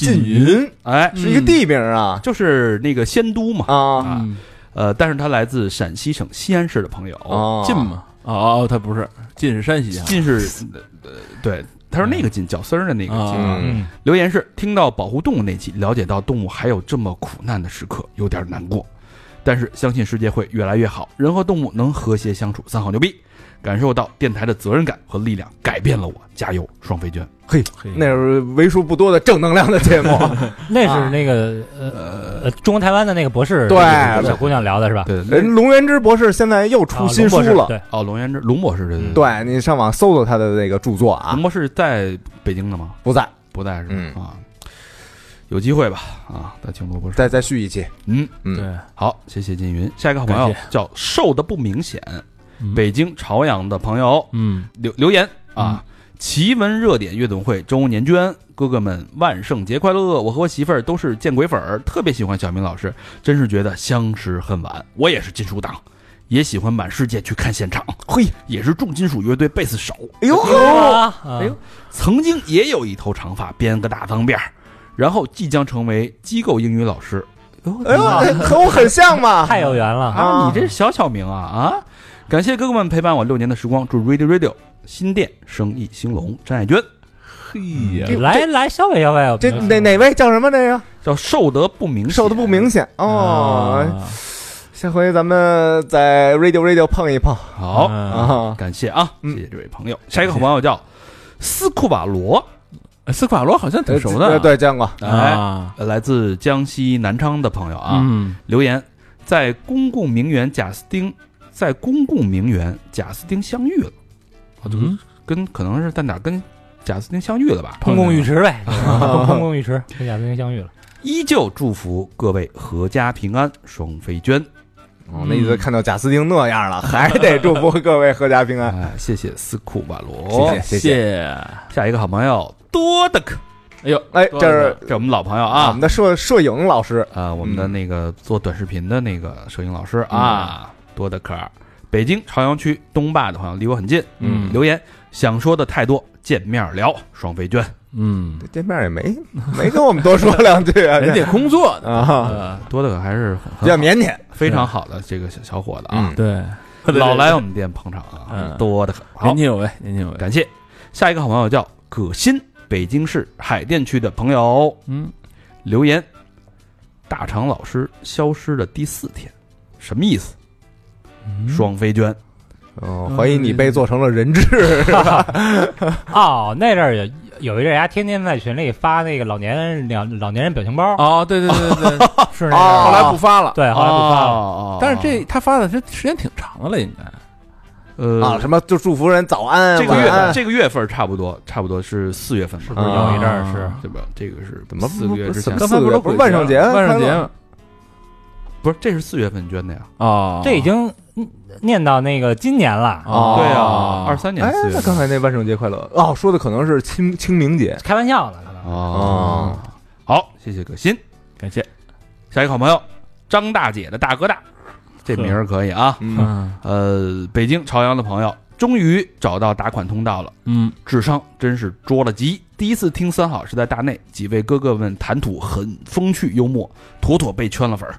F: 云，
A: 哎，
B: 是一个地名啊
A: 就是那个仙都嘛。
B: 啊，
A: 啊，呃，但是他来自陕西省西安市的朋友，
B: 哦
F: 晋嘛？哦哦，他不是晋是山西啊，
A: 近是，呃，对，他说那个近，绞丝儿的那个近。
F: 啊
B: 嗯，
D: 嗯，
A: 留言是听到保护动物那期，了解到动物还有这么苦难的时刻，有点难过，但是相信世界会越来越好，人和动物能和谐相处。三好牛逼，感受到电台的责任感和力量，改变了我，加油，双飞娟。
B: 那是为数不多的正能量的节目，
D: 那是那个呃呃，中国台湾的那个博士，
B: 对
D: 那个小姑娘聊的是吧？
A: 对，
B: 人龙元之博士现在又
D: 啊
B: 出新书
D: 龙博士
B: 了，
D: 对，
A: 哦，龙源之龙博士的，
D: 嗯
B: 对你上网搜搜他的那个著作啊
A: 龙，博士在北京的吗？
B: 不在，
A: 不在是吧？
B: 嗯
A: 啊，有机会吧？啊，再请罗博士。
B: 再再续一期，
A: 嗯，
B: 嗯
F: 对，
A: 好，谢谢金云。下一个好朋友
F: 感
A: 叫瘦的不明显，
F: 嗯
A: 北京朝阳的朋友
F: 嗯，
A: 留留言啊。奇闻热点夜总会周年捐，哥哥们万圣节快乐！我和我媳妇儿都是见鬼粉儿，特别喜欢小明老师，真是觉得相识恨晚。我也是金属党，也喜欢满世界去看现场，嘿，也是重金属乐队贝斯手，
B: 哎呦
D: 啊，哎
A: 哎呦曾经也有一头长发，编个大脏辫儿，然后即将成为机构英语老师。
B: 哎呦，和我很像嘛，
D: 太有缘了，
B: 啊
A: 啊，你这是小小明啊啊！感谢哥哥们陪伴我六年的时光，祝 Radio Radio 新店生意兴隆。张爱娟
F: 嘿呀，
D: 来来消费消费，我
B: 这
D: 们
B: 哪哪位叫什么那个？
A: 叫瘦得不明显，
B: 瘦的不明显
F: 嗯啊
B: 哦，下回咱们在 radio radio 碰一碰
A: 好，
F: 啊，
B: 啊，
A: 感谢啊，谢
B: 嗯
A: 谢这位朋友。下一个好朋友叫斯库瓦罗，
F: 哎斯卡罗好像挺熟的
B: 呃
F: 啊，
B: 对，见过，
A: 哎，
F: 啊，
A: 来自江西南昌的朋友啊，
F: 嗯，
A: 留言，在公共名媛贾斯汀，在公共名媛贾斯汀相遇了，啊，就是
F: 嗯
A: 跟可能是在哪儿跟贾斯汀相遇了吧？
D: 公共浴池呗，公共浴池跟贾斯汀相遇了，
A: 依旧祝福各位阖家平安，双飞娟，
B: 哦那意思看到贾斯汀那样了，还得祝福各位阖家平安。
A: 哎，谢谢斯库瓦罗，
B: 嗯哦谢谢谢谢，
F: 谢，
A: 下一个好朋友多的克，
F: 哎呦，
B: 哎，这是
A: 这我们老朋友
B: 我
A: 啊
B: 们，的摄摄影老师，
A: 啊，我们的
B: 嗯
A: 那个做短视频的那个摄影老师啊，多的可儿，北京朝阳区东坝的朋友离我很近，
F: 嗯
A: 留言想说的太多，见面聊，双飞娟。
F: 嗯，
B: 这面也没没跟我们多说两句啊，
F: 人
B: 这
F: 家工作的，
B: 啊，
F: 呃，
A: 多的可还是很
B: 比较
A: 很好
B: 腼腆，
A: 非常好的这个小小伙子啊，
B: 嗯
F: 对，
A: 老来我们店捧场啊，
F: 嗯
A: 多的可好
F: 年，轻有为，年轻有为，
A: 感谢下一个好朋友叫葛鑫，北京市海淀区的朋友
F: 嗯，
A: 留言：大肠老师消失的第四天，什么意思？双飞娟，
B: 哦，怀疑你被做成了人质，
D: 哦，那阵儿有有一阵儿，家天天在群里发那个老年人老老年人表情包，
F: 哦，对对对对 对，
D: 是
B: 哦
D: 那
F: 后
D: 阵儿
F: 来不发了，
D: 对，后来不发了，
A: 哦
F: 但是这他发的这时间挺长的了，应该
B: 啊，
A: 呃，
B: 什么就祝福人早安，
A: 这个
B: 晚
A: 月
B: 安，
A: 这个月份差不多，差不多是四月份吧，
D: 是不是有一阵儿是
F: 啊
A: 对吧？这个是
B: 怎么
A: 四个月之
B: 怎
A: 前
B: 么？
F: 刚才
B: 四个月
F: 是
B: 不是
F: 鬼
B: 万圣节
F: 万圣节
B: 开了
F: 吗
A: 不是，这是四月份捐的呀？
F: 哦，
D: 这已经念到那个今年了，
F: 哦
A: 对啊，二三年
B: 哎
A: 四，月
B: 那
A: 份
B: 刚才那万圣节快乐哦，说的可能是清清明节
D: 开玩笑呢，可能
A: 哦，好，谢谢葛鑫，
F: 感谢，
A: 下一个好朋友张大姐的大哥大，这名儿可以啊。
B: 嗯
F: 嗯
A: 呃，北京朝阳的朋友终于找到打款通道了，
F: 嗯，
A: 智商真是捉了急。第一次听三好是在大内，几位哥哥们谈吐很风趣幽默，妥妥被圈了粉儿。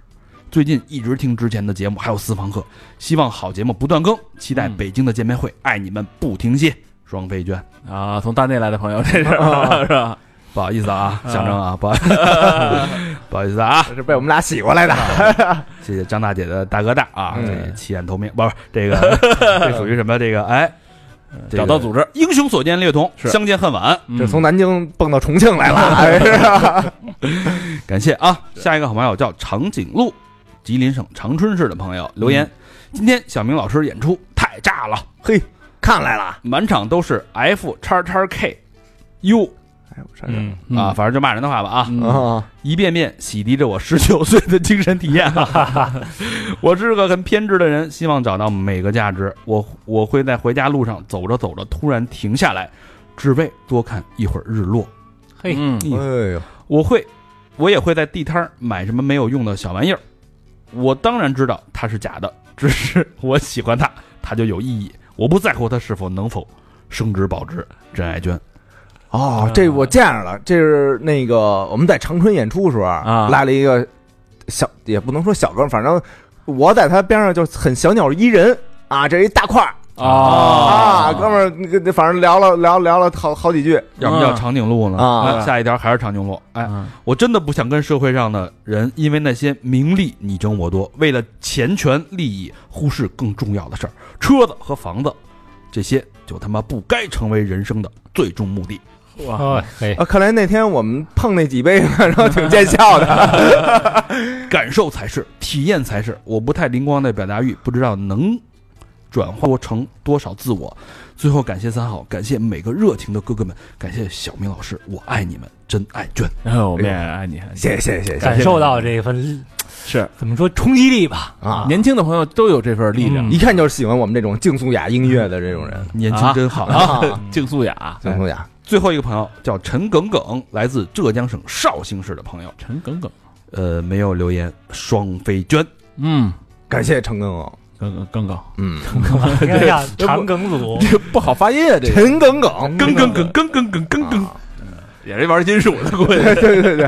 A: 最近一直听之前的节目，还有私房课，希望好节目不断更，期待
F: 嗯
A: 北京的见面会，爱你们不停歇。双飞娟，
F: 啊，从大内来的朋友，这是 是吧？
A: 不好意思啊，
F: 嗯
A: 象征啊，不好，不好意思啊，
B: 是被我们俩洗过来的，
A: 谢谢张大姐的大哥大啊，
B: 嗯
A: 这弃暗投明，不是这 个，这属于什么？这个哎，这
F: 找
A: 个
F: 到组织，
A: 英雄所见略同，
F: 是
A: 相见恨晚。
F: 嗯
B: 这从南京蹦到重庆来了，哎是吧
A: 感谢啊！下一个好朋友叫长颈鹿，吉林省长春市的朋友留
F: 嗯
A: 言：今天小明老师演出太炸了，
B: 嘿，看来了，
A: 满场都是 F 叉叉 K。哟
B: 哎我上这
D: 嗯，
F: 嗯
A: 啊，，反正就骂人的话吧啊，
F: 嗯
B: 啊，
A: 一遍遍洗涤着我十九岁的精神体验。啊 我是个很偏执的人，希望找到每个价值。我我会在回家路上走着走着突然停下来，只为多看一会儿日落。
D: 嘿，
F: 嗯
B: 哎呦，
A: 我会，我也会在地摊儿买什么没有用的小玩意儿。我当然知道它是假的，只是我喜欢它，它就有意义。我不在乎它是否能否升值保值。真爱娟，
B: 哦，这我见着了，这是那个我们在长春演出时候
F: 啊
B: 来了一个小，也不能说小哥，反正我在他边上就很小鸟依人啊，这是一大块儿啊，哥们儿，那个反正聊了聊聊了好好几句，
A: 要不叫长颈鹿呢？
B: 啊
A: 哎下一条还是长颈鹿。哎，
F: 嗯
A: 我真的不想跟社会上的人因为那些名利你争我夺，为了钱权利益忽视更重要的事儿，车子和房子，这些就他妈不该成为人生的最终目的。
D: 哦，嘿，
B: 啊，看来那天我们碰那几 杯，反正挺见效的。
A: 感受才是，体验才是。我不太灵光的表达欲，不知道能转化成多少自我。最后感谢三好，感谢每个热情的哥哥们，感谢小明老师，我爱你们，真爱娟。
F: 然哎后我们也爱你，
B: 谢谢谢谢谢谢
D: 感受到这份
F: 是
D: 怎么说冲击力 吧？
B: 啊！
F: 年轻的朋友都有这份力量
D: 嗯，
B: 一看就是喜欢我们这种静肃雅音乐的这种人
A: 年轻真好。
B: 啊，
F: 竞速雅，
B: 静肃雅。
A: 最后一个朋友叫陈耿耿，来自浙江省绍兴市的朋友，
F: 陈耿耿，
A: 呃，没有留言。双飞娟，
F: 嗯，
B: 感谢陈耿耿，
F: 耿耿耿耿，
B: 嗯，
D: 你看呀，长梗组
F: 这 不好发音 啊，这
B: 陈耿耿，
A: 耿耿耿耿耿耿耿耿
B: 啊，
F: 也是玩金属的，估计
B: 对对对。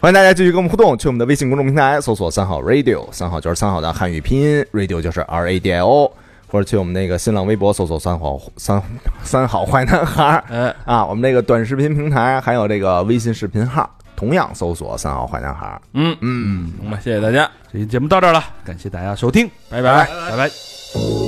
B: 欢迎大家继续跟我们互动，去我们的微信公众平台搜索“三好 radio”，三好就是三好的汉语拼音，radio 就是 R A D I O，或者去我们那个新浪微博搜索“三好三三好坏男孩儿”，
F: 哎，
B: 啊，我们这个短视频平台还有这个微信视频号，同样搜索“三好坏男孩”。
F: 嗯，
B: 嗯，
F: 行吧，谢谢大家，
A: 这期节目到这儿了，感谢大家收听，
F: 拜
A: 拜
F: 拜。
A: 拜。
B: 拜拜。